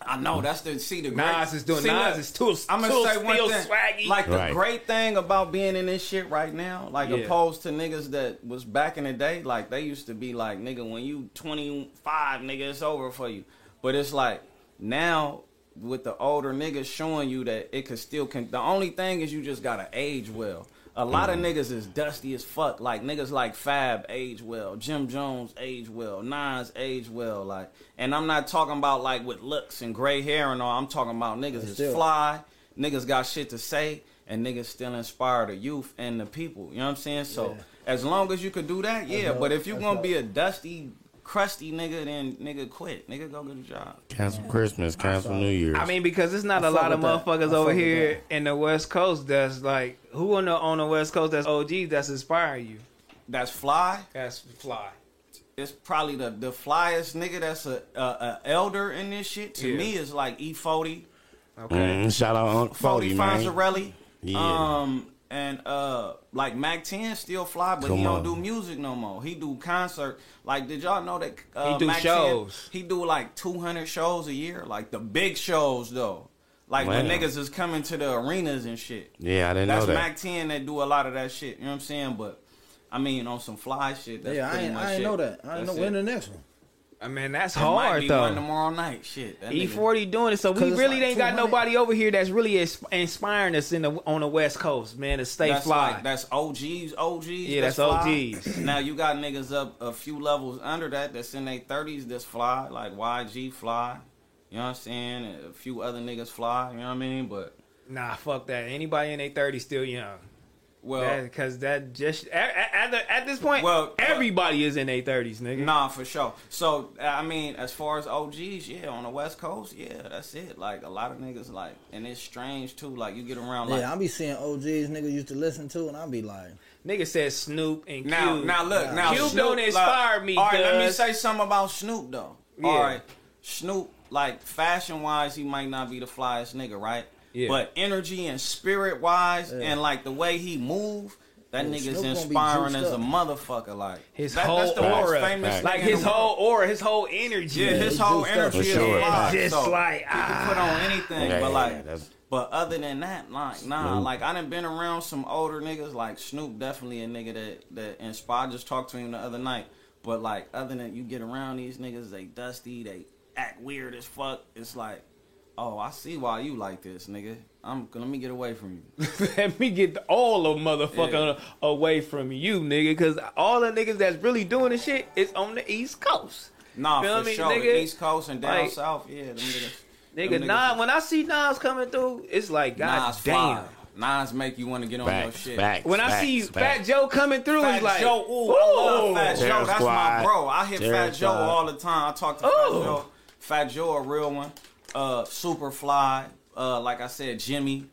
[SPEAKER 3] I know that's the see the
[SPEAKER 2] Nas
[SPEAKER 3] great,
[SPEAKER 2] is doing-
[SPEAKER 3] See,
[SPEAKER 2] Nas
[SPEAKER 3] look,
[SPEAKER 2] is too-
[SPEAKER 3] I'm gonna
[SPEAKER 2] too
[SPEAKER 3] say one
[SPEAKER 2] still
[SPEAKER 3] thing.
[SPEAKER 2] swaggy.
[SPEAKER 3] Like the
[SPEAKER 1] Right.
[SPEAKER 3] great thing about being in this shit right now, like
[SPEAKER 2] Yeah.
[SPEAKER 3] opposed to niggas that was back in the day, like they used to be like nigga when you 25, nigga it's over for you. But it's like now with the older niggas showing you that it could still can. The only thing is you just gotta age well. A lot of niggas is dusty as fuck. Like niggas like Fab age well, Jim Jones age well, Nas age well. Like, and I'm not talking about like with looks and gray hair and all. I'm talking about niggas is
[SPEAKER 4] Still.
[SPEAKER 3] fly. Niggas got shit to say, and niggas still inspire the youth and the people. You know what I'm saying? So as long as you could do that, yeah.
[SPEAKER 4] dope.
[SPEAKER 3] But if you
[SPEAKER 4] That's
[SPEAKER 3] gonna
[SPEAKER 4] dope.
[SPEAKER 3] be a dusty, crusty nigga, then nigga quit. Nigga go get a job.
[SPEAKER 1] Cancel Christmas, cancel New Year's.
[SPEAKER 2] I mean, because it's not
[SPEAKER 4] I
[SPEAKER 2] a lot of
[SPEAKER 4] fuck with that. I
[SPEAKER 2] motherfuckers
[SPEAKER 4] fuck
[SPEAKER 2] over
[SPEAKER 4] with
[SPEAKER 2] here in the West Coast that's like, who on the on the West Coast that's OG that's inspiring you?
[SPEAKER 3] That's fly.
[SPEAKER 2] That's fly.
[SPEAKER 3] it's probably the the flyest nigga that's a, a, a elder in this shit to
[SPEAKER 2] Yeah.
[SPEAKER 3] me is like E forty,
[SPEAKER 2] Okay.
[SPEAKER 1] Mm, shout out Uncle
[SPEAKER 3] Forty
[SPEAKER 1] Forty, man.
[SPEAKER 3] Fonzarelli,
[SPEAKER 1] Yeah.
[SPEAKER 3] um, and uh, like Mac Ten still fly, but
[SPEAKER 1] Come
[SPEAKER 3] he don't
[SPEAKER 1] on.
[SPEAKER 3] do music no more. He do concert. Like, did y'all know that uh,
[SPEAKER 2] He do
[SPEAKER 3] Mac 10,
[SPEAKER 2] shows.
[SPEAKER 3] he do like two hundred shows a year, like the big shows though. Like when
[SPEAKER 1] Wow.
[SPEAKER 3] niggas is coming to the arenas and shit.
[SPEAKER 1] Yeah, I didn't
[SPEAKER 3] That's
[SPEAKER 1] know that.
[SPEAKER 3] Mac Ten that do a lot of that shit. You know what I'm saying? But I mean, on some fly shit. That's
[SPEAKER 4] Yeah, I
[SPEAKER 3] pretty
[SPEAKER 4] ain't,
[SPEAKER 3] much
[SPEAKER 4] I ain't
[SPEAKER 3] it.
[SPEAKER 4] know that. I ain't
[SPEAKER 3] That's
[SPEAKER 4] know. When
[SPEAKER 3] it.
[SPEAKER 4] the next one?
[SPEAKER 2] I mean, that's
[SPEAKER 3] It might
[SPEAKER 2] hard
[SPEAKER 3] be One
[SPEAKER 2] though.
[SPEAKER 3] tomorrow night, shit. That
[SPEAKER 2] E
[SPEAKER 3] nigga-
[SPEAKER 2] forty doing it, so we
[SPEAKER 4] 'Cause it's
[SPEAKER 2] really
[SPEAKER 4] like
[SPEAKER 2] ain't got
[SPEAKER 4] 200.
[SPEAKER 2] nobody over here that's really is- inspiring us in the on the West Coast, man. To stay
[SPEAKER 3] That's
[SPEAKER 2] fly.
[SPEAKER 3] like that's OGs, OGs.
[SPEAKER 2] Yeah, that's
[SPEAKER 3] fly.
[SPEAKER 2] OGs.
[SPEAKER 3] now you got niggas up a few levels under that that's in their thirties that's fly, like YG fly. You know what I'm saying? And a few other niggas fly. You know what I mean? But
[SPEAKER 2] nah, fuck that. Anybody in their thirties still young.
[SPEAKER 3] well,
[SPEAKER 2] Because that just at, at, the- at this point,
[SPEAKER 3] Well,
[SPEAKER 2] well, everybody is in their thirties, nigga.
[SPEAKER 3] Nah, for sure. So I mean, as far as OGs, yeah, on the West Coast, yeah, that's it. Like a lot of niggas, like, and it's strange too. Like you get around, like,
[SPEAKER 4] yeah, I be seeing OGs niggas used to listen to, and I be like,
[SPEAKER 2] Nigga said Snoop and
[SPEAKER 3] Now,
[SPEAKER 2] Cube.
[SPEAKER 3] now look, now
[SPEAKER 2] Cube
[SPEAKER 3] Snoop,
[SPEAKER 2] don't inspire
[SPEAKER 3] like,
[SPEAKER 2] me.
[SPEAKER 3] All right, let me
[SPEAKER 2] cuz.
[SPEAKER 3] say something about Snoop though.
[SPEAKER 2] Yeah.
[SPEAKER 3] All right, Snoop, like fashion wise, he might not be the flyest nigga, right?
[SPEAKER 2] Yeah.
[SPEAKER 3] But energy and spirit wise, and like the way he move, that
[SPEAKER 4] Yeah,
[SPEAKER 3] nigga's
[SPEAKER 4] Snoop gonna be
[SPEAKER 3] inspiring
[SPEAKER 4] juiced
[SPEAKER 3] as a
[SPEAKER 4] up.
[SPEAKER 3] motherfucker. Like
[SPEAKER 2] his
[SPEAKER 3] that-
[SPEAKER 2] whole
[SPEAKER 3] that's the most
[SPEAKER 2] aura,
[SPEAKER 3] famous nigga
[SPEAKER 2] like
[SPEAKER 3] in
[SPEAKER 2] his
[SPEAKER 3] the world.
[SPEAKER 2] whole aura, his whole energy.
[SPEAKER 3] Yeah, his
[SPEAKER 4] it's
[SPEAKER 3] whole
[SPEAKER 4] juiced up.
[SPEAKER 3] energy
[SPEAKER 1] For
[SPEAKER 3] is
[SPEAKER 1] sure.
[SPEAKER 3] alive,
[SPEAKER 2] It's
[SPEAKER 3] so
[SPEAKER 2] like, ah.
[SPEAKER 3] you can put on anything,
[SPEAKER 1] Yeah,
[SPEAKER 3] but like,
[SPEAKER 1] yeah, that's-
[SPEAKER 3] but other than that, like, nah,
[SPEAKER 1] Snoop.
[SPEAKER 3] like I done been around some older niggas. Like Snoop, definitely a nigga that that inspired. I just talked to him the other night, but like, other than you get around these niggas, they dusty, they act weird as fuck. It's like, oh, I see why you like this, nigga. I'm let me get away from you.
[SPEAKER 2] Let me get all the motherfucker away from you, nigga. Because all the niggas that's really doing the shit is on the East Coast.
[SPEAKER 3] Nah,
[SPEAKER 2] Feel
[SPEAKER 3] for
[SPEAKER 2] me,
[SPEAKER 3] sure.
[SPEAKER 2] nigga?
[SPEAKER 3] East Coast and down
[SPEAKER 2] Like,
[SPEAKER 3] south, yeah, them niggas.
[SPEAKER 2] Nigga,
[SPEAKER 3] them niggas
[SPEAKER 2] Nas,
[SPEAKER 3] is-
[SPEAKER 2] when I see Nas coming through, it's like, God
[SPEAKER 3] Nas
[SPEAKER 2] damn.
[SPEAKER 3] fire. Nas make you want to get on your
[SPEAKER 1] Facts,
[SPEAKER 3] shit.
[SPEAKER 1] facts,
[SPEAKER 2] oh, When I
[SPEAKER 1] facts,
[SPEAKER 2] see
[SPEAKER 1] facts.
[SPEAKER 2] Fat Joe coming through,
[SPEAKER 3] Fat
[SPEAKER 2] it's like,
[SPEAKER 3] Joe, ooh, I love Fat
[SPEAKER 2] ooh.
[SPEAKER 3] Joe.
[SPEAKER 1] Terror
[SPEAKER 3] That's my
[SPEAKER 1] Squad.
[SPEAKER 3] bro. I hit
[SPEAKER 1] Terror
[SPEAKER 3] Fat Joe
[SPEAKER 1] Squad.
[SPEAKER 3] all the time. I talk to Fat
[SPEAKER 2] Ooh.
[SPEAKER 3] Joe. Fat Joe, a real one. Uh, Superfly. Uh, like I said, Jimmy.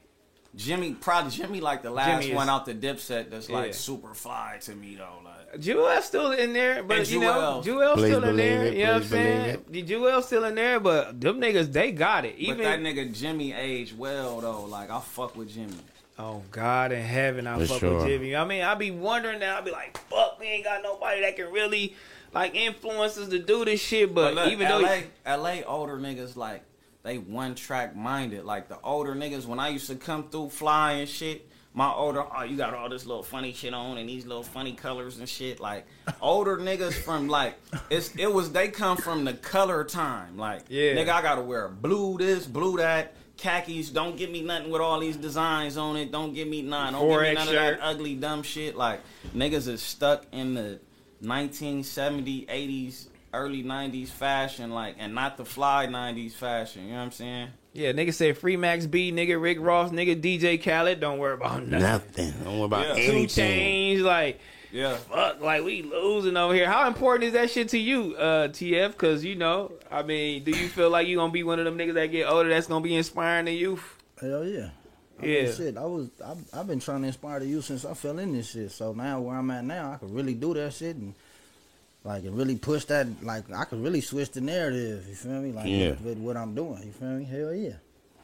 [SPEAKER 3] Jimmy, probably Jimmy, like the last
[SPEAKER 2] Jimmy is-
[SPEAKER 3] one out the Dipset. That's like
[SPEAKER 2] Yeah.
[SPEAKER 3] super fly to me though. Like,
[SPEAKER 2] Juel's still in there, but
[SPEAKER 3] And
[SPEAKER 2] you know,
[SPEAKER 3] Jewel.
[SPEAKER 2] Juel's
[SPEAKER 1] Please
[SPEAKER 2] still in
[SPEAKER 1] believe
[SPEAKER 2] there.
[SPEAKER 1] it,
[SPEAKER 2] you know what I'm
[SPEAKER 1] please believe
[SPEAKER 2] saying? Juel's still in there, but them niggas, they got it. Even
[SPEAKER 3] but that nigga Jimmy aged well though. Like I fuck with Jimmy.
[SPEAKER 2] Oh God in heaven, I
[SPEAKER 1] For
[SPEAKER 2] fuck
[SPEAKER 1] sure.
[SPEAKER 2] with Jimmy. I mean, I be wondering that. I be like, fuck, we ain't got nobody that can really like influence us to do this shit. But,
[SPEAKER 3] But look,
[SPEAKER 2] even
[SPEAKER 3] LA,
[SPEAKER 2] though,
[SPEAKER 3] LA older niggas like They one track minded. Like the older niggas, when I used to come through flying shit, my older, oh, you got all this little funny shit on and these little funny colors and shit. Like older niggas from like it's it was they come from the color time. Like
[SPEAKER 2] Yeah.
[SPEAKER 3] nigga, I gotta wear blue this, blue that. Khakis, don't give me nothing with all these designs on it. Don't give me none. Don't give me
[SPEAKER 2] 4X
[SPEAKER 3] none
[SPEAKER 2] shirt.
[SPEAKER 3] of that ugly dumb shit. Like niggas is stuck in the 1970, 80s, early 90s fashion, like, and not the fly 90s fashion. You know what I'm saying?
[SPEAKER 2] Yeah, nigga said Free Max B, nigga Rick Ross, nigga DJ Khaled. Don't worry about nothing.
[SPEAKER 1] Nothing. Don't worry about
[SPEAKER 2] Yeah. Two
[SPEAKER 1] anything.
[SPEAKER 2] Chains, like
[SPEAKER 3] yeah,
[SPEAKER 2] fuck, like we losing over here. How important is that shit to you, uh, TF? Because you know, I mean, do you feel like you gonna be one of them niggas that get older that's gonna be inspiring to youth?
[SPEAKER 4] Hell yeah. I mean,
[SPEAKER 2] Yeah.
[SPEAKER 4] shit, I was I, I've been trying to inspire you since I fell in this shit. So now where I'm at now, I can really do that shit and like and really push that. Like I can really switch the narrative. You feel me? Like
[SPEAKER 3] Yeah.
[SPEAKER 4] with what I'm doing. You feel me? Hell yeah.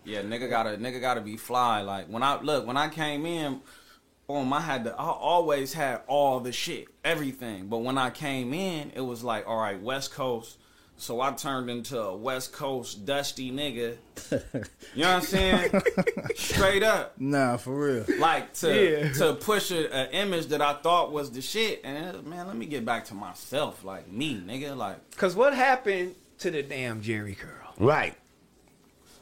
[SPEAKER 3] Yeah, nigga gotta nigga gotta be fly. Like when I look, when I came in, boom, I had to I always had all the shit. Everything. But when I came in, it was like, all right, West Coast. So I turned into a West Coast dusty nigga. You know what I'm saying? Straight up.
[SPEAKER 4] Nah, for real.
[SPEAKER 3] like to
[SPEAKER 4] Yeah.
[SPEAKER 3] to push a, a image that I thought was the shit, and it- man, let me get back to myself, like me, nigga, like
[SPEAKER 2] Cause what happened to the damn Jerry curl?
[SPEAKER 1] Right.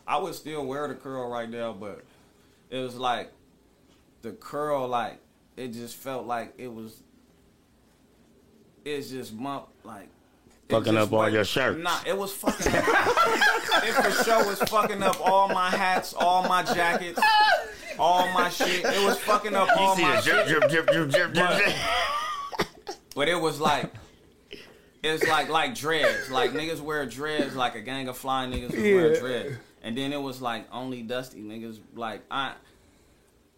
[SPEAKER 3] I would still wear the curl right now, but it was like the curl, like it just felt like it was, it's just mump, like it
[SPEAKER 1] Fucking
[SPEAKER 3] just
[SPEAKER 1] up all
[SPEAKER 3] went-
[SPEAKER 1] your shirts.
[SPEAKER 3] Nah, it was fucking. up. it for sure was fucking up all my hats, all my jackets, all my shit. It was fucking up all
[SPEAKER 1] you see
[SPEAKER 3] my
[SPEAKER 1] the
[SPEAKER 3] shit.
[SPEAKER 1] drip, drip, drip, drip, drip, drip, drip.
[SPEAKER 3] But it was like it's like like dreads. Like niggas wear dreads like a gang of fly niggas was wearing
[SPEAKER 1] Yeah.
[SPEAKER 3] dreads. And then it was like only dusty niggas like I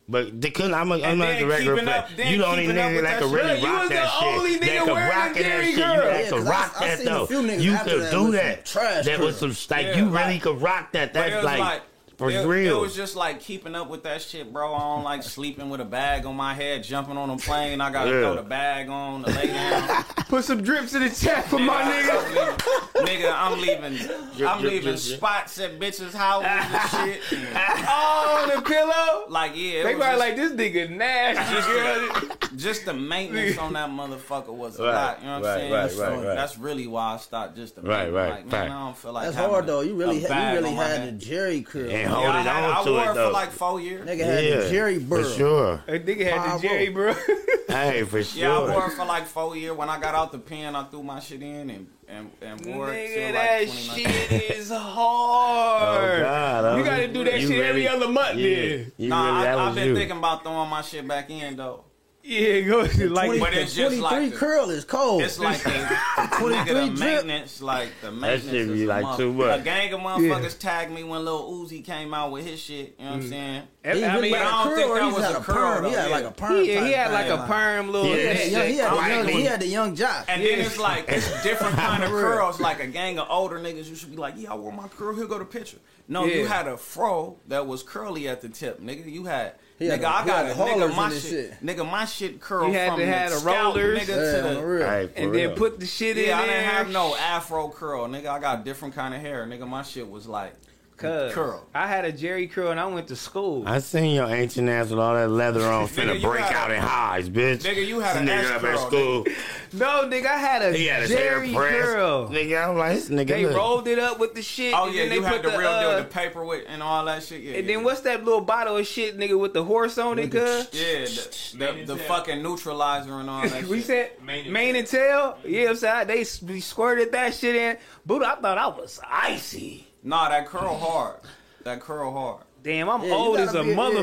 [SPEAKER 1] But they couldn't. I'm, a, I'm
[SPEAKER 3] And
[SPEAKER 1] not
[SPEAKER 3] then
[SPEAKER 1] the regular
[SPEAKER 3] keeping
[SPEAKER 1] player.
[SPEAKER 3] up- then
[SPEAKER 1] You the only
[SPEAKER 3] keeping up
[SPEAKER 1] nigga
[SPEAKER 3] with
[SPEAKER 1] that
[SPEAKER 3] that
[SPEAKER 1] could
[SPEAKER 3] shit.
[SPEAKER 1] really
[SPEAKER 3] You
[SPEAKER 1] rock
[SPEAKER 3] was the
[SPEAKER 1] that
[SPEAKER 3] only
[SPEAKER 1] shit.
[SPEAKER 3] nigga
[SPEAKER 1] That could
[SPEAKER 3] wearing
[SPEAKER 1] rock
[SPEAKER 3] the
[SPEAKER 1] that
[SPEAKER 3] Jerry
[SPEAKER 1] shit. You
[SPEAKER 3] curl.
[SPEAKER 1] had
[SPEAKER 3] Yeah,
[SPEAKER 1] to
[SPEAKER 3] 'cause I-
[SPEAKER 1] rock
[SPEAKER 3] I
[SPEAKER 1] that
[SPEAKER 3] seen a
[SPEAKER 1] though.
[SPEAKER 3] few niggas
[SPEAKER 1] You
[SPEAKER 3] after
[SPEAKER 1] could
[SPEAKER 3] that
[SPEAKER 1] do
[SPEAKER 3] with
[SPEAKER 1] that.
[SPEAKER 3] some trash
[SPEAKER 1] That was
[SPEAKER 3] curl.
[SPEAKER 1] some like
[SPEAKER 3] Yeah,
[SPEAKER 1] you
[SPEAKER 3] like-
[SPEAKER 1] really could rock that.
[SPEAKER 3] But it
[SPEAKER 1] That's
[SPEAKER 3] was
[SPEAKER 1] like, for
[SPEAKER 3] it,
[SPEAKER 1] real.
[SPEAKER 3] It was just like keeping up with that shit, bro. I don't like sleeping with a bag on my head, jumping on a plane. I gotta
[SPEAKER 1] Yeah.
[SPEAKER 3] throw the bag on, the lay down.
[SPEAKER 2] Put some drips in the chat for my nigga.
[SPEAKER 3] nigga, I'm leaving. I'm
[SPEAKER 2] drip,
[SPEAKER 3] leaving
[SPEAKER 2] drip, drip.
[SPEAKER 3] spots at bitches' houses and shit.
[SPEAKER 2] oh, the pillow.
[SPEAKER 3] Like yeah, it
[SPEAKER 2] They
[SPEAKER 3] was
[SPEAKER 2] probably
[SPEAKER 3] just-
[SPEAKER 2] like this nigga nasty girl.
[SPEAKER 3] just the maintenance on that motherfucker was a
[SPEAKER 1] Right,
[SPEAKER 3] lot. You know what
[SPEAKER 1] right,
[SPEAKER 3] I'm saying?
[SPEAKER 1] right,
[SPEAKER 3] So
[SPEAKER 1] right, right.
[SPEAKER 3] That's really why I stopped. Just the
[SPEAKER 1] Right,
[SPEAKER 3] maintenance.
[SPEAKER 1] right,
[SPEAKER 3] Like, man,
[SPEAKER 1] right.
[SPEAKER 3] I don't feel like
[SPEAKER 4] That's
[SPEAKER 3] having
[SPEAKER 4] hard
[SPEAKER 3] a-
[SPEAKER 4] though. You
[SPEAKER 3] a
[SPEAKER 4] really ha-
[SPEAKER 3] bag
[SPEAKER 4] you really
[SPEAKER 3] on my
[SPEAKER 4] had
[SPEAKER 3] head.
[SPEAKER 4] the Jerry curl.
[SPEAKER 1] And hold it
[SPEAKER 3] I,
[SPEAKER 1] on
[SPEAKER 3] I
[SPEAKER 1] to
[SPEAKER 3] wore
[SPEAKER 1] it,
[SPEAKER 3] it
[SPEAKER 1] though.
[SPEAKER 3] for like four years.
[SPEAKER 4] Nigga had the Jerry burl.
[SPEAKER 1] For sure.
[SPEAKER 2] That nigga had the Jerry bro.
[SPEAKER 1] Hey, for sure.
[SPEAKER 3] Yeah, I wore it for like four years. When I got out the pen, I threw my shit in and and, and wore it. till, like, Oh,
[SPEAKER 2] Nigga, that
[SPEAKER 3] 29.
[SPEAKER 2] shit is hard.
[SPEAKER 1] Oh, God, oh,
[SPEAKER 2] you gotta do that
[SPEAKER 1] you
[SPEAKER 2] shit every
[SPEAKER 1] really-
[SPEAKER 2] other month,
[SPEAKER 1] yeah,
[SPEAKER 2] then.
[SPEAKER 1] you
[SPEAKER 3] Nah,
[SPEAKER 1] really- that
[SPEAKER 3] I,
[SPEAKER 1] was
[SPEAKER 3] I've been
[SPEAKER 1] you.
[SPEAKER 3] thinking about throwing my shit back in though.
[SPEAKER 2] Yeah, go like
[SPEAKER 3] but it's just like the-
[SPEAKER 4] curl is cold.
[SPEAKER 3] It's like the, nigga,
[SPEAKER 4] 23
[SPEAKER 3] the
[SPEAKER 4] drip.
[SPEAKER 3] maintenance, like the maintenance.
[SPEAKER 1] shit
[SPEAKER 3] is
[SPEAKER 1] be
[SPEAKER 3] a
[SPEAKER 1] like
[SPEAKER 3] mother-
[SPEAKER 1] too much.
[SPEAKER 3] A gang of motherfuckers tagged me when Lil Uzi came out with his shit. You know what I'm saying?
[SPEAKER 2] He I really mean,
[SPEAKER 3] but Mm. I
[SPEAKER 2] had a
[SPEAKER 3] don't
[SPEAKER 2] curl
[SPEAKER 3] think
[SPEAKER 2] or
[SPEAKER 3] that
[SPEAKER 2] he's
[SPEAKER 3] was
[SPEAKER 2] had
[SPEAKER 3] a
[SPEAKER 2] a
[SPEAKER 3] curl.
[SPEAKER 2] perm?
[SPEAKER 3] though,
[SPEAKER 2] He had like
[SPEAKER 4] a perm
[SPEAKER 2] Yeah, he
[SPEAKER 4] type
[SPEAKER 2] had like
[SPEAKER 4] thing,
[SPEAKER 2] a perm little.
[SPEAKER 4] Yeah,
[SPEAKER 2] neck
[SPEAKER 4] yeah, he
[SPEAKER 2] that-
[SPEAKER 4] had the young, he had the young jock.
[SPEAKER 3] And then it's like it's different kind of curls. Like a gang of older niggas, you should be like, "Yeah, I wore my curl. Here go the picture." No, you
[SPEAKER 2] Yeah.
[SPEAKER 3] had a fro that was curly at the tip, nigga. You had.
[SPEAKER 4] He had
[SPEAKER 3] nigga,
[SPEAKER 4] a-
[SPEAKER 3] I
[SPEAKER 4] he
[SPEAKER 3] got
[SPEAKER 4] had
[SPEAKER 3] a
[SPEAKER 4] haulers
[SPEAKER 3] nigga.
[SPEAKER 4] in
[SPEAKER 3] My
[SPEAKER 4] his
[SPEAKER 3] shit,
[SPEAKER 4] shit.
[SPEAKER 3] nigga. My shit curled
[SPEAKER 2] You had
[SPEAKER 3] from
[SPEAKER 2] to
[SPEAKER 3] the
[SPEAKER 2] had a
[SPEAKER 3] scalp,
[SPEAKER 2] rollers.
[SPEAKER 3] nigga,
[SPEAKER 2] Yeah,
[SPEAKER 3] to
[SPEAKER 2] for
[SPEAKER 3] the
[SPEAKER 2] real. Hey, for And then real. put the shit in
[SPEAKER 3] Yeah, I
[SPEAKER 2] there.
[SPEAKER 3] didn't have no afro curl, nigga. I got different kind of hair, nigga. My shit was like
[SPEAKER 2] Cuz
[SPEAKER 3] curl.
[SPEAKER 2] I had a Jerry curl and I went to school.
[SPEAKER 1] I seen your ancient ass with all that leather on,
[SPEAKER 2] Nigga,
[SPEAKER 1] finna
[SPEAKER 2] you
[SPEAKER 1] break
[SPEAKER 2] had a-
[SPEAKER 1] out in highs, bitch.
[SPEAKER 2] Nigga, you had
[SPEAKER 1] This
[SPEAKER 2] an
[SPEAKER 1] nigga
[SPEAKER 2] ass
[SPEAKER 1] up
[SPEAKER 2] curl,
[SPEAKER 1] at school.
[SPEAKER 2] No, nigga, I had a
[SPEAKER 1] He had his hair
[SPEAKER 2] Jerry
[SPEAKER 1] pressed.
[SPEAKER 2] curl.
[SPEAKER 1] Nigga, I'm like, this nigga.
[SPEAKER 2] They
[SPEAKER 1] look.
[SPEAKER 2] rolled it up with the shit.
[SPEAKER 3] Oh
[SPEAKER 2] and
[SPEAKER 3] yeah,
[SPEAKER 2] then they
[SPEAKER 3] you
[SPEAKER 2] put
[SPEAKER 3] had the, real
[SPEAKER 2] uh,
[SPEAKER 3] deal, the paper with and all that shit. Yeah,
[SPEAKER 2] And
[SPEAKER 3] yeah.
[SPEAKER 2] then what's that little bottle of shit, nigga, with the horse on it, cuz?
[SPEAKER 3] Yeah, the, the, the fucking neutralizer and all that shit.
[SPEAKER 2] we said mane and, tail. Yeah, I'm saying they s- we squirted that shit in. Buddha, I thought I was icy.
[SPEAKER 3] Nah, that curl hard. That curl hard.
[SPEAKER 2] Damn, I'm
[SPEAKER 4] Yeah, you
[SPEAKER 2] old
[SPEAKER 4] gotta
[SPEAKER 2] as a
[SPEAKER 4] be Yeah, you gotta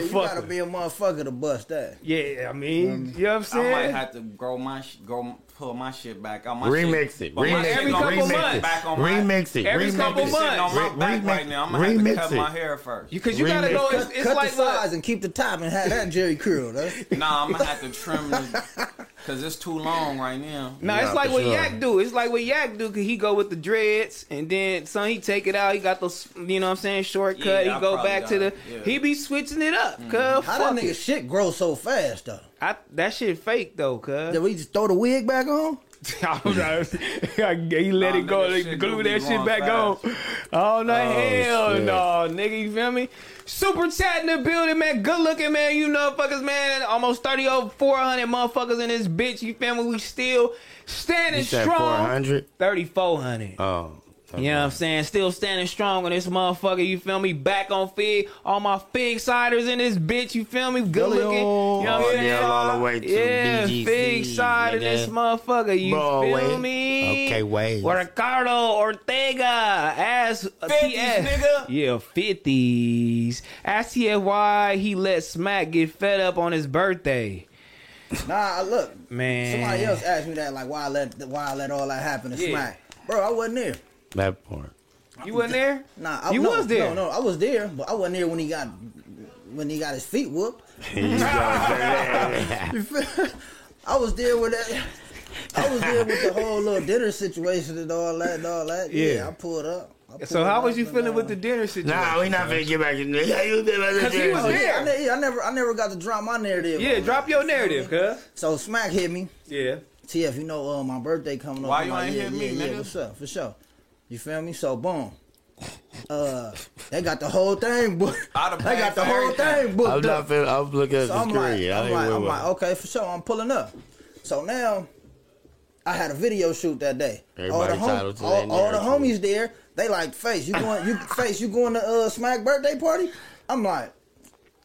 [SPEAKER 2] motherfucker.
[SPEAKER 4] be a motherfucker to bust that.
[SPEAKER 2] Yeah, I mean, you know what I'm
[SPEAKER 3] I
[SPEAKER 2] saying?
[SPEAKER 3] might have to grow my sh- grow pull my shit back out. My
[SPEAKER 1] Remix
[SPEAKER 3] shit,
[SPEAKER 1] it.
[SPEAKER 3] but my
[SPEAKER 1] Remix
[SPEAKER 3] shit
[SPEAKER 1] it.
[SPEAKER 3] gonna be
[SPEAKER 1] Remix
[SPEAKER 3] sitting
[SPEAKER 1] it.
[SPEAKER 3] Back on my,
[SPEAKER 1] Remix it.
[SPEAKER 3] Every
[SPEAKER 1] Remix
[SPEAKER 3] couple
[SPEAKER 1] it.
[SPEAKER 3] months. on my
[SPEAKER 1] Re-
[SPEAKER 3] back
[SPEAKER 1] remix-
[SPEAKER 3] right now. I'm gonna have
[SPEAKER 1] remix
[SPEAKER 3] to cut
[SPEAKER 1] it.
[SPEAKER 3] my hair first.
[SPEAKER 2] You- 'cause you gotta go, it's-
[SPEAKER 4] cut,
[SPEAKER 2] it's
[SPEAKER 4] cut
[SPEAKER 2] like
[SPEAKER 4] the
[SPEAKER 2] what-
[SPEAKER 4] sides and keep the top and have that Jerry curl. That's,
[SPEAKER 3] nah, I'm gonna have to trim it because it's too long right now.
[SPEAKER 2] No, it's like what Yak do. It's like what Yak do, cause he go with the dreads, and then son he take it out. He got those, you know what I'm saying, shortcut.
[SPEAKER 3] Yeah, I
[SPEAKER 2] he go
[SPEAKER 3] probably
[SPEAKER 2] back to the.
[SPEAKER 3] got it, yeah.
[SPEAKER 2] He be switching it up, cause
[SPEAKER 4] how
[SPEAKER 2] fuck
[SPEAKER 4] that
[SPEAKER 2] it.
[SPEAKER 4] nigga shit grow so fast though?
[SPEAKER 2] I, that shit fake though, cuz.
[SPEAKER 4] Did we just throw the wig back on?
[SPEAKER 2] I don't know. he let
[SPEAKER 5] Nah,
[SPEAKER 2] it go.
[SPEAKER 5] nigga,
[SPEAKER 2] They
[SPEAKER 5] shit
[SPEAKER 2] glue
[SPEAKER 5] gonna be
[SPEAKER 2] that shit
[SPEAKER 5] wrong
[SPEAKER 2] back
[SPEAKER 5] fast.
[SPEAKER 2] on. Oh no,
[SPEAKER 5] Oh,
[SPEAKER 2] hell
[SPEAKER 5] shit.
[SPEAKER 2] no, nigga. You feel me? Super chat in the building, man. Good looking, man. You know, fuckers, man. Almost 30 over 400 motherfuckers in this bitch. You feel me? We still standing
[SPEAKER 1] You said
[SPEAKER 2] strong.
[SPEAKER 1] 400?
[SPEAKER 2] 3400.
[SPEAKER 1] Oh.
[SPEAKER 2] You know what I'm saying? Still standing strong on this motherfucker. You feel me? Back on fig. All my fig ciders in this bitch. You feel me? Good looking. You know what I'm
[SPEAKER 1] Oh,
[SPEAKER 2] saying?
[SPEAKER 1] yeah, all the way to
[SPEAKER 2] yeah,
[SPEAKER 1] BGC,
[SPEAKER 2] fig cider in this
[SPEAKER 1] nigga.
[SPEAKER 2] motherfucker. You
[SPEAKER 1] Broadway.
[SPEAKER 2] feel me?
[SPEAKER 1] Okay, wait.
[SPEAKER 2] Ricardo Ortega as TF.
[SPEAKER 3] nigga.
[SPEAKER 2] Yeah, fifties. Ask TF why he let Smack get fed up on his birthday.
[SPEAKER 4] Nah, I look.
[SPEAKER 2] Man.
[SPEAKER 4] Somebody else asked me that, like, why I let why I let all that happen to
[SPEAKER 2] Yeah.
[SPEAKER 4] Smack, bro. I wasn't there.
[SPEAKER 1] That part.
[SPEAKER 2] You wasn't there?
[SPEAKER 4] Nah, I,
[SPEAKER 2] You
[SPEAKER 4] no,
[SPEAKER 2] was there.
[SPEAKER 4] No, no, I was there, but I wasn't there when he got when he got his feet whooped. You feel- I was there with that. I was there with the whole little dinner situation and all that and all that. Yeah,
[SPEAKER 2] Yeah.
[SPEAKER 4] I pulled up. uh,
[SPEAKER 2] So how was you feeling with the dinner situation?
[SPEAKER 1] Nah, we not finna get back in there. Yeah, you did about
[SPEAKER 2] Cause
[SPEAKER 1] this.
[SPEAKER 2] he was
[SPEAKER 4] Oh, yeah,
[SPEAKER 2] there.
[SPEAKER 4] I, ne- yeah, I never, I never got to drop my narrative.
[SPEAKER 2] Yeah, drop your narrative, cuz.
[SPEAKER 4] So Smack hit me.
[SPEAKER 2] Yeah.
[SPEAKER 4] TF, you know uh, my birthday coming up.
[SPEAKER 3] Why
[SPEAKER 4] I'm
[SPEAKER 3] you
[SPEAKER 4] like,
[SPEAKER 3] ain't
[SPEAKER 4] yeah,
[SPEAKER 3] hit
[SPEAKER 4] yeah,
[SPEAKER 3] me,
[SPEAKER 4] yeah,
[SPEAKER 3] nigga?
[SPEAKER 4] What's up? For sure. You feel me? So boom. Uh, they got the whole thing booked.
[SPEAKER 3] I'da
[SPEAKER 4] They
[SPEAKER 3] paid
[SPEAKER 4] got the
[SPEAKER 3] for
[SPEAKER 4] whole
[SPEAKER 3] everything.
[SPEAKER 4] thing booked
[SPEAKER 1] I'm
[SPEAKER 4] up.
[SPEAKER 1] not finna. I'm looking at
[SPEAKER 4] So
[SPEAKER 1] the
[SPEAKER 4] I'm
[SPEAKER 1] screen. I
[SPEAKER 4] like, I'm
[SPEAKER 1] ain't
[SPEAKER 4] like,
[SPEAKER 1] with
[SPEAKER 4] I'm
[SPEAKER 1] one.
[SPEAKER 4] like, okay, for sure, I'm pulling up. So now, I had a video shoot that day.
[SPEAKER 1] Everybody
[SPEAKER 4] all the,
[SPEAKER 1] entitled to
[SPEAKER 4] all,
[SPEAKER 1] their
[SPEAKER 4] all the
[SPEAKER 1] narrative.
[SPEAKER 4] homies there, they like, face, you going, you face, you going to uh, Smack birthday party? I'm like,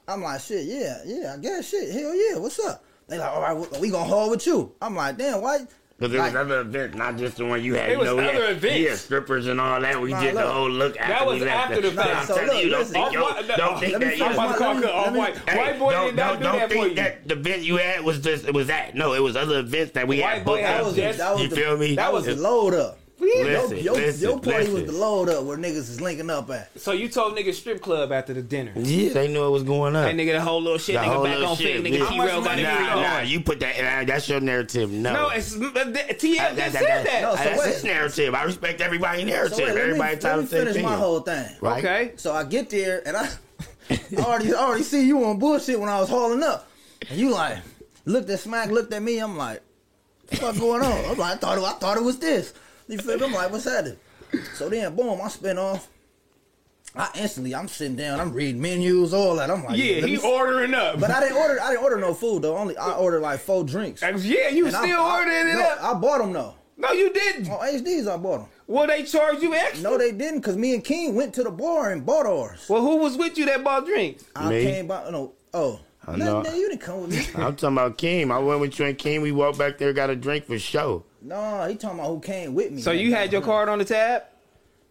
[SPEAKER 4] I'm like, shit, yeah, yeah, I guess, shit, hell yeah, what's up? They like, all right, we- we gonna hold with you. I'm like, damn, why?
[SPEAKER 1] Because there was other events, not just the one you had.
[SPEAKER 4] It
[SPEAKER 1] you
[SPEAKER 4] was
[SPEAKER 1] know, we had-
[SPEAKER 4] other events.
[SPEAKER 1] Yeah, strippers and all that. We
[SPEAKER 4] Nah,
[SPEAKER 1] did the
[SPEAKER 4] look.
[SPEAKER 1] whole look
[SPEAKER 4] That
[SPEAKER 1] after
[SPEAKER 4] was
[SPEAKER 1] we left.
[SPEAKER 4] after the fact.
[SPEAKER 1] I'm
[SPEAKER 4] So
[SPEAKER 1] telling
[SPEAKER 4] look,
[SPEAKER 1] you, don't
[SPEAKER 4] listen.
[SPEAKER 1] think,
[SPEAKER 4] Oh,
[SPEAKER 1] yo,
[SPEAKER 4] my-
[SPEAKER 1] don't think
[SPEAKER 4] let me
[SPEAKER 1] that.
[SPEAKER 4] finish my- let me- let me-
[SPEAKER 1] Hey,
[SPEAKER 4] White boy
[SPEAKER 1] don't,
[SPEAKER 4] did not
[SPEAKER 1] don't,
[SPEAKER 4] do
[SPEAKER 1] don't
[SPEAKER 4] that
[SPEAKER 1] think
[SPEAKER 4] for you.
[SPEAKER 1] that the event you had was just it was that. No, it was other events that we
[SPEAKER 4] White
[SPEAKER 1] had
[SPEAKER 4] boy
[SPEAKER 1] booked.
[SPEAKER 4] had
[SPEAKER 1] up.
[SPEAKER 4] was the- that was
[SPEAKER 1] you
[SPEAKER 4] the-
[SPEAKER 1] feel me?
[SPEAKER 4] That was the load up.
[SPEAKER 1] Listen,
[SPEAKER 4] your, your,
[SPEAKER 1] listen,
[SPEAKER 4] your party was
[SPEAKER 1] listen.
[SPEAKER 4] the load up where niggas is linking up at.
[SPEAKER 2] So you told niggas strip club after the dinner.
[SPEAKER 1] Yeah, they knew it was going up.
[SPEAKER 2] That nigga, the whole little shit,
[SPEAKER 1] The
[SPEAKER 2] nigga,
[SPEAKER 1] whole
[SPEAKER 2] back
[SPEAKER 1] little
[SPEAKER 2] on fig,
[SPEAKER 1] shit,
[SPEAKER 2] nigga,
[SPEAKER 1] yeah.
[SPEAKER 2] T-Rail got it free
[SPEAKER 1] Nah,
[SPEAKER 2] going.
[SPEAKER 1] nah, you put that. nah, That's your narrative. No,
[SPEAKER 2] No, it's uh, the- TF
[SPEAKER 1] That-
[SPEAKER 2] just
[SPEAKER 1] that-
[SPEAKER 2] said
[SPEAKER 1] that-
[SPEAKER 2] that.
[SPEAKER 1] that- that's his narrative. I respect everybody's narrative.
[SPEAKER 4] So wait, let me-
[SPEAKER 1] Everybody
[SPEAKER 4] let
[SPEAKER 1] times
[SPEAKER 4] me finish my whole thing.
[SPEAKER 1] Right. Okay.
[SPEAKER 4] So I get there and I, I already I already see you on bullshit when I was hauling up, and you like looked at smack, looked at me. I'm like, what's going on? I'm like, I thought it, I thought it was this. You feel me? I'm like, what's happening? So then, boom, I spin off. I instantly, I'm sitting down, I'm reading menus, all that. I'm like,
[SPEAKER 2] Yeah,
[SPEAKER 4] let
[SPEAKER 2] he
[SPEAKER 4] me-
[SPEAKER 2] ordering up.
[SPEAKER 4] But I didn't order. I didn't order no food though. Only I ordered like four drinks.
[SPEAKER 2] yeah, you still
[SPEAKER 4] I,
[SPEAKER 2] ordering it
[SPEAKER 4] no,
[SPEAKER 2] up.
[SPEAKER 4] I bought them though.
[SPEAKER 2] No, you didn't.
[SPEAKER 4] On HDs, I bought them.
[SPEAKER 2] Well, they charged you extra.
[SPEAKER 4] No, they didn't, cause me and King went to the bar and bought ours.
[SPEAKER 2] Well, who was with you that bought drinks?
[SPEAKER 4] I
[SPEAKER 1] Me.
[SPEAKER 4] came by. No, oh,
[SPEAKER 1] I
[SPEAKER 4] no,
[SPEAKER 1] know.
[SPEAKER 4] man, you didn't come with me.
[SPEAKER 1] I'm talking about Keem. I went with you and Keem. We walked back there, got a drink for show.
[SPEAKER 4] no, he talking about who came with me.
[SPEAKER 2] So you had your card on the tab?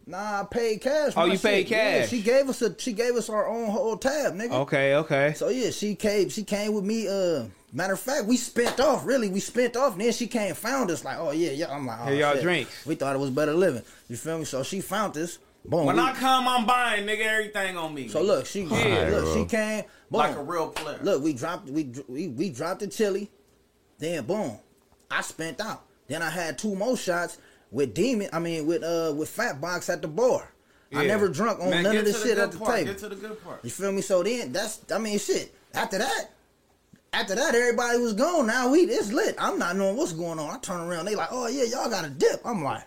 [SPEAKER 4] Nah, I paid cash.
[SPEAKER 2] Oh,
[SPEAKER 4] my
[SPEAKER 2] you paid
[SPEAKER 4] shit. Yeah,
[SPEAKER 2] cash.
[SPEAKER 4] she gave us a. She gave us our own whole tab, nigga.
[SPEAKER 2] Okay, okay.
[SPEAKER 4] So yeah, she came. She came with me. Uh, matter of fact, we spent off. Really, we spent off. And then she came, found us. Like, oh yeah, yeah. I'm like, oh,
[SPEAKER 2] Here y'all
[SPEAKER 4] shit.
[SPEAKER 2] drinks.
[SPEAKER 4] We thought it was better living. You feel me? So she found us. Boom.
[SPEAKER 3] When
[SPEAKER 4] we-
[SPEAKER 3] I come, I'm buying nigga everything on me.
[SPEAKER 4] So look, she
[SPEAKER 3] Yeah.
[SPEAKER 4] look, she came boom.
[SPEAKER 3] Like a real player.
[SPEAKER 4] Look, we dropped we we, we dropped the chili, then boom, I spent out. Then I had two more shots with Demon. I mean with uh with Fat Box at the bar. I
[SPEAKER 3] Yeah.
[SPEAKER 4] never drunk on
[SPEAKER 3] Man,
[SPEAKER 4] none
[SPEAKER 3] get
[SPEAKER 4] of the
[SPEAKER 3] to the
[SPEAKER 4] shit
[SPEAKER 3] good
[SPEAKER 4] at the
[SPEAKER 3] part,
[SPEAKER 4] table.
[SPEAKER 3] get to the good part.
[SPEAKER 4] You feel me? So then that's I mean shit. After that. After that, everybody was gone. Now we it's lit. I'm not knowing what's going on. I turn around, they like, oh yeah, y'all got a dip. I'm like,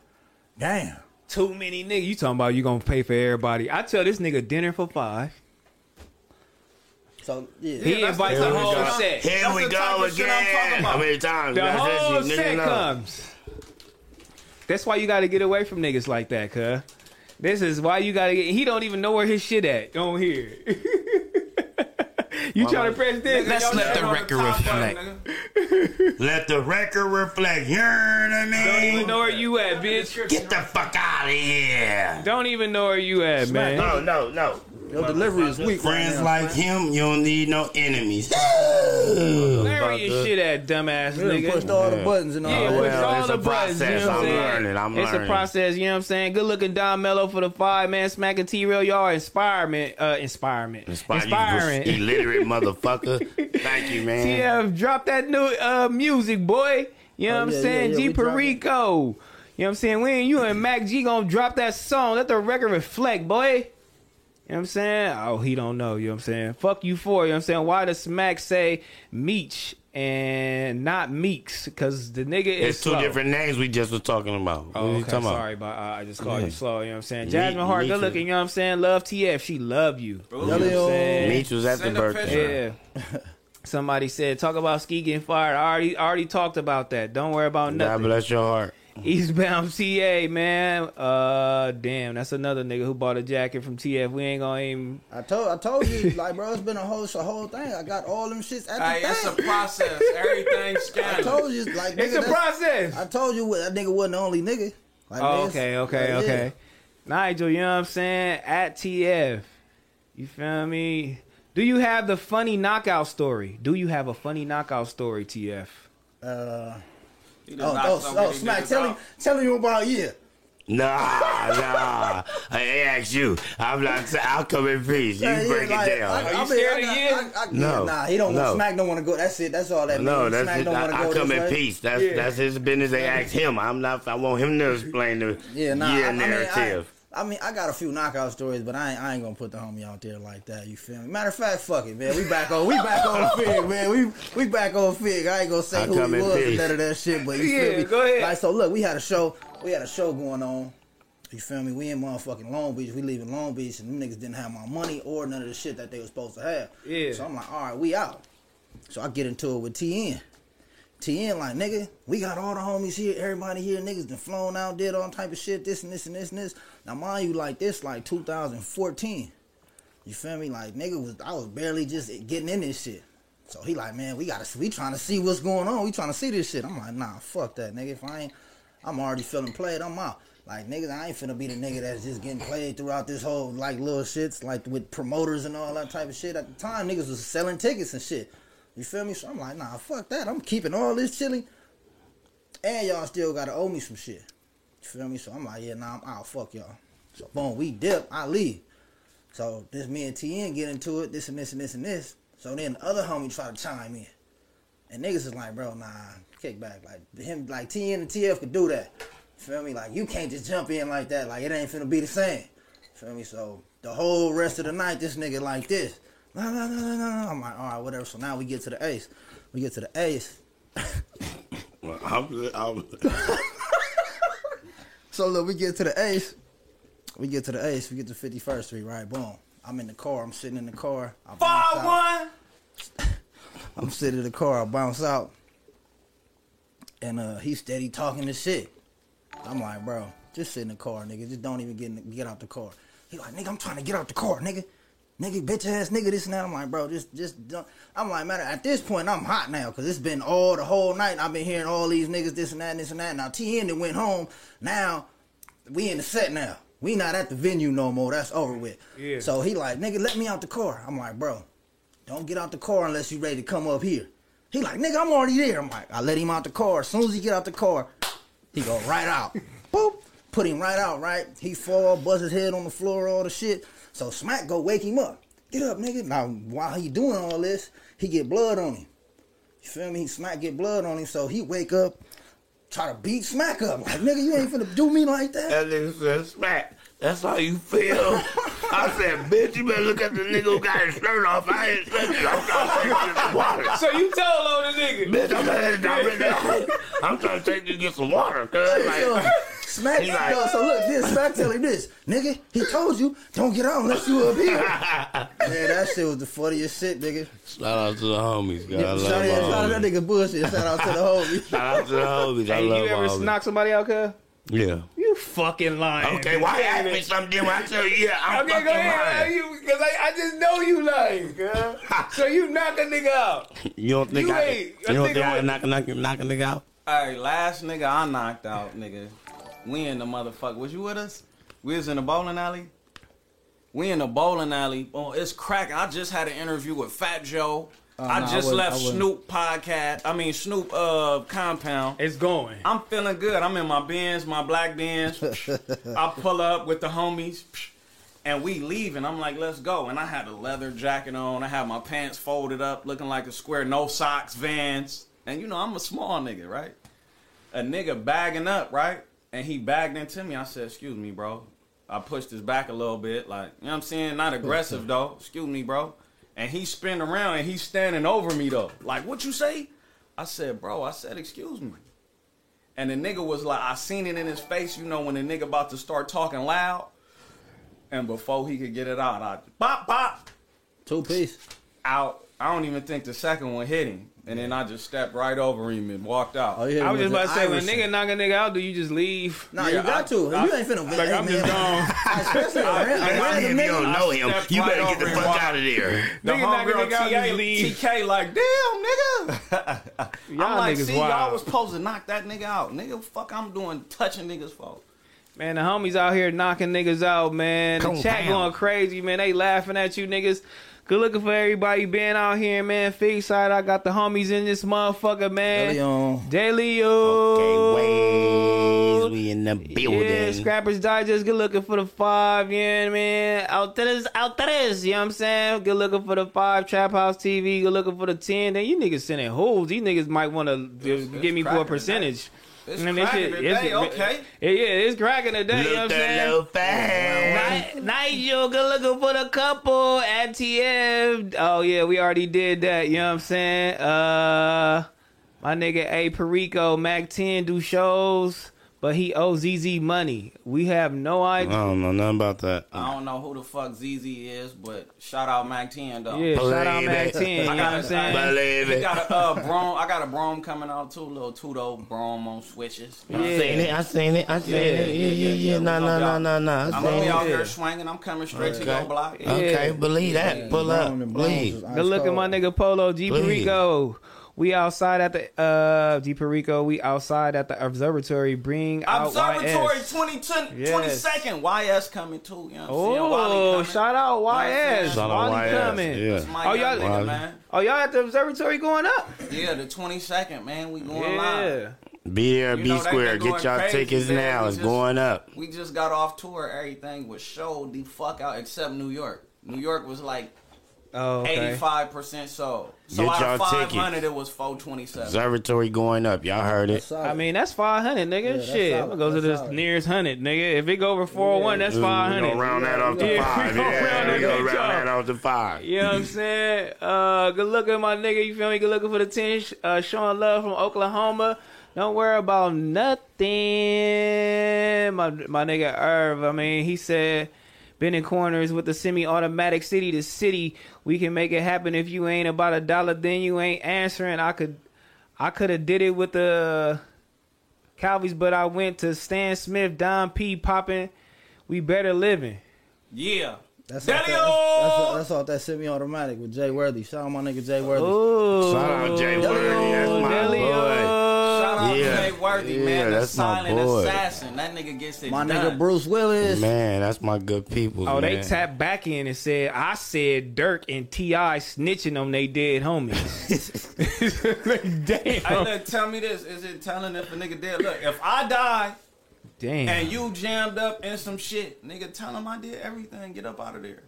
[SPEAKER 4] damn.
[SPEAKER 2] Too many niggas. You talking about you gonna pay for everybody? I tell this nigga dinner for five.
[SPEAKER 4] So yeah,
[SPEAKER 2] He
[SPEAKER 1] Yeah, that's
[SPEAKER 2] invites
[SPEAKER 1] the
[SPEAKER 2] the
[SPEAKER 1] type
[SPEAKER 2] whole
[SPEAKER 1] of shit I'm-
[SPEAKER 2] set.
[SPEAKER 1] Here That's we the go type of shit I'm again. talking about. How many times
[SPEAKER 2] The
[SPEAKER 1] you guys said
[SPEAKER 2] whole
[SPEAKER 1] you niggas
[SPEAKER 2] set
[SPEAKER 1] know?
[SPEAKER 2] comes. That's why you got to get away from niggas like that, cuz. This is why you got to get. He don't even know where his shit at. Don't hear. you trying to press this?
[SPEAKER 1] Let's let the record reflect. Let the record reflect. You know what I mean?
[SPEAKER 2] Don't even know where you at, bitch.
[SPEAKER 1] Get the fuck out of here. Uh,
[SPEAKER 2] Don't even know where you at, man.
[SPEAKER 1] No, no, no.
[SPEAKER 4] Your delivery is weak.
[SPEAKER 1] Friends like him, you don't need no enemies.
[SPEAKER 2] Where are your shit at, dumbass
[SPEAKER 4] You done
[SPEAKER 2] nigga?
[SPEAKER 4] pushed all the buttons and all
[SPEAKER 2] Yeah,
[SPEAKER 4] that.
[SPEAKER 2] pushed
[SPEAKER 4] Well,
[SPEAKER 2] all
[SPEAKER 1] Oh, it's
[SPEAKER 2] the
[SPEAKER 1] a
[SPEAKER 2] buttons. You know
[SPEAKER 1] process.
[SPEAKER 2] what I'm
[SPEAKER 1] I'm
[SPEAKER 2] saying?
[SPEAKER 1] learning, I'm
[SPEAKER 2] it's a
[SPEAKER 1] learning.
[SPEAKER 2] process. You know what I'm saying? Good looking Don Mello for the five man smacking T Rail. Y'all inspirement, uh, inspirement,
[SPEAKER 1] Why
[SPEAKER 2] inspiring.
[SPEAKER 1] You illiterate motherfucker. Thank you, man.
[SPEAKER 2] TF, drop that new uh, music, boy. You know
[SPEAKER 1] Oh,
[SPEAKER 2] what I'm
[SPEAKER 1] yeah,
[SPEAKER 2] saying?
[SPEAKER 1] yeah, yeah,
[SPEAKER 2] G
[SPEAKER 1] we dropping.
[SPEAKER 2] Perico. You know what I'm saying? When you and Mac G gonna drop that song, let the record reflect, boy. You know what I'm saying? Oh, he don't know. You know what I'm saying? Fuck you for. You know what I'm saying? Why does Smack say Meech and not Meeks because the nigga is
[SPEAKER 1] It's two
[SPEAKER 2] slow.
[SPEAKER 1] different names we just was talking about.
[SPEAKER 2] Oh,
[SPEAKER 1] What you
[SPEAKER 2] okay.
[SPEAKER 1] talking about?
[SPEAKER 2] Sorry, but uh, I just called
[SPEAKER 1] Yeah.
[SPEAKER 2] you slow. You know what I'm saying?
[SPEAKER 1] Meek-
[SPEAKER 2] Jasmine Hart,
[SPEAKER 1] Meek
[SPEAKER 2] good looking. You know what I'm saying? Love TF. She love you. You know what I'm
[SPEAKER 1] Yo.
[SPEAKER 2] saying?
[SPEAKER 1] Meek was at the Send a birthday. picture.
[SPEAKER 2] Yeah. Somebody said, talk about Ski getting fired. I already, I already talked about that. Don't worry about
[SPEAKER 1] God
[SPEAKER 2] nothing.
[SPEAKER 1] bless your heart.
[SPEAKER 2] Eastbound TA, man. Uh, damn, that's another nigga who bought a jacket from TF. We ain't gonna even.
[SPEAKER 4] I told I told you, like, bro, it's been a whole, it's a whole thing. I got all them shits at the
[SPEAKER 3] Hey,
[SPEAKER 4] thing.
[SPEAKER 3] it's a process. Everything's
[SPEAKER 4] I
[SPEAKER 3] scattered.
[SPEAKER 4] told you, like, nigga,
[SPEAKER 3] It's a
[SPEAKER 4] that's- I told you what, that nigga wasn't the only nigga. Like,
[SPEAKER 2] oh,
[SPEAKER 4] this-
[SPEAKER 2] okay, okay,
[SPEAKER 4] like, yeah.
[SPEAKER 2] okay. Nigel, you know what I'm saying? At TF. You feel me? Do you have the funny knockout story? Do you have a funny knockout story, TF?
[SPEAKER 4] Uh,
[SPEAKER 3] done
[SPEAKER 4] oh,
[SPEAKER 3] knocked
[SPEAKER 4] oh,
[SPEAKER 3] so
[SPEAKER 4] oh,
[SPEAKER 3] many
[SPEAKER 4] smack!
[SPEAKER 3] niggas
[SPEAKER 4] Tell
[SPEAKER 3] out.
[SPEAKER 4] him, tell him about yeah.
[SPEAKER 1] Nah, nah. I ask you. I'm not. I'll come in peace. You
[SPEAKER 4] Yeah, yeah,
[SPEAKER 1] break
[SPEAKER 4] like,
[SPEAKER 1] it down.
[SPEAKER 4] I, I mean, I got- I- I- yeah,
[SPEAKER 1] No,
[SPEAKER 4] nah, he don't.
[SPEAKER 1] no.
[SPEAKER 4] want Smack don't want to go. That's it. That's all that.
[SPEAKER 1] no,
[SPEAKER 4] means.
[SPEAKER 1] that's
[SPEAKER 4] Smack
[SPEAKER 1] it.
[SPEAKER 4] don't wanna
[SPEAKER 1] I, I
[SPEAKER 4] go
[SPEAKER 1] come
[SPEAKER 4] this
[SPEAKER 1] in
[SPEAKER 4] way.
[SPEAKER 1] peace. That's that's his business. They ask him. I'm not. I want him to explain the
[SPEAKER 4] Yeah, nah. I,
[SPEAKER 1] year
[SPEAKER 4] I mean, I,
[SPEAKER 1] narrative.
[SPEAKER 4] I mean, I got a few knockout stories, but I ain't, I ain't gonna put the homie out there like that. You feel me? Matter of fact, fuck it, man. We back on, we back on Fig, man. We we back on Fig. I ain't gonna say
[SPEAKER 1] I
[SPEAKER 4] who
[SPEAKER 1] come
[SPEAKER 4] he
[SPEAKER 1] in
[SPEAKER 4] was and
[SPEAKER 1] peace.
[SPEAKER 4] none of that shit, but you
[SPEAKER 2] Yeah,
[SPEAKER 4] feel me?
[SPEAKER 2] go ahead.
[SPEAKER 4] Like, so look, we had a show, we had a show going on. You feel me? We in motherfucking Long Beach. We leaving Long Beach, and them niggas didn't have my money or none of the shit that they was supposed to have.
[SPEAKER 2] Yeah.
[SPEAKER 4] So I'm like, all right, we out. So I get into it with TN. TN like, nigga, we got all the homies here, everybody here, niggas done flown out, did all type of shit, this and this and this and this. Now mind you, like this, like 2014. You feel me? Like nigga was I was barely just getting in this shit. So he like, man, we gotta we trying to see what's going on. We trying to see this shit. I'm like, nah, fuck that, nigga. If I ain't I'm already feeling played, I'm out. Like niggas, I ain't finna be the nigga that's just getting played throughout this whole like little shits, like with promoters and all that type of shit. At the time, niggas was selling tickets and shit. You feel me? So I'm like, nah, fuck that. I'm keeping all this chili. And y'all still gotta owe me some shit. You feel me? So I'm like, yeah, nah, I'm out. Fuck y'all. So boom, we dip, I leave. So this me and TN get into it, this and this and this and this. So then the other homie try to chime in. And niggas is like, bro, nah, kick back. Like him like TN and TF could do that. Feel me? Like you can't just jump in like that. Like it ain't finna be the same. Feel me? So the whole rest of the night, this nigga like this. No, no, no, no, no, no. I'm like, all right, whatever. So now we get to the ace. We get to the ace.
[SPEAKER 1] Well, I'm, I'm,
[SPEAKER 4] So look, we get to the ace. We get to the ace. We get to 51st Street, right? Boom. I'm in the car. I'm sitting in the car. I bounce out.
[SPEAKER 3] one.
[SPEAKER 4] I'm sitting in the car, I bounce out, and uh, he steady talking this shit. I'm like, bro, just sit in the car, nigga. Just don't even get in the, get out the car. He like, nigga, I'm trying to get out the car, nigga. Nigga, bitch ass nigga, this and that. I'm like, bro, just just don't. I'm like, matter at this point, I'm hot now, cause it's been all the whole night. I've been hearing all these niggas, this and that, and this and that. Now TN that went home. Now we in the set now. We not at the venue no more. That's over with.
[SPEAKER 9] Yeah.
[SPEAKER 4] So he like, nigga, let me out the car. I'm like, bro, don't get out the car unless you ready to come up here. He like, nigga, I'm already there. I'm like, I let him out the car. As soon as he get out the car, he go right out. Boop. Put him right out, right? He fall, buzz his head on the floor, all the shit. So Smack go wake him up. Get up, nigga. Now while he doing all this, he get blood on him. You feel me? Smack get blood on him, so he wake up, try to beat Smack up. Like, nigga, you ain't finna do me like that.
[SPEAKER 1] that nigga said, "Smack." That's how you feel. I said, "Bitch, you better look at the nigga who got his shirt off." I ain't saying it. I'm trying to take this water.
[SPEAKER 2] So you tell on the nigga.
[SPEAKER 1] Bitch, I'm trying to, I'm trying to- I'm trying to take you to get some water, cuz.
[SPEAKER 4] So,
[SPEAKER 1] Like,
[SPEAKER 4] Smack,
[SPEAKER 1] He like-
[SPEAKER 4] yo, so look, this Smack tell him this, nigga. He told you don't get out unless you up here. Man, that shit was the funniest shit, nigga.
[SPEAKER 1] shout out to the homies, God. I
[SPEAKER 4] Shout
[SPEAKER 1] love
[SPEAKER 4] out,
[SPEAKER 1] my
[SPEAKER 4] shout out that
[SPEAKER 1] homies.
[SPEAKER 4] nigga bullshit. Shout out to the homie.
[SPEAKER 1] Shout out to the homies. I
[SPEAKER 2] Hey,
[SPEAKER 1] love
[SPEAKER 2] you ever
[SPEAKER 1] my homies.
[SPEAKER 2] knock somebody out, cuz?
[SPEAKER 1] yeah.
[SPEAKER 2] You fucking lying.
[SPEAKER 1] Okay, why ask me something when I tell you, yeah, I'm
[SPEAKER 2] okay, go
[SPEAKER 1] fucking
[SPEAKER 2] ahead,
[SPEAKER 1] lying.
[SPEAKER 2] Because I, I just know you lying, girl. so you knock a nigga out.
[SPEAKER 1] You don't think
[SPEAKER 2] You
[SPEAKER 1] I?
[SPEAKER 2] ain't-
[SPEAKER 1] you
[SPEAKER 2] I
[SPEAKER 1] don't
[SPEAKER 2] think
[SPEAKER 1] think
[SPEAKER 2] I
[SPEAKER 1] I
[SPEAKER 2] would-
[SPEAKER 1] can knock, knock, knock a nigga out?
[SPEAKER 3] All right, last nigga I knocked out, nigga. We in the motherfucker. Was you with us? We was in the bowling alley. We in the bowling alley. Oh, it's cracking. I just had an interview with Fat Joe.
[SPEAKER 4] Oh,
[SPEAKER 3] I
[SPEAKER 4] no, I
[SPEAKER 3] just
[SPEAKER 4] wouldn't-
[SPEAKER 3] left
[SPEAKER 4] I wouldn't.
[SPEAKER 3] Snoop podcast. I mean Snoop uh compound.
[SPEAKER 2] It's going.
[SPEAKER 3] I'm feeling good. I'm in my bins, my black bins. I pull up with the homies, and we leaving. I'm like, let's go. And I had a leather jacket on. I had my pants folded up, looking like a square, no socks, Vans. And you know, I'm a small nigga, right? A nigga bagging up, right? And he bagged into me. I said, excuse me, bro. I pushed his back a little bit, like you know what I'm saying. Not aggressive though. Excuse me, bro. And he spin around and he's standing over me though. Like what you say? I said, bro, I said, excuse me. And the nigga was like, I seen it in his face, you know, when the nigga about to start talking loud. And before he could get it out, I pop, pop.
[SPEAKER 4] Two piece.
[SPEAKER 3] Out. I don't even think the second one hit him. And then I just stepped right over him and walked out.
[SPEAKER 2] I was just about to say, when nigga knock a nigga out, do you just leave?
[SPEAKER 3] Nah, you got to. You ain't finna-
[SPEAKER 2] Like, I'm just gone.
[SPEAKER 4] Especially
[SPEAKER 1] if you don't know him, you better get the fuck out of there.
[SPEAKER 3] The
[SPEAKER 2] Nigga knock a
[SPEAKER 3] homegirl
[SPEAKER 2] nigga out,
[SPEAKER 3] TA
[SPEAKER 2] you leave.
[SPEAKER 3] TK like, damn, nigga. I'm like,
[SPEAKER 2] niggas
[SPEAKER 3] see, y'all
[SPEAKER 2] wild.
[SPEAKER 3] was supposed to knock that nigga out. Nigga, fuck, I'm doing touching niggas' fault.
[SPEAKER 2] Man, the homies out here knocking niggas out, man. The
[SPEAKER 3] Come
[SPEAKER 2] chat
[SPEAKER 3] down.
[SPEAKER 2] going crazy, man. They laughing at you, niggas. Good looking for everybody being out here, man. Fig side, I got the homies in this motherfucker, man.
[SPEAKER 1] DeLeon.
[SPEAKER 2] DeLeon.
[SPEAKER 1] Okay, ways we in the
[SPEAKER 2] Oh. Yeah,
[SPEAKER 1] building.
[SPEAKER 2] Scrappers Digest, good looking for the five, yeah, man. Out there, out there, you know what I'm saying? Good looking for the five, Trap House TV, good looking for the 10. Then you niggas sending holes. These niggas might want to give me for a percentage.
[SPEAKER 3] It's
[SPEAKER 2] And this
[SPEAKER 3] cracking
[SPEAKER 2] shit-
[SPEAKER 3] today,
[SPEAKER 2] it's-
[SPEAKER 3] okay.
[SPEAKER 2] Yeah, yeah, it's cracking today, you know what I'm saying? Ni- Nigel, good looking for the couple at TF. Oh yeah, we already did that. You know what I'm saying? Uh, my nigga A Perico Mac Ten do shows, but he owes ZZ money. We have no
[SPEAKER 1] I
[SPEAKER 2] idea.
[SPEAKER 1] don't know nothing about that.
[SPEAKER 3] I don't know who the fuck ZZ is, but shout out Mac uh, 10 though.
[SPEAKER 2] Yeah, shout out Believe Mac it. 10, you know
[SPEAKER 3] I
[SPEAKER 2] what I'm
[SPEAKER 3] got,
[SPEAKER 2] saying?
[SPEAKER 3] I-
[SPEAKER 2] Believe
[SPEAKER 3] we
[SPEAKER 2] it.
[SPEAKER 3] got a uh, Brom. I got a Brom coming out too. Little Tudo Brom on switches.
[SPEAKER 1] I seen it. I seen it. I seen it. Yeah, yeah, yeah. Nah, nah, nah, nah, nah. I
[SPEAKER 3] I'm gonna
[SPEAKER 1] seen
[SPEAKER 3] be
[SPEAKER 1] it.
[SPEAKER 3] out there swinging. I'm coming straight to your block.
[SPEAKER 1] Okay, believe that. Pull up. Believe.
[SPEAKER 2] Good looking, my nigga Polo G
[SPEAKER 1] Please.
[SPEAKER 2] Perico. We outside at the uh G Perico. We outside at the observatory. Bring out
[SPEAKER 3] Observatory
[SPEAKER 2] YS.
[SPEAKER 3] 2022nd.
[SPEAKER 2] Yes.
[SPEAKER 3] YS coming too. You know what I'm saying? Wally
[SPEAKER 2] Oh,
[SPEAKER 3] coming.
[SPEAKER 2] shout out YS.
[SPEAKER 1] Shout out
[SPEAKER 2] Wally
[SPEAKER 1] YS,
[SPEAKER 2] coming.
[SPEAKER 1] yeah.
[SPEAKER 3] That's my
[SPEAKER 2] Oh,
[SPEAKER 3] young
[SPEAKER 2] y'all,
[SPEAKER 3] nigga, man.
[SPEAKER 2] oh, y'all at the observatory going up?
[SPEAKER 3] Yeah, the 22nd, man. We going live.
[SPEAKER 2] Yeah.
[SPEAKER 1] Be there,
[SPEAKER 3] You
[SPEAKER 1] be
[SPEAKER 3] know, they- they
[SPEAKER 1] square. Get
[SPEAKER 3] going
[SPEAKER 1] y'all
[SPEAKER 3] crazy,
[SPEAKER 1] tickets
[SPEAKER 3] man.
[SPEAKER 1] now.
[SPEAKER 3] We
[SPEAKER 1] It's
[SPEAKER 3] just-
[SPEAKER 1] going up.
[SPEAKER 3] We just got off tour. Everything was showed the fuck out except New York. New York was like
[SPEAKER 2] Oh, okay.
[SPEAKER 3] 85% sold. So
[SPEAKER 1] Get
[SPEAKER 3] out of
[SPEAKER 1] y'all
[SPEAKER 3] 500,
[SPEAKER 1] tickets.
[SPEAKER 3] it was 427.
[SPEAKER 1] Observatory going up. Y'all heard it.
[SPEAKER 2] I mean, that's 500, nigga. Shit. I'm going to go to this nearest 100, nigga. If it go over 401, that's
[SPEAKER 1] We gonna
[SPEAKER 2] 500.
[SPEAKER 1] round that off to
[SPEAKER 2] Yeah,
[SPEAKER 1] five.
[SPEAKER 2] We gonna round
[SPEAKER 1] Yeah, we
[SPEAKER 2] that
[SPEAKER 1] gonna
[SPEAKER 2] bitch
[SPEAKER 1] round
[SPEAKER 2] up.
[SPEAKER 1] that off to five.
[SPEAKER 2] You know what I'm saying? Uh, good looking, my nigga. You feel me? Good looking for the 10. Sh- Uh, showing love from Oklahoma. Don't worry about nothing. My my nigga Irv, I mean, he said, been in corners with the semi-automatic city to city. We can make it happen if you ain't about a dollar, then you ain't answering. I could I could have did it with the Calvies, but I went to Stan Smith, Don P, popping. We better living.
[SPEAKER 3] Yeah.
[SPEAKER 4] That's all, that, that's, that's, that's all that semi-automatic with Jay Worthy. Shout out my nigga Jay Worthy.
[SPEAKER 1] Shout out Jay Worthy. That's my boy.
[SPEAKER 3] Shout out
[SPEAKER 1] Yeah.
[SPEAKER 3] to Jay Worthy,
[SPEAKER 1] Yeah,
[SPEAKER 3] man. The
[SPEAKER 1] that's my
[SPEAKER 3] silent
[SPEAKER 1] boy.
[SPEAKER 3] assassin. That nigga gets it
[SPEAKER 4] My
[SPEAKER 3] done.
[SPEAKER 4] nigga Bruce Willis.
[SPEAKER 1] Man, that's my good people.
[SPEAKER 2] Oh,
[SPEAKER 1] man.
[SPEAKER 2] they tapped back in and said, I said Dirk and T.I. snitching on they dead homies. Like,
[SPEAKER 3] Hey,
[SPEAKER 2] damn.
[SPEAKER 3] look, tell me this. Is it telling if a nigga dead? Look, if I die
[SPEAKER 2] damn.
[SPEAKER 3] and you jammed up in some shit, nigga, tell him I did everything. Get up out of there.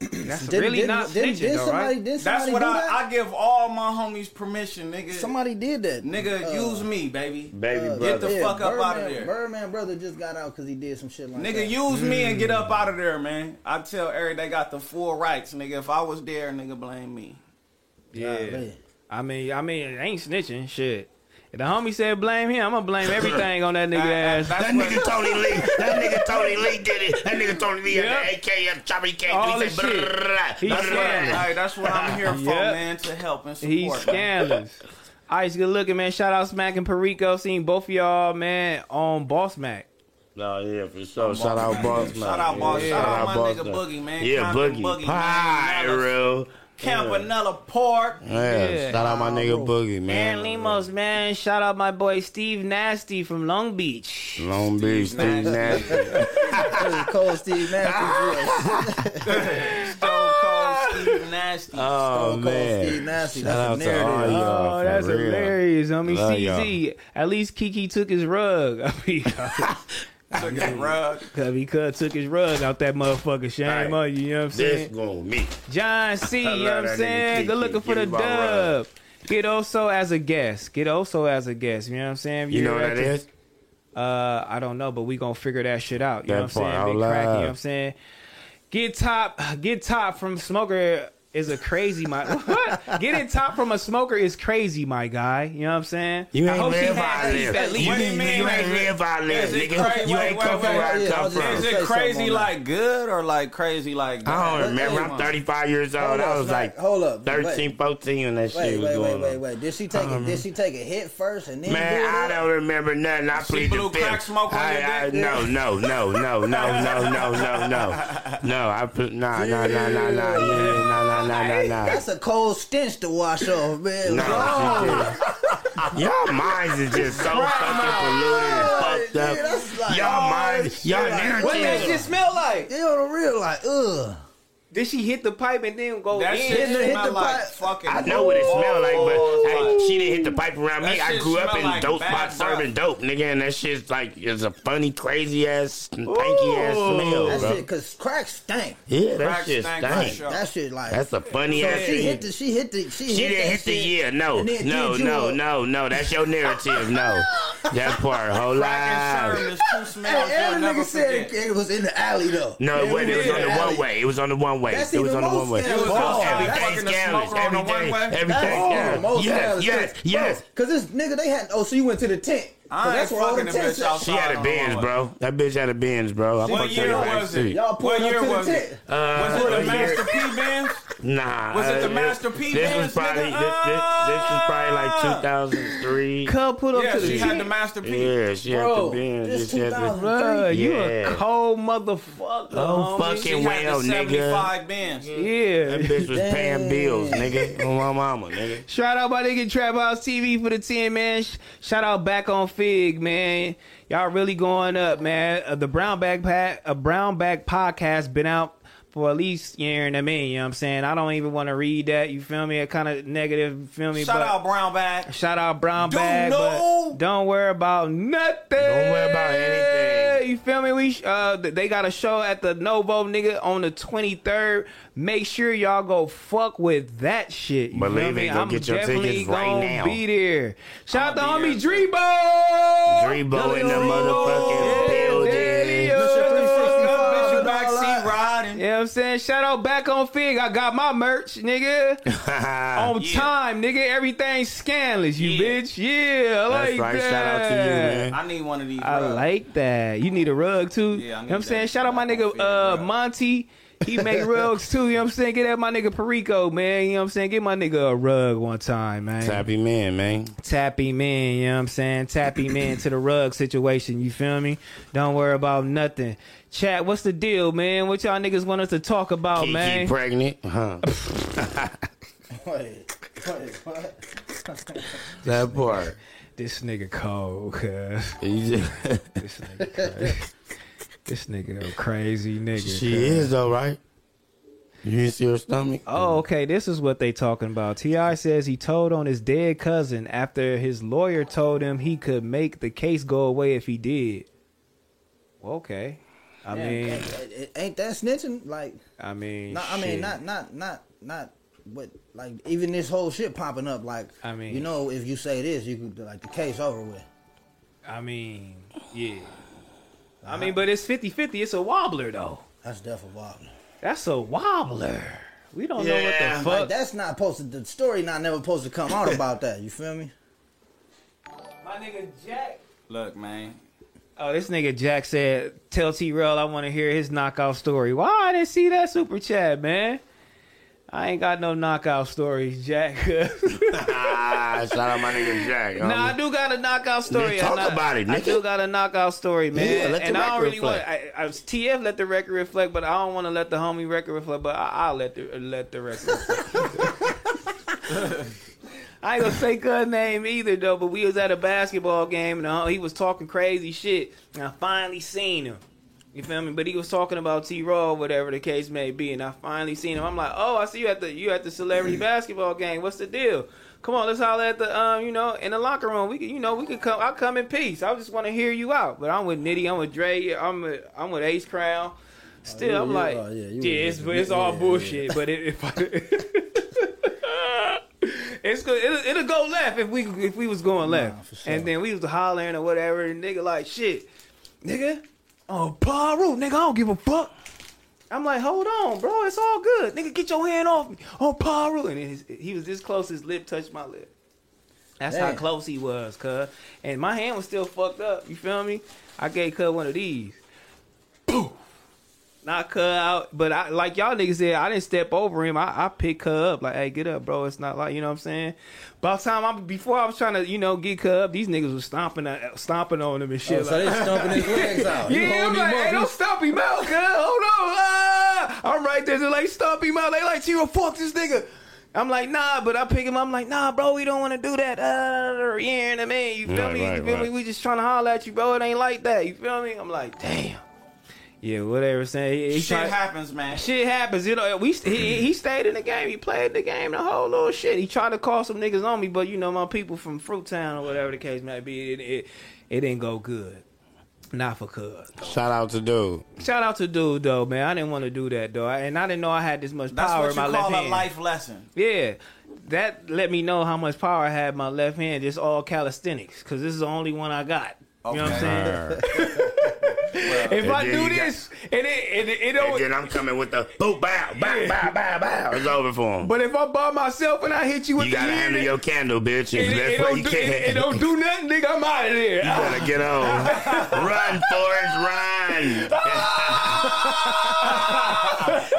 [SPEAKER 2] That's
[SPEAKER 4] Didn't-
[SPEAKER 2] really
[SPEAKER 4] didn't-
[SPEAKER 2] not
[SPEAKER 4] didn't-
[SPEAKER 2] snitching,
[SPEAKER 4] didn't
[SPEAKER 2] though,
[SPEAKER 4] somebody-
[SPEAKER 2] right?
[SPEAKER 4] didn't
[SPEAKER 3] That's
[SPEAKER 4] somebody
[SPEAKER 3] what
[SPEAKER 4] do
[SPEAKER 3] I,
[SPEAKER 4] that?
[SPEAKER 3] I give all my homies permission, nigga.
[SPEAKER 4] Somebody did that.
[SPEAKER 3] Nigga,
[SPEAKER 4] Uh,
[SPEAKER 3] use me, baby.
[SPEAKER 1] Baby
[SPEAKER 3] Get the
[SPEAKER 4] yeah,
[SPEAKER 3] fuck up out of
[SPEAKER 4] Birdman-
[SPEAKER 3] there.
[SPEAKER 4] Birdman brother just got out because he did some shit like that.
[SPEAKER 3] Nigga, use me and
[SPEAKER 4] Hmm.
[SPEAKER 3] get up out of there, man. I tell Eric they got the full rights, nigga. If I was there, nigga, blame me.
[SPEAKER 2] Yeah.
[SPEAKER 4] man.
[SPEAKER 2] I mean, I mean, it ain't snitching. Shit. If the homie said blame him, I'm going to blame everything on that nigga ass.
[SPEAKER 1] That nigga Tony Lee. That nigga Tony Lee did it. That nigga Tony Lee
[SPEAKER 2] Yep.
[SPEAKER 1] had the AK and Chopper K.
[SPEAKER 2] All this shit. He
[SPEAKER 3] That's what,
[SPEAKER 2] scammed.
[SPEAKER 3] Hey, that's what I'm here for,
[SPEAKER 2] Yep.
[SPEAKER 3] man, to help and support.
[SPEAKER 2] He
[SPEAKER 3] man.
[SPEAKER 2] scandalous. Ice, good looking, man. Shout out Smack and Perico. Seen both of y'all, man, on Boss Mac.
[SPEAKER 1] No, yeah, for sure. Shout out Boss Man.
[SPEAKER 3] Shout out, boss.
[SPEAKER 1] Yeah,
[SPEAKER 3] Shout out, my
[SPEAKER 1] Boss
[SPEAKER 3] nigga
[SPEAKER 1] Man.
[SPEAKER 3] Boogie, man.
[SPEAKER 1] Yeah,
[SPEAKER 3] Compton
[SPEAKER 1] Boogie.
[SPEAKER 3] Boogie, man.
[SPEAKER 1] Pyro.
[SPEAKER 3] Campanella Park.
[SPEAKER 1] Yeah, shout out my nigga Boogie, man.
[SPEAKER 2] Man, Lemos, man. Shout out my boy Steve Nasty from Long Beach.
[SPEAKER 1] Long Beach, Steve Nasty.
[SPEAKER 4] Cold Steve Nasty.
[SPEAKER 3] Stone Cold Steve Nasty.
[SPEAKER 2] Uh.
[SPEAKER 1] Oh, man.
[SPEAKER 4] Steve Nasty.
[SPEAKER 1] Shout out
[SPEAKER 4] That's a
[SPEAKER 1] to all
[SPEAKER 4] narrative.
[SPEAKER 1] y'all,
[SPEAKER 2] Oh,
[SPEAKER 1] for
[SPEAKER 2] that's
[SPEAKER 1] real.
[SPEAKER 2] hilarious, homie.
[SPEAKER 1] Love
[SPEAKER 2] CZ, at least Kiki took his rug. I mean,
[SPEAKER 3] Took his rug.
[SPEAKER 2] Cubby Cub took his rug out that motherfucker. Shame
[SPEAKER 1] Right.
[SPEAKER 2] on you, you know what I'm
[SPEAKER 1] This
[SPEAKER 2] saying?
[SPEAKER 1] gon' me.
[SPEAKER 2] John C,
[SPEAKER 1] I love
[SPEAKER 2] you know what I'm
[SPEAKER 1] that nigga
[SPEAKER 2] saying?
[SPEAKER 1] Kiki.
[SPEAKER 2] Good looking for
[SPEAKER 1] Give
[SPEAKER 2] the
[SPEAKER 1] him my rug.
[SPEAKER 2] dub. Get also as a guest. Get also as a guest, you know what I'm saying? If
[SPEAKER 1] You know
[SPEAKER 2] you're
[SPEAKER 1] what
[SPEAKER 2] at
[SPEAKER 1] that
[SPEAKER 2] the-
[SPEAKER 1] is?
[SPEAKER 2] Uh, I don't know, but we gonna figure that shit out. You
[SPEAKER 1] That
[SPEAKER 2] know what I'm
[SPEAKER 1] part,
[SPEAKER 2] saying?
[SPEAKER 1] I
[SPEAKER 2] Big crack, you know
[SPEAKER 1] love.
[SPEAKER 2] what I'm saying? Get top, get top from Smoker is a crazy my what? Getting top from a smoker is crazy, my guy. You know what I'm saying?
[SPEAKER 1] You
[SPEAKER 2] I
[SPEAKER 1] ain't
[SPEAKER 2] hope she
[SPEAKER 1] live
[SPEAKER 2] had
[SPEAKER 1] out
[SPEAKER 2] at least
[SPEAKER 1] there.
[SPEAKER 2] that least-
[SPEAKER 1] You ain't you ain't live out there,
[SPEAKER 3] Is it
[SPEAKER 1] nigga.
[SPEAKER 3] crazy?
[SPEAKER 1] You
[SPEAKER 3] Wait,
[SPEAKER 1] ain't
[SPEAKER 3] wait,
[SPEAKER 1] come from
[SPEAKER 3] wait,
[SPEAKER 1] where I
[SPEAKER 3] wait.
[SPEAKER 1] come
[SPEAKER 3] Is
[SPEAKER 1] from.
[SPEAKER 3] it crazy like good or like crazy like bad?
[SPEAKER 1] I don't remember. I'm
[SPEAKER 3] Come on.
[SPEAKER 1] 35 years old.
[SPEAKER 4] Hold
[SPEAKER 1] I
[SPEAKER 4] up,
[SPEAKER 1] was
[SPEAKER 4] Snack.
[SPEAKER 1] like
[SPEAKER 4] Hold up. Wait.
[SPEAKER 1] 13, 14 when that
[SPEAKER 4] Wait,
[SPEAKER 1] shit was
[SPEAKER 4] wait, wait,
[SPEAKER 1] going
[SPEAKER 4] wait,
[SPEAKER 1] on.
[SPEAKER 4] wait. Did she take it? Did she take a hit first and then do it?
[SPEAKER 1] Man, I don't remember nothing. I plead the
[SPEAKER 4] blew
[SPEAKER 1] fifth.
[SPEAKER 4] crack smoke on your
[SPEAKER 1] I, I,
[SPEAKER 4] dick?
[SPEAKER 1] no, no, no, no, no, no, no, no, no, no. I put nah, nah, nah, nah, nah, yeah, nah, nah, nah, nah, nah.
[SPEAKER 4] That's a cold stench to wash off, man.
[SPEAKER 1] No, she didn't. y'all minds is just so fucking polluted and fucked up. y'all minds, y'all
[SPEAKER 2] What that shit
[SPEAKER 1] narratives.
[SPEAKER 2] smell like?
[SPEAKER 4] They on the real like, ugh.
[SPEAKER 2] Did she hit the pipe and then go
[SPEAKER 3] That
[SPEAKER 2] in?
[SPEAKER 3] shit
[SPEAKER 2] Hit the- hit
[SPEAKER 3] smell
[SPEAKER 2] the
[SPEAKER 3] like
[SPEAKER 2] pipe?
[SPEAKER 3] fucking.
[SPEAKER 1] I know what it smell like,
[SPEAKER 4] Oh,
[SPEAKER 1] but hey,
[SPEAKER 3] Ooh.
[SPEAKER 1] she didn't hit the pipe around me.
[SPEAKER 3] That
[SPEAKER 1] I
[SPEAKER 3] shit
[SPEAKER 1] grew up
[SPEAKER 3] smell
[SPEAKER 1] in
[SPEAKER 3] like
[SPEAKER 1] dope
[SPEAKER 3] bad
[SPEAKER 1] spots
[SPEAKER 3] breath.
[SPEAKER 1] serving dope, nigga, and that shit's like it's a funny, crazy ass, stanky ass smell,
[SPEAKER 4] That
[SPEAKER 1] bro.
[SPEAKER 4] shit, cause crack stank.
[SPEAKER 1] Yeah, that shit stank.
[SPEAKER 4] That shit like.
[SPEAKER 1] That's a funny
[SPEAKER 4] so
[SPEAKER 1] ass
[SPEAKER 4] She
[SPEAKER 1] thing.
[SPEAKER 4] hit the. She hit the. She,
[SPEAKER 1] She
[SPEAKER 4] hit
[SPEAKER 1] didn't
[SPEAKER 4] that
[SPEAKER 1] hit the
[SPEAKER 4] shit,
[SPEAKER 1] year. No,
[SPEAKER 4] and then
[SPEAKER 1] no,
[SPEAKER 4] did you
[SPEAKER 1] no,
[SPEAKER 4] a-
[SPEAKER 1] no, no. That's your narrative. No, that part. Hold
[SPEAKER 3] Sherm
[SPEAKER 1] on.
[SPEAKER 3] is two smells
[SPEAKER 4] Hey,
[SPEAKER 3] you'll
[SPEAKER 4] and the
[SPEAKER 3] never
[SPEAKER 4] nigga said
[SPEAKER 3] forget.
[SPEAKER 4] it, was in the alley though.
[SPEAKER 1] No, it wasn't. It was on the
[SPEAKER 4] Yeah.
[SPEAKER 1] one way. It was on the one way.
[SPEAKER 4] That's
[SPEAKER 1] it was on
[SPEAKER 4] even
[SPEAKER 1] the
[SPEAKER 4] more
[SPEAKER 1] one way.
[SPEAKER 4] scary.
[SPEAKER 1] Everything
[SPEAKER 4] Oh, that's
[SPEAKER 1] scary.
[SPEAKER 4] fucking the
[SPEAKER 3] smoker on the one way?
[SPEAKER 1] Everything.
[SPEAKER 4] That's
[SPEAKER 1] Everything
[SPEAKER 4] all the Oh, most
[SPEAKER 1] scary. Yes,
[SPEAKER 4] scary
[SPEAKER 1] yes,
[SPEAKER 4] shit.
[SPEAKER 1] yes.
[SPEAKER 4] Bro, Cause this nigga, they had. Oh, so you went to the tent. 'Cause
[SPEAKER 3] I ain't
[SPEAKER 4] that's where all the
[SPEAKER 3] fucking the
[SPEAKER 4] tents.
[SPEAKER 3] bitch
[SPEAKER 4] at.
[SPEAKER 3] outside
[SPEAKER 1] She had a Benz, bro. That bitch had a Benz, bro. I
[SPEAKER 3] What
[SPEAKER 1] fucked her
[SPEAKER 3] year
[SPEAKER 1] back
[SPEAKER 3] was it?
[SPEAKER 1] seat.
[SPEAKER 4] Y'all
[SPEAKER 3] What
[SPEAKER 4] pulled up
[SPEAKER 3] year
[SPEAKER 4] to the
[SPEAKER 3] was
[SPEAKER 4] tent.
[SPEAKER 3] it? Was it
[SPEAKER 1] Uh,
[SPEAKER 3] the
[SPEAKER 1] a year-
[SPEAKER 3] Master P Benz?
[SPEAKER 1] Nah.
[SPEAKER 3] Was it the
[SPEAKER 1] uh,
[SPEAKER 3] Master P Uh.
[SPEAKER 1] This was
[SPEAKER 3] Benz,
[SPEAKER 1] probably this, this, this was probably like 2003.
[SPEAKER 2] Cub put up
[SPEAKER 3] Yeah,
[SPEAKER 2] to the
[SPEAKER 3] she had
[SPEAKER 2] tent.
[SPEAKER 3] the Master P.
[SPEAKER 1] Yeah, she had
[SPEAKER 2] Bro,
[SPEAKER 1] the Benz.
[SPEAKER 2] this
[SPEAKER 1] She had the-
[SPEAKER 2] 2003. Bruh, you a
[SPEAKER 1] Yeah.
[SPEAKER 2] cold motherfucker.
[SPEAKER 1] Oh,
[SPEAKER 2] homie.
[SPEAKER 1] fucking
[SPEAKER 3] She had
[SPEAKER 1] well,
[SPEAKER 3] the
[SPEAKER 1] nigga.
[SPEAKER 3] 75 Benz.
[SPEAKER 2] Yeah.
[SPEAKER 1] That bitch was paying bills, nigga. On my mama, nigga.
[SPEAKER 2] Shout out my nigga Trap House TV for the 10, man. Sh- Shout out back on Fig, man. Y'all really going up, man. Uh, the Brown Bag Pat, a Brown Bag podcast been out for at least year and a minute. You know what I'm saying? I don't even want to read that. You feel me? It kind of negative. You feel me?
[SPEAKER 3] Shout
[SPEAKER 2] but
[SPEAKER 3] out Brown Bag.
[SPEAKER 2] Shout out Brown
[SPEAKER 3] Do
[SPEAKER 2] Bag.
[SPEAKER 3] no-
[SPEAKER 2] But don't worry about nothing.
[SPEAKER 1] Don't worry about anything.
[SPEAKER 2] You feel me? We sh- uh, th- they got a show at the Novo nigga on the 23rd. Make sure y'all go fuck with that shit. You
[SPEAKER 1] Believe
[SPEAKER 2] feel
[SPEAKER 1] it,
[SPEAKER 2] me?
[SPEAKER 1] go
[SPEAKER 2] I'm
[SPEAKER 1] get your
[SPEAKER 2] definitely
[SPEAKER 1] tickets right
[SPEAKER 2] gonna
[SPEAKER 1] now.
[SPEAKER 2] Be there. Shout out to homie Dreebo.
[SPEAKER 1] Drebo in the motherfucking building.
[SPEAKER 3] Bitch, you
[SPEAKER 2] All
[SPEAKER 3] backseat riding.
[SPEAKER 2] You know what I'm saying? Shout out back on Fig. I got my merch, nigga. on time, nigga. Everything scandalous, you bitch. Yeah, I
[SPEAKER 1] That's
[SPEAKER 2] like
[SPEAKER 1] right.
[SPEAKER 2] that.
[SPEAKER 1] Shout out to you, man.
[SPEAKER 3] I need one of these.
[SPEAKER 2] I
[SPEAKER 3] bro.
[SPEAKER 2] like that. You need a rug
[SPEAKER 3] Yeah, I
[SPEAKER 2] too. you know
[SPEAKER 3] need
[SPEAKER 2] what I'm saying?
[SPEAKER 3] that.
[SPEAKER 2] Shout out my nigga uh, Monty. He make rugs too. You know what I'm saying? Get at my nigga Perico, man. You know what I'm saying? Get my nigga a rug one time, man.
[SPEAKER 1] Happy man, man.
[SPEAKER 2] Tappy man, you know what I'm saying? Tappy man to the rug situation, you feel me? Don't worry about nothing. Chat, what's the deal, man? What y'all niggas want us to talk about,
[SPEAKER 1] Kiki
[SPEAKER 2] Oh, man?
[SPEAKER 1] pregnant, huh?
[SPEAKER 4] Wait, wait, what?
[SPEAKER 1] that part.
[SPEAKER 2] This nigga cold, cuz.
[SPEAKER 1] You just-
[SPEAKER 2] This nigga crazy. This nigga a crazy nigga.
[SPEAKER 1] she
[SPEAKER 2] cuz.
[SPEAKER 1] is though, right? You didn't see her stomach?
[SPEAKER 2] Oh, okay. This is what they talking about. Ti says he told on his dead cousin after his lawyer told him he could make the case go away if he did. Well, okay. I
[SPEAKER 4] Yeah,
[SPEAKER 2] mean,
[SPEAKER 4] ain't- ain't- ain't that snitching? Like,
[SPEAKER 2] I mean,
[SPEAKER 4] not, I mean,
[SPEAKER 2] shit.
[SPEAKER 4] not, not, not, not. But like, even this whole shit popping up, like,
[SPEAKER 2] I mean-
[SPEAKER 4] you know, if you say this, you could like the case over with.
[SPEAKER 2] I mean, yeah. I mean, but it's 50-50. It's a wobbler though.
[SPEAKER 4] That's definitely wild.
[SPEAKER 2] That's a wobbler. We don't know what the fuck.
[SPEAKER 4] Like, that's not supposed to. The story not never supposed to come out about that. You feel me?
[SPEAKER 2] My nigga Jack.
[SPEAKER 3] Look, man.
[SPEAKER 2] Oh, this nigga Jack said, "Tell T. Rell I want to hear his knockout story." Why I didn't see that super chat, man? I ain't got no knockout stories, Jack.
[SPEAKER 1] Ah, shout out my nigga Jack.
[SPEAKER 2] nah, I do got a knockout story.
[SPEAKER 1] Man, talk
[SPEAKER 2] I not-
[SPEAKER 1] about it,
[SPEAKER 2] I
[SPEAKER 1] nigga.
[SPEAKER 2] do got a knockout story, man.
[SPEAKER 1] Yeah, let the
[SPEAKER 2] and I don't
[SPEAKER 1] record
[SPEAKER 2] really want. I,
[SPEAKER 1] reflect.
[SPEAKER 2] I, TF let the record reflect, but I don't want to let the homie record reflect. But I, I'll let the let the record. reflect. I ain't gonna say her name either though, but we was at a basketball game and uh, he was talking crazy shit, and I finally seen him. You feel me? But he was talking about T. Raw, whatever the case may be, and I finally seen him. I'm like, oh, I see you at the you at the celebrity basketball game. What's the deal? Come on, let's holler at the um, you know, in the locker room. We can, you know, we can come. I come in peace. I just want to hear you out. But I'm with Nitty. I'm with Dre. I'm with, I'm with Ace Crown. Still,
[SPEAKER 4] you-
[SPEAKER 2] I'm
[SPEAKER 4] you-
[SPEAKER 2] like,
[SPEAKER 4] oh, yeah, you
[SPEAKER 2] yeah,
[SPEAKER 4] was
[SPEAKER 2] it's,
[SPEAKER 4] with-
[SPEAKER 2] it's all
[SPEAKER 4] yeah, yeah.
[SPEAKER 2] bullshit. But it, if I, it's good. It'll, it'll go left if we if we was going left, and then we was hollering or whatever. And nigga, like shit, nigga, oh Paru, nigga, I don't give a fuck. I'm like, hold on, bro. It's all good. Nigga, get your hand off me. Oh, Paru. And his, he was this close. His lip touched my lip. That's how
[SPEAKER 12] Damn.
[SPEAKER 2] close he was, cuz. And my hand was still fucked up. You feel me? I gave cuz one of these. Boom. Not cuz out. But I like y'all niggas said, I didn't step over him. I, I picked cuz up. Like, hey, get up, bro. It's not like, you know what I'm saying? By the time I before I was trying to, you know, get cuz up, these niggas was stomping at- stomping on him and shit.
[SPEAKER 4] Oh, so they
[SPEAKER 2] like-
[SPEAKER 4] stomping his legs out. You
[SPEAKER 2] yeah, I'm
[SPEAKER 4] holding
[SPEAKER 2] like,
[SPEAKER 4] him up.
[SPEAKER 2] hey, don't
[SPEAKER 4] He's-
[SPEAKER 2] stop him out, cuz. Hold on. Ah! I'm right there. They're like, stop him out. They like, Chiro, fuck this nigga. I'm like, nah, but I pick him. up. I'm like, nah, bro, we don't want to do that. Uh, yeah, and I mean, you feel
[SPEAKER 12] Right,
[SPEAKER 2] me? you
[SPEAKER 12] right,
[SPEAKER 2] feel me?
[SPEAKER 12] right.
[SPEAKER 2] We just trying to holler at you, bro. It ain't like that. You feel me? I'm like, damn. Yeah, whatever. Saying
[SPEAKER 3] Shit happens, man.
[SPEAKER 2] Shit happens. You know, we he, he stayed in the game. He played the game. The whole little shit. He tried to call some niggas on me, but you know, my people from Fruit Town or whatever the case may be, it it, it didn't go good. Not for cuz.
[SPEAKER 1] Shout out to dude.
[SPEAKER 2] Shout out to dude though, man. I didn't want to do that though, I- and I didn't know I had this much
[SPEAKER 3] That's
[SPEAKER 2] power
[SPEAKER 3] what you
[SPEAKER 2] in my left
[SPEAKER 3] call a
[SPEAKER 2] hand.
[SPEAKER 3] life lesson.
[SPEAKER 2] Yeah, that let me know how much power I had in my left hand. Just all calisthenics, because this is the only one I got. You know what I'm saying? if
[SPEAKER 1] And then
[SPEAKER 2] I do
[SPEAKER 1] you got-
[SPEAKER 2] this, and it and it, it
[SPEAKER 1] And
[SPEAKER 2] don't.
[SPEAKER 1] then I'm coming with the boop, bow, bow, bow, bow, bow. It's over for him.
[SPEAKER 2] But if I'm by myself and I hit you with
[SPEAKER 1] you
[SPEAKER 2] the
[SPEAKER 1] gotta
[SPEAKER 2] hand,
[SPEAKER 1] handle your candle, bitch. It's
[SPEAKER 2] it, it,
[SPEAKER 1] best
[SPEAKER 2] it
[SPEAKER 1] way
[SPEAKER 2] don't
[SPEAKER 1] you
[SPEAKER 2] do,
[SPEAKER 1] can.
[SPEAKER 2] it, it don't do nothing, nigga. I'm out of there.
[SPEAKER 1] You better get on. run, Forrest, run.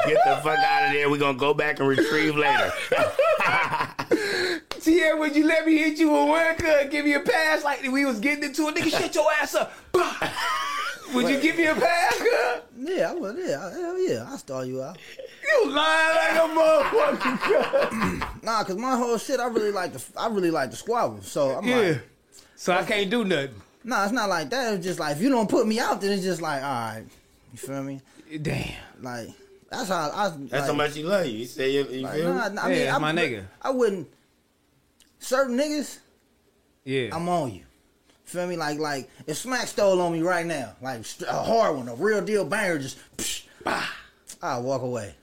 [SPEAKER 1] get the fuck out of there. We're gonna go back and retrieve later.
[SPEAKER 2] Tierra, would you let me hit you with one cut? Give me a pass like we was getting into a nigga. Shut your ass up. Bah. would you give me a pass, cuz?
[SPEAKER 4] Yeah, I would. Yeah, I- hell yeah, I'll star you out.
[SPEAKER 2] You lying like a motherfucker.
[SPEAKER 4] nah, cause my whole shit, I really like the, I really like the squabble. So I'm
[SPEAKER 2] Yeah.
[SPEAKER 4] like,
[SPEAKER 2] So I can't do nothing.
[SPEAKER 4] nah, it's not like that. It's just like if you don't put me out, then it's just like, all right, you feel me?
[SPEAKER 2] Damn.
[SPEAKER 4] Like that's how I.
[SPEAKER 1] That's how
[SPEAKER 4] like-
[SPEAKER 1] much he love you. You say you, you
[SPEAKER 4] Like,
[SPEAKER 1] feel
[SPEAKER 4] nah, nah, I
[SPEAKER 1] me?
[SPEAKER 4] mean, I, I wouldn't. Certain niggas,
[SPEAKER 2] yeah,
[SPEAKER 4] I'm on you. Feel me? Like, like if Smack stole on me right now, like st- a hard one, a real deal banger, just psh, bah, I walk away.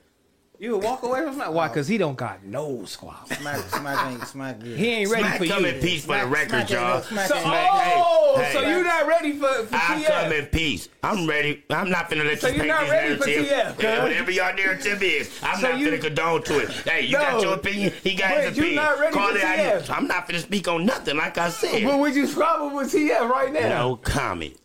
[SPEAKER 2] You would walk away from that? Why? Because he don't got no squabble.
[SPEAKER 4] Smack, smack ain't smack. Yeah.
[SPEAKER 2] He ain't ready
[SPEAKER 1] Smack
[SPEAKER 2] for
[SPEAKER 1] come
[SPEAKER 2] you.
[SPEAKER 1] in peace for the
[SPEAKER 2] Smack-
[SPEAKER 1] record,
[SPEAKER 2] smack
[SPEAKER 1] y'all.
[SPEAKER 2] ain't no- So-
[SPEAKER 1] Smack-
[SPEAKER 2] oh, so you not ready for, for
[SPEAKER 1] I
[SPEAKER 2] TF.
[SPEAKER 1] come in peace. I'm ready. I'm not finna let
[SPEAKER 2] So
[SPEAKER 1] you
[SPEAKER 2] you're
[SPEAKER 1] paint
[SPEAKER 2] not
[SPEAKER 1] this
[SPEAKER 2] ready for
[SPEAKER 1] narrative.
[SPEAKER 2] TF,
[SPEAKER 1] Yeah,
[SPEAKER 2] cuz.
[SPEAKER 1] whatever y'all narrative is, I'm
[SPEAKER 2] So
[SPEAKER 1] not
[SPEAKER 2] you-
[SPEAKER 1] finna condone to it. Hey, you got
[SPEAKER 2] No.
[SPEAKER 1] your opinion. He got
[SPEAKER 2] But
[SPEAKER 1] his
[SPEAKER 2] you
[SPEAKER 1] opinion.
[SPEAKER 2] not ready
[SPEAKER 1] Call
[SPEAKER 2] for
[SPEAKER 1] it how you-
[SPEAKER 2] TF.
[SPEAKER 1] I'm not finna speak on nothing. Like I said,
[SPEAKER 2] But would you squabble with TF right now?
[SPEAKER 1] no comment.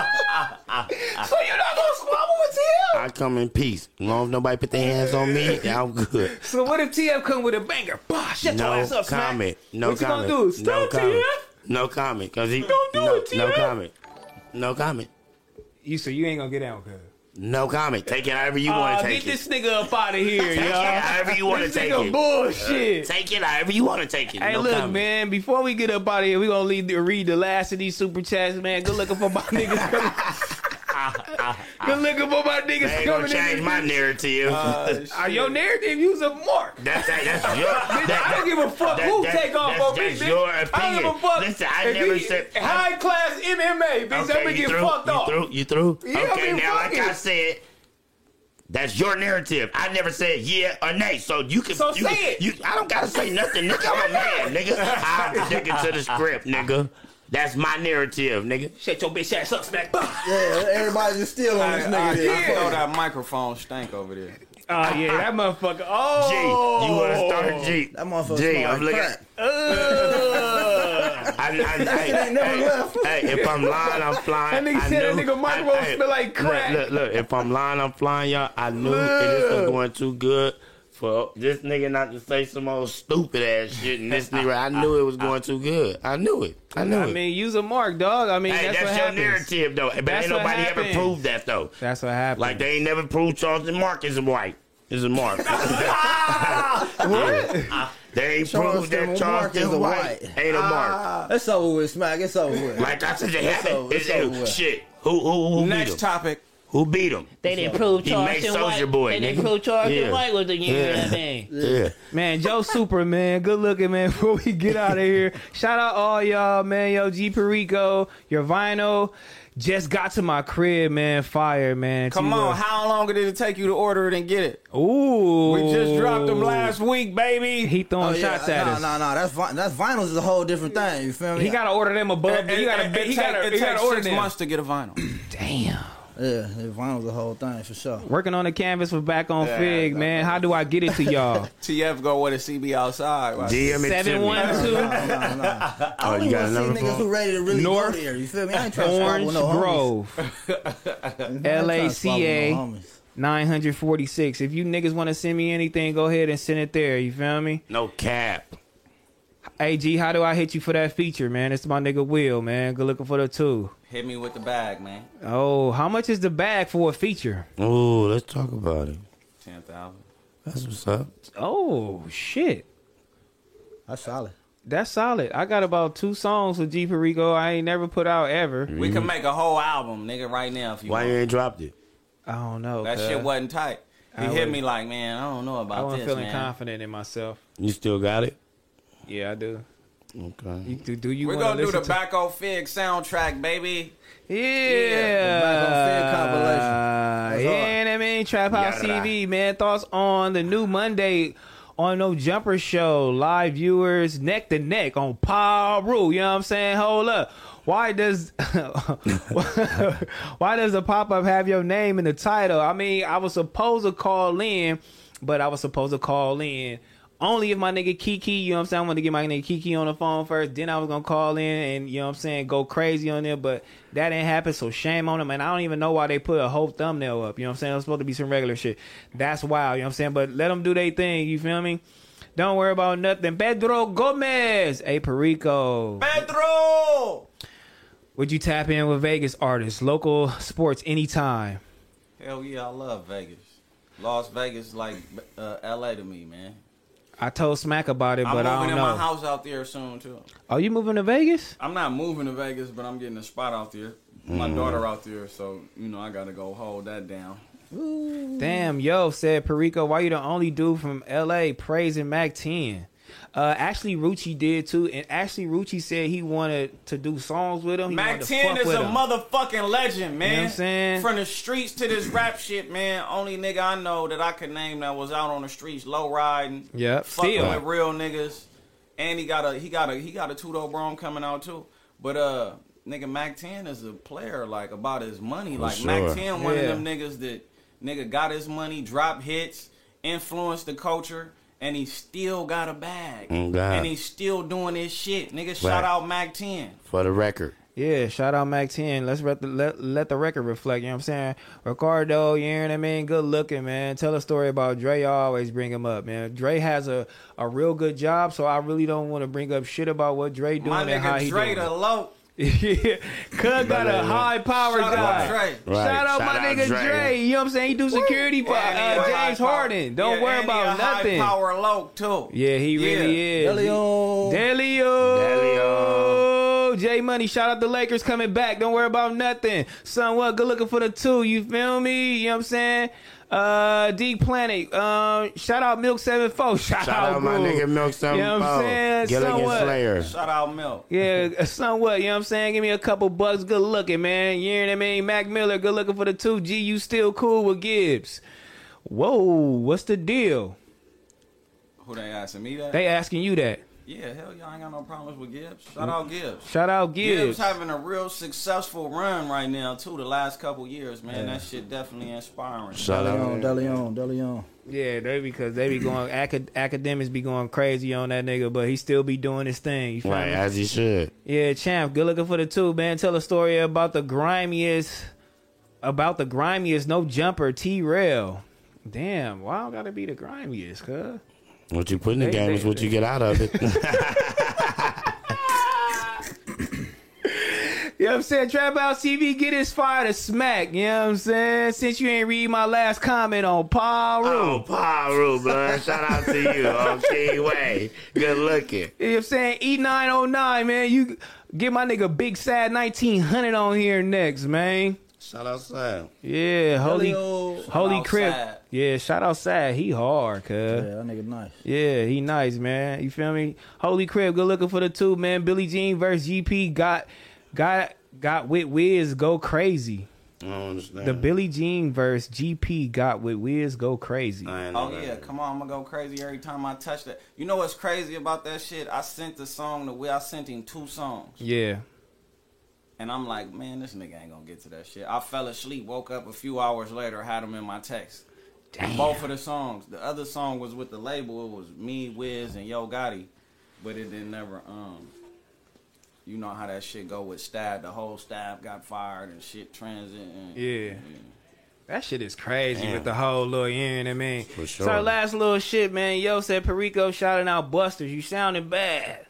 [SPEAKER 2] So you're not gonna squabble with TF?
[SPEAKER 1] I come in peace. As long as nobody put their hands on me, I'm good.
[SPEAKER 2] So what if TF come with a banger? Bah, shut
[SPEAKER 1] no
[SPEAKER 2] your ass up, Smack.
[SPEAKER 1] comment. No
[SPEAKER 2] what
[SPEAKER 1] comment.
[SPEAKER 2] you gonna do?
[SPEAKER 1] no
[SPEAKER 2] Stop
[SPEAKER 1] comment.
[SPEAKER 2] TF?
[SPEAKER 1] No comment. Cause he
[SPEAKER 2] Don't do
[SPEAKER 1] no,
[SPEAKER 2] it,
[SPEAKER 1] No
[SPEAKER 2] TF.
[SPEAKER 1] comment. No comment.
[SPEAKER 2] You so you ain't gonna get out, cuz.
[SPEAKER 1] No comment. Take it however you want to
[SPEAKER 2] Aw,
[SPEAKER 1] take
[SPEAKER 2] get
[SPEAKER 1] it.
[SPEAKER 2] Ah, this nigga up out of here,
[SPEAKER 1] Take
[SPEAKER 2] y'all.
[SPEAKER 1] it however you wanna
[SPEAKER 2] This
[SPEAKER 1] take
[SPEAKER 2] nigga
[SPEAKER 1] it.
[SPEAKER 2] bullshit.
[SPEAKER 1] Take it however you want to take it.
[SPEAKER 2] Hey,
[SPEAKER 1] no
[SPEAKER 2] look,
[SPEAKER 1] comment.
[SPEAKER 2] man. Before we get up out of here, we gonna leave the, read the last of these super chats, man. Good looking for my niggas. coming- Good looking for my
[SPEAKER 1] They
[SPEAKER 2] niggas
[SPEAKER 1] ain't gonna
[SPEAKER 2] coming in.
[SPEAKER 1] change my narrative.
[SPEAKER 2] Uh, your narrative, you's a mark.
[SPEAKER 1] That's that, that's your.
[SPEAKER 2] Bitch,
[SPEAKER 1] that-
[SPEAKER 2] I don't give a fuck
[SPEAKER 1] that-
[SPEAKER 2] who
[SPEAKER 1] that-
[SPEAKER 2] take off
[SPEAKER 1] that's-
[SPEAKER 2] on me,
[SPEAKER 1] that's
[SPEAKER 2] bitch.
[SPEAKER 1] your
[SPEAKER 2] I don't give a
[SPEAKER 1] opinion.
[SPEAKER 2] fuck.
[SPEAKER 1] Listen, I
[SPEAKER 2] if
[SPEAKER 1] never
[SPEAKER 2] he-
[SPEAKER 1] said-
[SPEAKER 2] high class MMA, bitch. I'm gonna
[SPEAKER 1] you
[SPEAKER 2] get
[SPEAKER 1] through?
[SPEAKER 2] fucked
[SPEAKER 1] you
[SPEAKER 2] off.
[SPEAKER 1] Through? You through?
[SPEAKER 2] Yeah, I
[SPEAKER 1] okay,
[SPEAKER 2] mean,
[SPEAKER 1] now
[SPEAKER 2] fuck
[SPEAKER 1] like I
[SPEAKER 2] it.
[SPEAKER 1] said, that's your narrative. I never said yeah or nay, so you can.
[SPEAKER 2] So
[SPEAKER 1] you
[SPEAKER 2] say
[SPEAKER 1] can-
[SPEAKER 2] it.
[SPEAKER 1] You, I don't gotta say nothing, nigga. I'm a man, nigga. I'm sticking to the script, nigga. That's my narrative, nigga.
[SPEAKER 2] Shut your bitch ass up, smack.
[SPEAKER 4] Yeah, everybody's just still on
[SPEAKER 3] I,
[SPEAKER 4] this
[SPEAKER 3] I,
[SPEAKER 4] nigga.
[SPEAKER 3] I
[SPEAKER 4] there.
[SPEAKER 3] know that microphone stank over there.
[SPEAKER 2] Oh yeah, that motherfucker.
[SPEAKER 3] Gee,
[SPEAKER 2] Oh,
[SPEAKER 3] you wanna
[SPEAKER 1] start, Gee?
[SPEAKER 4] That motherfucker
[SPEAKER 1] Gee,
[SPEAKER 4] smell
[SPEAKER 1] I'm
[SPEAKER 4] like
[SPEAKER 1] looking-
[SPEAKER 4] crack.
[SPEAKER 1] I, I,
[SPEAKER 4] That shit
[SPEAKER 1] hey,
[SPEAKER 4] ain't never
[SPEAKER 1] hey, hey, if I'm lying, I'm flying.
[SPEAKER 2] That nigga
[SPEAKER 1] I
[SPEAKER 2] said that
[SPEAKER 1] knew-
[SPEAKER 2] nigga microphone
[SPEAKER 1] hey,
[SPEAKER 2] smell like crack.
[SPEAKER 1] Look, look, look, if I'm lying, I'm flying, y'all. I knew that this was going too good for this nigga not to say some old stupid ass shit. And this nigga, I knew it was going too good. I knew it. I knew
[SPEAKER 2] I
[SPEAKER 1] it.
[SPEAKER 2] mean, use a mark, dog. I mean,
[SPEAKER 1] Hey,
[SPEAKER 2] that's,
[SPEAKER 1] that's,
[SPEAKER 2] what
[SPEAKER 1] your
[SPEAKER 2] happens.
[SPEAKER 1] narrative, though. But
[SPEAKER 2] That's
[SPEAKER 1] ain't
[SPEAKER 2] what
[SPEAKER 1] nobody ever
[SPEAKER 2] happens.
[SPEAKER 1] proved that, though.
[SPEAKER 2] That's what happened.
[SPEAKER 1] Like, they ain't never proved Charleston Mark is white. Is a mark. what? They ain't proved
[SPEAKER 4] Charleston
[SPEAKER 1] that
[SPEAKER 4] Mark is
[SPEAKER 1] Charleston
[SPEAKER 4] a
[SPEAKER 1] White
[SPEAKER 4] white.
[SPEAKER 1] ain't a mark.
[SPEAKER 2] Ah.
[SPEAKER 4] It's over with, Smack. It's over with.
[SPEAKER 1] Like I said, they
[SPEAKER 4] it's
[SPEAKER 1] haven't.
[SPEAKER 4] over.
[SPEAKER 1] It's
[SPEAKER 4] It's over
[SPEAKER 1] it,
[SPEAKER 4] with.
[SPEAKER 1] shit. Who who who
[SPEAKER 3] Next
[SPEAKER 1] beat him?
[SPEAKER 3] topic.
[SPEAKER 1] Who beat him?
[SPEAKER 13] They didn't prove
[SPEAKER 1] He made
[SPEAKER 13] Charleston White.
[SPEAKER 1] Soulja Boy.
[SPEAKER 13] they
[SPEAKER 1] nigga.
[SPEAKER 13] didn't prove Charleston
[SPEAKER 1] Yeah.
[SPEAKER 13] White was the young
[SPEAKER 1] Yeah.
[SPEAKER 13] yeah. man.
[SPEAKER 1] Yeah.
[SPEAKER 2] Man, Joe Super, man. Good looking, man. Before we get out of here, shout out all y'all, man. Yo, G Perico, your vinyl. Just got to my crib, man. Fire, man.
[SPEAKER 3] Come
[SPEAKER 2] T-Lo.
[SPEAKER 3] on, how long did it take you to order it and get it?
[SPEAKER 2] Ooh.
[SPEAKER 3] We just dropped them last week, baby.
[SPEAKER 2] He throwing
[SPEAKER 4] Oh, yeah.
[SPEAKER 2] shots at
[SPEAKER 4] nah,
[SPEAKER 2] us.
[SPEAKER 4] Nah, nah, That's vi- that's vinyls is a whole different thing. You feel me?
[SPEAKER 2] He gotta order them above.
[SPEAKER 3] It-
[SPEAKER 2] he
[SPEAKER 3] it-
[SPEAKER 2] gotta.
[SPEAKER 3] it
[SPEAKER 2] he
[SPEAKER 3] take-
[SPEAKER 2] gotta.
[SPEAKER 3] it
[SPEAKER 2] he
[SPEAKER 3] takes
[SPEAKER 2] gotta order
[SPEAKER 3] six
[SPEAKER 2] them.
[SPEAKER 3] months to get a vinyl.
[SPEAKER 2] Damn.
[SPEAKER 4] Yeah, it vinyl the whole thing for sure.
[SPEAKER 2] Working on the canvas for back on
[SPEAKER 4] Yeah,
[SPEAKER 2] Fig,
[SPEAKER 4] no,
[SPEAKER 2] man. How do I get it to y'all?
[SPEAKER 3] TF go with a CB outside. Right?
[SPEAKER 2] DM it to Seven me. one two.
[SPEAKER 3] Oh,
[SPEAKER 4] I want to see niggas who ready to really
[SPEAKER 2] North
[SPEAKER 4] go there. You feel me? I ain't trying
[SPEAKER 2] Orange
[SPEAKER 4] to squabble
[SPEAKER 2] Grove,
[SPEAKER 4] with no homies.
[SPEAKER 2] LACA. 946. If you niggas want to send me anything, go ahead and send it there. You feel me?
[SPEAKER 1] No cap.
[SPEAKER 2] AG, how do I hit you for that feature, man? It's my nigga Will, man. Good looking for the two.
[SPEAKER 3] Hit me with the bag, man.
[SPEAKER 2] Oh, how much is the bag for a feature?
[SPEAKER 1] Oh, let's talk about it.
[SPEAKER 3] Ten thousand.
[SPEAKER 1] That's what's up.
[SPEAKER 2] Oh, shit.
[SPEAKER 4] That's solid.
[SPEAKER 2] That's solid. I got about two songs with G Perico I ain't never put out ever.
[SPEAKER 3] We can make a whole album, nigga, right now if you
[SPEAKER 1] Why
[SPEAKER 3] want.
[SPEAKER 1] you ain't dropped it?
[SPEAKER 2] I don't know.
[SPEAKER 3] That
[SPEAKER 2] cuz.
[SPEAKER 3] shit wasn't tight. He
[SPEAKER 2] I
[SPEAKER 3] hit
[SPEAKER 2] would-
[SPEAKER 3] me like, man, I don't know
[SPEAKER 2] I
[SPEAKER 3] about
[SPEAKER 2] wasn't
[SPEAKER 3] this,
[SPEAKER 2] feeling
[SPEAKER 3] man.
[SPEAKER 2] confident in myself.
[SPEAKER 1] You still got it?
[SPEAKER 2] Yeah, I do.
[SPEAKER 1] Okay.
[SPEAKER 2] You, do, do you
[SPEAKER 3] We're
[SPEAKER 2] wanna
[SPEAKER 3] gonna do
[SPEAKER 2] listen
[SPEAKER 3] the Back O Fig soundtrack, baby.
[SPEAKER 4] Uh,
[SPEAKER 2] Yeah.
[SPEAKER 3] compilation.
[SPEAKER 2] Uh, Yeah, and I mean, Trap House
[SPEAKER 3] Yarra.
[SPEAKER 2] TV, man. Thoughts on the new Monday on No Jumper Show. Live viewers neck to neck on Paul Rule. You know what I'm saying? Hold up. Why does why does the pop up have your name in the title? I mean, I was supposed to call in, but I was supposed to call in only if my nigga Kiki, you know what I'm saying? I want to get my nigga Kiki on the phone first. Then I was gonna call in and you know what I'm saying, go crazy on there, but that didn't happen, so shame on them. And I don't even know why they put a whole thumbnail up. You know what I'm saying? It was supposed to be some regular shit. That's wild, you know what I'm saying? But let them do their thing, you feel me? Don't worry about nothing. Pedro Gomez, a Perico.
[SPEAKER 3] Pedro.
[SPEAKER 2] Would you tap in with Vegas artists, local sports, anytime?
[SPEAKER 3] Hell yeah, I love Vegas. Las Vegas is like uh, L.A. to me, man.
[SPEAKER 2] I told Smack about it,
[SPEAKER 3] I'm
[SPEAKER 2] but
[SPEAKER 3] moving
[SPEAKER 2] I don't
[SPEAKER 3] in
[SPEAKER 2] know.
[SPEAKER 3] my house out there soon too.
[SPEAKER 2] Are you moving to Vegas?
[SPEAKER 3] I'm not moving to Vegas, but I'm getting a spot out there. My
[SPEAKER 2] Mm.
[SPEAKER 3] daughter out there, so you know I gotta go hold that down.
[SPEAKER 2] Damn, yo, said Perico, why you the only dude from LA praising Mac 10? Uh, actually, Rucci did too, and actually, Rucci said he wanted to do songs with him. He
[SPEAKER 3] Mac
[SPEAKER 2] wanted to
[SPEAKER 3] 10
[SPEAKER 2] fuck
[SPEAKER 3] is
[SPEAKER 2] with
[SPEAKER 3] a
[SPEAKER 2] him.
[SPEAKER 3] motherfucking legend, man.
[SPEAKER 2] You know what I'm saying?
[SPEAKER 3] From the streets to this rap shit, man. Only nigga I know that I could name that was out on the streets, low riding.
[SPEAKER 2] Yep,
[SPEAKER 3] fucking
[SPEAKER 2] still.
[SPEAKER 3] with real niggas. And he got a he got a he got a two door brom coming out too. But uh, nigga Mac Ten is a player like about his money.
[SPEAKER 1] For
[SPEAKER 3] like
[SPEAKER 1] sure.
[SPEAKER 3] Mac Ten, one
[SPEAKER 1] Yeah.
[SPEAKER 3] of them niggas that nigga got his money, dropped hits, influenced the culture. And he still got a bag.
[SPEAKER 1] Mm, God.
[SPEAKER 3] And he's still doing his shit. Nigga, shout
[SPEAKER 1] Right.
[SPEAKER 3] out Mac 10.
[SPEAKER 1] For the record.
[SPEAKER 2] Yeah, shout out Mac 10. Let's let the, let, let the record reflect, you know what I'm saying? Ricardo, you know what I mean? Good looking, man. Tell a story about Dre. I always bring him up, man. Dre has a, a real good job, so I really don't want to bring up shit about what Dre doing
[SPEAKER 3] My
[SPEAKER 2] and how
[SPEAKER 3] nigga
[SPEAKER 2] he
[SPEAKER 3] Dre
[SPEAKER 2] doing.
[SPEAKER 3] the low.
[SPEAKER 2] yeah, Cuz got a
[SPEAKER 3] Right.
[SPEAKER 2] high power
[SPEAKER 3] Shout out
[SPEAKER 2] guy.
[SPEAKER 3] Dre.
[SPEAKER 1] Right.
[SPEAKER 2] Shout out
[SPEAKER 1] Shout
[SPEAKER 2] my
[SPEAKER 1] out
[SPEAKER 2] nigga
[SPEAKER 1] Dre.
[SPEAKER 2] Dre. You know what I'm saying? He do security for
[SPEAKER 3] And
[SPEAKER 2] uh,
[SPEAKER 3] he a
[SPEAKER 2] James
[SPEAKER 3] high power-
[SPEAKER 2] Harden. Don't
[SPEAKER 3] Yeah,
[SPEAKER 2] worry
[SPEAKER 3] and he
[SPEAKER 2] about
[SPEAKER 3] a
[SPEAKER 2] nothing.
[SPEAKER 3] High power low too.
[SPEAKER 2] Yeah, he really is.
[SPEAKER 4] Delio.
[SPEAKER 2] Delio. J Money, shout out the Lakers coming back. Don't worry about nothing. Son, what? Good looking for the two. You feel me? You know what I'm saying? Uh, D Planet. Um, shout out Milk Seven Four. Shout,
[SPEAKER 1] Shout out my
[SPEAKER 2] Rue.
[SPEAKER 1] nigga Milk
[SPEAKER 2] You know what
[SPEAKER 1] 74.
[SPEAKER 2] I'm saying?
[SPEAKER 1] Gilligan
[SPEAKER 2] Son, what?
[SPEAKER 1] Slayer.
[SPEAKER 3] Shout out Milk.
[SPEAKER 2] Yeah, somewhat. You know what I'm saying? Give me a couple bucks. Good looking, man. You know what I mean? Mac Miller, good looking for the two. G, you still cool with Gibbs. Whoa, what's the deal?
[SPEAKER 3] Who they asking me that?
[SPEAKER 2] They asking you that.
[SPEAKER 3] Yeah, hell yeah, I ain't got no problems with Gibbs. Shout out Gibbs.
[SPEAKER 2] Shout out
[SPEAKER 3] Gibbs
[SPEAKER 2] Gibbs.
[SPEAKER 3] having a real successful run right now too. The last couple years, man, that shit definitely inspiring.
[SPEAKER 4] Deleon, Deleon, Deleon.
[SPEAKER 2] Yeah, they because they be going acad- academics be going crazy on that nigga, but he still be doing his thing. You feel
[SPEAKER 1] Right,
[SPEAKER 2] me?
[SPEAKER 1] as you should.
[SPEAKER 2] Yeah, champ. Good looking for the two, man. Tell a story about the grimiest, about the grimiest no jumper T rail. Damn, why I gotta be the grimiest, cuz?
[SPEAKER 1] What you put in the
[SPEAKER 2] They-
[SPEAKER 1] game
[SPEAKER 2] they-
[SPEAKER 1] is what you
[SPEAKER 2] they-
[SPEAKER 1] get out of it.
[SPEAKER 2] You know what I'm saying? Trap House TV, get his fire to smack. You know what I'm saying? Since you ain't read my last comment on Paul Rule.
[SPEAKER 1] oh, Paul Rue, blood. Shout out to you. On King Way. Good looking.
[SPEAKER 2] You know what I'm saying? E E909, man. You get my nigga Big Sad 1900 on here next, man.
[SPEAKER 1] Shout out Sam.
[SPEAKER 2] Yeah, holy,
[SPEAKER 1] Helio.
[SPEAKER 2] holy
[SPEAKER 1] Shout
[SPEAKER 2] crib.
[SPEAKER 1] outside.
[SPEAKER 2] Yeah, shout out Sad. He hard, cuz. Yeah,
[SPEAKER 4] that nigga nice.
[SPEAKER 2] Yeah, he nice, man. You feel me? Holy crib, good looking for the two, man. Billy Jean versus GP got got got with Wiz go crazy.
[SPEAKER 1] I don't understand.
[SPEAKER 2] The Billy Jean verse GP got with Wiz go crazy.
[SPEAKER 3] Oh yeah, come on, I'm gonna go crazy every time I touch that. You know what's crazy about that shit? I sent the song to Will. I sent him two songs,
[SPEAKER 2] Yeah.
[SPEAKER 3] And I'm like, man, this nigga ain't gonna get to that shit. I fell asleep, woke up a few hours later, had him in my text. Both of the songs. The other song was with the label. It was me, Wiz, and Yo Gotti, but it didn't never. Um, you know how that shit go with Stab. The whole Stab got fired and shit transit. And,
[SPEAKER 2] Yeah. That shit is crazy
[SPEAKER 3] Damn.
[SPEAKER 2] with the whole little earring. I mean, for
[SPEAKER 3] sure.
[SPEAKER 2] So last little shit, man. Yo said Perico shouting out Busters. You sounding bad.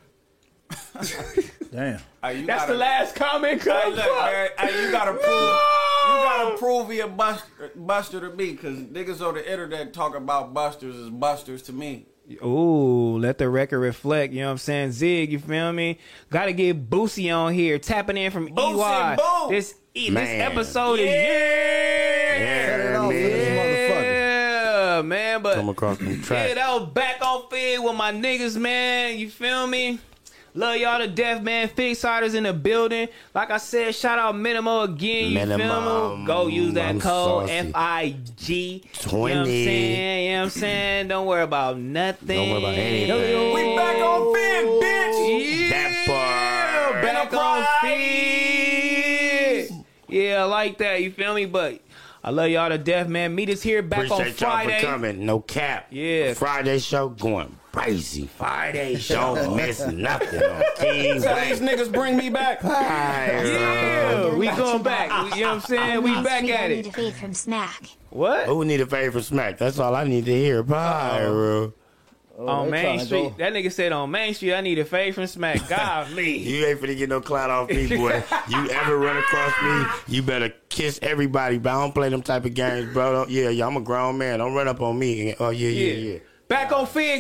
[SPEAKER 4] Damn.
[SPEAKER 3] Hey, you
[SPEAKER 2] That's
[SPEAKER 3] gotta-
[SPEAKER 2] the last comment.
[SPEAKER 3] Hey,
[SPEAKER 2] Cause
[SPEAKER 3] look, man, hey, you gotta prove. You gotta prove he a buster, buster to me, cause niggas on the internet talk about busters is busters to me.
[SPEAKER 2] Ooh, let the record reflect. You know what I'm saying? Zig, you feel me? Gotta get Boosie on here. Tapping in from EY.
[SPEAKER 9] Boo!
[SPEAKER 2] This, e- this
[SPEAKER 9] Man.
[SPEAKER 2] episode is.
[SPEAKER 9] Yeah.
[SPEAKER 2] Yeah!
[SPEAKER 9] Set it off with this
[SPEAKER 2] Yeah, man, but.
[SPEAKER 12] Come across the
[SPEAKER 2] Yeah,
[SPEAKER 12] track.
[SPEAKER 2] that was back on field with my niggas, man. You feel me? Love y'all to death, man. Fixarders in the building. Like I said, shout out Minimo again. You feel me?
[SPEAKER 1] Minimum.
[SPEAKER 2] Go use that
[SPEAKER 1] I'm
[SPEAKER 2] code
[SPEAKER 1] saucy.
[SPEAKER 2] F I G. You know what I'm
[SPEAKER 1] 20.
[SPEAKER 2] saying? You know what I'm saying? Don't worry about nothing.
[SPEAKER 1] Don't worry about anything.
[SPEAKER 2] We back on field, bitch. Yeah,
[SPEAKER 1] That part.
[SPEAKER 2] back on field. Yeah, I like that. You feel me? But I love y'all to death, man. Meet us here back on
[SPEAKER 1] Appreciate y'all
[SPEAKER 2] Friday.
[SPEAKER 1] for coming. No cap. Yeah. Friday show going crazy. Friday show miss nothing on King
[SPEAKER 3] Tell these
[SPEAKER 1] Bank.
[SPEAKER 3] niggas bring me back.
[SPEAKER 2] Yeah, we going back. You know what I'm saying? We back at it.
[SPEAKER 13] Feed from snack.
[SPEAKER 2] What?
[SPEAKER 1] Who Oh, need a favor from smack? That's all I need to hear. Pyro.
[SPEAKER 2] on Main Street. That nigga said on Main Street, I need a fade from Smack. God, me.
[SPEAKER 1] You ain't finna get no clout off me, boy. you ever run across me, you better kiss everybody. But I don't play them type of games, bro. Don't, yeah, yeah, I'm a grown man. Don't run up on me. Oh yeah, yeah,
[SPEAKER 2] Yeah.
[SPEAKER 1] yeah.
[SPEAKER 2] Back on Fig.